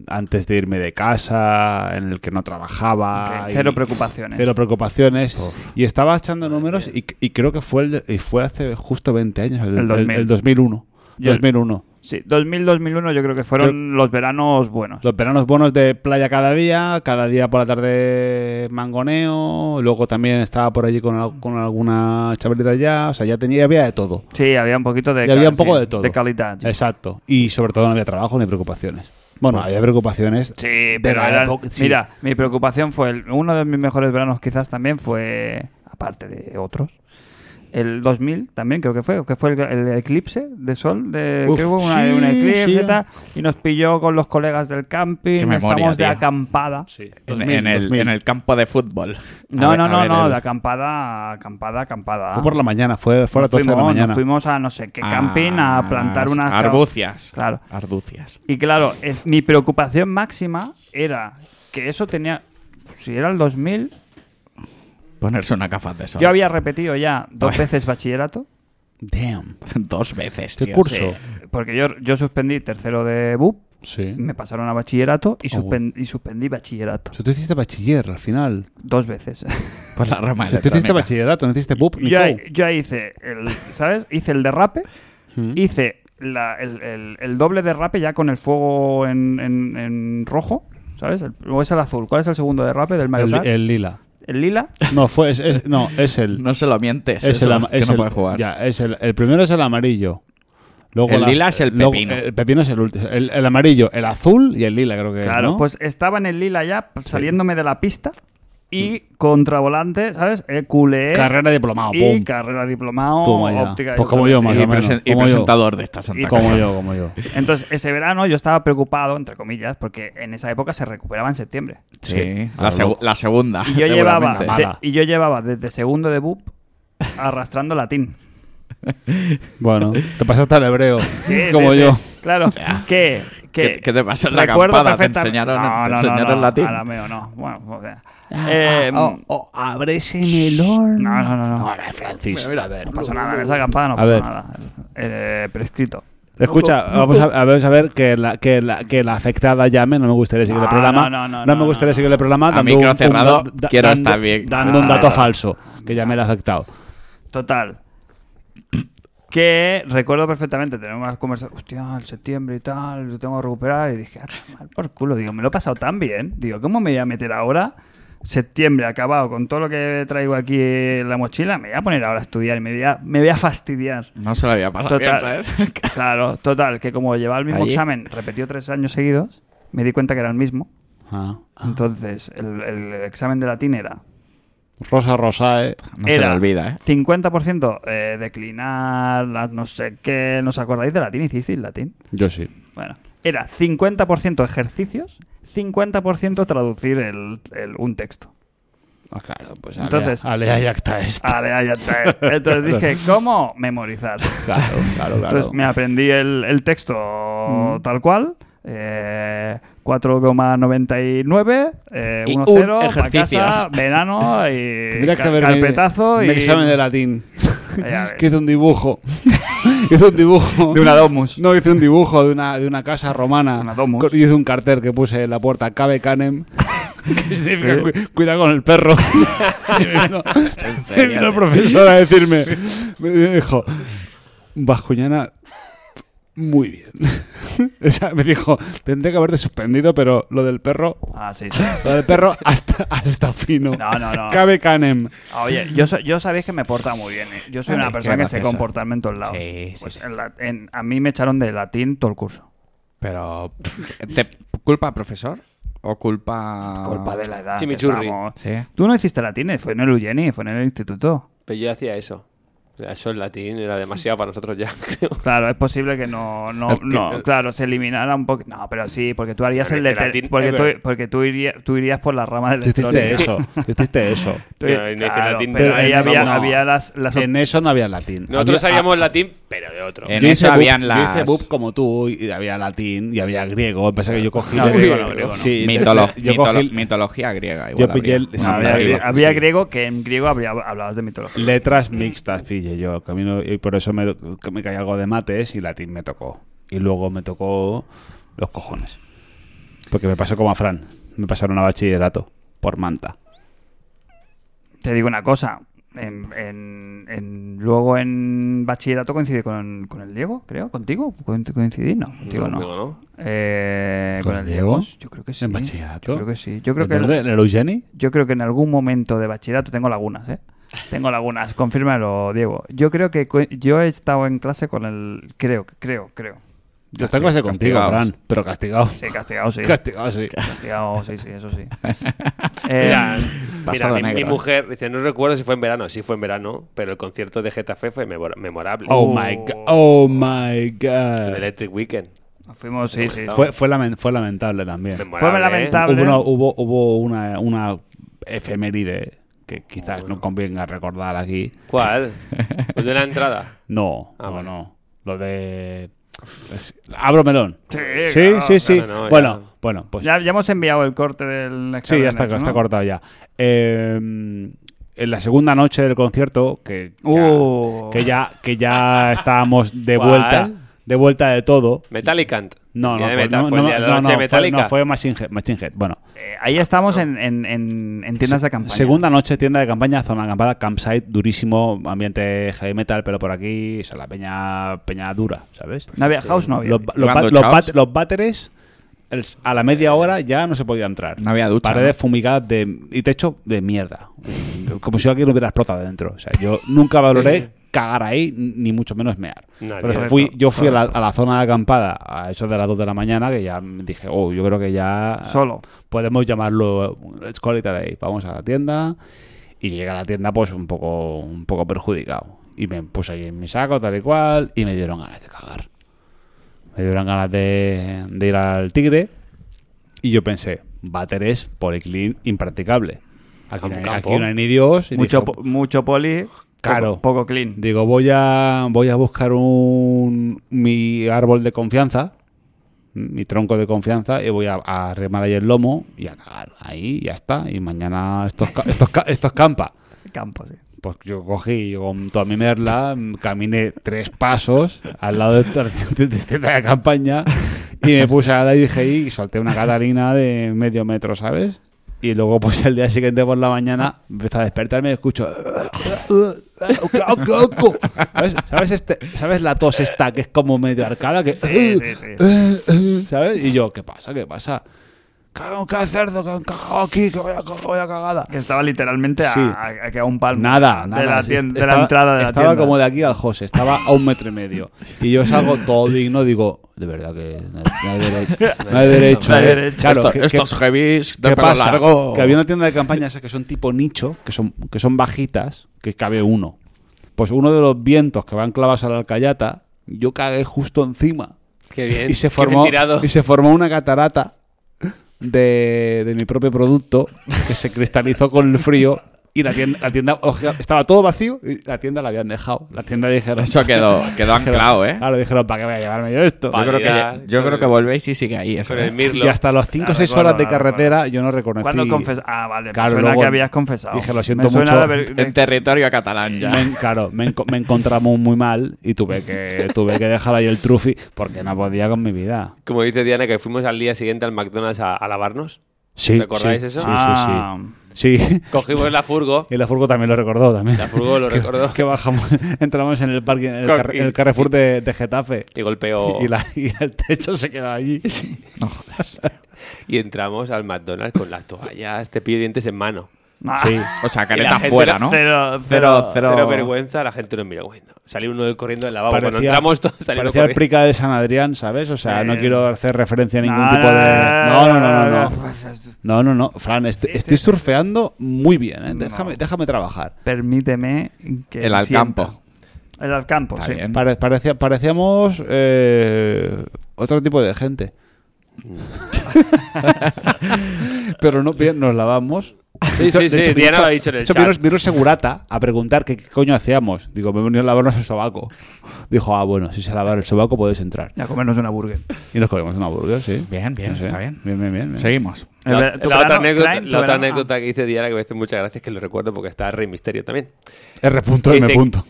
Speaker 3: antes de irme de casa, en el que no trabajaba?
Speaker 1: Ok,
Speaker 3: y-
Speaker 1: Cero preocupaciones.
Speaker 3: Cero preocupaciones. Y estaba echando números y, y creo que fue, el- y fue hace justo 20 años, el,
Speaker 1: El 2000.
Speaker 3: el 2001.
Speaker 1: Yo-
Speaker 3: 2001.
Speaker 1: Sí, 2000-2001 yo creo que fueron los veranos buenos.
Speaker 3: Los veranos buenos de playa cada día, cada día por la tarde mangoneo, luego también estaba por allí con, al- con alguna chavalita ya, o sea, ya tenía, había de todo.
Speaker 1: Sí, había un poquito de,
Speaker 3: Y había
Speaker 1: cal-
Speaker 3: un poco
Speaker 1: sí,
Speaker 3: de todo.
Speaker 1: calidad. sí.
Speaker 3: Exacto. Y sobre todo no había trabajo ni preocupaciones. Bueno, había preocupaciones.
Speaker 1: Sí,
Speaker 3: de
Speaker 1: pero
Speaker 3: la
Speaker 1: eran-
Speaker 3: época- sí.
Speaker 1: mira, mi preocupación fue el- uno de mis mejores veranos quizás también fue aparte de otros. El 2000 también creo que fue, que fue el, el eclipse de sol, de,
Speaker 3: Uf,
Speaker 1: que hubo una,
Speaker 3: sí,
Speaker 1: un eclipse
Speaker 3: sí.
Speaker 1: y tal, y nos pilló con los colegas del camping,
Speaker 4: Qué memoria,
Speaker 1: estamos de
Speaker 4: tío.
Speaker 1: acampada.
Speaker 4: En,
Speaker 3: 2000,
Speaker 4: en el,
Speaker 3: 2000.
Speaker 4: en el campo de fútbol.
Speaker 1: No,
Speaker 4: A ver-
Speaker 1: no,
Speaker 4: a
Speaker 1: no,
Speaker 4: ver
Speaker 1: no,
Speaker 4: el-
Speaker 1: de acampada, acampada, acampada.
Speaker 3: Fue por la mañana, fue, fue a las
Speaker 1: ah. Nos
Speaker 3: 12 de la
Speaker 1: fuimos- nos
Speaker 3: mañana.
Speaker 1: fuimos a no sé qué camping a plantar
Speaker 4: Ah,
Speaker 1: unas ca-
Speaker 4: Arbucias.
Speaker 1: Claro.
Speaker 4: Arbucias.
Speaker 1: Y claro, es- mi preocupación máxima era que eso tenía. Si era el 2000,
Speaker 4: Ponerse una capa de sol.
Speaker 1: yo había repetido ya dos
Speaker 4: Bueno.
Speaker 1: veces bachillerato.
Speaker 3: Damn.
Speaker 4: Dos veces,
Speaker 3: ¿Qué
Speaker 4: tío.
Speaker 3: curso?
Speaker 1: Porque yo, yo suspendí tercero de BUP
Speaker 3: Sí.
Speaker 1: Me pasaron a bachillerato y,
Speaker 3: Oh, bueno.
Speaker 1: suspen- y suspendí bachillerato.
Speaker 3: O sea, tú hiciste bachiller al final.
Speaker 1: Dos veces.
Speaker 4: Por la rama
Speaker 3: O sea, tú hiciste
Speaker 4: electrónica.
Speaker 3: bachillerato, no hiciste BUP ni
Speaker 1: ya, eh,
Speaker 3: COU.
Speaker 1: ya hice el, ¿sabes? Hice el derrape,
Speaker 3: Mm.
Speaker 1: hice la- el, el- el doble derrape ya con el fuego en, en- en rojo, ¿sabes? El- o es el azul. ¿Cuál es el segundo derrape del Mario
Speaker 3: El,
Speaker 1: Kart? El,
Speaker 3: el lila.
Speaker 1: lila.
Speaker 3: No, fue, es, es- no, es el.
Speaker 4: No se lo mientes.
Speaker 3: es
Speaker 4: eso,
Speaker 3: el, ama-
Speaker 4: que
Speaker 3: es
Speaker 4: no
Speaker 3: el-
Speaker 4: puedes jugar.
Speaker 3: Ya, es el, el primero es el amarillo. Luego
Speaker 4: El
Speaker 3: la-
Speaker 4: lila es el
Speaker 3: luego- eh,
Speaker 4: pepino.
Speaker 3: el pepino es el último. El, el amarillo, el azul y el lila, creo que es,
Speaker 1: Claro,
Speaker 3: ¿no?
Speaker 1: pues estaba en el lila ya pues, saliéndome de la pista y
Speaker 4: Mm.
Speaker 1: contravolante, ¿sabes? Eh, culé.
Speaker 3: Carrera diplomado,
Speaker 1: y
Speaker 3: pum.
Speaker 1: carrera diplomado,
Speaker 3: Toma ya.
Speaker 1: óptica. este
Speaker 3: Pues como yo,
Speaker 1: automática.
Speaker 4: y,
Speaker 3: más o menos,
Speaker 4: presen- y
Speaker 3: como yo.
Speaker 4: presentador de esta
Speaker 1: Y
Speaker 4: Santa
Speaker 3: Como
Speaker 4: Casa.
Speaker 3: yo, como yo.
Speaker 1: Entonces, ese verano yo estaba preocupado, entre comillas, porque en esa época se recuperaba en septiembre.
Speaker 4: Sí,
Speaker 3: Sí,
Speaker 4: la,
Speaker 3: claro.
Speaker 4: segu- la segunda.
Speaker 1: Y yo, llevaba,
Speaker 4: seguramente.
Speaker 1: de-
Speaker 3: Mala.
Speaker 1: y yo llevaba desde segundo de BUP arrastrando latín.
Speaker 3: Bueno, te pasaste al hebreo.
Speaker 1: Sí,
Speaker 3: como
Speaker 1: sí,
Speaker 3: yo.
Speaker 1: sí. Claro. que que
Speaker 4: ¿Qué- qué te pasó en la
Speaker 1: recuerdo
Speaker 4: acampada? ¿Te
Speaker 1: perfecta-
Speaker 4: enseñaron-
Speaker 1: No,
Speaker 4: te
Speaker 1: no, no,
Speaker 4: enseñaron
Speaker 1: no,
Speaker 4: latín? Ah, oh.
Speaker 1: arameo no. Bueno, o sea, eh,
Speaker 3: abre ese melón.
Speaker 1: no, no, no, no.
Speaker 3: Ahora, Francis. a ver.
Speaker 1: No pasa nada, en esa acampada no
Speaker 3: A
Speaker 1: pasa
Speaker 3: ver.
Speaker 1: nada. Eh, prescrito.
Speaker 3: Escucha, vamos a, a ver, a ver que, la, que, la, que la afectada llame. No me gustaría seguir el
Speaker 1: No,
Speaker 3: programa.
Speaker 1: no, no, no,
Speaker 3: me
Speaker 1: no,
Speaker 3: gustaría
Speaker 1: no.
Speaker 3: seguir el programa.
Speaker 4: A
Speaker 3: dando
Speaker 4: micro
Speaker 3: un- un
Speaker 4: cerrado,
Speaker 3: da- da-
Speaker 4: quiero
Speaker 3: dando-
Speaker 4: estar bien.
Speaker 3: Dando un
Speaker 1: Ah.
Speaker 3: dato falso. Que ya me la ha afectado.
Speaker 1: Total. Que recuerdo perfectamente tener unas conversaciones. Hostia, el septiembre y tal, lo tengo que recuperar. Y dije, ah, mal por culo. Digo, me lo he pasado tan bien. Digo, ¿cómo me voy a meter ahora? Septiembre, acabado, con todo lo que traigo aquí en la mochila, me voy a poner ahora a estudiar y me voy a, me voy a fastidiar.
Speaker 4: No se lo había pasado bien, ¿sabes?
Speaker 1: claro, total, que como llevaba el mismo
Speaker 4: Allí.
Speaker 1: examen, repetió tres años seguidos, me di cuenta que era el mismo.
Speaker 3: Ah.
Speaker 1: Entonces, el, el examen de latín era
Speaker 3: Rosa Rosae.
Speaker 4: No se
Speaker 1: era
Speaker 4: lo olvida, ¿eh?
Speaker 1: 50% eh, declinar, las no sé qué. ¿Nos acordáis de latín? ¿Hicisteis latín?
Speaker 3: Yo sí.
Speaker 1: Bueno, era 50% ejercicios, 50% traducir el, el- un texto.
Speaker 4: Ah, claro, pues
Speaker 1: Entonces-
Speaker 3: Alea y acta esta.
Speaker 1: Vale, ya está. eh. Entonces dije, ¿cómo memorizar?
Speaker 3: Claro, claro, claro.
Speaker 1: Entonces me aprendí el, el texto tal cual. eh, 4,99 eh,
Speaker 4: Y
Speaker 1: 1,0
Speaker 4: un
Speaker 1: pa' casa,
Speaker 4: ejercicios.
Speaker 1: verano y
Speaker 3: Tendría que
Speaker 1: ca-
Speaker 3: haber
Speaker 1: carpetazo
Speaker 3: mi,
Speaker 1: y
Speaker 3: mi examen de latín.
Speaker 1: Ya ves.
Speaker 3: que hice un dibujo. hice un dibujo.
Speaker 1: de una domus.
Speaker 3: No, hice un dibujo de una, de una casa romana.
Speaker 1: Una domus.
Speaker 3: Co- Hice un cartel que puse en la puerta Cabe Canem. que significa "Cu- cuida con el perro. y me vino, me vino el profesor a decirme. Me dijo, Vascuñana, muy bien. o sea, me dijo, tendría que haberte suspendido, pero lo del perro
Speaker 1: Ah, sí, sí.
Speaker 3: lo del perro hasta, hasta fino.
Speaker 1: No, no, no.
Speaker 3: Cabe canem.
Speaker 1: Ah, Oye, yo, so- yo sabéis que me porta muy bien. ¿eh? Yo soy
Speaker 4: Ay,
Speaker 1: una
Speaker 4: qué
Speaker 1: persona que se
Speaker 4: gracioso.
Speaker 1: comportarme en todos lados.
Speaker 4: Sí, sí,
Speaker 1: Pues
Speaker 4: sí.
Speaker 1: en la- en- a mí me echaron de latín todo el curso.
Speaker 4: Pero, ¿te culpa profesor o culpa...?
Speaker 1: Culpa de la edad. que
Speaker 2: Chimichurri.
Speaker 1: estamos.
Speaker 4: Ah. Sí.
Speaker 1: Tú no hiciste latín, eh, fue en el Uyeni, fue en el instituto.
Speaker 2: Pero yo hacía eso. O sea, eso en latín era demasiado para nosotros ya, creo.
Speaker 1: Claro, es posible que no, no,
Speaker 4: Es que-
Speaker 1: no, claro, se eliminara un poco. No, pero sí, porque tú harías
Speaker 2: Pero
Speaker 1: el de
Speaker 2: dice
Speaker 1: te-
Speaker 2: latín,
Speaker 1: porque,
Speaker 2: es
Speaker 1: tú,
Speaker 2: verdad.
Speaker 1: porque tú irías, tú irías por la rama del
Speaker 3: Tú hiciste eso. tú hiciste eso.
Speaker 2: Pero no dice latín,
Speaker 1: pero
Speaker 2: pero
Speaker 1: ahí
Speaker 3: en-
Speaker 1: había,
Speaker 3: no.
Speaker 1: había ah. las, las
Speaker 3: En eso no había latín.
Speaker 2: Nosotros
Speaker 3: Había-
Speaker 2: sabíamos latín, pero de otro.
Speaker 3: ah,
Speaker 4: En
Speaker 3: yo
Speaker 4: eso
Speaker 3: hice buf-
Speaker 4: habían
Speaker 3: Yo hice
Speaker 4: las...
Speaker 3: buf como tú y había latín y había griego. Pensé que yo cogí...
Speaker 1: No,
Speaker 3: el-
Speaker 1: griego no, griego no.
Speaker 3: Sí,
Speaker 4: mitolo-
Speaker 3: yo
Speaker 4: mitolo-
Speaker 3: cogí
Speaker 4: mitología griega.
Speaker 3: Yo
Speaker 4: Igual
Speaker 3: pillé
Speaker 4: habría.
Speaker 3: el-
Speaker 1: No,
Speaker 3: sí,
Speaker 1: había,
Speaker 3: griego,
Speaker 1: griego, había
Speaker 3: sí.
Speaker 1: griego que en griego habría- hablabas de mitología.
Speaker 3: letras mixtas, pille yo. que a mí no- y por eso me, que me caí algo de mates y latín me tocó. Y luego me tocó los cojones. Porque me pasó como a Fran. Me pasaron a bachillerato por manta.
Speaker 1: Te digo una cosa. En, en- en- luego en bachillerato coincidí con, con el Diego, creo. ¿Contigo? Coin- ¿Coincidí? No, contigo no.
Speaker 2: Conmigo no.
Speaker 1: Eh, ¿Con,
Speaker 3: ¿Con
Speaker 1: el
Speaker 3: Diego?
Speaker 1: Diego? Yo creo que sí.
Speaker 3: ¿En bachillerato?
Speaker 1: Yo creo que sí. Yo creo que,
Speaker 3: ¿Dónde? ¿En el Eugeni?
Speaker 1: yo creo que en algún momento de bachillerato tengo lagunas, ¿eh? Tengo lagunas, confírmalo, Diego. Yo creo que co- yo he estado en clase con el... Creo, creo, creo.
Speaker 3: Yo estoy en clase contigo,
Speaker 4: castigados.
Speaker 3: Fran, pero castigado.
Speaker 1: Sí, castigado, sí.
Speaker 3: Castigado, ah, sí.
Speaker 1: Castigado, sí, sí, eso sí. Eh,
Speaker 2: Mira,
Speaker 3: Em,
Speaker 2: mira,
Speaker 4: Pasado
Speaker 2: mi,
Speaker 4: negro.
Speaker 2: mi mujer dice, no recuerdo si fue en verano, sí fue en verano, pero el concierto de Getafe fue memor- memorable.
Speaker 3: Oh my god. Oh my god.
Speaker 2: El Electric Weekend.
Speaker 1: fuimos, sí, sí.
Speaker 3: Fue, fue, lamen- fue lamentable también.
Speaker 2: Memorable,
Speaker 1: Fue
Speaker 2: ¿eh?
Speaker 1: lamentable.
Speaker 3: Hubo una, hubo, hubo una, una efeméride que quizás no convenga recordar aquí.
Speaker 2: ¿Cuál? ¿El de la entrada?
Speaker 3: No,
Speaker 2: Ah,
Speaker 3: no,
Speaker 2: vale.
Speaker 3: no. Lo de. es- Abro melón.
Speaker 1: Sí,
Speaker 3: sí,
Speaker 1: claro,
Speaker 3: sí. sí.
Speaker 2: claro, no, ya.
Speaker 3: bueno, bueno, pues.
Speaker 1: Ya, ya hemos enviado el corte del
Speaker 3: sí, ya está,
Speaker 1: Next, ¿no?
Speaker 3: está cortado ya. Eh, en la segunda noche del concierto, que ya,
Speaker 1: Uh.
Speaker 3: que ya, que ya estábamos de
Speaker 2: ¿Cuál?
Speaker 3: vuelta. de vuelta de todo.
Speaker 2: Metallicant.
Speaker 3: No, no,
Speaker 2: Día de
Speaker 3: fue-
Speaker 2: Metal,
Speaker 3: no,
Speaker 2: fue el
Speaker 3: no,
Speaker 2: día de la
Speaker 3: no,
Speaker 2: noche
Speaker 3: no,
Speaker 2: de
Speaker 3: fue-
Speaker 2: Metallica.
Speaker 3: no, fue Machine Head, Machine Head. Bueno,
Speaker 1: Eh, ahí estamos en, en- en- en tiendas de campaña.
Speaker 3: segunda noche, tienda de campaña, zona acampada, campsite, durísimo, ambiente heavy metal, pero por aquí, o sea, la peña, peña dura, ¿sabes?
Speaker 1: No había house, no había.
Speaker 3: los, los,
Speaker 4: Llevando
Speaker 3: bat- los
Speaker 4: chaos.
Speaker 3: bat- los váteres, el- a la media hora ya no se podía entrar.
Speaker 4: No había ducha,
Speaker 3: Paredes
Speaker 4: ¿no?
Speaker 3: fumigadas de, y techo de mierda. Como si alguien hubiera explotado dentro. O sea, yo nunca valoré cagar ahí, ni mucho menos mear.
Speaker 2: Nadie.
Speaker 3: Pero
Speaker 1: Correcto,
Speaker 3: fui, yo fui a la, a la zona de acampada a eso de las 2 de la mañana, que ya dije, oh, yo creo que ya
Speaker 1: Solo.
Speaker 3: podemos llamarlo eh, Let's call it a day. Vamos a la tienda y llegué a la tienda pues un poco, un poco perjudicado. Y me puse ahí en mi saco, tal y cual, y me dieron ganas de cagar. Me dieron ganas de, de ir al tigre. Y yo pensé, váter es policlin impracticable. Aquí, no hay-
Speaker 2: Campo.
Speaker 3: aquí no hay ni Dios. y
Speaker 1: Mucho,
Speaker 3: dije,
Speaker 1: po- mucho poli,
Speaker 3: Claro.
Speaker 1: poco, poco clean.
Speaker 3: Digo, voy a, voy a buscar un, mi árbol de confianza, mi tronco de confianza, y voy a, a remar ahí el lomo y a cagar. Ahí ya está. Y mañana estos, estos, ca- estos campa.
Speaker 1: Campo, sí.
Speaker 3: Pues yo cogí yo con toda mi merla, mm, caminé tres pasos al lado de esta- de de- de la campaña y me puse a la dije y solté una catalina de medio metro, ¿sabes? Y luego pues el día siguiente por la mañana empecé a despertarme y escucho... ¿Sabes? ¿Sabes, este, ¿Sabes la tos esta que es como medio arcada? Que,
Speaker 1: Sí, sí,
Speaker 3: eh.
Speaker 1: sí.
Speaker 3: ¿Sabes? Y yo, ¿qué pasa? ¿Qué pasa? Cago, en cada cerdo, que han cagado aquí, que vaya, co- vaya cagada.
Speaker 1: Que estaba literalmente a,
Speaker 3: Sí.
Speaker 1: a- a que a un palmo.
Speaker 3: Nada, nada.
Speaker 1: De la,
Speaker 3: Sí,
Speaker 1: tien- de la
Speaker 3: estaba-
Speaker 1: entrada de la
Speaker 3: Estaba
Speaker 1: tienda.
Speaker 3: como de aquí al José, estaba a un metro y medio. Y yo salgo todo digno, digo, de verdad que no no hay derecho. No hay derecho.
Speaker 1: No hay
Speaker 3: ¿eh?
Speaker 1: derecho.
Speaker 3: Claro,
Speaker 4: Esto-
Speaker 3: ¿qué- qué-
Speaker 4: estos heavies de
Speaker 3: ¿qué
Speaker 4: pelo
Speaker 3: pasa?
Speaker 4: largo.
Speaker 3: Que había una tienda de campaña esas que son tipo nicho, que son, que son bajitas, que cabe uno. Pues uno de los vientos que van clavados a la alcayata, yo cagué justo encima.
Speaker 2: Qué bien.
Speaker 3: Y se
Speaker 2: qué
Speaker 3: formó,
Speaker 2: bien tirado.
Speaker 3: y se formó una catarata de, de mi propio producto que se cristalizó con el frío. Y la tienda, la tienda oje- estaba todo vacío y la tienda la habían dejado. La tienda dijeron.
Speaker 4: Eso quedó, quedó
Speaker 3: dijeron,
Speaker 4: anclado, ¿eh?
Speaker 3: Claro, dijeron, ¿para qué voy a llevarme yo esto?
Speaker 2: Pa-
Speaker 4: Yo creo
Speaker 2: Calidad,
Speaker 4: que, yo creo
Speaker 2: con-
Speaker 4: que volvéis y sigue ahí. Eso,
Speaker 2: Con el
Speaker 4: ¿eh?
Speaker 2: Mirlo.
Speaker 3: Y hasta las 5 o
Speaker 1: La
Speaker 3: 6
Speaker 1: recuerdo,
Speaker 3: horas de
Speaker 1: la
Speaker 3: carretera yo no reconocí.
Speaker 1: ¿Cuándo confes- Ah, vale.
Speaker 3: Claro,
Speaker 1: me suena
Speaker 3: luego
Speaker 1: que habías confesado.
Speaker 3: dije, lo siento
Speaker 1: me suena
Speaker 3: mucho.
Speaker 1: de haber- de-
Speaker 4: En territorio catalán ya.
Speaker 3: Me en- claro, me, enco- me encontramos muy mal y tuve que, tuve que dejar ahí el trufi porque no podía con mi vida.
Speaker 2: Como dice Diana, que fuimos al día siguiente al McDonald's a, a lavarnos.
Speaker 3: Sí,
Speaker 2: ¿Recordáis
Speaker 3: sí,
Speaker 2: eso?
Speaker 3: Sí,
Speaker 1: Ah.
Speaker 3: sí, sí. Sí.
Speaker 2: Cogimos la furgo.
Speaker 3: Y la Furgo también lo recordó también.
Speaker 2: La furgo lo recordó.
Speaker 3: que bajamos, entramos en el parque, en el,
Speaker 2: Con-
Speaker 3: Carre- en el Carrefour de, de Getafe.
Speaker 2: Y golpeó.
Speaker 3: Y, la- y el techo se quedaba allí.
Speaker 2: Y entramos al McDonald's con las toallas, cepillo de dientes en mano.
Speaker 1: Ah,
Speaker 3: Sí.
Speaker 4: O sea,
Speaker 2: Y la
Speaker 4: careta
Speaker 2: gente
Speaker 4: fuera,
Speaker 2: era
Speaker 4: ¿no?
Speaker 1: Cero,
Speaker 4: Cero,
Speaker 1: cero,
Speaker 4: cero.
Speaker 2: Cero vergüenza, la gente nos miró. Bueno, salió uno del corriendo del lavabo. Cuando
Speaker 3: Parecía,
Speaker 2: entramos todos saliendo
Speaker 3: parecía el
Speaker 2: corriendo.
Speaker 3: prica de San Adrián, ¿sabes? O sea, no
Speaker 1: Eh.
Speaker 3: quiero hacer referencia a ningún
Speaker 1: No,
Speaker 3: tipo de. No, no, no, no. no.
Speaker 1: no.
Speaker 3: No, no, no. Fran, est- estoy surfeando muy bien, ¿eh? Déjame, déjame trabajar.
Speaker 1: Permíteme que.
Speaker 4: El Alcampo.
Speaker 1: sienta. El Alcampo,
Speaker 4: Está
Speaker 1: sí.
Speaker 4: bien.
Speaker 3: Pare- parecía- parecíamos eh, otro tipo de gente. Pero no bien, nos lavamos.
Speaker 2: Sí, sí, sí, Diana lo ha dicho en el
Speaker 3: hecho,
Speaker 2: chat.
Speaker 3: vino- vino Segurata a preguntar qué, qué coño hacíamos. Digo, me he venido a lavarnos el sobaco. Dijo, ah, bueno, si se lavar el sobaco podéis entrar.
Speaker 1: Y A comernos una burger.
Speaker 3: Y nos comimos una burger, sí.
Speaker 4: Bien, bien,
Speaker 3: No sé.
Speaker 4: está bien.
Speaker 3: Bien, bien, bien. bien.
Speaker 4: Seguimos.
Speaker 2: La,
Speaker 1: El- tu
Speaker 2: la otra
Speaker 1: verano,
Speaker 2: anécdota,
Speaker 1: Klein, tu
Speaker 2: la otra
Speaker 1: verano-
Speaker 2: anécdota que dice Diana, que me hace muchas gracias, que lo recuerdo porque está Rey Misterio también.
Speaker 3: R.M.
Speaker 2: Dice-
Speaker 3: punto.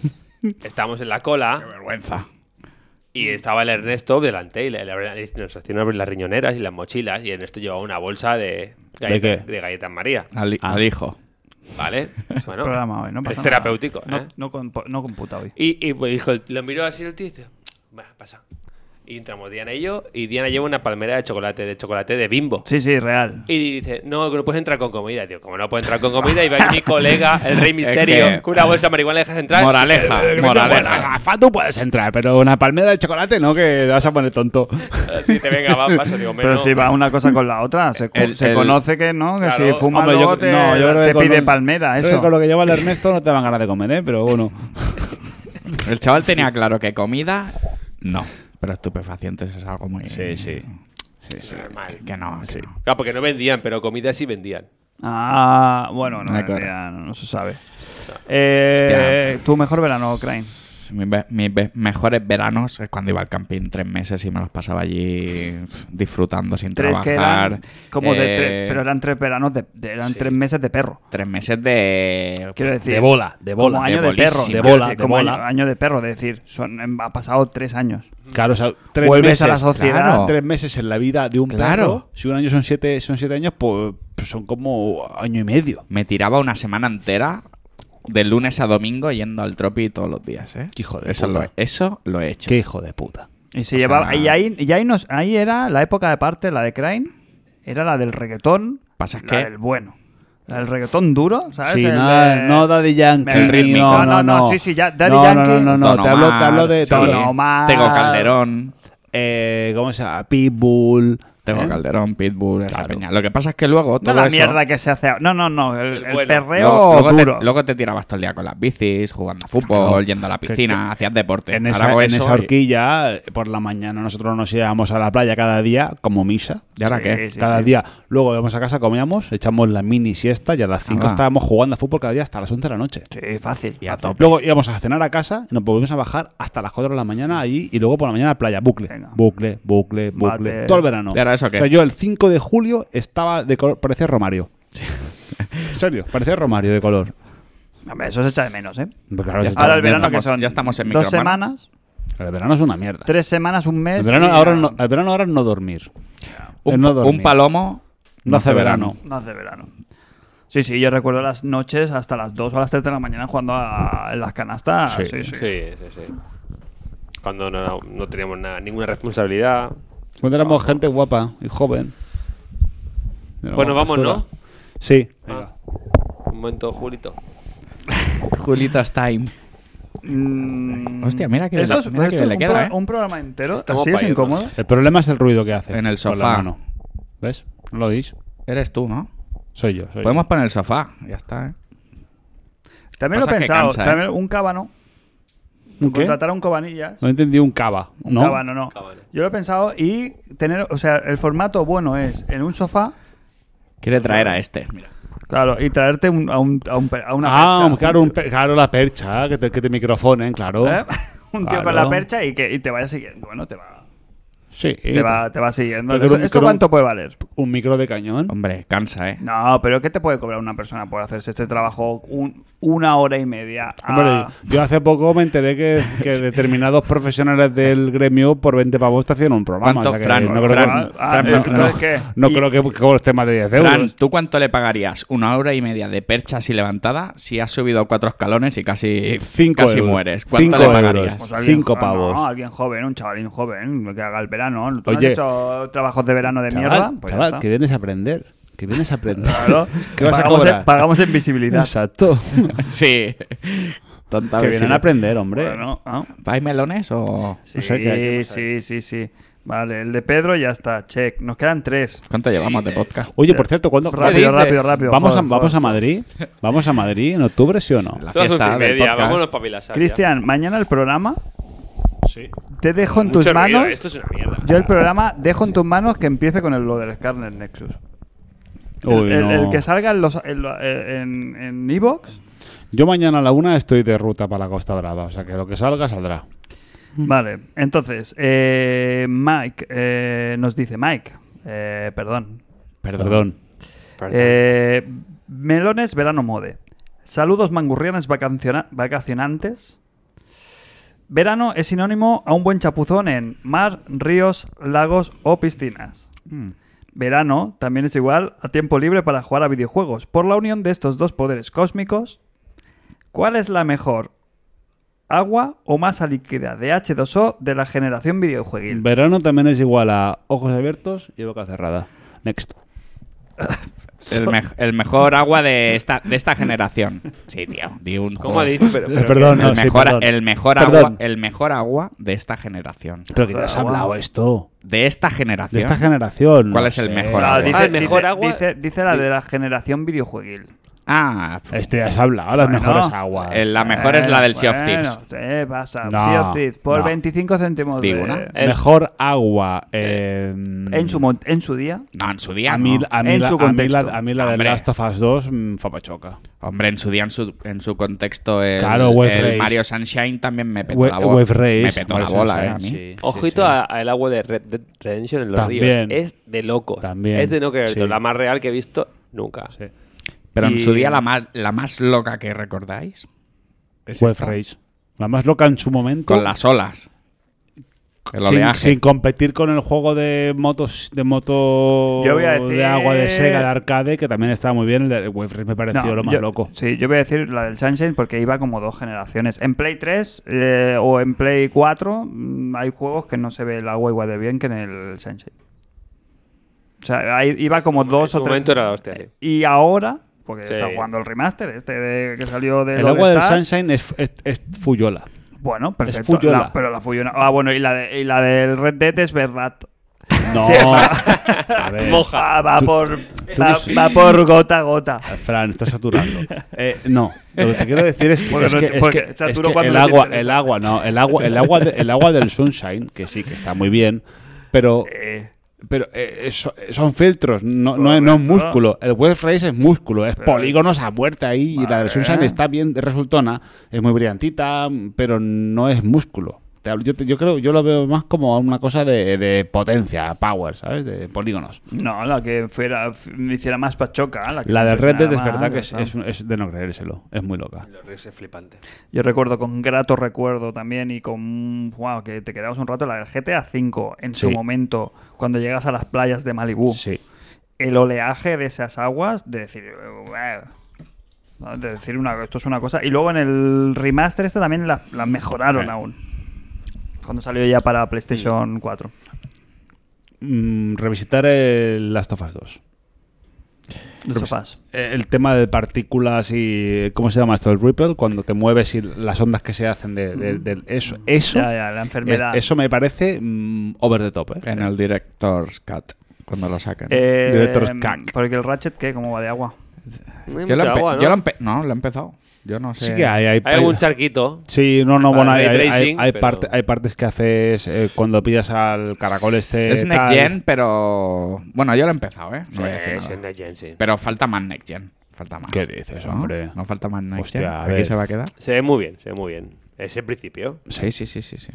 Speaker 2: Estábamos en la cola.
Speaker 4: Vergüenza.
Speaker 2: Y estaba el Ernesto delante y le, le- nos hacían abrir las riñoneras y las mochilas y Ernesto llevaba una bolsa de, galleta-
Speaker 3: qué?
Speaker 2: de galletas María,
Speaker 4: Al, al hijo.
Speaker 2: ¿vale? Pues bueno,
Speaker 1: Ah, Programa hoy, no pasa
Speaker 2: es
Speaker 1: nada.
Speaker 2: terapéutico,
Speaker 1: No,
Speaker 2: ¿eh?
Speaker 1: no compu- no computa hoy.
Speaker 2: Y, y, pues, dijo el- lo miró así el tío y dice, va, pasa. Y entramos Diana y yo y Diana lleva una palmera de chocolate, de chocolate de bimbo.
Speaker 1: Sí, sí, real.
Speaker 2: Y dice, no, que no puedes entrar con comida, tío. Como no puedes entrar con comida, y va a mi colega, el Rey Misterio,
Speaker 4: que-
Speaker 2: con una bolsa de marihuana le dejas entrar.
Speaker 4: Moraleja,
Speaker 3: Bueno,
Speaker 4: moraleja.
Speaker 3: gafa, tú puedes entrar, pero una palmeda de chocolate no, que te vas a poner tonto.
Speaker 2: Dice, venga, va, pasa. Digo,
Speaker 1: Pero
Speaker 2: menos-
Speaker 1: si va una cosa con la otra, se, co-
Speaker 4: El-
Speaker 1: se
Speaker 4: el-
Speaker 1: conoce que no, que
Speaker 2: Claro.
Speaker 1: si fumas
Speaker 3: Hombre, yo-
Speaker 1: luego te,
Speaker 3: no, yo creo que
Speaker 1: te
Speaker 3: con
Speaker 1: pide
Speaker 3: lo-
Speaker 1: palmera,
Speaker 3: creo que
Speaker 1: eso.
Speaker 3: Con lo que lleva el Ernesto no te van ganas de comer, ¿eh? Pero bueno.
Speaker 4: El chaval tenía claro que comida, no. Pero estupefacientes es algo muy.
Speaker 3: Sí, sí.
Speaker 2: Normal.
Speaker 4: Que no. que no.
Speaker 2: Claro, porque no vendían, pero comida sí vendían.
Speaker 1: Ah, bueno, no,
Speaker 4: Ah, claro.
Speaker 1: ya no, no se sabe. Eh, tu mejor verano, Crane.
Speaker 4: pf, mis, ve- mis ve- mejores veranos es cuando iba al camping tres meses y me los pasaba allí pf, disfrutando sin
Speaker 1: Tres que
Speaker 4: trabajar.
Speaker 1: eran como de
Speaker 4: Eh,
Speaker 1: tres, pero eran tres veranos de, de- eran tres meses de perro.
Speaker 4: tres meses de...
Speaker 1: Quiero decir,
Speaker 3: De bola, de bola,
Speaker 1: como
Speaker 4: de
Speaker 1: año de,
Speaker 4: bolísima.
Speaker 1: perro,
Speaker 4: De
Speaker 1: quiero
Speaker 3: bola,
Speaker 1: decir,
Speaker 3: de
Speaker 1: como
Speaker 3: bola.
Speaker 1: Año, año de perro, es decir, son, en- ha pasado tres años.
Speaker 3: Claro, o sea, tres
Speaker 1: Vuelves
Speaker 3: meses.
Speaker 1: a la sociedad.
Speaker 4: claro.
Speaker 3: Tres meses en la vida de un
Speaker 4: Claro.
Speaker 3: perro. Si un año son siete, son siete años, pues, pues son como año y medio.
Speaker 4: Me tiraba una semana entera de lunes a domingo yendo al tropi todos los días, ¿eh?
Speaker 3: Qué hijo de
Speaker 4: eso,
Speaker 3: puta.
Speaker 4: lo, eso lo he hecho.
Speaker 3: Qué hijo de puta.
Speaker 1: Y se
Speaker 4: O sea,
Speaker 1: llevaba, y ahí, y ahí nos, ahí era la época de parte, la de Crane, era la del reggaetón,
Speaker 4: Pasa es
Speaker 1: la
Speaker 4: que-
Speaker 1: del bueno. La del reggaetón duro, ¿sabes?
Speaker 3: Sí,
Speaker 1: El
Speaker 3: no,
Speaker 1: de-
Speaker 3: no Daddy Yankee.
Speaker 1: el
Speaker 4: rítmico.
Speaker 3: No, no,
Speaker 1: No, no,
Speaker 3: no,
Speaker 1: sí, sí, ya, Daddy
Speaker 3: no,
Speaker 1: Yankee.
Speaker 3: No, no, no,
Speaker 4: Don
Speaker 3: te hablo,
Speaker 4: Omar,
Speaker 3: te hablo de.
Speaker 4: sí.
Speaker 3: te hablo-
Speaker 1: Don Omar.
Speaker 4: Tengo Calderón.
Speaker 3: eh, ¿Cómo se llama? Pitbull.
Speaker 4: Tengo
Speaker 3: ¿eh?
Speaker 4: Calderón, Pitbull, esa peña. Lo que pasa es que luego todo
Speaker 1: No la
Speaker 4: eso-
Speaker 1: mierda que se hace. ahora. No, no, no. El,
Speaker 2: El
Speaker 1: el
Speaker 2: bueno.
Speaker 1: perreo
Speaker 4: Luego, luego
Speaker 1: duro.
Speaker 4: te, luego te tirabas todo el día con las bicis, jugando a fútbol, yendo a la piscina, hacías deporte.
Speaker 3: En
Speaker 4: Ahora
Speaker 3: esa,
Speaker 4: hago
Speaker 3: en
Speaker 4: eso
Speaker 3: esa
Speaker 4: y-
Speaker 3: horquilla, eh, por la mañana nosotros nos íbamos a la playa cada día como misa.
Speaker 4: ¿Y ahora
Speaker 1: Sí,
Speaker 4: qué?
Speaker 1: sí,
Speaker 3: cada
Speaker 1: sí.
Speaker 3: día. Luego íbamos a casa, comíamos, echamos la mini siesta y a las 5
Speaker 4: Ah.
Speaker 3: estábamos jugando a fútbol cada día hasta las 11 de la noche.
Speaker 1: Sí, fácil.
Speaker 4: Y a
Speaker 1: fácil.
Speaker 4: tope.
Speaker 3: Luego íbamos a cenar a casa y nos volvimos a bajar hasta las 4 de la mañana allí y luego por la mañana a la playa. Bucle,
Speaker 1: Venga.
Speaker 3: bucle, bucle, bucle.
Speaker 1: Bate.
Speaker 3: Todo el verano.
Speaker 4: ¿Y ahora eso qué?
Speaker 3: O sea, yo el 5 de julio estaba de color, parecía Romario. en serio, parecía Romario de color.
Speaker 1: Hombre, eso se echa de menos, ¿eh?
Speaker 3: Pero claro,
Speaker 4: Ya
Speaker 3: eso-
Speaker 4: está,
Speaker 1: Ahora el
Speaker 4: ya
Speaker 1: verano que
Speaker 4: estamos-
Speaker 1: son
Speaker 4: ya estamos en
Speaker 1: dos
Speaker 4: microman.
Speaker 1: semanas,
Speaker 3: el verano es una mierda.
Speaker 1: tres semanas, un mes.
Speaker 3: El verano,
Speaker 1: y ya
Speaker 3: ahora
Speaker 4: eh.
Speaker 3: no, el verano ahora es no dormir. Es
Speaker 4: Un,
Speaker 3: no dormir.
Speaker 4: un palomo
Speaker 3: No hace verano.
Speaker 1: No hace verano. Sí, sí, yo recuerdo las noches hasta las 2 o las 3 de la mañana jugando a en las canastas. Sí, sí.
Speaker 2: Sí, sí, sí. Cuando no, no teníamos nada, ninguna responsabilidad.
Speaker 3: Cuando éramos gente guapa y joven. Éramos
Speaker 2: Bueno, vamos,
Speaker 3: basura.
Speaker 2: ¿no?
Speaker 3: Sí.
Speaker 2: Un momento, Julito.
Speaker 4: Julito's Time.
Speaker 1: Mm,
Speaker 4: Hostia, mira que-
Speaker 1: esto es,
Speaker 4: mira que
Speaker 1: esto es
Speaker 4: le
Speaker 1: un,
Speaker 4: queda,
Speaker 1: pro-
Speaker 4: ¿eh?
Speaker 1: un programa entero.
Speaker 2: Estamos
Speaker 1: así es
Speaker 2: pa' ello,
Speaker 1: incómodo.
Speaker 3: El problema es el ruido que hace.
Speaker 4: En el
Speaker 3: con la
Speaker 4: sofá.
Speaker 3: mano. ¿Ves? No lo oís.
Speaker 4: Eres tú, ¿no?
Speaker 3: Soy yo. soy
Speaker 4: Podemos poner el sofá. Ya está, ¿eh?
Speaker 1: También lo he
Speaker 4: Pasa que
Speaker 1: pensado.
Speaker 4: cansa, ¿eh?
Speaker 1: también un cábano.
Speaker 3: yo. ¿Un qué?
Speaker 1: Contratar a un cobanillas.
Speaker 3: No entendí un cava.
Speaker 1: Un
Speaker 3: ¿no?
Speaker 1: cábano, no. Yo lo he pensado y tener. O sea, el formato bueno es en un sofá.
Speaker 4: Quiere traer a este. Mira.
Speaker 1: Claro, y traerte un- a, un, a, un per- a una
Speaker 3: ah,
Speaker 1: percha.
Speaker 3: claro, un pe- claro, la percha, que te, que te microfonen, claro.
Speaker 1: ¿Eh? Un tío con
Speaker 3: Claro.
Speaker 1: la percha y que y te vaya siguiendo. Bueno, te va,
Speaker 3: Sí.
Speaker 1: te va, te va siguiendo.
Speaker 3: Pero
Speaker 1: ¿Esto,
Speaker 3: con un-
Speaker 1: esto
Speaker 3: con un-
Speaker 1: cuánto puede valer?
Speaker 3: Un micro de cañón.
Speaker 4: Hombre, cansa, ¿eh?
Speaker 1: No, pero ¿qué te puede cobrar una persona por hacerse este trabajo un- una hora y media? a-
Speaker 3: Hombre, yo hace poco me enteré que, que determinados profesionales del gremio por 20 pavos te hacían un programa.
Speaker 4: ¿Cuánto,
Speaker 3: o sea que
Speaker 4: Fran?
Speaker 3: no creo
Speaker 4: Fran,
Speaker 3: que,
Speaker 1: Ah,
Speaker 4: Fran,
Speaker 1: eh,
Speaker 4: Fran,
Speaker 1: entonces,
Speaker 3: no,
Speaker 1: ¿qué?
Speaker 3: no
Speaker 1: Y-
Speaker 3: creo que que los temas de 10 euros.
Speaker 4: Fran, ¿tú cuánto le pagarías? ¿Una hora y media de percha así levantada si has subido cuatro escalones y casi,
Speaker 3: Cinco
Speaker 4: casi
Speaker 3: euros.
Speaker 4: mueres? ¿Cuánto
Speaker 3: Cinco
Speaker 4: le
Speaker 3: euros.
Speaker 4: pagarías?
Speaker 1: pues alguien
Speaker 3: cinco
Speaker 1: jo-
Speaker 3: pavos.
Speaker 1: No, alguien joven, un chavalín joven que haga el verano. ¿Tú no has
Speaker 3: Oye.
Speaker 1: hecho trabajos de verano de
Speaker 3: Chaval,
Speaker 1: mierda? Pues ya
Speaker 3: chaval,
Speaker 1: está.
Speaker 3: que vienes a aprender. Que vienes a aprender.
Speaker 1: Claro.
Speaker 3: ¿Qué vas a
Speaker 1: pagamos,
Speaker 3: cobrar?
Speaker 1: en, pagamos en visibilidad.
Speaker 3: Exacto.
Speaker 4: Sí. Tonta
Speaker 3: que
Speaker 4: vecina.
Speaker 3: vienen a aprender, hombre.
Speaker 1: Bueno, ah,
Speaker 4: ¿Hay melones o...?
Speaker 1: Sí,
Speaker 3: No sé qué hay que pasar.
Speaker 1: sí, sí, sí. Vale, el de Pedro ya está, check. Nos quedan tres.
Speaker 4: ¿Cuánto llevamos de podcast?
Speaker 3: Oye, por cierto, ¿cuándo
Speaker 1: Rápido,
Speaker 3: ¿cuándo-
Speaker 1: rápido, rápido,
Speaker 3: ¿Vamos,
Speaker 1: joder,
Speaker 3: a, ¿Vamos
Speaker 1: joder.
Speaker 3: a Madrid? ¿Vamos a Madrid en octubre, sí o no?
Speaker 4: La
Speaker 2: Son las
Speaker 4: fiesta
Speaker 2: once y
Speaker 4: del
Speaker 2: media,
Speaker 4: podcast.
Speaker 2: vámonos para Vilasar.
Speaker 1: Cristian, mañana el programa
Speaker 3: Sí.
Speaker 1: te dejo en
Speaker 2: Mucho
Speaker 1: tus
Speaker 2: ruido, eh,
Speaker 1: manos.
Speaker 2: Esto es una mierda.
Speaker 1: Yo el programa dejo en tus manos que empiece con el- lo del Scarlet Nexus. El,
Speaker 3: Uy,
Speaker 1: el-
Speaker 3: no.
Speaker 1: el que salga en los- en lo- en- en Evox,
Speaker 3: Yo mañana a la una estoy de ruta para la Costa Brava, o sea que lo que salga saldrá.
Speaker 1: Vale, entonces, eh, Mike eh, nos dice, Mike, eh, perdón,
Speaker 3: Perdón.
Speaker 1: eh, melones verano mode. Saludos mangurrianes vacanciona- vacacionantes. Verano es sinónimo a un buen chapuzón en mar, ríos, lagos o piscinas.
Speaker 2: Mm.
Speaker 1: Verano también es igual a tiempo libre para jugar a videojuegos. Por la unión de estos dos poderes cósmicos, ¿cuál es la mejor? ¿Agua o masa líquida de H2O de la generación videojueguil?
Speaker 3: Verano también es igual a ojos abiertos y boca cerrada. Next.
Speaker 4: El, mej- el mejor agua de esta, de esta generación. Sí, tío. Di un
Speaker 2: ¿Cómo ha
Speaker 4: joder.
Speaker 2: dicho? Pero, pero
Speaker 3: Eh, perdón,
Speaker 4: El,
Speaker 3: no, sí,
Speaker 4: mejor,
Speaker 3: perdón.
Speaker 4: el, mejor
Speaker 3: Perdón.
Speaker 4: agua, el mejor agua de esta generación.
Speaker 3: Pero que te has
Speaker 1: Agua.
Speaker 3: hablado esto.
Speaker 4: De esta generación.
Speaker 3: De esta generación.
Speaker 4: ¿Cuál
Speaker 3: no
Speaker 4: es el
Speaker 3: sé.
Speaker 4: mejor
Speaker 1: No,
Speaker 4: agua?
Speaker 1: dice,
Speaker 2: Ah, el mejor
Speaker 1: dice-
Speaker 2: agua-
Speaker 1: dice- dice la de la generación videojueguil.
Speaker 4: Ah,
Speaker 3: Este ya se ha hablado, las
Speaker 1: Bueno,
Speaker 3: mejores aguas.
Speaker 4: eh, la mejor es la del Sea of
Speaker 1: Bueno,
Speaker 4: Thieves.
Speaker 1: te pasa.
Speaker 3: No,
Speaker 1: sea of Thieves, por
Speaker 3: no.
Speaker 1: 25 céntimos de-
Speaker 4: Digo una. el-
Speaker 3: Mejor agua. eh,
Speaker 1: en, su, mon- en su día.
Speaker 4: No, en su día.
Speaker 3: a mí,
Speaker 4: no.
Speaker 3: a mí
Speaker 1: en
Speaker 3: la,
Speaker 1: su
Speaker 3: a mí la-
Speaker 1: contexto.
Speaker 3: a mí la de
Speaker 4: Hombre.
Speaker 3: Last of Us 2, mm, fapachoca.
Speaker 4: Hombre, en su día, en su, en su contexto, el,
Speaker 3: Claro, Wave
Speaker 4: el
Speaker 3: Race.
Speaker 4: Mario Sunshine también me petó
Speaker 3: We-
Speaker 4: la bola.
Speaker 3: Wave Race,
Speaker 4: me petó
Speaker 3: Mario
Speaker 4: la bola, eh, a
Speaker 3: Sunshine,
Speaker 4: mí.
Speaker 3: sí, sí,
Speaker 2: Ojito
Speaker 3: sí.
Speaker 2: a- al agua de Red Dead Redemption en los
Speaker 3: También.
Speaker 2: ríos. Es de locos.
Speaker 3: También,
Speaker 2: Es de no creer.
Speaker 3: sí.
Speaker 2: La más real que he visto nunca.
Speaker 3: Sí.
Speaker 4: Pero en
Speaker 1: Y-
Speaker 4: su día, la más, la más loca que recordáis. es
Speaker 3: Wave
Speaker 4: esta.
Speaker 3: Race. La más loca en su momento.
Speaker 4: Con las olas. El
Speaker 3: sin,
Speaker 4: oleaje.
Speaker 3: sin competir con el juego de motos de moto
Speaker 1: Yo voy a decir-
Speaker 3: de agua de Sega de arcade que también estaba muy bien el de Wave Race me pareció
Speaker 1: No,
Speaker 3: lo más
Speaker 1: yo-
Speaker 3: loco
Speaker 1: Sí, yo voy a decir la del Sunshine porque iba como dos generaciones. En Play 3 eh, o en Play 4 mm, hay juegos que no se ve la agua igual de bien que en el Sunshine. O sea, ahí iba como dos
Speaker 2: su
Speaker 1: o tres.
Speaker 2: momento era la hostia, sí.
Speaker 1: Y ahora, porque
Speaker 2: Sí.
Speaker 1: está jugando el remaster, este de- que salió del
Speaker 3: el agua del
Speaker 1: All-Star,
Speaker 3: Sunshine es, es, es fuyola
Speaker 1: Bueno, perfecto.
Speaker 3: Fuyola.
Speaker 1: La- pero la Fuyola. Ah, bueno, y la, de- y la del Red Dead es verdad.
Speaker 3: no a ver
Speaker 1: Moja. Va, por,
Speaker 3: tú
Speaker 1: va,
Speaker 3: no sé.
Speaker 1: va por gota a gota.
Speaker 3: Fran estás saturando Eh, no lo que te quiero decir es que,
Speaker 1: Porque
Speaker 3: es
Speaker 1: no-
Speaker 3: que- es
Speaker 1: porque
Speaker 3: que-
Speaker 1: saturo
Speaker 3: es que
Speaker 1: cuando no
Speaker 3: el
Speaker 1: te
Speaker 3: agua
Speaker 1: interesa.
Speaker 3: el agua no el agua el agua de- el agua del Sunshine que sí que está muy bien pero
Speaker 1: Eh,
Speaker 3: Pero eh, eh, so- eh, son filtros, no, no, no es
Speaker 1: Correcto.
Speaker 3: músculo. El Wave Race es músculo, es polígonos a muerte ahí. Y la
Speaker 1: Vale.
Speaker 3: del Sunshine está bien resultona, es muy brillantita, pero no es músculo. Te hablo- Yo, te- yo creo yo lo veo más como una cosa de, de potencia, power, ¿sabes? De polígonos.
Speaker 1: no, la que fuera, f- me hiciera más pachoca. La, que
Speaker 3: La
Speaker 1: me
Speaker 3: del Red Dead es
Speaker 1: impresionara
Speaker 3: verdad que
Speaker 1: más,
Speaker 3: es,
Speaker 1: ¿no?
Speaker 3: es un- es de no creérselo, es muy loca.
Speaker 2: Los ríos es flipante.
Speaker 1: Yo recuerdo con grato recuerdo también y con. ¡Wow! Que te quedabas un rato la del GTA V en su
Speaker 3: Sí.
Speaker 1: momento, cuando llegas a las playas de Malibú.
Speaker 3: Sí.
Speaker 1: el oleaje de esas aguas, de decir, "Buah", ¿no? de decir una, esto es una cosa. Y luego en el remaster este también la, la mejoraron
Speaker 3: Eh.
Speaker 1: aún. Cuando salió ya para PlayStation 4.
Speaker 3: Mm, revisitar el Last of Us 2.
Speaker 1: Los sofás.
Speaker 3: Eh, El tema de partículas y. ¿Cómo se llama esto? El Ripple, cuando te mueves y las ondas que se hacen de, de- del- eso. Eso,
Speaker 1: Ya, ya, la enfermedad.
Speaker 3: Eh, Eso me parece mm, over the top. ¿eh?
Speaker 4: En el Director's Cut. Cuando lo saquen.
Speaker 1: Eh,
Speaker 3: Director's Cut.
Speaker 1: porque el Ratchet, ¿qué? ¿Cómo va de agua?
Speaker 2: No hay
Speaker 4: yo, lo
Speaker 2: mucha
Speaker 4: empe-
Speaker 2: agua, ¿no?
Speaker 4: yo lo empe- no, lo he empezado. Yo no sé.
Speaker 3: Sí que hay, hay,
Speaker 2: Hay algún charquito.
Speaker 3: Sí, no, no,
Speaker 2: Vale,
Speaker 3: bueno, hay,
Speaker 2: ray
Speaker 3: hay-
Speaker 2: tracing,
Speaker 3: hay
Speaker 2: pero-
Speaker 3: parte- hay partes que haces eh, cuando pillas al caracol este.
Speaker 4: es Next
Speaker 3: tal.
Speaker 4: Gen, pero. Bueno, yo lo he empezado, ¿eh? No
Speaker 2: Sí,
Speaker 4: voy a decir
Speaker 2: Pues, es
Speaker 4: nada.
Speaker 2: en Next Gen, sí.
Speaker 4: Pero falta más Next Gen. Falta más.
Speaker 3: ¿Qué dices,
Speaker 4: ¿No?
Speaker 3: hombre?
Speaker 4: No, falta más Next
Speaker 3: Hostia,
Speaker 4: Gen.
Speaker 3: a
Speaker 4: Aquí
Speaker 3: ver.
Speaker 4: se va a quedar.
Speaker 2: Se ve muy bien, se ve muy bien. Es el principio.
Speaker 4: Sí, sí, sí, sí. sí.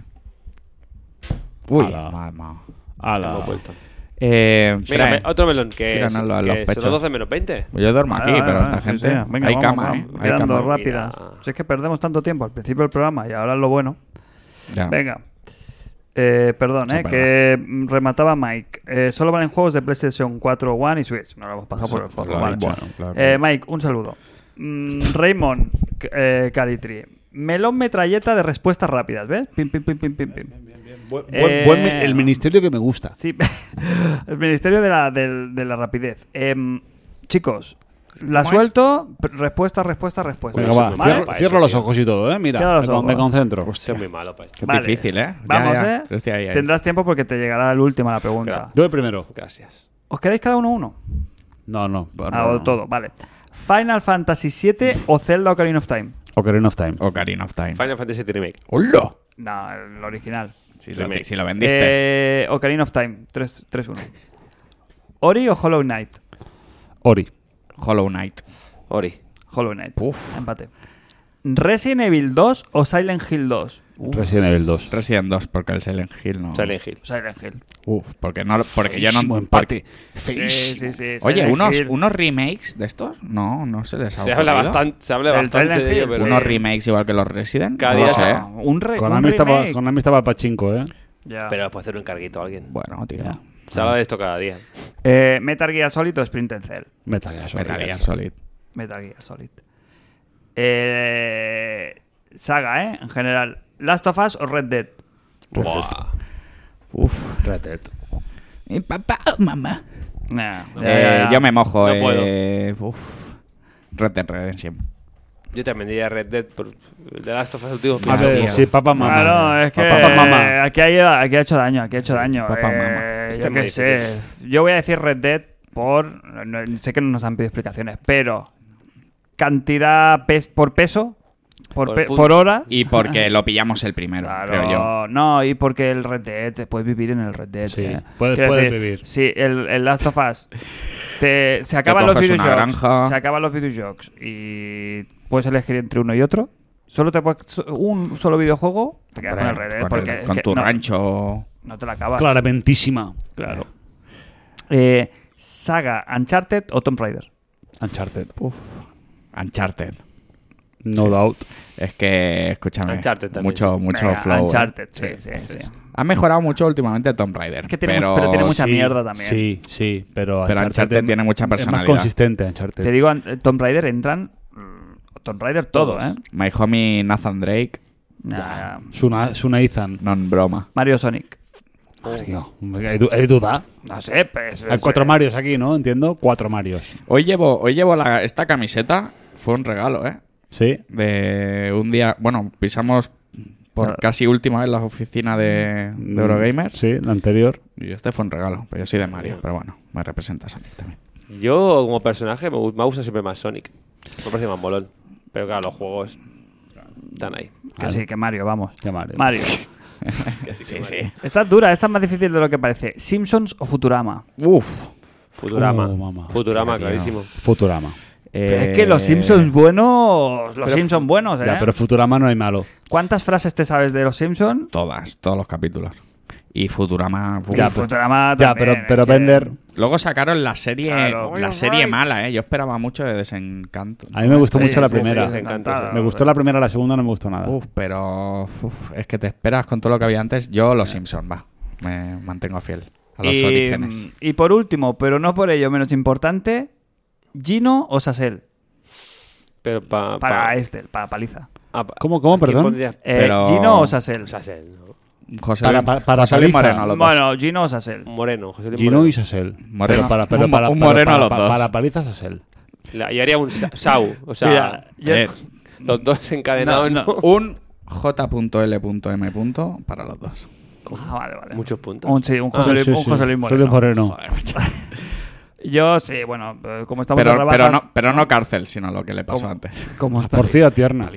Speaker 4: Uy,
Speaker 3: Ala.
Speaker 4: mal, mal.
Speaker 3: Ala.
Speaker 2: Hemos vuelto.
Speaker 4: Eh,
Speaker 2: Mira,
Speaker 4: trae.
Speaker 2: me- otro melón que, es,
Speaker 4: Tíranlo a los
Speaker 2: que
Speaker 4: pechos.
Speaker 2: son 12 menos 20.
Speaker 4: Yo duermo aquí,
Speaker 1: Vale, vale,
Speaker 4: pero
Speaker 1: vale,
Speaker 4: esta
Speaker 1: Ah, sí,
Speaker 4: gente.
Speaker 1: sí. Venga,
Speaker 4: hay
Speaker 1: vamos,
Speaker 4: cama,
Speaker 1: vamos,
Speaker 4: ¿eh? Hay
Speaker 1: Quedando
Speaker 4: cama.
Speaker 1: rápidas. Si es que perdemos tanto tiempo al principio del programa y ahora es lo bueno.
Speaker 4: Ya.
Speaker 1: Venga. Eh, perdón,
Speaker 4: Sí,
Speaker 1: eh, que mm, remataba Mike. Eh, solo valen juegos de PlayStation 4, One y Switch. No lo hemos pasado por el
Speaker 4: Sí,
Speaker 1: forro,
Speaker 4: lo he
Speaker 1: vale.
Speaker 4: dicho, claro.
Speaker 1: Eh, Mike, un saludo. Mm, Raymond c- eh, Calitri. Melón metralleta de respuestas rápidas, ¿ves? Pim, pim, pim, pim, pim, pim.
Speaker 3: Buen- buen- buen mi-
Speaker 1: Eh,
Speaker 3: el ministerio que me gusta.
Speaker 1: Sí, el Ministerio de la, del- de la Rapidez. Em, chicos, la
Speaker 4: ¿Cómo es?
Speaker 1: suelto, p- respuesta, respuesta, respuesta.
Speaker 3: Venga, va,
Speaker 2: Eso me
Speaker 1: ¿Vale?
Speaker 3: cierro,
Speaker 2: para
Speaker 3: cierro
Speaker 2: eso,
Speaker 3: los
Speaker 2: tío.
Speaker 3: ojos y todo, ¿eh?
Speaker 1: Cierra
Speaker 3: Mira,
Speaker 1: los
Speaker 3: me, con- me
Speaker 1: ojos.
Speaker 3: concentro.
Speaker 2: Soy muy malo para esto.
Speaker 4: Qué difícil, ¿eh? Ya,
Speaker 1: Vamos,
Speaker 4: ya.
Speaker 1: ¿eh?
Speaker 4: Hostia, ahí, ahí.
Speaker 1: Tendrás tiempo porque te llegará última la pregunta.
Speaker 2: Claro.
Speaker 3: Yo el primero.
Speaker 2: Gracias.
Speaker 1: ¿Os quedáis cada uno uno?
Speaker 3: No, no.
Speaker 1: Ah, o todo, vale. ¿Final Fantasy VII o Zelda Ocarina of Time?
Speaker 3: Ocarina of Time.
Speaker 4: Ocarina Oh, of Time.
Speaker 2: Final Fantasy Remake.
Speaker 4: ¡Hola!
Speaker 1: No, el original.
Speaker 4: Si
Speaker 2: lo-
Speaker 4: lo,
Speaker 2: si
Speaker 4: vendiste.
Speaker 1: Eh, Ocarina of Time, 3 3-1. ¿Ori o Hollow Knight?
Speaker 3: Ori.
Speaker 4: Hollow Knight.
Speaker 2: Ori.
Speaker 1: Hollow Knight.
Speaker 4: Uf.
Speaker 1: Empate. ¿Resident Evil 2 o Silent Hill 2?
Speaker 3: Resident Evil 2.
Speaker 4: Resident 2, porque el Silent Hill no.
Speaker 2: Silent Hill.
Speaker 1: Silent Hill.
Speaker 4: Uf, porque no. Porque yo
Speaker 3: Feísimo
Speaker 4: no.
Speaker 3: empate.
Speaker 1: Sí, sí,
Speaker 3: Feísimo.
Speaker 1: sí.
Speaker 4: Oye,
Speaker 1: Silent
Speaker 4: unos,
Speaker 1: Hill.
Speaker 4: unos remakes de estos, no, no se les ha
Speaker 2: Se habla
Speaker 4: ocurrido.
Speaker 2: bastante, se habla
Speaker 1: El
Speaker 2: bastante
Speaker 1: Silent
Speaker 2: de ello,
Speaker 1: Hill,
Speaker 2: pero...
Speaker 1: sí.
Speaker 4: Unos remakes igual que los Resident.
Speaker 2: Cada
Speaker 4: no
Speaker 2: día
Speaker 4: lo sé.
Speaker 2: se-
Speaker 1: Ah, un, re
Speaker 3: Con
Speaker 1: un
Speaker 3: Ami estaba,
Speaker 1: remake.
Speaker 3: con Ami estaba pachinko, ¿eh?
Speaker 1: Ya.
Speaker 2: Pero puede hacer un encarguito a alguien.
Speaker 4: Bueno, tío.
Speaker 2: Se habla de esto cada día.
Speaker 1: Eh, Metal Gear Solid o Sprint and Cell.
Speaker 3: Metal Gear Solid.
Speaker 4: Metal Gear Solid.
Speaker 1: Metal Gear Solid. Eh, saga, ¿eh? En general. Last of Us o Red Dead.
Speaker 2: Buah.
Speaker 4: Uf.
Speaker 3: Red Dead.
Speaker 4: Mi papá o mamá.
Speaker 1: Nah, ya,
Speaker 4: Eh,
Speaker 1: ya, ya.
Speaker 4: Yo me mojo.
Speaker 2: No
Speaker 4: eh, Uf. Red Dead Redemption.
Speaker 2: Yo también diría Red Dead por The Last of Us último.
Speaker 3: A
Speaker 4: Madre
Speaker 3: ver,
Speaker 4: mía.
Speaker 3: sí, papá mamá.
Speaker 1: Claro, es que
Speaker 3: Papá mamá.
Speaker 1: Aquí, ha, aquí ha hecho daño, aquí ha hecho daño.
Speaker 4: Papá,
Speaker 1: Eh,
Speaker 4: mamá.
Speaker 2: Este
Speaker 1: yo
Speaker 2: es muy
Speaker 1: qué sé.
Speaker 2: difícil.
Speaker 1: Yo voy a decir Red Dead por... no- sé que no nos han pedido explicaciones, pero cantidad pes- por peso, por,
Speaker 2: Por
Speaker 1: pe-
Speaker 2: punto.
Speaker 1: por horas.
Speaker 4: Y porque lo pillamos el primero, creo yo.
Speaker 1: Claro, no, y porque el Red Dead, te puedes vivir en el Red Dead.
Speaker 3: Sí,
Speaker 1: eh.
Speaker 3: puedes-
Speaker 1: Quiero
Speaker 3: puedes
Speaker 1: decir,
Speaker 3: vivir.
Speaker 1: Sí, el, el Last of Us. Te- se acaban los
Speaker 4: coges una
Speaker 1: videojuegos.
Speaker 4: granja.
Speaker 1: Se acaban los videojuegos. Y puedes elegir entre uno y otro. Solo te puedes. so- Un solo videojuego. Te quedas con el Red Dead.
Speaker 4: Con
Speaker 1: porque
Speaker 4: el-
Speaker 1: es
Speaker 4: con
Speaker 1: que
Speaker 4: tu
Speaker 1: no,
Speaker 4: rancho.
Speaker 1: No te la acabas.
Speaker 3: Claramentísima.
Speaker 1: Claro. Eh, saga Uncharted o Tomb Raider.
Speaker 3: Uncharted.
Speaker 4: Uncharted.
Speaker 3: No doubt.
Speaker 4: Es que, escúchame.
Speaker 2: Uncharted también,
Speaker 4: Mucho, mucho
Speaker 1: Venga,
Speaker 4: flow. ¿eh?
Speaker 1: Uncharted, sí, sí, sí.
Speaker 4: Ha mejorado mucho últimamente Tomb Raider.
Speaker 1: Es que tiene mu- pero tiene mucha mierda también.
Speaker 3: Oh, Sí, sí, pero,
Speaker 4: Pero Uncharted
Speaker 3: es-
Speaker 4: tiene mucha
Speaker 3: Es
Speaker 4: personalidad.
Speaker 3: más consistente Uncharted.
Speaker 1: Te digo, an- eh, Tomb Raider entran. mm, Tomb Raider todo, ¿eh?
Speaker 4: My homie Nathan Drake,
Speaker 1: Nah,
Speaker 3: Suna, Suna Ethan.
Speaker 4: non broma.
Speaker 1: Mario Sonic. Oh.
Speaker 3: Tío, hombre, hay, du- hay duda.
Speaker 1: No sé, pues.
Speaker 3: Hay
Speaker 1: es-
Speaker 3: cuatro Marios aquí, ¿no? Entiendo. Cuatro Marios.
Speaker 4: Hoy llevo, hoy llevo la- esta camiseta, fue un regalo, ¿eh?
Speaker 3: Sí.
Speaker 4: De un día, bueno, pisamos por
Speaker 1: Claro.
Speaker 4: casi última vez la oficina de,
Speaker 1: Mm.
Speaker 4: de Eurogamer.
Speaker 3: Sí, la anterior.
Speaker 4: Y este fue un regalo, pero yo soy de Mario, pero bueno, me representas a mí también.
Speaker 2: Yo, como personaje, me, gu- me gusta siempre más Sonic. Me parece más molón. Pero claro, los juegos están ahí.
Speaker 1: Que sí, que Mario, vamos.
Speaker 3: Que Mario.
Speaker 4: Sí, sí.
Speaker 1: Esta es dura, esta es más difícil de lo que parece. ¿Simpsons o Futurama?
Speaker 4: Uf.
Speaker 2: Futurama.
Speaker 3: Oh, mamá.
Speaker 2: Futurama,
Speaker 4: Hostia, tío.
Speaker 2: clarísimo.
Speaker 3: Futurama.
Speaker 1: Pero
Speaker 4: Eh,
Speaker 1: es que los Simpsons buenos. Los Simpsons buenos, ¿eh?
Speaker 3: Ya, pero Futurama no hay malo.
Speaker 1: ¿Cuántas frases te sabes de los Simpsons?
Speaker 4: Todas, todos los capítulos. Y Futurama. uf.
Speaker 1: Ya, pues, Futurama
Speaker 3: Ya,
Speaker 1: también,
Speaker 3: pero, pero
Speaker 1: es que-
Speaker 3: Bender.
Speaker 4: Luego sacaron la serie,
Speaker 1: Claro.
Speaker 4: la serie mala, ¿eh? Yo esperaba mucho de Desencanto.
Speaker 3: A mí me gustó
Speaker 1: Sí,
Speaker 3: mucho la
Speaker 1: sí, sí,
Speaker 3: primera.
Speaker 1: sí, encantada.
Speaker 3: me gustó la primera, la segunda no me gustó nada.
Speaker 4: Uf, pero uf, es que te esperas con todo lo que había antes. Yo los Simpsons, va. Me mantengo fiel a los
Speaker 1: y,
Speaker 4: orígenes.
Speaker 1: y por último, pero no por ello menos importante, Gino o Sasel.
Speaker 2: Pero pa-
Speaker 1: Para
Speaker 2: pa-
Speaker 1: este, para paliza.
Speaker 2: ah, pa-
Speaker 3: ¿Cómo, cómo,
Speaker 2: ¿a quién
Speaker 3: perdón?
Speaker 2: pondrías?
Speaker 1: Eh,
Speaker 4: Pero-
Speaker 1: Gino o Sasel.
Speaker 2: Sasel, ¿no?
Speaker 4: José,
Speaker 3: Para-
Speaker 4: Luis-
Speaker 3: para- para
Speaker 4: José Luis
Speaker 3: paliza.
Speaker 4: Moreno, los dos.
Speaker 1: Bueno, Gino o Sasel.
Speaker 2: Moreno, José Luis
Speaker 3: Gino
Speaker 2: Moreno.
Speaker 3: y Sasel.
Speaker 4: Moreno.
Speaker 3: Pero para,
Speaker 4: Un
Speaker 3: pero
Speaker 4: mo-
Speaker 3: para,
Speaker 4: un
Speaker 3: pero
Speaker 4: moreno
Speaker 3: para-
Speaker 4: a los
Speaker 3: para-
Speaker 4: dos.
Speaker 3: para paliza Sasel.
Speaker 2: La- y haría un sa- Sau. O sea,
Speaker 1: Mira, yo-
Speaker 4: Eh,
Speaker 2: los dos encadenados.
Speaker 1: No,
Speaker 2: ¿no?
Speaker 4: Un J.L.M. para los dos.
Speaker 1: Ah, vale, vale.
Speaker 2: Muchos puntos.
Speaker 1: Un, sí, un
Speaker 3: Ah,
Speaker 1: José, Luis, un José Luis Moreno. Yo sí, bueno, eh, como estamos de
Speaker 4: Pero,
Speaker 1: rebajas,
Speaker 4: pero, no, Ah, pero no cárcel, sino lo que le pasó antes.
Speaker 1: como estamos-
Speaker 3: Morcilla tierna.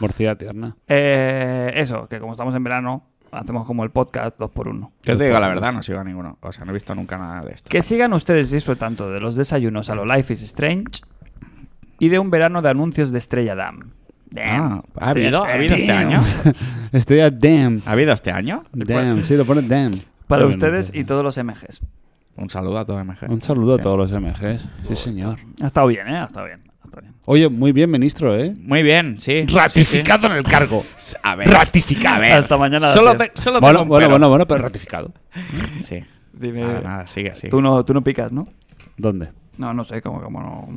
Speaker 3: Morcilla tierna.
Speaker 1: Eh, eso, que como estamos en verano, hacemos como el podcast dos por uno.
Speaker 4: Yo te digo la verdad, no sigo a ninguno. O sea, no he visto nunca nada de esto.
Speaker 1: Que sigan ustedes eso tanto de los desayunos a lo Life is Strange y de un verano de anuncios de Estrella Damm.
Speaker 4: Ah,
Speaker 1: Damn.
Speaker 4: ¿Ha habido, ha habido este
Speaker 1: Damn.
Speaker 4: año?
Speaker 3: Estoy a damn.
Speaker 4: ¿Ha habido este año?
Speaker 3: Damn. Sí, lo pone damn.
Speaker 1: Para
Speaker 3: Bueno,
Speaker 1: ustedes
Speaker 3: tío.
Speaker 1: y todos los MGs.
Speaker 4: Un saludo a todo MG.
Speaker 3: Un saludo a todos los MGs. Sí, señor.
Speaker 1: Ha estado bien, ¿eh? Ha estado bien. Ha estado bien.
Speaker 3: Oye, muy bien, ministro, ¿eh?
Speaker 4: Muy bien, sí.
Speaker 3: Ratificado en el cargo.
Speaker 4: Sí, sí. A ver. A ver.
Speaker 1: Hasta mañana a las
Speaker 4: Solo,
Speaker 1: diez.
Speaker 4: te- solo
Speaker 3: Bueno,
Speaker 4: tengo un
Speaker 3: bueno,
Speaker 4: pero.
Speaker 3: bueno, Eh, bueno, pero ratificado.
Speaker 4: Sí.
Speaker 1: Dime.
Speaker 4: Nada, nada, sigue, sigue.
Speaker 1: Tú no, tú no picas, ¿no?
Speaker 3: ¿Dónde?
Speaker 1: No, no sé, como, como no.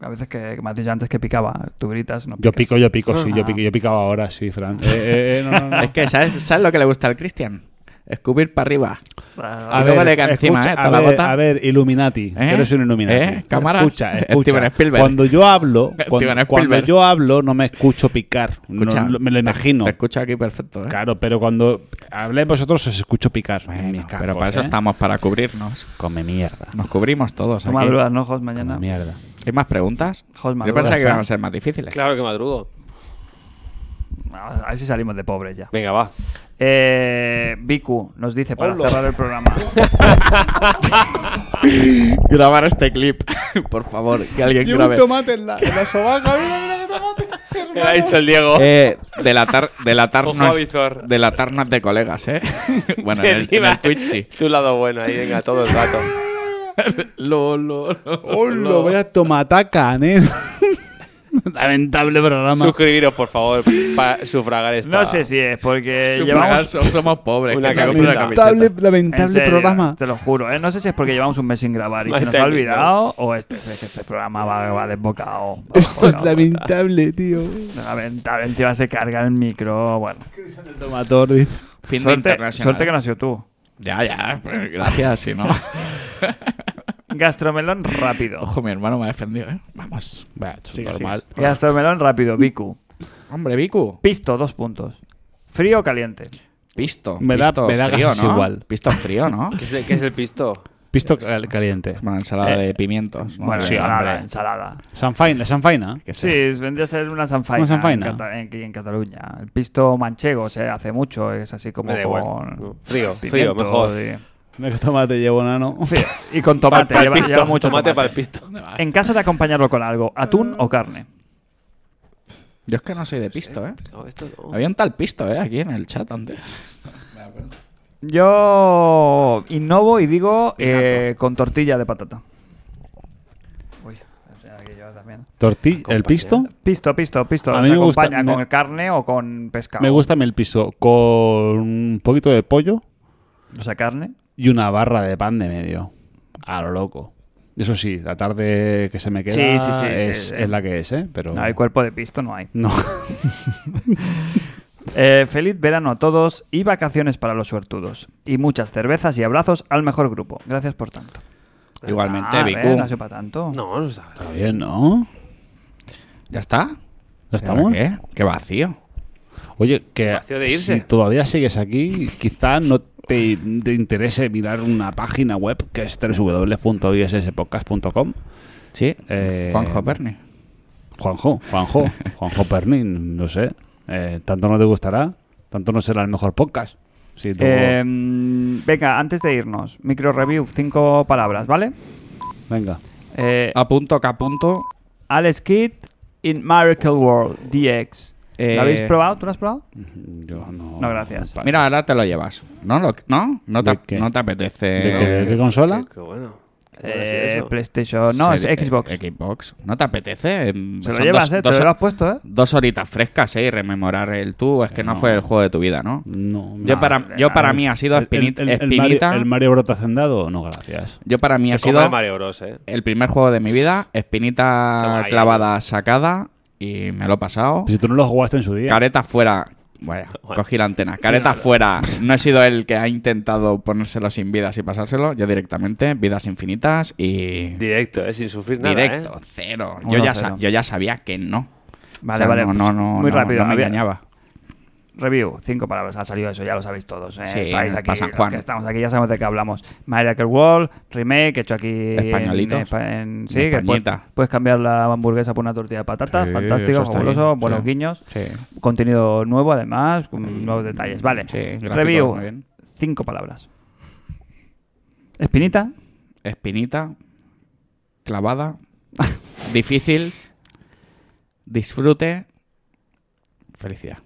Speaker 1: A veces que, que me has dicho antes que picaba, tú gritas, no
Speaker 3: Yo
Speaker 1: picas.
Speaker 3: pico, yo pico, sí, yo
Speaker 1: Ah.
Speaker 3: pico, yo picaba ahora, sí, Fran. Eh, eh, eh, no, no, no.
Speaker 4: Es que, ¿sabes, ¿sabes lo que le gusta al Cristian? Escupir para arriba.
Speaker 1: Ah,
Speaker 4: A Y luego le cae encima, ¿eh?
Speaker 3: a,
Speaker 4: Toda la
Speaker 3: ver,
Speaker 4: bota.
Speaker 3: a ver, Illuminati, que
Speaker 4: ¿Eh?
Speaker 3: eres un Illuminati.
Speaker 4: ¿Eh? Cámaras.
Speaker 3: Escucha,
Speaker 4: Steven
Speaker 3: escucha.
Speaker 4: Spielberg.
Speaker 3: Cuando yo hablo,
Speaker 4: Steven
Speaker 3: cuando,
Speaker 4: Spielberg.
Speaker 3: cuando yo hablo, no me escucho picar. No,
Speaker 4: Escucha,
Speaker 3: lo- me lo imagino.
Speaker 4: Te escucho aquí perfecto, ¿eh?
Speaker 3: Claro, pero cuando habléis vosotros os escucho picar.
Speaker 4: Bueno,
Speaker 3: Mis cacos,
Speaker 4: pero para eso
Speaker 3: ¿eh?
Speaker 4: estamos, para cubrirnos.
Speaker 3: Come mierda.
Speaker 4: Nos cubrimos todos
Speaker 1: tú
Speaker 4: aquí.
Speaker 1: madrugas, ¿no, Jos?
Speaker 3: Come
Speaker 1: Mañana.
Speaker 3: mierda.
Speaker 4: ¿Hay más preguntas?
Speaker 1: Jos,
Speaker 4: Yo
Speaker 1: madrugas.
Speaker 4: pensaba que
Speaker 1: Ya está.
Speaker 4: iban a ser más difíciles.
Speaker 2: Claro que madrugo.
Speaker 1: A ver si salimos de pobres ya.
Speaker 2: Venga, va.
Speaker 1: Eh, Vicu nos dice para
Speaker 2: Hola.
Speaker 1: cerrar el programa.
Speaker 4: Grabar este clip, por favor, que alguien grabe.
Speaker 3: tomate en la, sobaca. Mira, mira qué tomate.
Speaker 2: Me ha dicho el Diego.
Speaker 4: Eh, delatar,
Speaker 2: Ojo a
Speaker 4: delatarnos,
Speaker 2: visor.
Speaker 4: delatarnos de colegas, ¿eh? Bueno, en el, en el Twitch sí.
Speaker 2: Tu lado bueno ahí, venga, todo el rato.
Speaker 4: Lo, lo, lo.
Speaker 3: Hola, vaya tomataca, ¿eh? Lamentable programa.
Speaker 2: Suscribiros, por favor, para sufragar esta.
Speaker 1: No sé si es porque
Speaker 4: Sufragar,
Speaker 1: llevamos.
Speaker 4: so- somos pobres.
Speaker 2: Una
Speaker 4: que se compra una
Speaker 2: camiseta.
Speaker 4: camiseta.
Speaker 3: lamentable,
Speaker 1: en
Speaker 3: lamentable
Speaker 1: serio,
Speaker 3: programa.
Speaker 1: Te lo juro, ¿eh? No sé si es porque llevamos un mes sin grabar y se nos
Speaker 2: Está
Speaker 1: ha
Speaker 2: bien,
Speaker 1: olvidado o este, este, este programa va, va desbocado. Va
Speaker 3: Esto es
Speaker 1: desbocado.
Speaker 3: lamentable, tío.
Speaker 1: Lamentable, encima se carga el micro. Bueno,
Speaker 3: El tomator dice.
Speaker 4: Fin de
Speaker 1: suerte,
Speaker 4: internacional.
Speaker 1: suerte que no has sido tú.
Speaker 4: Ya, ya, pero gracias, si no.
Speaker 1: Gastromelón rápido.
Speaker 4: Ojo, mi hermano me ha defendido, ¿eh? Vamos. Vaya, normal.
Speaker 1: Gastromelón rápido, Vicu.
Speaker 4: Hombre, Vicu.
Speaker 1: Pisto, dos puntos. ¿Frío o caliente?
Speaker 4: Pisto.
Speaker 3: Me da-
Speaker 4: pisto
Speaker 3: me da
Speaker 4: frío,
Speaker 3: gases
Speaker 4: ¿no?
Speaker 3: igual.
Speaker 4: Pisto frío, ¿no?
Speaker 2: ¿Qué es el, qué es el pisto?
Speaker 3: Pisto cal- caliente.
Speaker 4: Una ensalada
Speaker 1: Eh,
Speaker 4: de pimientos. ¿no?
Speaker 1: Bueno,
Speaker 4: Sí,
Speaker 1: ensalada,
Speaker 4: hombre.
Speaker 1: ensalada.
Speaker 3: Sanfaina, Sanfaina.
Speaker 4: Que
Speaker 1: Sí,
Speaker 4: sea.
Speaker 1: es- vendría a ser una sanfaina,
Speaker 3: Una sanfaina.
Speaker 1: En, Cata- en- en Cataluña. El pisto manchego se hace mucho, es así como
Speaker 2: Me da igual. No.
Speaker 1: con...
Speaker 2: Frío, frío,
Speaker 1: pimientos
Speaker 2: mejor.
Speaker 3: No que tomate llevo nano.
Speaker 1: Y, y con tomate,
Speaker 2: Pa'l
Speaker 1: lleva,
Speaker 2: pisto,
Speaker 1: lleva mucho tomate.
Speaker 2: tomate para el pisto.
Speaker 1: En caso de acompañarlo con algo, atún o carne.
Speaker 4: Yo es que no soy de pisto, ¿eh?
Speaker 2: No, esto
Speaker 3: oh.
Speaker 2: no.
Speaker 4: Había un tal pisto, ¿eh? Aquí en el chat antes.
Speaker 1: Yo innovo y digo eh, con tortilla de patata. Uy, aquí yo también.
Speaker 3: Tortilla, el pisto.
Speaker 1: Pisto, pisto, pisto.
Speaker 3: A
Speaker 1: Se
Speaker 3: mí me gusta-
Speaker 1: acompaña
Speaker 3: no.
Speaker 1: con carne o con pescado.
Speaker 3: Me gusta a mí el piso con un poquito de pollo
Speaker 1: O sea, carne.
Speaker 3: y una barra de pan de medio. A lo loco. Eso sí, la tarde que se me queda
Speaker 1: Sí, sí, sí, sí,
Speaker 3: es,
Speaker 1: sí.
Speaker 3: es la que es, ¿eh? Pero
Speaker 1: No hay cuerpo de pisto, no hay.
Speaker 3: no.
Speaker 1: Eh, feliz verano a todos y vacaciones para los suertudos. Y muchas cervezas y abrazos al mejor grupo. Gracias por tanto.
Speaker 4: Igualmente,
Speaker 1: Ah,
Speaker 4: Vicu.
Speaker 1: ¿ves? No ha sido para tanto.
Speaker 2: No, no está.
Speaker 3: Está bien, ¿no?
Speaker 4: ¿Ya está?
Speaker 3: ¿No estamos?
Speaker 4: ¿Pero ¿Qué? Qué vacío.
Speaker 3: Oye, que
Speaker 2: Vacío de irse.
Speaker 3: si todavía sigues aquí, quizá no te, te interese mirar una página web que es www.isspodcast.com.
Speaker 4: Sí.
Speaker 3: Eh,
Speaker 4: Juanjo Perni.
Speaker 3: Juanjo, Juanjo, Juanjo Pernin, no sé. Eh, tanto no te gustará, tanto no será el mejor podcast. Sí, luego-
Speaker 1: Eh, venga, antes de irnos, micro review, cinco palabras, ¿vale?
Speaker 3: venga.
Speaker 1: Eh,
Speaker 4: A punto que a punto.
Speaker 1: Alex Kidd in Miracle World DX.
Speaker 4: Eh,
Speaker 1: ¿Lo habéis probado? ¿Tú lo has probado?
Speaker 3: Yo no.
Speaker 1: No, gracias. Eh,
Speaker 3: pa-
Speaker 4: Mira, ahora te lo llevas. ¿No? Lo- ¿No? ¿No
Speaker 3: ¿De
Speaker 4: te,
Speaker 3: qué?
Speaker 4: no te apetece?
Speaker 3: ¿De qué,
Speaker 4: Eh,
Speaker 3: de qué consola?
Speaker 2: Qué bueno.
Speaker 1: ¿Ah? Eh, PlayStation. No, es
Speaker 4: Serie-
Speaker 1: Xbox.
Speaker 4: eh, Xbox. ¿No te apetece? Em,
Speaker 1: Se lo
Speaker 4: son
Speaker 1: llevas,
Speaker 4: dos-
Speaker 1: ¿eh?
Speaker 4: dos-
Speaker 1: Te lo has puesto, ¿eh?
Speaker 4: dos horitas frescas, ¿eh? Y rememorar el tú. Es que no, fue el juego de tu vida, ¿no?
Speaker 3: No.
Speaker 4: Yo, para, yo para mí ha sido
Speaker 3: El-
Speaker 4: espini-
Speaker 3: el, el- el
Speaker 4: espinita.
Speaker 3: Mario, el Mario Bros. Hacendado, no, gracias.
Speaker 4: yo para mí
Speaker 2: Se
Speaker 4: ha
Speaker 2: come
Speaker 4: sido
Speaker 2: el Mario Bros, eh.
Speaker 4: el primer juego de mi vida.
Speaker 2: Se va
Speaker 4: Espinita
Speaker 2: ahí.
Speaker 4: clavada sacada. Y me lo he pasado.
Speaker 3: Si tú no lo jugaste en su día.
Speaker 4: Careta fuera. Vaya, cogí la antena. Careta fuera. No he sido el que ha intentado ponérselo sin vidas y pasárselo. Yo directamente, vidas infinitas y.
Speaker 2: Directo, eh, sin sufrir nada.
Speaker 4: Directo,
Speaker 2: ¿eh?
Speaker 4: cero.
Speaker 1: Uno
Speaker 4: Yo ya, sa-
Speaker 1: cero.
Speaker 4: yo ya sabía que no.
Speaker 1: Vale,
Speaker 4: O sea,
Speaker 1: vale.
Speaker 4: No,
Speaker 1: pues,
Speaker 4: no, no,
Speaker 1: muy
Speaker 4: no-
Speaker 1: rápido.
Speaker 4: no me
Speaker 1: Había-
Speaker 4: engañaba.
Speaker 1: Review, cinco palabras. Ha salido eso, ya lo sabéis todos. ¿eh?
Speaker 4: Sí,
Speaker 1: Estáis aquí,
Speaker 4: para San
Speaker 1: los
Speaker 4: Juan.
Speaker 1: que estamos aquí, ya sabemos de qué hablamos. Miracle World, remake, hecho aquí.
Speaker 4: Españolitos.
Speaker 1: En, Espa- en- sí,
Speaker 4: En
Speaker 1: que puedes,
Speaker 4: Españita.
Speaker 1: puedes cambiar la hamburguesa por una tortilla de patatas.
Speaker 4: Sí, eso
Speaker 1: Fantástico,
Speaker 4: está
Speaker 1: fabuloso.
Speaker 4: bien,
Speaker 1: buenos
Speaker 4: sí.
Speaker 1: guiños.
Speaker 4: Sí.
Speaker 1: Contenido nuevo, además, con nuevos detalles. Vale.
Speaker 4: Sí, gráficos,
Speaker 1: Review,
Speaker 4: muy bien.
Speaker 1: cinco palabras. Espinita,
Speaker 4: Espinita, clavada, difícil, disfrute, felicidad.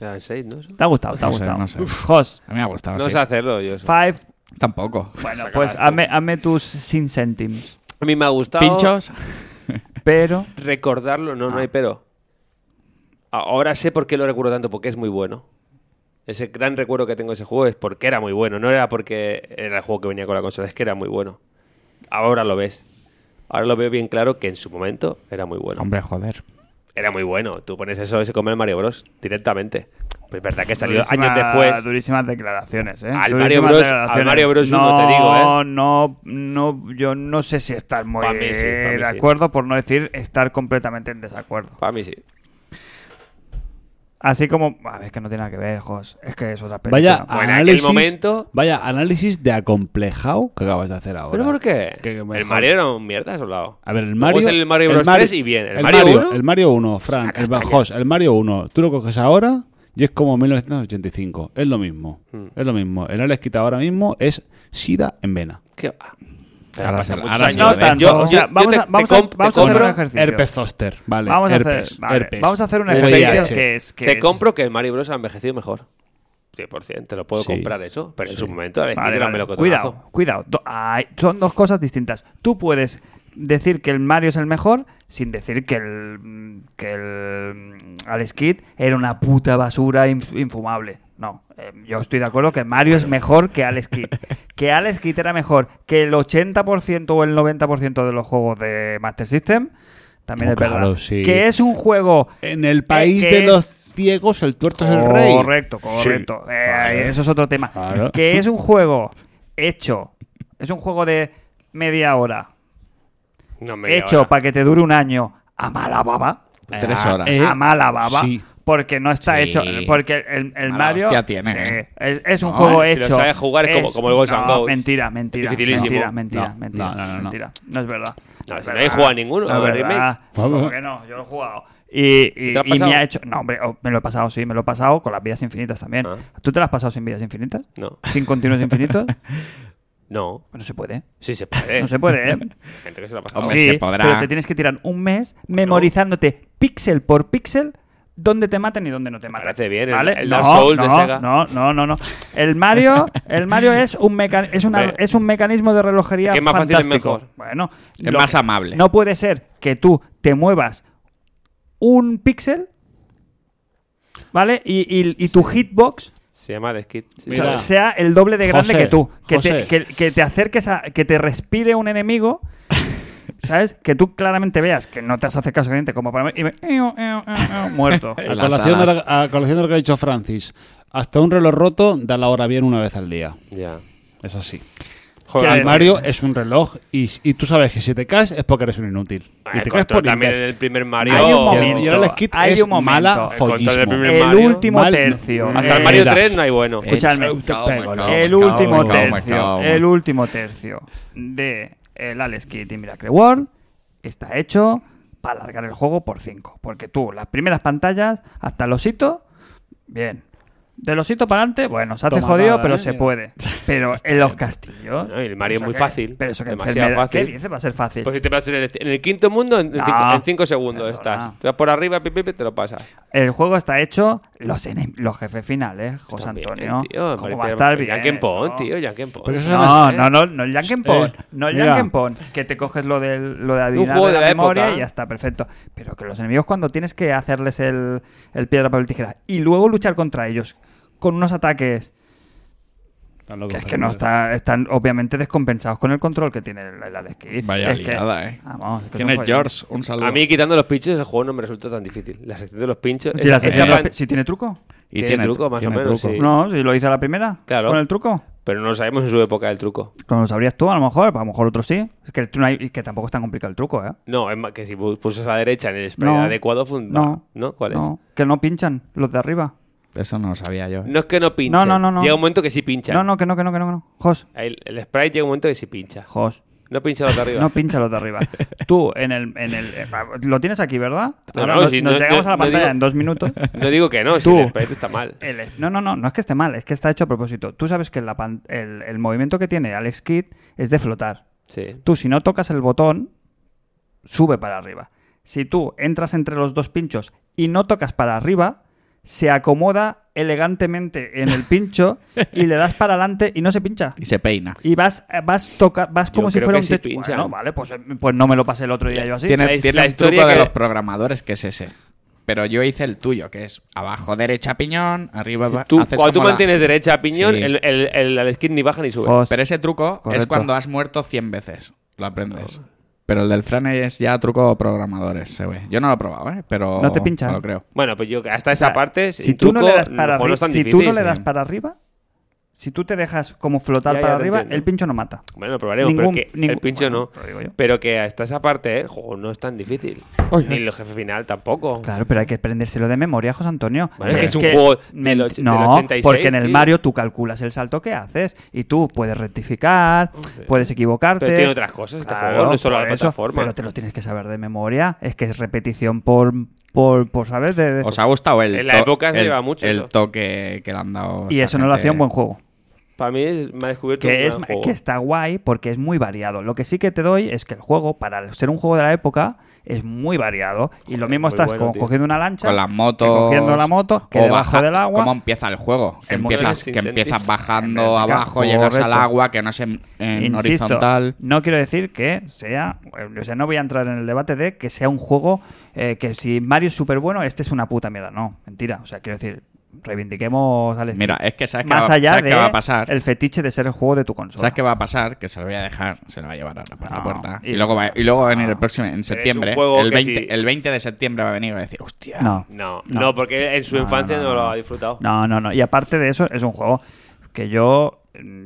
Speaker 2: Eran seis, ¿no?
Speaker 1: te ha gustado, te ha
Speaker 4: No sé,
Speaker 1: gustado.
Speaker 4: no sé.
Speaker 1: Jos,
Speaker 4: A mí me ha gustado.
Speaker 2: No
Speaker 4: sí.
Speaker 2: sé hacerlo yo. eso.
Speaker 1: five.
Speaker 4: Tampoco.
Speaker 1: Bueno,
Speaker 2: Sacarás
Speaker 1: pues
Speaker 2: tú.
Speaker 1: hazme, hazme tus sin céntimos.
Speaker 2: A mí me ha gustado.
Speaker 4: Pinchos.
Speaker 1: Pero.
Speaker 2: Recordarlo, no, no
Speaker 4: Ah.
Speaker 2: hay pero. A- Ahora sé por qué lo recuerdo tanto, porque es muy bueno. Ese gran recuerdo que tengo de ese juego es porque era muy bueno, no era porque era el juego que venía con la consola, es que era muy bueno. Ahora lo ves. Ahora lo veo bien claro que en su momento era muy bueno.
Speaker 4: Hombre, joder.
Speaker 2: Era muy bueno. Tú pones eso y se come el Mario Bros. directamente. Pues es verdad que salió
Speaker 1: Durísimas-
Speaker 2: años después.
Speaker 1: Durísimas declaraciones, ¿eh?
Speaker 2: Al
Speaker 1: Durísimas
Speaker 2: Mario Bros-
Speaker 1: declaraciones.
Speaker 2: al Mario Bros uno,
Speaker 1: no,
Speaker 2: te digo, ¿eh?
Speaker 1: No, no, yo no sé si estar muy
Speaker 2: Pa' mí sí, pa' mí
Speaker 1: de
Speaker 2: sí.
Speaker 1: acuerdo, por no decir estar completamente en desacuerdo.
Speaker 2: Para mí sí.
Speaker 1: Así como. A ver, es que no tiene nada que ver, Jos. Es que es otra película.
Speaker 3: Vaya
Speaker 2: en aquel
Speaker 3: análisis,
Speaker 2: momento-
Speaker 3: vaya análisis de acomplejado que acabas de hacer ahora.
Speaker 2: ¿Pero por qué?
Speaker 3: Que mejor.
Speaker 2: El Mario era un mierda, has hablado.
Speaker 3: A ver, el
Speaker 2: Luego
Speaker 3: Mario.
Speaker 2: salió el Mario Bros 3 y bien. El, Mario, 1.
Speaker 3: El Mario 1, Frank. El Bajos. El Mario 1. Tú lo coges ahora y es como 1985. Es lo mismo.
Speaker 2: Hmm.
Speaker 3: Es lo mismo. El Alex quita ahora mismo es SIDA en vena.
Speaker 2: ¿Qué va?
Speaker 4: Ahora
Speaker 2: Ahora
Speaker 4: se-
Speaker 2: se,
Speaker 4: ahora se
Speaker 1: No
Speaker 4: Yo-
Speaker 1: tanto.
Speaker 2: ¿eh? Yo,
Speaker 1: o sea, vamos,
Speaker 2: te-
Speaker 1: a, vamos,
Speaker 2: te
Speaker 1: a-
Speaker 2: comp- te
Speaker 1: vamos a hacer un
Speaker 2: compro-
Speaker 1: ejercicio.
Speaker 3: Herpes zoster. Vale.
Speaker 1: Vamos a
Speaker 3: herpes,
Speaker 1: hacer, vale,
Speaker 3: herpes.
Speaker 1: vamos a hacer un
Speaker 3: VIH.
Speaker 1: ejercicio que es. Que
Speaker 2: Te
Speaker 1: es-
Speaker 2: compro que el Mario Bros ha envejecido mejor. 100%, te lo puedo
Speaker 3: Sí.
Speaker 2: comprar eso. Pero en su momento, la
Speaker 1: Vale,
Speaker 2: era un
Speaker 1: vale.
Speaker 2: melocotonazo.
Speaker 1: Cuidado, cuidado. Do- ay, son dos cosas distintas. Tú puedes decir que el Mario es el mejor sin decir que el que el mm, Alex Kidd era una puta basura inf- infumable. No, eh, yo estoy de acuerdo que Mario es mejor que Alex Kidd. que Alex Kidd era mejor que el 80% o el 90% de los juegos de Master System. También
Speaker 3: Oh,
Speaker 1: es verdad.
Speaker 3: claro, sí.
Speaker 1: Que es un juego
Speaker 3: En el país
Speaker 1: Eh, que
Speaker 3: de los
Speaker 1: es-
Speaker 3: ciegos, el tuerto es el rey.
Speaker 1: Correcto, correcto. Eh, Eso es otro tema.
Speaker 3: Claro.
Speaker 1: Que es un juego hecho, es un juego de media hora,
Speaker 2: No, media
Speaker 1: hecho
Speaker 2: hora.
Speaker 1: para que te dure un año a mala baba.
Speaker 4: Ah, Tres horas.
Speaker 3: eh,
Speaker 1: a mala baba.
Speaker 3: sí.
Speaker 1: porque no está
Speaker 4: Sí.
Speaker 1: hecho. Porque el, el
Speaker 4: Mala
Speaker 1: Mario.
Speaker 4: hostia tiene, ¿eh?
Speaker 1: es, es un
Speaker 4: No,
Speaker 1: juego
Speaker 2: si lo
Speaker 1: hecho.
Speaker 2: sabes jugar, es como- como el Ghost
Speaker 1: no,
Speaker 2: and Ghost.
Speaker 1: Mentira, mentira.
Speaker 2: dificilísimo.
Speaker 1: Mentira, mentira,
Speaker 4: No,
Speaker 1: mentira.
Speaker 4: no, no, no, no.
Speaker 1: mentira. No es verdad.
Speaker 2: No,
Speaker 1: es
Speaker 2: si no he
Speaker 1: verdad.
Speaker 2: jugado ninguno,
Speaker 1: No es
Speaker 2: remake.
Speaker 1: verdad. ¿Cómo que no? Yo lo he jugado. Y, y-
Speaker 2: ¿Te lo has
Speaker 1: y me
Speaker 2: pasado?
Speaker 1: ha hecho. No, hombre, oh, me lo he pasado, sí, me lo he pasado con las vidas infinitas también.
Speaker 2: Ah.
Speaker 1: ¿Tú te las has pasado sin vidas infinitas?
Speaker 2: No.
Speaker 1: ¿Sin continuos infinitos?
Speaker 2: No.
Speaker 1: No se puede.
Speaker 2: Sí se puede.
Speaker 1: No se puede, ¿eh?
Speaker 2: Hay Gente que se lo ha pasado.
Speaker 4: Hombre, se podrá.
Speaker 1: Pero te tienes que tirar un mes memorizándote píxel por píxel dónde te matan y dónde no te matan.
Speaker 2: parece bien, el-
Speaker 1: ¿vale?
Speaker 2: el
Speaker 1: no,
Speaker 2: Dark Souls de
Speaker 1: no,
Speaker 2: Sega.
Speaker 1: No, no, no, no. El Mario, el Mario es un meca- es, una-
Speaker 2: Hombre.
Speaker 1: es un mecanismo de relojería
Speaker 2: Es que más fácil es
Speaker 1: fantástico.
Speaker 2: mejor.
Speaker 1: Bueno,
Speaker 4: Es
Speaker 1: lo-
Speaker 4: más amable.
Speaker 1: No puede ser que tú te muevas un píxel, ¿vale? Y, y- y tu hitbox
Speaker 2: Se llama el skit. Sí.
Speaker 3: Mira.
Speaker 1: ¿sabes? sea el doble de grande
Speaker 3: José,
Speaker 1: que tú. Que te,
Speaker 3: José.
Speaker 1: que, que te acerques a. que te respire un enemigo. ¿Sabes? Que tú claramente veas que no te has hecho caso suficiente como para. Y me- eo, eo, eo, eo, muerto.
Speaker 3: A
Speaker 4: Las
Speaker 3: colación, de
Speaker 4: alas.
Speaker 3: la- a colación de lo que ha dicho Francis, hasta un reloj roto da la hora bien una vez al día.
Speaker 2: Ya. eh,
Speaker 3: Es así.
Speaker 1: Quiero
Speaker 3: El
Speaker 1: decir-
Speaker 3: Mario es un reloj y, y tú sabes que si te caes es porque eres un inútil. Y
Speaker 2: Ah,
Speaker 3: te
Speaker 2: el
Speaker 3: caes por
Speaker 2: control también
Speaker 3: imbécil.
Speaker 2: del primer Mario.
Speaker 1: Hay un
Speaker 3: Y el-
Speaker 1: momento,
Speaker 3: Y ahora el skit
Speaker 1: hay
Speaker 3: es
Speaker 1: un momento. El
Speaker 3: mala
Speaker 1: control
Speaker 2: del
Speaker 3: follismo.
Speaker 2: primer-
Speaker 1: El
Speaker 2: Mario.
Speaker 1: último
Speaker 3: Mal-
Speaker 1: tercio.
Speaker 2: Hasta el
Speaker 1: Eh,
Speaker 2: Mario
Speaker 3: Era.
Speaker 2: 3 no hay bueno.
Speaker 1: Escuchadme.
Speaker 4: Eh, cao, me cao, me
Speaker 1: El
Speaker 4: cao, me
Speaker 1: último
Speaker 4: cao, me cao,
Speaker 1: tercio.
Speaker 4: me
Speaker 1: El
Speaker 4: cao.
Speaker 1: último tercio de el Alex Kidd y Miracle World está hecho para alargar el juego por 5. Porque tú, las primeras pantallas, hasta el osito, bien. Del osito para adelante, bueno, se hace
Speaker 3: Toma
Speaker 1: jodido,
Speaker 3: nada,
Speaker 1: pero
Speaker 3: ¿eh?
Speaker 1: se
Speaker 3: Mira.
Speaker 1: puede. Pero en los castillos.
Speaker 2: No, y el Mario
Speaker 1: eso
Speaker 2: es muy
Speaker 1: que-
Speaker 2: fácil,
Speaker 1: Pero eso que
Speaker 2: demasiado
Speaker 1: enfermedad.
Speaker 2: fácil.
Speaker 1: ¿Qué dices? Va a ser fácil.
Speaker 2: Pues si te pasas en el, en el quinto mundo, en
Speaker 1: No.
Speaker 2: 5 segundos
Speaker 1: Perdona.
Speaker 2: estás. Te vas por arriba, pipi, te lo pasas.
Speaker 1: El juego está hecho, los, enem- los jefes finales, José
Speaker 2: Está bien,
Speaker 1: Antonio.
Speaker 2: tío,
Speaker 1: ¿Cómo
Speaker 2: Mario,
Speaker 1: va a estar
Speaker 2: Yankee
Speaker 1: bien?
Speaker 2: and Pon,
Speaker 1: eso?
Speaker 2: tío, Yankee and Pon.
Speaker 3: Pero eso es
Speaker 1: No, no, no, no el Yankee and Pon,
Speaker 3: Eh,
Speaker 1: no el
Speaker 3: mira.
Speaker 1: Yankee and Pon, que te coges lo del lo de adivinar
Speaker 2: juego
Speaker 1: de la,
Speaker 2: de la
Speaker 1: memoria
Speaker 2: época.
Speaker 1: y ya está, perfecto. Pero que los enemigos cuando tienes que hacerles el, el piedra, papel, tijera y luego luchar contra ellos con unos ataques
Speaker 3: Están locos,
Speaker 1: que es que no está, están obviamente descompensados con el control que tiene el, el Alex Kidd.
Speaker 4: Vaya
Speaker 1: es que-
Speaker 4: liada, eh.
Speaker 1: Vamos, es que es
Speaker 4: ¿Quién
Speaker 1: un
Speaker 4: es
Speaker 1: follón.
Speaker 4: George? Un saludo.
Speaker 2: A mí quitando los pinchos el juego no me resulta tan difícil. La sección de los pinchos.
Speaker 1: Si, la
Speaker 2: esa-
Speaker 1: sección
Speaker 2: esa
Speaker 1: de los
Speaker 2: pan-
Speaker 1: pi- si tiene truco.
Speaker 4: Y
Speaker 2: tiene
Speaker 4: tiene
Speaker 2: truco, más
Speaker 4: tiene
Speaker 2: o menos,
Speaker 4: truco.
Speaker 2: sí.
Speaker 1: No, si lo hice a la primera.
Speaker 2: Claro.
Speaker 1: Con el truco.
Speaker 2: Pero no lo sabemos en su época el truco.
Speaker 1: Como lo sabrías tú, a lo mejor. A lo mejor otros sí. Es que, el truco no hay- que tampoco es tan complicado el truco, ¿eh?
Speaker 2: No, es más que si pu- pulsas a la derecha en el spray adecuado, funda.
Speaker 1: No.
Speaker 2: No. ¿Cuál es?
Speaker 1: No, que no pinchan los de arriba.
Speaker 4: Eso no lo sabía yo.
Speaker 2: No es que no pinchen.
Speaker 1: No, no, no, no.
Speaker 2: Llega un momento que sí pinchan.
Speaker 1: No, no, que no, que no, que no, que no. Jos,
Speaker 2: El, el sprite llega un momento que sí pincha.
Speaker 1: Jos.
Speaker 2: No pincha los de arriba.
Speaker 1: No pincha los de arriba. Tú, en el, en el. eh, Lo tienes aquí, ¿verdad?
Speaker 2: No,
Speaker 1: Ahora
Speaker 2: no,
Speaker 1: nos,
Speaker 2: si
Speaker 1: nos
Speaker 2: no-
Speaker 1: llegamos
Speaker 2: no-
Speaker 1: a la
Speaker 2: no
Speaker 1: pantalla
Speaker 2: digo-
Speaker 1: en dos minutos.
Speaker 2: No digo que no,
Speaker 1: Tú.
Speaker 2: si el sprite está mal.
Speaker 1: El- no, no, no, no es que esté mal, es que está hecho a propósito. Tú sabes que la pan- el, el movimiento que tiene Alex Kidd es de flotar.
Speaker 2: Sí.
Speaker 1: Tú, si no tocas el botón, sube para arriba. Si tú entras entre los dos pinchos y no tocas para arriba, se acomoda elegantemente en el pincho y le das para adelante y no se pincha.
Speaker 4: Y se peina.
Speaker 1: Y vas, eh, vas, toca, vas como
Speaker 2: Yo
Speaker 1: si
Speaker 2: creo
Speaker 1: fuera
Speaker 2: que
Speaker 1: un
Speaker 2: sí
Speaker 1: techo.
Speaker 2: pinchan.
Speaker 1: Bueno, vale, pues, eh, pues no me lo pasé el otro día yo así.
Speaker 4: tiene
Speaker 2: la his-
Speaker 4: tiene
Speaker 2: la
Speaker 4: un truco
Speaker 2: historia
Speaker 4: de
Speaker 2: que-
Speaker 4: los programadores que es ese. Pero yo hice el tuyo, que es abajo derecha piñón, arriba ba-
Speaker 2: Tú,
Speaker 4: haces
Speaker 2: cuando tú
Speaker 4: como la-
Speaker 2: mantienes derecha piñón,
Speaker 4: Sí.
Speaker 2: el, el, el, el skin ni baja ni sube.
Speaker 1: Jos,
Speaker 4: Pero ese truco es
Speaker 1: Correcto.
Speaker 4: cuando has muerto 100 veces. Lo aprendes. Pero el del Fran es ya truco programadores, se ve. Yo no lo he probado, ¿eh? Pero
Speaker 1: No te pincha.
Speaker 4: No lo creo.
Speaker 2: Bueno, pues yo hasta esa parte,
Speaker 1: si,
Speaker 2: sin
Speaker 1: tú no
Speaker 2: truco,
Speaker 1: le das para
Speaker 2: el juego no
Speaker 1: arriba,
Speaker 2: es tan
Speaker 1: si tú
Speaker 2: difícil.
Speaker 1: no le das para arriba, si tú te dejas como flotar
Speaker 2: Ya, ya,
Speaker 1: para
Speaker 2: te
Speaker 1: arriba,
Speaker 2: entiendo.
Speaker 1: el pincho no mata.
Speaker 2: Bueno, lo probaremos,
Speaker 1: Ningún-
Speaker 2: pero es que
Speaker 1: ningún-
Speaker 2: el pincho
Speaker 1: bueno,
Speaker 2: no.
Speaker 1: lo digo yo.
Speaker 2: Pero que hasta esa parte, el juego no es tan difícil. Ni el jefe final tampoco.
Speaker 1: Claro, pero hay que aprendérselo de memoria, José Antonio.
Speaker 2: Vale, es que es un juego del
Speaker 1: ment-
Speaker 2: och- del
Speaker 1: No,
Speaker 2: 86,
Speaker 1: porque en el
Speaker 2: tío.
Speaker 1: Mario tú calculas el salto que haces y tú puedes rectificar, puedes equivocarte.
Speaker 2: Pero tiene otras cosas este juego, no es solo
Speaker 1: por
Speaker 2: la plataforma.
Speaker 1: Pero te lo tienes que saber de memoria. Es que es repetición por, por, por saber de... de-
Speaker 4: ¿Os ha gustado el
Speaker 2: En la
Speaker 4: to-
Speaker 2: época se
Speaker 4: el-
Speaker 2: lleva mucho
Speaker 4: el
Speaker 2: eso.
Speaker 4: toque que le han dado?
Speaker 1: y
Speaker 4: esta
Speaker 1: eso no lo
Speaker 4: gente?
Speaker 1: hacía un buen juego.
Speaker 2: Para mí es- me ha descubierto un
Speaker 1: que, es,
Speaker 2: gran juego.
Speaker 1: que está guay porque es muy variado. Lo que sí que te doy es que el juego, para ser un juego de la época, es muy variado. y lo mismo
Speaker 2: muy
Speaker 1: estás
Speaker 2: bueno,
Speaker 1: con-
Speaker 2: tío.
Speaker 1: cogiendo una lancha,
Speaker 4: Con las
Speaker 1: que
Speaker 4: motos.
Speaker 1: cogiendo la moto, que
Speaker 4: o
Speaker 1: debajo
Speaker 4: baja-
Speaker 1: del agua.
Speaker 4: ¿Cómo empieza el juego? Que
Speaker 1: El motor
Speaker 4: empiezas,
Speaker 2: sin
Speaker 4: que empiezas
Speaker 2: sentidos.
Speaker 4: bajando
Speaker 1: Venga,
Speaker 4: abajo, llegas al
Speaker 1: correcto.
Speaker 4: agua, que no es en, en
Speaker 1: Insisto,
Speaker 4: horizontal.
Speaker 1: No quiero decir que sea. O sea, no voy a entrar en el debate de que sea un juego eh, que si Mario es súper bueno, este es una puta mierda. No, mentira. O sea, quiero decir, reivindiquemos al
Speaker 4: Mira, es que sabes,
Speaker 1: más
Speaker 4: que, va,
Speaker 1: allá
Speaker 4: sabes
Speaker 1: de
Speaker 4: que va a pasar.
Speaker 1: el fetiche de ser el juego de tu consola.
Speaker 4: ¿Sabes qué va a pasar? Que se lo voy a dejar, se lo va a llevar a la, por la
Speaker 1: No,
Speaker 4: puerta.
Speaker 1: y-
Speaker 4: Y, luego va, y luego va a venir el próximo, en septiembre,
Speaker 2: juego
Speaker 4: el
Speaker 2: que
Speaker 4: 20,
Speaker 2: si-
Speaker 4: el 20 de septiembre va a venir y va a decir, hostia.
Speaker 1: No.
Speaker 2: No,
Speaker 1: No.
Speaker 2: no, porque en su infancia no, lo ha disfrutado.
Speaker 1: No, no, no. Y aparte de eso, es un juego que yo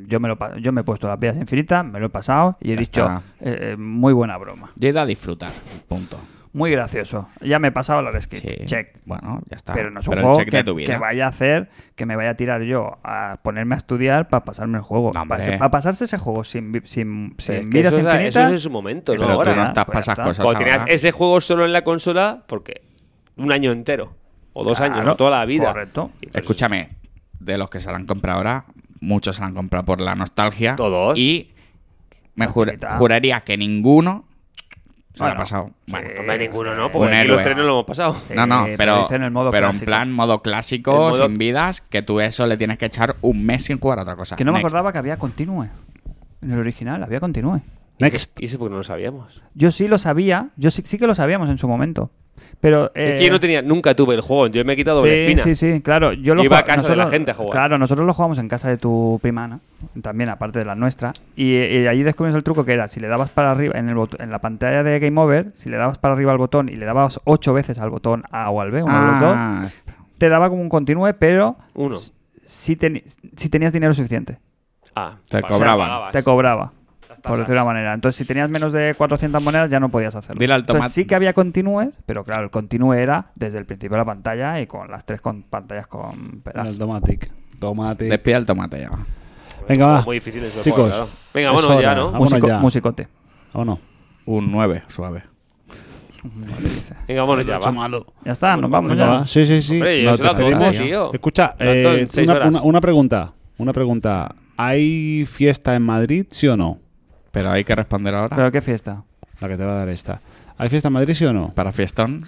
Speaker 1: yo me lo pa- yo me he puesto las piedras infinitas, me lo he pasado y he
Speaker 4: Ya
Speaker 1: dicho
Speaker 4: está.
Speaker 1: eh, eh, muy buena broma.
Speaker 4: Yo he ido a disfrutar, punto.
Speaker 1: muy gracioso. Ya me he pasado la vez que
Speaker 4: Sí.
Speaker 1: check.
Speaker 4: Bueno, ya está.
Speaker 1: Pero no es un
Speaker 4: el
Speaker 1: juego
Speaker 4: check
Speaker 1: que,
Speaker 4: de tu vida.
Speaker 1: que vaya a hacer que me vaya a tirar yo a ponerme a estudiar para pasarme el juego.
Speaker 4: No,
Speaker 1: para,
Speaker 4: hombre.
Speaker 1: se- para pasarse ese juego sin, vi- sin, sin
Speaker 2: es que
Speaker 1: vidas
Speaker 2: eso es-
Speaker 1: infinitas.
Speaker 2: eso es en su momento,
Speaker 1: es
Speaker 2: ¿no?
Speaker 4: pero
Speaker 1: ahora,
Speaker 4: tú no
Speaker 1: ya,
Speaker 4: estás
Speaker 1: pues ya
Speaker 4: pasas
Speaker 1: está.
Speaker 4: cosas
Speaker 2: Cuando tenías
Speaker 4: ahora.
Speaker 2: ese juego solo en la consola, porque un año entero, o dos
Speaker 1: Claro,
Speaker 2: años, o toda la vida.
Speaker 1: correcto.
Speaker 2: Y pues,
Speaker 4: Escúchame, de los que se la han comprado ahora, muchos se la han comprado por la nostalgia.
Speaker 2: Todos.
Speaker 4: Y me jur-
Speaker 1: mitad.
Speaker 4: juraría que ninguno se la
Speaker 1: Bueno,
Speaker 4: ha pasado. Bueno,
Speaker 1: eh,
Speaker 2: No hay ninguno, ¿no?
Speaker 4: Un
Speaker 2: Porque aquí los
Speaker 4: héroe.
Speaker 2: tres no lo hemos pasado.
Speaker 4: no, no,
Speaker 1: pero
Speaker 4: pero,
Speaker 1: dicen el modo
Speaker 4: pero en
Speaker 1: clásico.
Speaker 4: plan modo clásico,
Speaker 2: El modo-
Speaker 4: sin vidas, que tú eso le tienes que echar un mes sin jugar a otra cosa.
Speaker 1: Que no me
Speaker 4: Next.
Speaker 1: acordaba que había continue. En el original había continue.
Speaker 3: Next.
Speaker 2: Y eso porque no lo sabíamos.
Speaker 1: Yo sí lo sabía, yo sí, sí que lo sabíamos en su momento. Pero. eh,
Speaker 2: Es que yo no tenía, nunca tuve el juego, yo me he quitado
Speaker 1: Sí,
Speaker 2: doble espina.
Speaker 1: sí, sí, claro. Yo lo
Speaker 2: Iba a
Speaker 1: jugaba-
Speaker 2: casa de la gente a jugar.
Speaker 1: Claro, nosotros lo jugamos en casa de tu prima, Ana, también aparte de la nuestra. Y, eh, allí descubrimos el truco que era, si le dabas para arriba, en, el bot- en la pantalla de Game Over, si le dabas para arriba al botón y le dabas ocho veces al botón A o al B, uno de los dos,
Speaker 4: Ah,
Speaker 1: te daba como un continue, pero
Speaker 2: Uno.
Speaker 1: si, teni- si tenías dinero suficiente,
Speaker 2: Ah,
Speaker 4: Te cobraban.
Speaker 2: vale, o sea, pagabas.
Speaker 1: te cobraba. Por
Speaker 2: tasas.
Speaker 1: decirlo de una manera. Entonces, si tenías menos de 400 monedas, ya no podías hacerlo.
Speaker 4: Dile al tomate-
Speaker 1: Entonces, sí que había continúes, pero claro, el continúe era desde el principio de la pantalla y con las tres con pantallas con
Speaker 3: En el
Speaker 1: pedazos.
Speaker 3: Tomatic. Tomatic.
Speaker 4: despide el tomate ya. va.
Speaker 3: Venga, va.
Speaker 2: Muy difícil eso,
Speaker 3: Chicos,
Speaker 2: claro. Venga,
Speaker 3: es
Speaker 2: bueno, ya,
Speaker 3: hora.
Speaker 2: ¿no?
Speaker 3: Vámonos
Speaker 1: Músico-
Speaker 3: ya.
Speaker 1: Musicote.
Speaker 3: ¿O no?
Speaker 4: Un 9, suave.
Speaker 2: Venga, bueno, ya va.
Speaker 1: Ya está, nos vamos
Speaker 3: Venga,
Speaker 1: ya.
Speaker 3: va. Sí, sí, sí.
Speaker 2: Hombre, yo
Speaker 3: Nos
Speaker 2: se la puedo
Speaker 3: despedimos.
Speaker 2: hacer, tío.
Speaker 3: Escucha,
Speaker 2: Lo ato en
Speaker 3: eh,
Speaker 2: seis
Speaker 3: una,
Speaker 2: horas.
Speaker 3: una- una pregunta. Una pregunta. ¿Hay fiesta en Madrid, sí o no?
Speaker 4: Pero hay que responder ahora.
Speaker 1: Pero qué fiesta.
Speaker 3: La que te va a dar esta. ¿Hay fiesta en Madrid, sí o
Speaker 1: Ah.
Speaker 3: no?
Speaker 4: Para fiestón.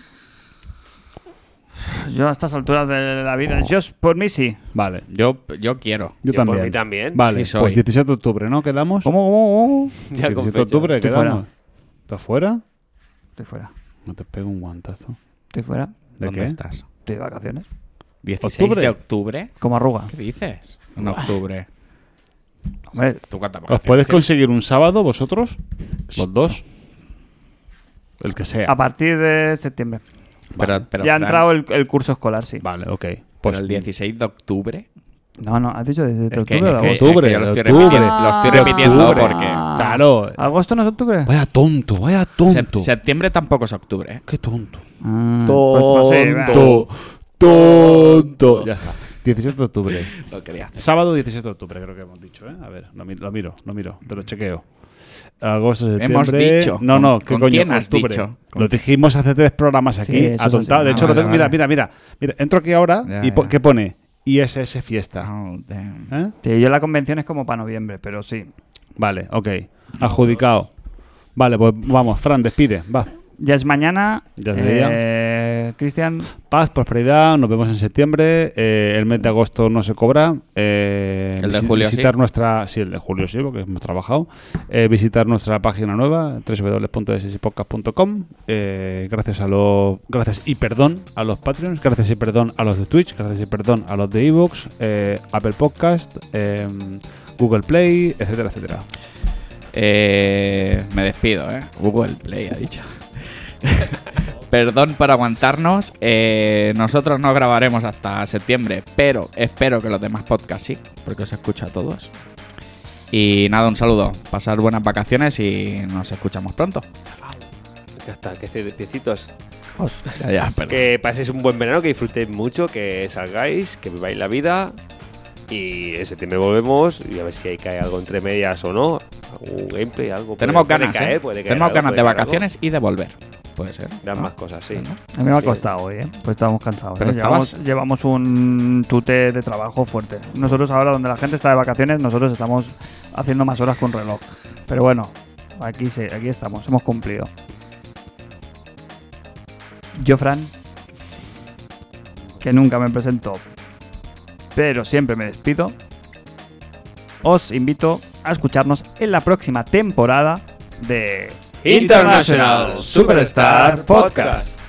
Speaker 1: Pues Yo a estas alturas de la vida, yo por mí sí.
Speaker 3: Vale.
Speaker 4: Yo, yo quiero.
Speaker 3: Yo,
Speaker 2: Yo por
Speaker 3: también.
Speaker 2: mí también.
Speaker 3: Vale,
Speaker 4: Sí, soy.
Speaker 3: pues 17 de octubre, ¿no? ¿Quedamos?
Speaker 1: ¿Cómo, cómo, cómo?
Speaker 2: Ya
Speaker 3: 17
Speaker 2: con
Speaker 3: de
Speaker 2: fecha.
Speaker 3: octubre,
Speaker 1: Estoy
Speaker 3: ¿quedamos?
Speaker 1: fuera.
Speaker 3: ¿Estás fuera?
Speaker 1: Estoy fuera.
Speaker 3: No te pego un guantazo.
Speaker 1: Estoy fuera.
Speaker 3: ¿De
Speaker 4: ¿Dónde
Speaker 3: qué?
Speaker 4: estás?
Speaker 1: Estoy de vacaciones.
Speaker 4: 16
Speaker 3: ¿Octubre?
Speaker 4: de octubre.
Speaker 1: Como arruga.
Speaker 4: ¿Qué dices? En octubre.
Speaker 1: Hombre,
Speaker 4: ¿Tú cuántas
Speaker 3: ¿Os
Speaker 4: vacaciones
Speaker 3: podéis
Speaker 4: tienes?
Speaker 3: conseguir un sábado vosotros? ¿Los dos? Ah. El que sea.
Speaker 1: a partir de septiembre.
Speaker 4: Pero- pero,
Speaker 1: ya ha
Speaker 4: Fran,
Speaker 1: entrado el, el curso escolar, sí.
Speaker 3: Vale, ok.
Speaker 4: pero
Speaker 3: Pues
Speaker 4: el 16 de octubre.
Speaker 1: No, no, has dicho desde
Speaker 4: Es que-
Speaker 1: octubre o de
Speaker 4: es que-
Speaker 1: agosto.
Speaker 4: es que
Speaker 3: Octubre,
Speaker 4: yo lo estoy
Speaker 3: octubre.
Speaker 4: repitiendo, lo estoy
Speaker 1: Ah,
Speaker 4: repitiendo
Speaker 3: octubre.
Speaker 4: porque.
Speaker 3: Claro.
Speaker 1: ¿Agosto no es octubre?
Speaker 3: Vaya tonto, vaya tonto.
Speaker 4: Sep- septiembre tampoco es octubre. ¿eh?
Speaker 3: Qué tonto.
Speaker 1: Ah, pues, pues sí, va.
Speaker 3: Tonto. Tonto. Ya está. 17 de octubre.
Speaker 4: Lo quería hacer.
Speaker 3: Sábado 17 de octubre, creo que hemos dicho, ¿eh? A ver, lo, mi- lo miro, lo miro, te lo chequeo. Agosto,
Speaker 4: Hemos
Speaker 3: septiembre.
Speaker 4: dicho.
Speaker 3: No, no, ¿qué
Speaker 4: ¿Con
Speaker 3: coño?
Speaker 4: quién has
Speaker 3: octubre.
Speaker 4: dicho?
Speaker 3: Lo dijimos hace tres programas aquí,
Speaker 1: Sí, eso
Speaker 3: atontado.
Speaker 1: sí.
Speaker 3: De
Speaker 1: Ah,
Speaker 3: hecho, lo
Speaker 1: vale,
Speaker 3: tengo-
Speaker 1: vale.
Speaker 3: mira, mira, mira, mira. Entro aquí ahora
Speaker 4: Ya,
Speaker 3: y po-
Speaker 4: ya.
Speaker 3: ¿qué pone? ISS Fiesta.
Speaker 4: Oh, damn.
Speaker 3: ¿Eh?
Speaker 1: Sí, yo la convención es como para noviembre, pero sí.
Speaker 3: Vale, ok. Adjudicado. Vale, pues vamos, Fran, despide. Va.
Speaker 1: Ya es mañana.
Speaker 3: Ya es
Speaker 1: eh, Cristian,
Speaker 3: Paz, prosperidad, nos vemos en septiembre. eh, el mes de agosto no se cobra. eh,
Speaker 4: El de
Speaker 3: visi-
Speaker 4: julio sí.
Speaker 3: visitar nuestra. Sí, el de julio sí, porque hemos trabajado. eh, visitar nuestra página nueva, www.ssipodcast.com. eh, gracias a los. Gracias y perdón a los Patreons, gracias y perdón a los de Twitch, gracias y perdón a los de Evox, Apple Podcast, eh, Google Play, etcétera, etcétera.
Speaker 4: Eh, me despido, ¿eh? Google Play ha dicho. Perdón por aguantarnos. eh, nosotros no grabaremos hasta septiembre, pero espero que los demás podcasts sí, porque os escucho a todos. Y nada, un saludo. Pasar buenas vacaciones y nos escuchamos pronto.
Speaker 2: Ya está, que ce- piecitos.
Speaker 4: Ya, ya, perdón.
Speaker 2: Que paséis un buen verano, que disfrutéis mucho, que salgáis, que viváis la vida. Y en septiembre volvemos y a ver si hay cae algo entre medias o no. Algún gameplay, algo.
Speaker 4: Tenemos
Speaker 2: pues Puede- puede
Speaker 4: ganas,
Speaker 2: caer,
Speaker 4: ¿eh?
Speaker 2: puede caer
Speaker 4: Tenemos
Speaker 2: algo,
Speaker 4: ganas de
Speaker 2: puede caer algo.
Speaker 4: vacaciones Ah. y de volver. Puede ser.
Speaker 2: Dan
Speaker 4: ¿no?
Speaker 2: más cosas, sí.
Speaker 4: ¿No?
Speaker 1: a mí me ha costado hoy, ¿eh? Pues estábamos cansados.
Speaker 4: Pero
Speaker 1: ¿eh?
Speaker 4: estabas-
Speaker 1: Llevamos, llevamos un tute de trabajo fuerte. Nosotros ahora, donde la gente está de vacaciones, nosotros estamos haciendo más horas con reloj. Pero bueno, aquí, sí, aquí estamos, hemos cumplido. Yo, Fran, que nunca me presento, pero siempre me despido, os invito a escucharnos en la próxima temporada de
Speaker 2: International Superstar Podcast.